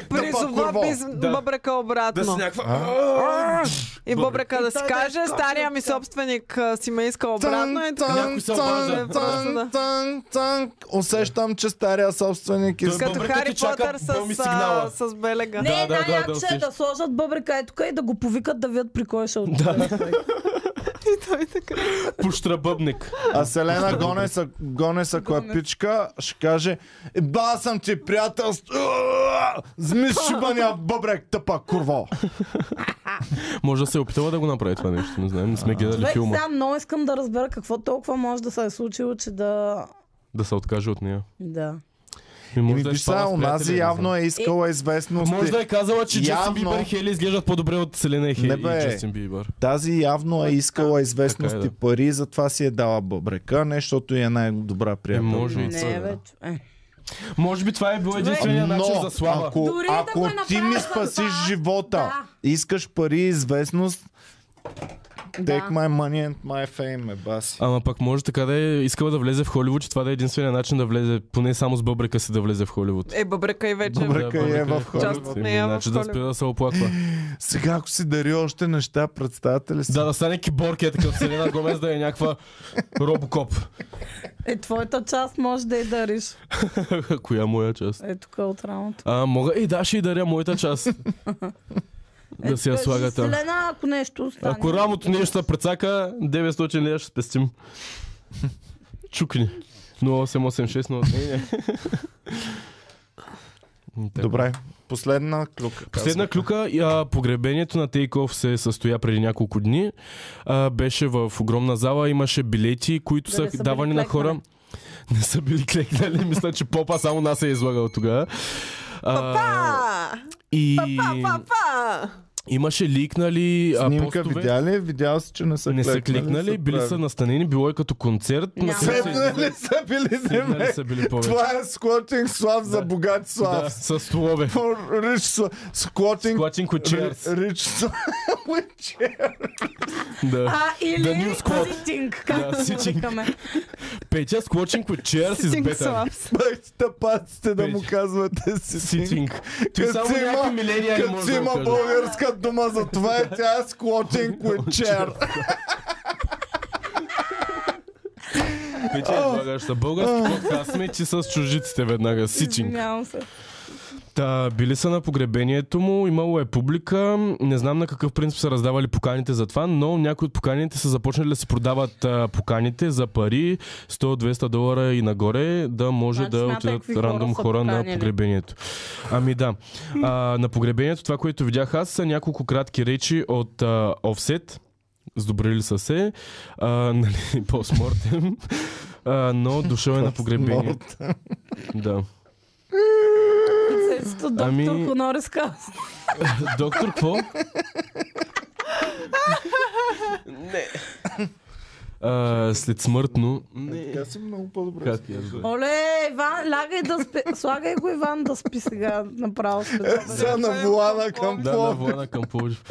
B: призова биз... бъбрека
E: Да си
B: обратно.
E: някаква...
B: и бъбрека да си
D: И той да
B: каже,
D: изкочи
B: стария
D: от
B: ми
D: тях.
B: собственик а, си ме иска
A: Тан,
B: обратно и така.
A: тан,
C: се обажда.
A: тан,
B: Просто да.
A: тан, тан, тан. Усещам, че стария собственик иска...
B: Като
C: Бъбрека
B: Хари
C: ти чака,
B: Потър
C: бълми
B: с, а,
C: сигнала.
B: с белега.
D: Не,
C: да, да,
D: най-яко
C: да,
D: ще е
C: усещам.
D: да сложат бъбрика е тук и да го повикат да видят при кой е Нали, ще отиде.
B: И той така.
C: Пуштрабъбник.
A: А Селена Гонес, а- Гонес ако е пичка, ще каже «Е, Ба съм ти приятел, с- Уа! зми шибания бъбрек, тъпа курво.
C: Може да се е опитала да го направи това нещо, не знаем, не сме гледали
D: Вече
C: филма.
D: сега много искам да разбера какво толкова може да се е случило, че да...
C: Да се откаже от нея.
D: Да.
C: И
A: Еми виж сега, унази явно е искала известност.
C: Може да е казала, че Джастин
A: Явно.
C: Бибър и Хели изглеждат по-добре от Селена и
A: Не,
C: Хели
A: бе.
C: и Джастин Бибър.
A: Тази явно е искала известност
C: Така е,
A: и
C: да.
A: пари, затова си е дала бъбрека, не защото й е най-добра
C: Е,
A: приятел.
C: може и
D: Не,
C: това.
D: вече. Е.
C: Може би това е бил единствения начин за слава.
A: ако,
G: Дори да
A: ако
C: е
G: го
A: ти ми
G: направя за
A: спасиш
G: това,
A: живота,
G: да.
A: искаш пари и известност, take
D: Да.
A: my money and my fame, е баси.
C: Ама пък може така да е искала да влезе в Холивуд, че това да е единствения начин да влезе, поне само с бъбрека си да влезе в Холивуд.
B: Е, бъбрека и вече.
A: Бъбрека.
C: Да,
A: е в
C: бъбрека
A: Холивуд.
B: Част от
C: Еми,
B: нея е в
C: Значи да
B: Холивуд.
C: спира да се оплаква.
A: Сега ако си дари още неща, представете ли си?
C: Да, да стане киборг е такъв Селена Гомес да е някаква робокоп.
D: е, твоята част може да и дариш.
C: Коя моя част?
D: Е, тук от рамото.
C: А, мога и да, ще и даря моята част. да си я
D: Е, Кажи,
C: слага там.
D: Селена, ако нещо остане.
C: Ако рамото нещо се прецака, 900 лева ще спестим. Чукни. 0886, но... Не, не. Така.
A: Добре, последна клюка.
C: Последна
A: казвам.
C: клюка, а, погребението на Тейков се състоя преди няколко дни. А, беше в огромна зала, имаше билети, които
D: Да
C: са,
D: не са били
C: давани на хора. Не са били клекнали, мисля, че попа само нас е излагал тогава. А,
B: Па!
C: и...
B: Па, па, па!
C: Имаше ликнали а,
A: Снимка
C: постове.
A: видяли, Нали? видял си, че не са
C: Не са
A: клекнали,
C: кликнали, били са
A: правили.
C: настанени, било е като концерт. но
G: Няма.
A: Сепнали
C: Нали са се
A: са били
C: Седнали
A: земе.
C: са били повече.
A: Това е сквотинг слав за богат
C: Да,
A: слав.
C: с слове.
A: Рич сквотинг
C: Клачин кучерс.
A: Рич слав.
C: Да.
D: А, или
C: Да, New Squad.
D: ситинг, както
C: Да,
D: да,
C: sitting.
D: викаме.
C: Петя с клочин кучерс и с
B: Ситинг
C: бета.
B: слабс.
A: Паците да му
C: Пич.
A: казвате ситинг.
C: Ситинг. Ти само
A: си
C: някакви
A: има-
C: милениали
A: Като
C: може
A: си
C: да
A: има
C: го кажа.
A: българска дума за това е тя е squatting with chair.
C: Петя е излагаща. Български подкаст сме, че с чужиците веднага. Ситинг.
D: Извинявам се.
C: Та, били са на погребението му, имало е публика. Не знам на какъв принцип са раздавали поканите за това, но някои от поканите са започнали да се продават а, поканите за пари 100-200 долара и нагоре, да може
D: Значи
C: да
D: смятай,
C: отидат
D: какви хора
C: рандом
D: са
C: хора, на
D: поканили.
C: погребението. Ами да. А, на погребението това, което видях аз, са няколко кратки речи от а, Offset. Сдобрили са се. А, нали, постмортем. А, но дошъл е на погребението. Да.
D: Сесто доктор
C: Ами-
D: ами... Хонорис Каус.
C: Доктор, какво? не. А, след смъртно. Не.
A: Така си много по-добре.
C: Как ти я знам?
D: Оле, Иван, лагай да спи. Слагай го Иван да спи сега направо
C: Е,
D: след това.
A: Са
B: е
A: на влада към
C: Да, на
A: Пловдив.
C: Влана към Пловдив.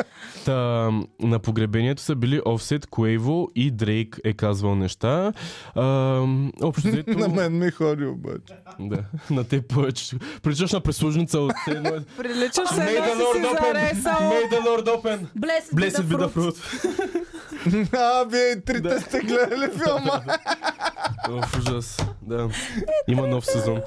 C: Та, на погребението са били Offset, Куейво и Дрейк е казвал неща. А, общо взето...
A: На мен ми ходи обаче.
C: да, на те повече. Приличаш на прислужница от... едно-
B: Приличаш се
C: May the
B: едно си си
C: Lord open!
B: заресал.
C: May the Lord open!
G: Блесът би да
C: Blessed be the
G: фрут.
C: fruit!
A: А, вие и трите сте гледали филма.
C: В ужас, да. Има нов сезон.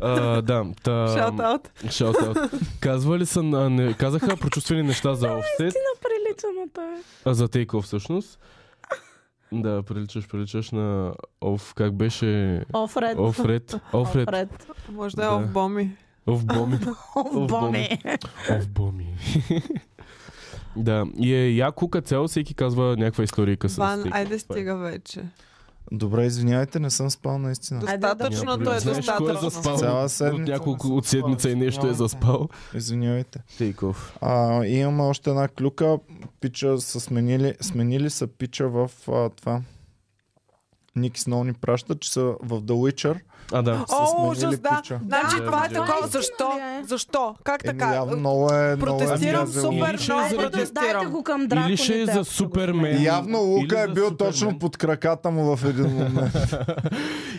C: А, да, та...
B: Shout out.
C: Shout out. Казвали са, на- не, казаха прочувствени неща за офсет,
D: Прилича на тая.
C: а за тейков всъщност. Да, приличаш, приличаш на оф, как беше?
D: Офред.
C: Офред. Офред.
D: Офред.
B: Може да е
C: Да.
B: в боми.
C: Оф боми.
D: О, боми.
C: Оф боми. Да, и е яко като цяло, всеки казва някаква историйка с
B: Ван,
C: тейков.
B: айде
C: Това е.
B: стига вече.
A: Добре, извинявайте, не съм спал наистина.
D: Айде, да.
B: Достатъчното е
C: Няма проблем. Знаеш, кой е
B: достатъчно.
C: заспал?
A: Цяла
C: От
A: седмица.
C: няколко
A: не
C: от
A: съм
C: седмица
A: спал,
C: и нещо е
A: извинявайте.
C: заспал.
A: Извинявайте.
C: Тейков.
A: А, имам още една клюка. Пича са сменили, сменили са пича в а, това. Ники Сноу ни праща, че са в The Witcher.
C: А, да.
A: са сменили
B: О, ужас, да.
A: пича.
B: Значи
C: Да,
B: това е
C: видя.
B: такова.
D: Истина ли
B: Защо?
D: е?
B: Защо? Как
A: Еми,
B: така?
A: явно много е... много е
B: Протестирам
A: мразилно.
B: супер
C: Или ще е
B: много.
C: заради-
D: Айде, дайте
B: Протестирам.
D: го към драконите.
C: Или ще е за
D: ако са го
C: Супермен.
D: сменили.
A: Явно Лука
C: Или
A: е
C: за
A: бил
C: Супермен.
A: точно под краката му в един момент.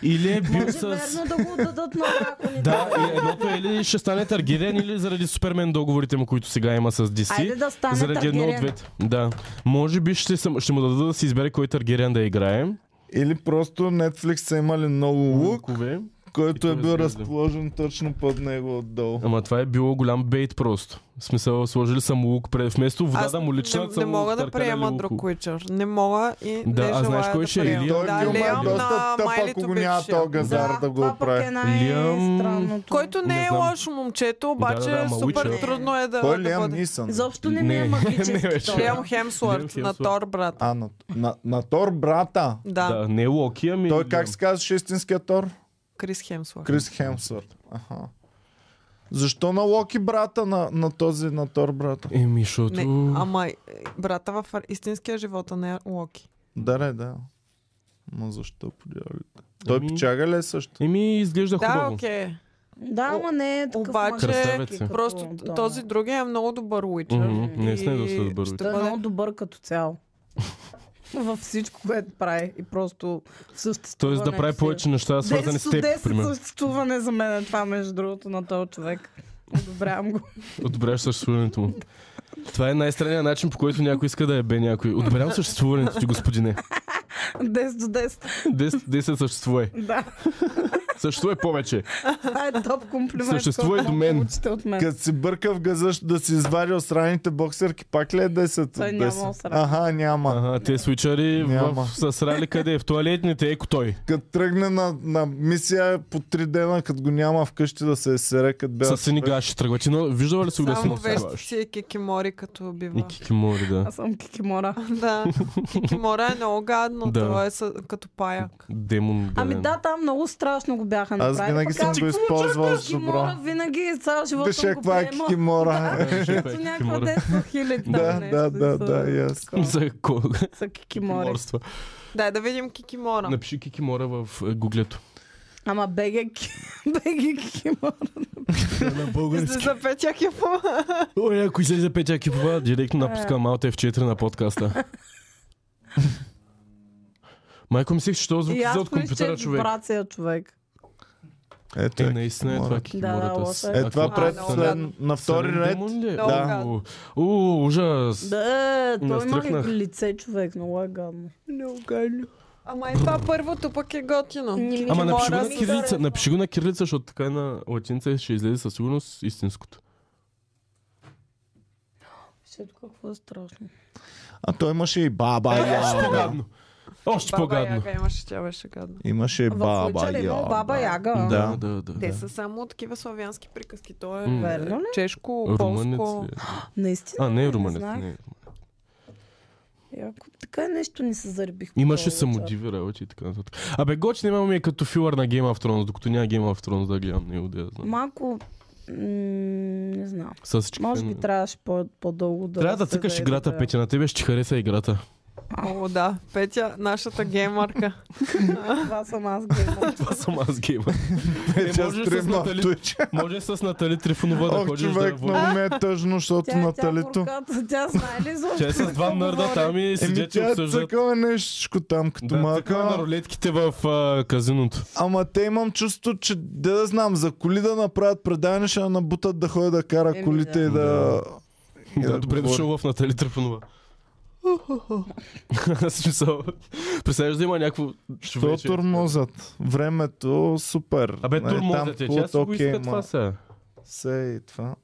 C: Или е бил
D: Може
C: с...
D: верно да го дадат на драконите.
C: Да, и едното е или ще стане Таргериен или заради Супермен договорите му, които сега има с DC.
D: Айде да стане
C: е, заради едно от
D: Таргериен.
C: двете. Да. Може би ще, съм, ще му дадат да си избере кой Таргериен да играе.
A: Или просто Netflix са имали много лук,
C: Лукове.
A: който
C: И
A: е
C: той
A: бил
C: излезе.
A: разположен точно под него отдолу.
C: Ама това е било голям бейт просто. В смисъл, сложили са му лук, пред- вместо вода
B: Аз
C: да му лична,
B: не, не мога да приема друг Witcher. Не мога и не
C: Да, а
B: желая
C: знаеш кой
B: да
C: ще е?
B: приема.
A: И
C: Илия?
A: той
B: да,
A: филм е
B: Леон на
A: доста тъп,
B: My
A: ако
B: Little
A: го
B: Big
A: няма
B: Shop.
A: този газар
D: Да,
A: да го
D: това пък
A: оправи.
D: е най-странното.
B: Който не,
C: Не
B: е
C: знам.
B: лошо момчето, обаче
C: Да, да, да,
B: е
C: ама
B: супер
C: Witcher.
B: трудно е да,
A: Кой е
B: да
A: Лиам
B: бъде.
A: Нисън?
D: Изобщо не ми
C: Не.
D: е
C: Не
D: магически
C: беше.
D: той.
B: Лиам
C: Лиам
B: Хемсворт на
C: Хемсворт.
B: Тор, брат.
A: А, на, на, на Тор брата.
B: Да,
C: Да, не е Локи, ами...
A: Той как се казваше истинския Тор?
B: Крис Хемсворт.
A: Крис Хемсворт. Аха. Защо на Локи брата на, на този на Тор брата?
C: Еми, защото...
B: Не, ама е, брата в истинския живот, а не Локи.
A: Да, да, да. Ма защо подявалите? Той
C: Ами-
A: пичага ли е също?
C: Еми, изглежда
B: Да,
C: Е, хубаво.
B: окей.
D: Да, ама не е такъв
B: Обаче,
D: магически, като
B: Просто
D: Дона.
B: този другия е много добър Уичър.
C: Мгм, Наистина е доста добър.
B: Ще
D: Той е
B: бъде-
D: много добър като цяло. Във всичко, което прави. И просто съществуване.
C: Тоест да прави повече неща, свързани с теб,
D: 10
C: примерно.
D: съществуване за мен е това, между другото, на този човек. Одобрявам го.
C: Одобряваш съществуването му. Това е най-странният начин, по който някой иска да е бе някой. Одобрявам съществуването ти, господине.
D: 10 до 10.
C: 10, 10 съществува е.
D: Да.
C: Съществува е повече.
D: Това е топ комплимент.
C: Съществува
D: който
C: и до мен.
D: мога да получите от мен.
A: Като си бърка в газа, ще да си извади осраните боксерки, пак ли е 10 от
D: Той няма
A: 10?
D: осрани.
A: Ага, няма.
C: Ага, те свичари
A: Няма.
C: в, с рали къде? В туалетните, еко той.
A: Като тръгне на, на мисия по 3 дена, като го няма вкъщи да се сере, като бе.
C: С сини гаши тръгва. Ти но- виждала ли си го да си
B: Само
C: насяваш?
B: вещи си е кикимори, като
C: И
B: бива.
C: кикимори, да.
D: Аз съм Кикимора.
B: Да, кикимора е много гадно,
C: Да.
B: това е съ- като паяк.
C: Демон.
D: Ами
C: гаден.
D: да, там много страшно го бяха
A: Аз
D: направили.
A: винаги
D: пък
A: съм
D: аз
A: го използвал с добро.
D: Кимора винаги цял живот
A: Виж
D: съм го
A: каква е
D: приемал.
A: кимора.
D: Като някаква детска хилит. там
A: Да,
D: нещо
A: да, да,
D: са-
A: да, и аз.
D: такова.
C: За ко-
D: Са кикимори.
C: киморства.
B: Дай да видим Кикимора.
C: Напиши кикимора в е, гуглето.
D: Ама беге, беге кикимора.
C: На
B: Излиза за петя Кикимора.
C: Ой, е, ако излезе Петя Кипова, директно напускам малата F4 на подкаста. Майко мислех, че този звук
D: И
C: излиза
D: аз
C: от компютъра,
D: поище
C: човек.
D: вибрация, човек.
A: Ето
C: Е,
A: е
C: наистина е
A: кикимора.
C: това кикимората. с-
D: Да,
A: Е, това
C: Ако-
A: пред
B: много
A: след,
B: гадно.
A: на втори
C: Сален
A: ред.
C: Димон ли е?
B: Много
C: Да.
B: гадно.
C: У, ужас.
D: Да, той има
C: Настръхнах.
D: лице, човек. Много е гадно.
B: Много гадно. Ама и това първото пък е готино.
G: Ами,
C: Ама напиши го на
B: Кикимора.
C: кирилица, напиши го на кирилица, защото така и на латиница ще излезе със сигурност истинското.
D: Всичко какво е страшно.
A: А той имаше и баба
D: Е,
A: яга.
C: Още
B: Баба
C: по-гадно.
B: Яга имаше, тя беше гадна.
A: Имаше и
D: В случая
A: Е, баба
D: ли има
A: яга.
D: баба яга?
A: Да.
C: да, да. да.
B: Те са само такива славянски приказки. То е
C: М.
D: Верно ли?
B: чешко,
C: Румънец
B: полско.
C: ли е?
D: Наистина.
C: А, не е
D: Не
C: румънец.
D: знаех.
C: не е.
D: Яко, така е, нещо ни се заребих.
C: Имаше
D: по-вечер.
C: самодиви работи и така нататък. Абе, гоч не ми е като филър на Game of Thrones, докато няма Game of Thrones да гледам, не да я знам.
D: Малко... м, Не знам.
C: С всички
D: Може би
C: фенове.
D: трябваше по- по-дълго да...
C: Трябва да
D: се
C: цъкаш
D: заеда
C: играта,
D: да-
C: Петя. На тебе ще ти хареса играта.
B: О, да. Петя, нашата геймарка.
D: Това съм аз геймър.
C: Това съм аз гейма.
A: Вече
C: можеш с
A: стрим на
C: Натали.
A: Twitch.
C: Може с Натали Трифонова да
A: Ох,
C: ходиш да
A: човек,
C: водиш.
A: много ми е тъжно, защото
D: Тя, тя,
A: Наталито...
D: бурката, тя знае ли за
C: Че е с два нърда там и
A: Еми
C: седят и
A: тя е
C: Ами, обсъждат.
A: цъкала нещичко там, като
C: Да, така на
A: мака.
C: рулетките в а, казиното.
A: Ама те имам чувство, че де да знам, за коли да направят предаване, ще я набутат да ходи да кара
D: Еми,
A: колите
D: да.
A: и да... и
C: Да, добре
A: Е, говори.
C: дошъл в Натали Трифонова. Смисъл. Представяш да има някакво
A: То
C: човече.
A: турмозът. е Времето супер.
C: Абе,
A: Нали,
C: турмозът е.
A: там
C: Тя си
A: плут,
C: го
A: окей,
C: иска
A: ма,
C: това сега.
A: Се и това.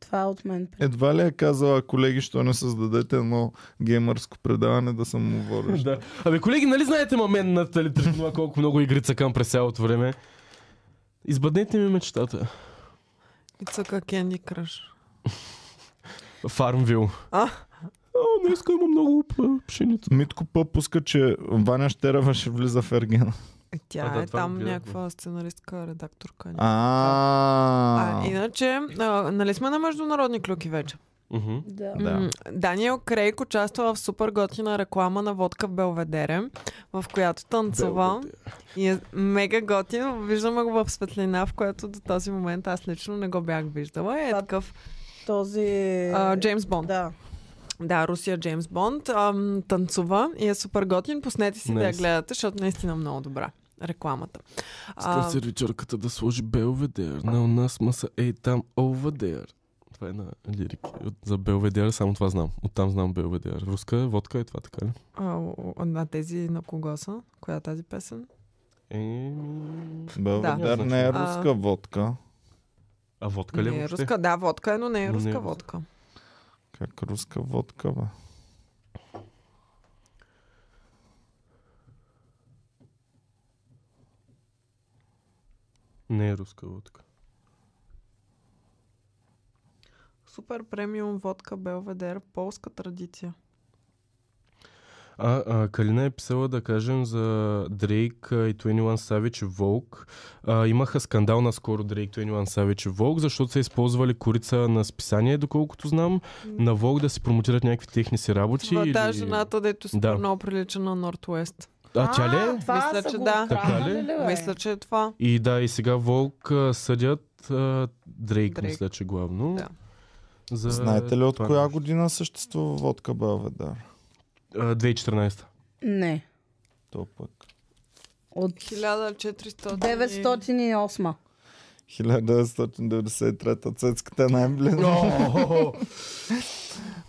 D: Това е от мен.
A: Едва ли е казала, колеги, що не създадете едно геймърско предаване да съм му водещ.
C: Да. Абе, колеги, нали знаете ма мен на Натали Трифонова колко много игри цъкам през цялото време? Избъднете ми мечтата.
B: И цъка Кенди Кръш.
C: Фармвил.
B: А?
C: О, днеска има много п- пшеница.
A: Митко П. пуска, че Ваня Щерева ще влиза в Ергена.
B: Тя
C: А, да,
B: е
C: това
B: там
C: го гледахме.
B: някаква сценаристка, редакторка. някаква.
A: А,
B: А, иначе, а, нали сме на международни клюки вече?
C: Мгм.
D: Да.
A: Да.
B: М, Даниел Крейк участва в супер готина реклама на водка в Белведере, в която танцува. И е мега готин. Виждаме го в светлина, в която до този момент аз лично не го бях виждала. Е
D: Това-
B: такъв
D: Този... е,
B: а, Джеймс Бонд. Да.
D: Да.
B: Русия Джеймс Бонд ам, танцува и е супер готин. Пуснете си да я
C: Nice.
B: гледате, защото наистина много добра рекламата.
C: Иска се ричарката да сложи Белведер. На у нас маса ей там Оведер. Това е на лирик. От- За Белведер само това знам. Оттам знам Белведер. Руска е, водка е това, така ли?
B: а, о- о- на тези на кого са? Коя е тази песен?
C: Еми...
A: Белведер
C: Да.
A: не е
B: А.
A: руска водка.
C: А водка ли е
B: не е
C: въобще?
B: руска, да, водка е, но не е
C: Но не е
B: руска
C: руска.
B: водка.
A: Как руска водка, бе?
C: Не е руска водка.
B: Супер премиум водка Белведер, полска традиция.
C: А, а Калина е писала да кажем за Дрейк а, и 21 Savage и Волк. А, имаха скандал наскоро Дрейк 21 Savage и Волк, защото са използвали корица на списание, доколкото знам, на Волк да си промотират някакви техни си работи.
B: Това е та
C: или-
B: жената, дето супер
C: Да.
B: много прилича на Нортуест.
C: А, тя ли е?
D: Това
B: Мисля,
D: са
B: че
D: го
B: да.
C: Така ли?
D: откраднали бе?
B: Мисля, че е това.
C: И да, и сега Волк а, съдят а, Дрейк,
B: Дрейк.
C: мисля, че главно.
B: Да.
C: За...
A: Знаете ли от
C: това
A: коя
C: нещо.
A: година съществува водка Белведер?
C: А, 2014.
D: Не.
A: То пък.
D: От
B: 1400.
D: 908.
A: 1993-та цецката е най-близо.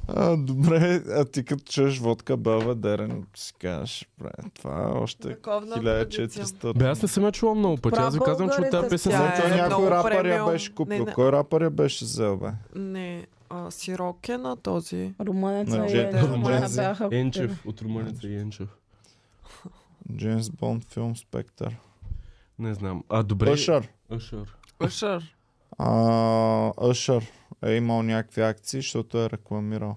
A: А, добре, а ти като чуеш водка Белведерен, си кажеш, бре, това е още
B: Вековна традиция.
A: 1400.
C: Бе, аз не съм я чувал много пъти. Аз ви казвам, че от тази
D: Прабългарите
C: песен
B: са-
C: съм
B: Тя
A: Зато
B: е
A: някой
B: много
A: рапър я
B: премиум.
A: беше
B: Не,
A: купил.
B: не.
A: Кой рапър я беше взел, бе?
B: Не, а, сирок е на този.
A: На
D: Румънеца и
A: Джен-
D: Румъна
A: Джензи.
D: бяха...
C: е Енчев, от румънеца и Енчев.
A: Джеймс Бонд филм Спектър.
C: Не знам. А, добре.
A: Ушър.
C: Ашър.
B: Ушър.
A: А, Ушър е имал някакви акции, защото е рекламирал.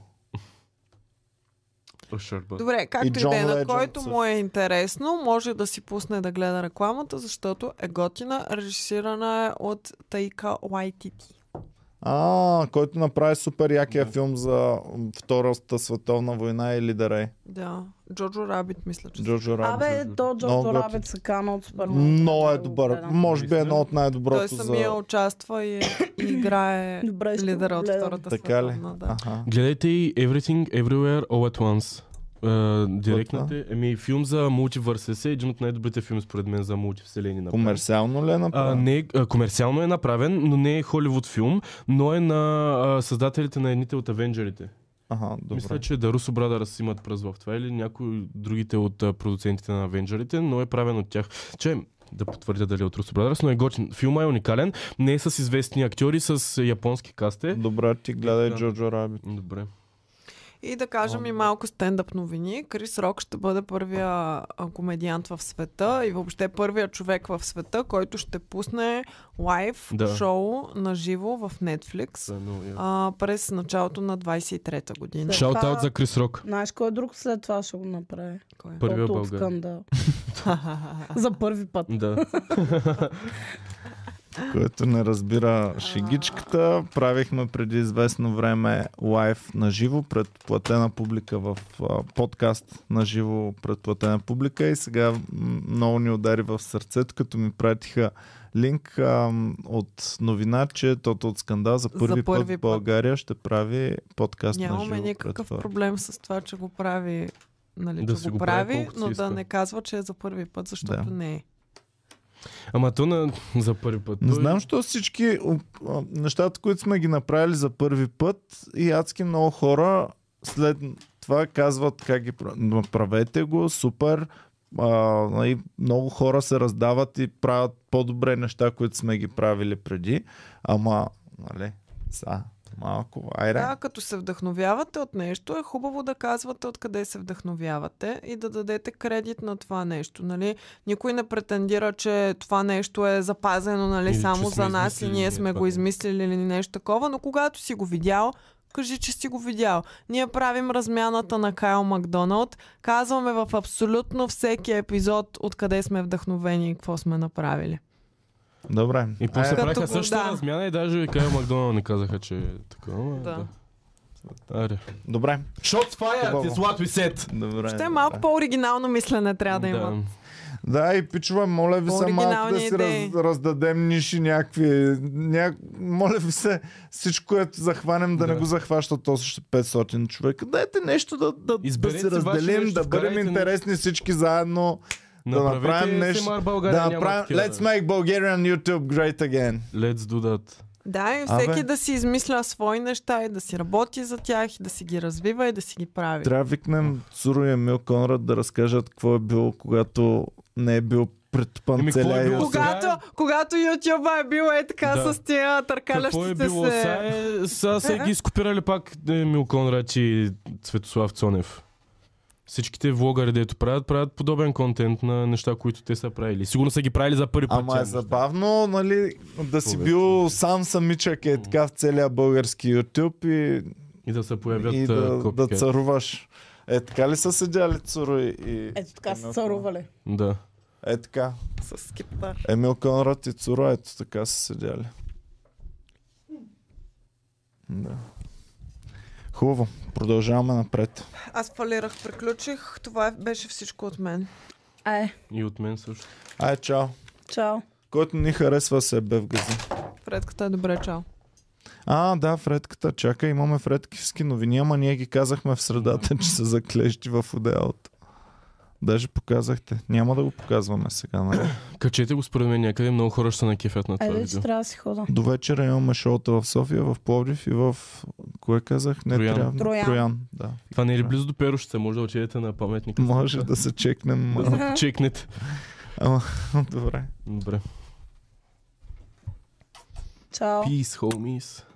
C: Шърба.
B: Добре, както и
A: John
B: да е, на
A: Legend
B: който
A: също.
B: му е интересно, може да си пусне да гледа рекламата, защото е готина, режисирана е от Тайка Уайтити.
A: А, който направи супер якия филм за Втората световна война или Даре.
B: Да, Джорджо Рабит, мисля, че.
A: Джорджо Раби.
D: Абе, то
A: Много
D: Джорджо
A: готин.
D: Рабет се кана от Супермен.
A: Много е
D: Да го
A: добър.
D: гледам.
A: Може би едно от
B: Той е
A: най-доброто
B: самия
A: за...
B: участва и, и играе
D: Добре, ще
B: лидера
D: го
B: от
D: гледам.
B: втората
A: Така ли?
B: световна. Да.
A: Аха.
C: Гледайте и Everything Everywhere All at Once. Uh, директната, еми филм за мултивърсес е един от най-добрите филми според мен за мултивселени. направен.
A: Комерциално ли е
C: А,
A: направено?
C: не, а, комерциално е направен, но не е холивуд филм, но е на а, създателите на едните от Авенджерите.
A: Ага, добре.
C: Мисля, че Дарусо Брадърс имат пръст в това или някои другите от а, продуцентите на Авенджерите, но е правен от тях. Че да потвърдя дали е от Русо Брадърс, но е готин. Филма е уникален, не е с известни актьори, с а, японски е. касте.
A: Добре, ти гледай
C: Да.
A: Джорджо Раби.
C: Добре.
B: И да кажем и малко стендъп новини. Крис Рок ще бъде първия а, комедиант в света и въобще първия човек в света, който ще пусне лайв
C: Да.
B: шоу на живо в Netflix.
C: Са, но, я.
B: а, през началото на 23-та година.
D: След
C: Шаут-аут
D: това-
C: за Крис Рок.
D: Знаеш кой е друг след това ще го направи?
B: Кой? е?
C: Първия
D: Тото от
C: българ.
D: скандал. За първи път.
C: Да.
A: Който не разбира шегичката, правихме преди известно време лайв на живо пред платена публика в а, подкаст на живо пред платена публика и сега м, много ни удари в сърцето, като ми пратиха линк а, м, от новина, че тото от скандал за първи,
B: първи
A: път,
B: път.
A: в България ще прави подкаст на
B: Нямаме
A: живо.
B: никакъв
A: хора.
B: проблем с това, че го прави, нали,
C: Да
B: че
C: си
B: го
C: го прави
B: прави,
C: колкото
B: но
C: си
B: да
C: иска.
B: не казва, че е за първи път, защото
A: Да.
B: не е.
C: Ама то на... за първи път.
A: Не
C: Той-
A: знам, що всички о, а, нещата, които сме ги направили за първи път и адски много хора след това казват как ги пра- ма правете го, супер. А, нали, много хора се раздават и правят по-добре неща, които сме ги правили преди. Ама, нали, са, малко, айде.
C: е.
B: Да, като се вдъхновявате от нещо, е хубаво да казвате откъде се вдъхновявате и да дадете кредит на това нещо. Нали? Никой не претендира, че това нещо е запазено нали,
C: Или че
B: само
C: сме
B: за нас и
C: измислили
B: ние
C: ние
B: сме
C: това
B: го
C: нещо.
B: измислили или нещо такова, но когато си го видял, кажи, че си го видял. Ние правим размяната на Кайл Макдоналд, казваме в абсолютно всеки епизод откъде сме вдъхновени и какво сме направили.
A: Добре.
C: И после
A: Айде,
B: Като
C: правиха
B: го-
C: същата
B: да.
C: размяна и даже и Кайл Макдоналд не казаха, че е така. ама Да. Аре.
A: добре.
C: Shots fired
A: Хубаво.
C: is what we said.
A: Добре.
B: Ще е малко по-оригинално мислене трябва да има.
A: Да, и пичува, моля ви се малко да
B: Оригинални
A: си
B: идеи.
A: раз, раздадем ниши някакви. Ня... Моля ви се, всичко, което захванем, да,
C: Да.
A: не го захващат още 500 човека. Дайте нещо да, да, да
C: Изберете
A: се
C: си ваше
A: разделим,
C: нещо,
A: да бъдем
C: вкарайте
A: интересни всички заедно. да
C: Направете
A: направим
C: SMR
A: нещо.
C: България,
A: да
C: няма
A: направим...
C: такива.
A: Let's make Bulgarian YouTube great again.
C: Let's do that.
B: Да, и
A: Абе.
B: всеки да си измисля свои неща и да си работи за тях и да си ги развива и да си ги прави.
A: Трябва да викнем Цуро и Емил Конрад да разкажат какво е било, когато не е бил претъпан
C: Еми, какво е
A: целия
C: било
A: YouTube.
C: сега?
B: Когато, когато YouTube е бил е така
C: Да.
B: с тия
C: Какво е
B: търкалящите
C: било?
B: се...
C: Са, е, са, са ги изкопирали пак е, Емил Конрад и Цветослав Цонев. Всичките влогари, дето правят, правят подобен контент на неща, които те са правили. Сигурно са ги правили за първи път.
A: Ама
C: тия
A: е
C: неща.
A: забавно, нали, да си бил сам самичък е така в целия български YouTube и,
C: И да се появят
A: и
C: а,
A: да, да
C: копикет.
A: царуваш. Е така ли са седяли Цуро и- и...
D: Ето Е, така се
A: Емил
D: царували.
C: Да.
A: Конрад? Е така.
B: С скиптар.
A: Емил Конрад и Цуро, ето така са седяли. Да. Хубаво. Продължаваме напред.
B: Аз фалирах, приключих. Това е- беше всичко от мен.
D: Е,
C: И от мен също.
A: Ай, чао.
C: Е,
D: чао. Е,
A: Който ни харесва се бе в гази.
B: Фредката е добре, чао.
A: А, да, Фредката. Чакай, имаме Фредкивски новини, ама ние ги казахме в средата, че са заклещи в отделата. Даже показахте. Няма да го показваме сега. Нали?
C: Качете го според мен някъде, много хора ще се накефят на това е
D: Айде, че
C: видео.
D: трябва да си хода.
A: До вечера имаме шоута в София, в Пловдив и в... Кое казах? Не
C: Троян.
A: трябва.
D: Троян.
A: Троян. Да.
C: Това не е ли близо до Перущица? Може да отидете на паметника.
A: Може да се чекнем. а,
C: Да Чекнете.
A: Добре.
C: Добре.
D: Чао.
C: Peace, homies.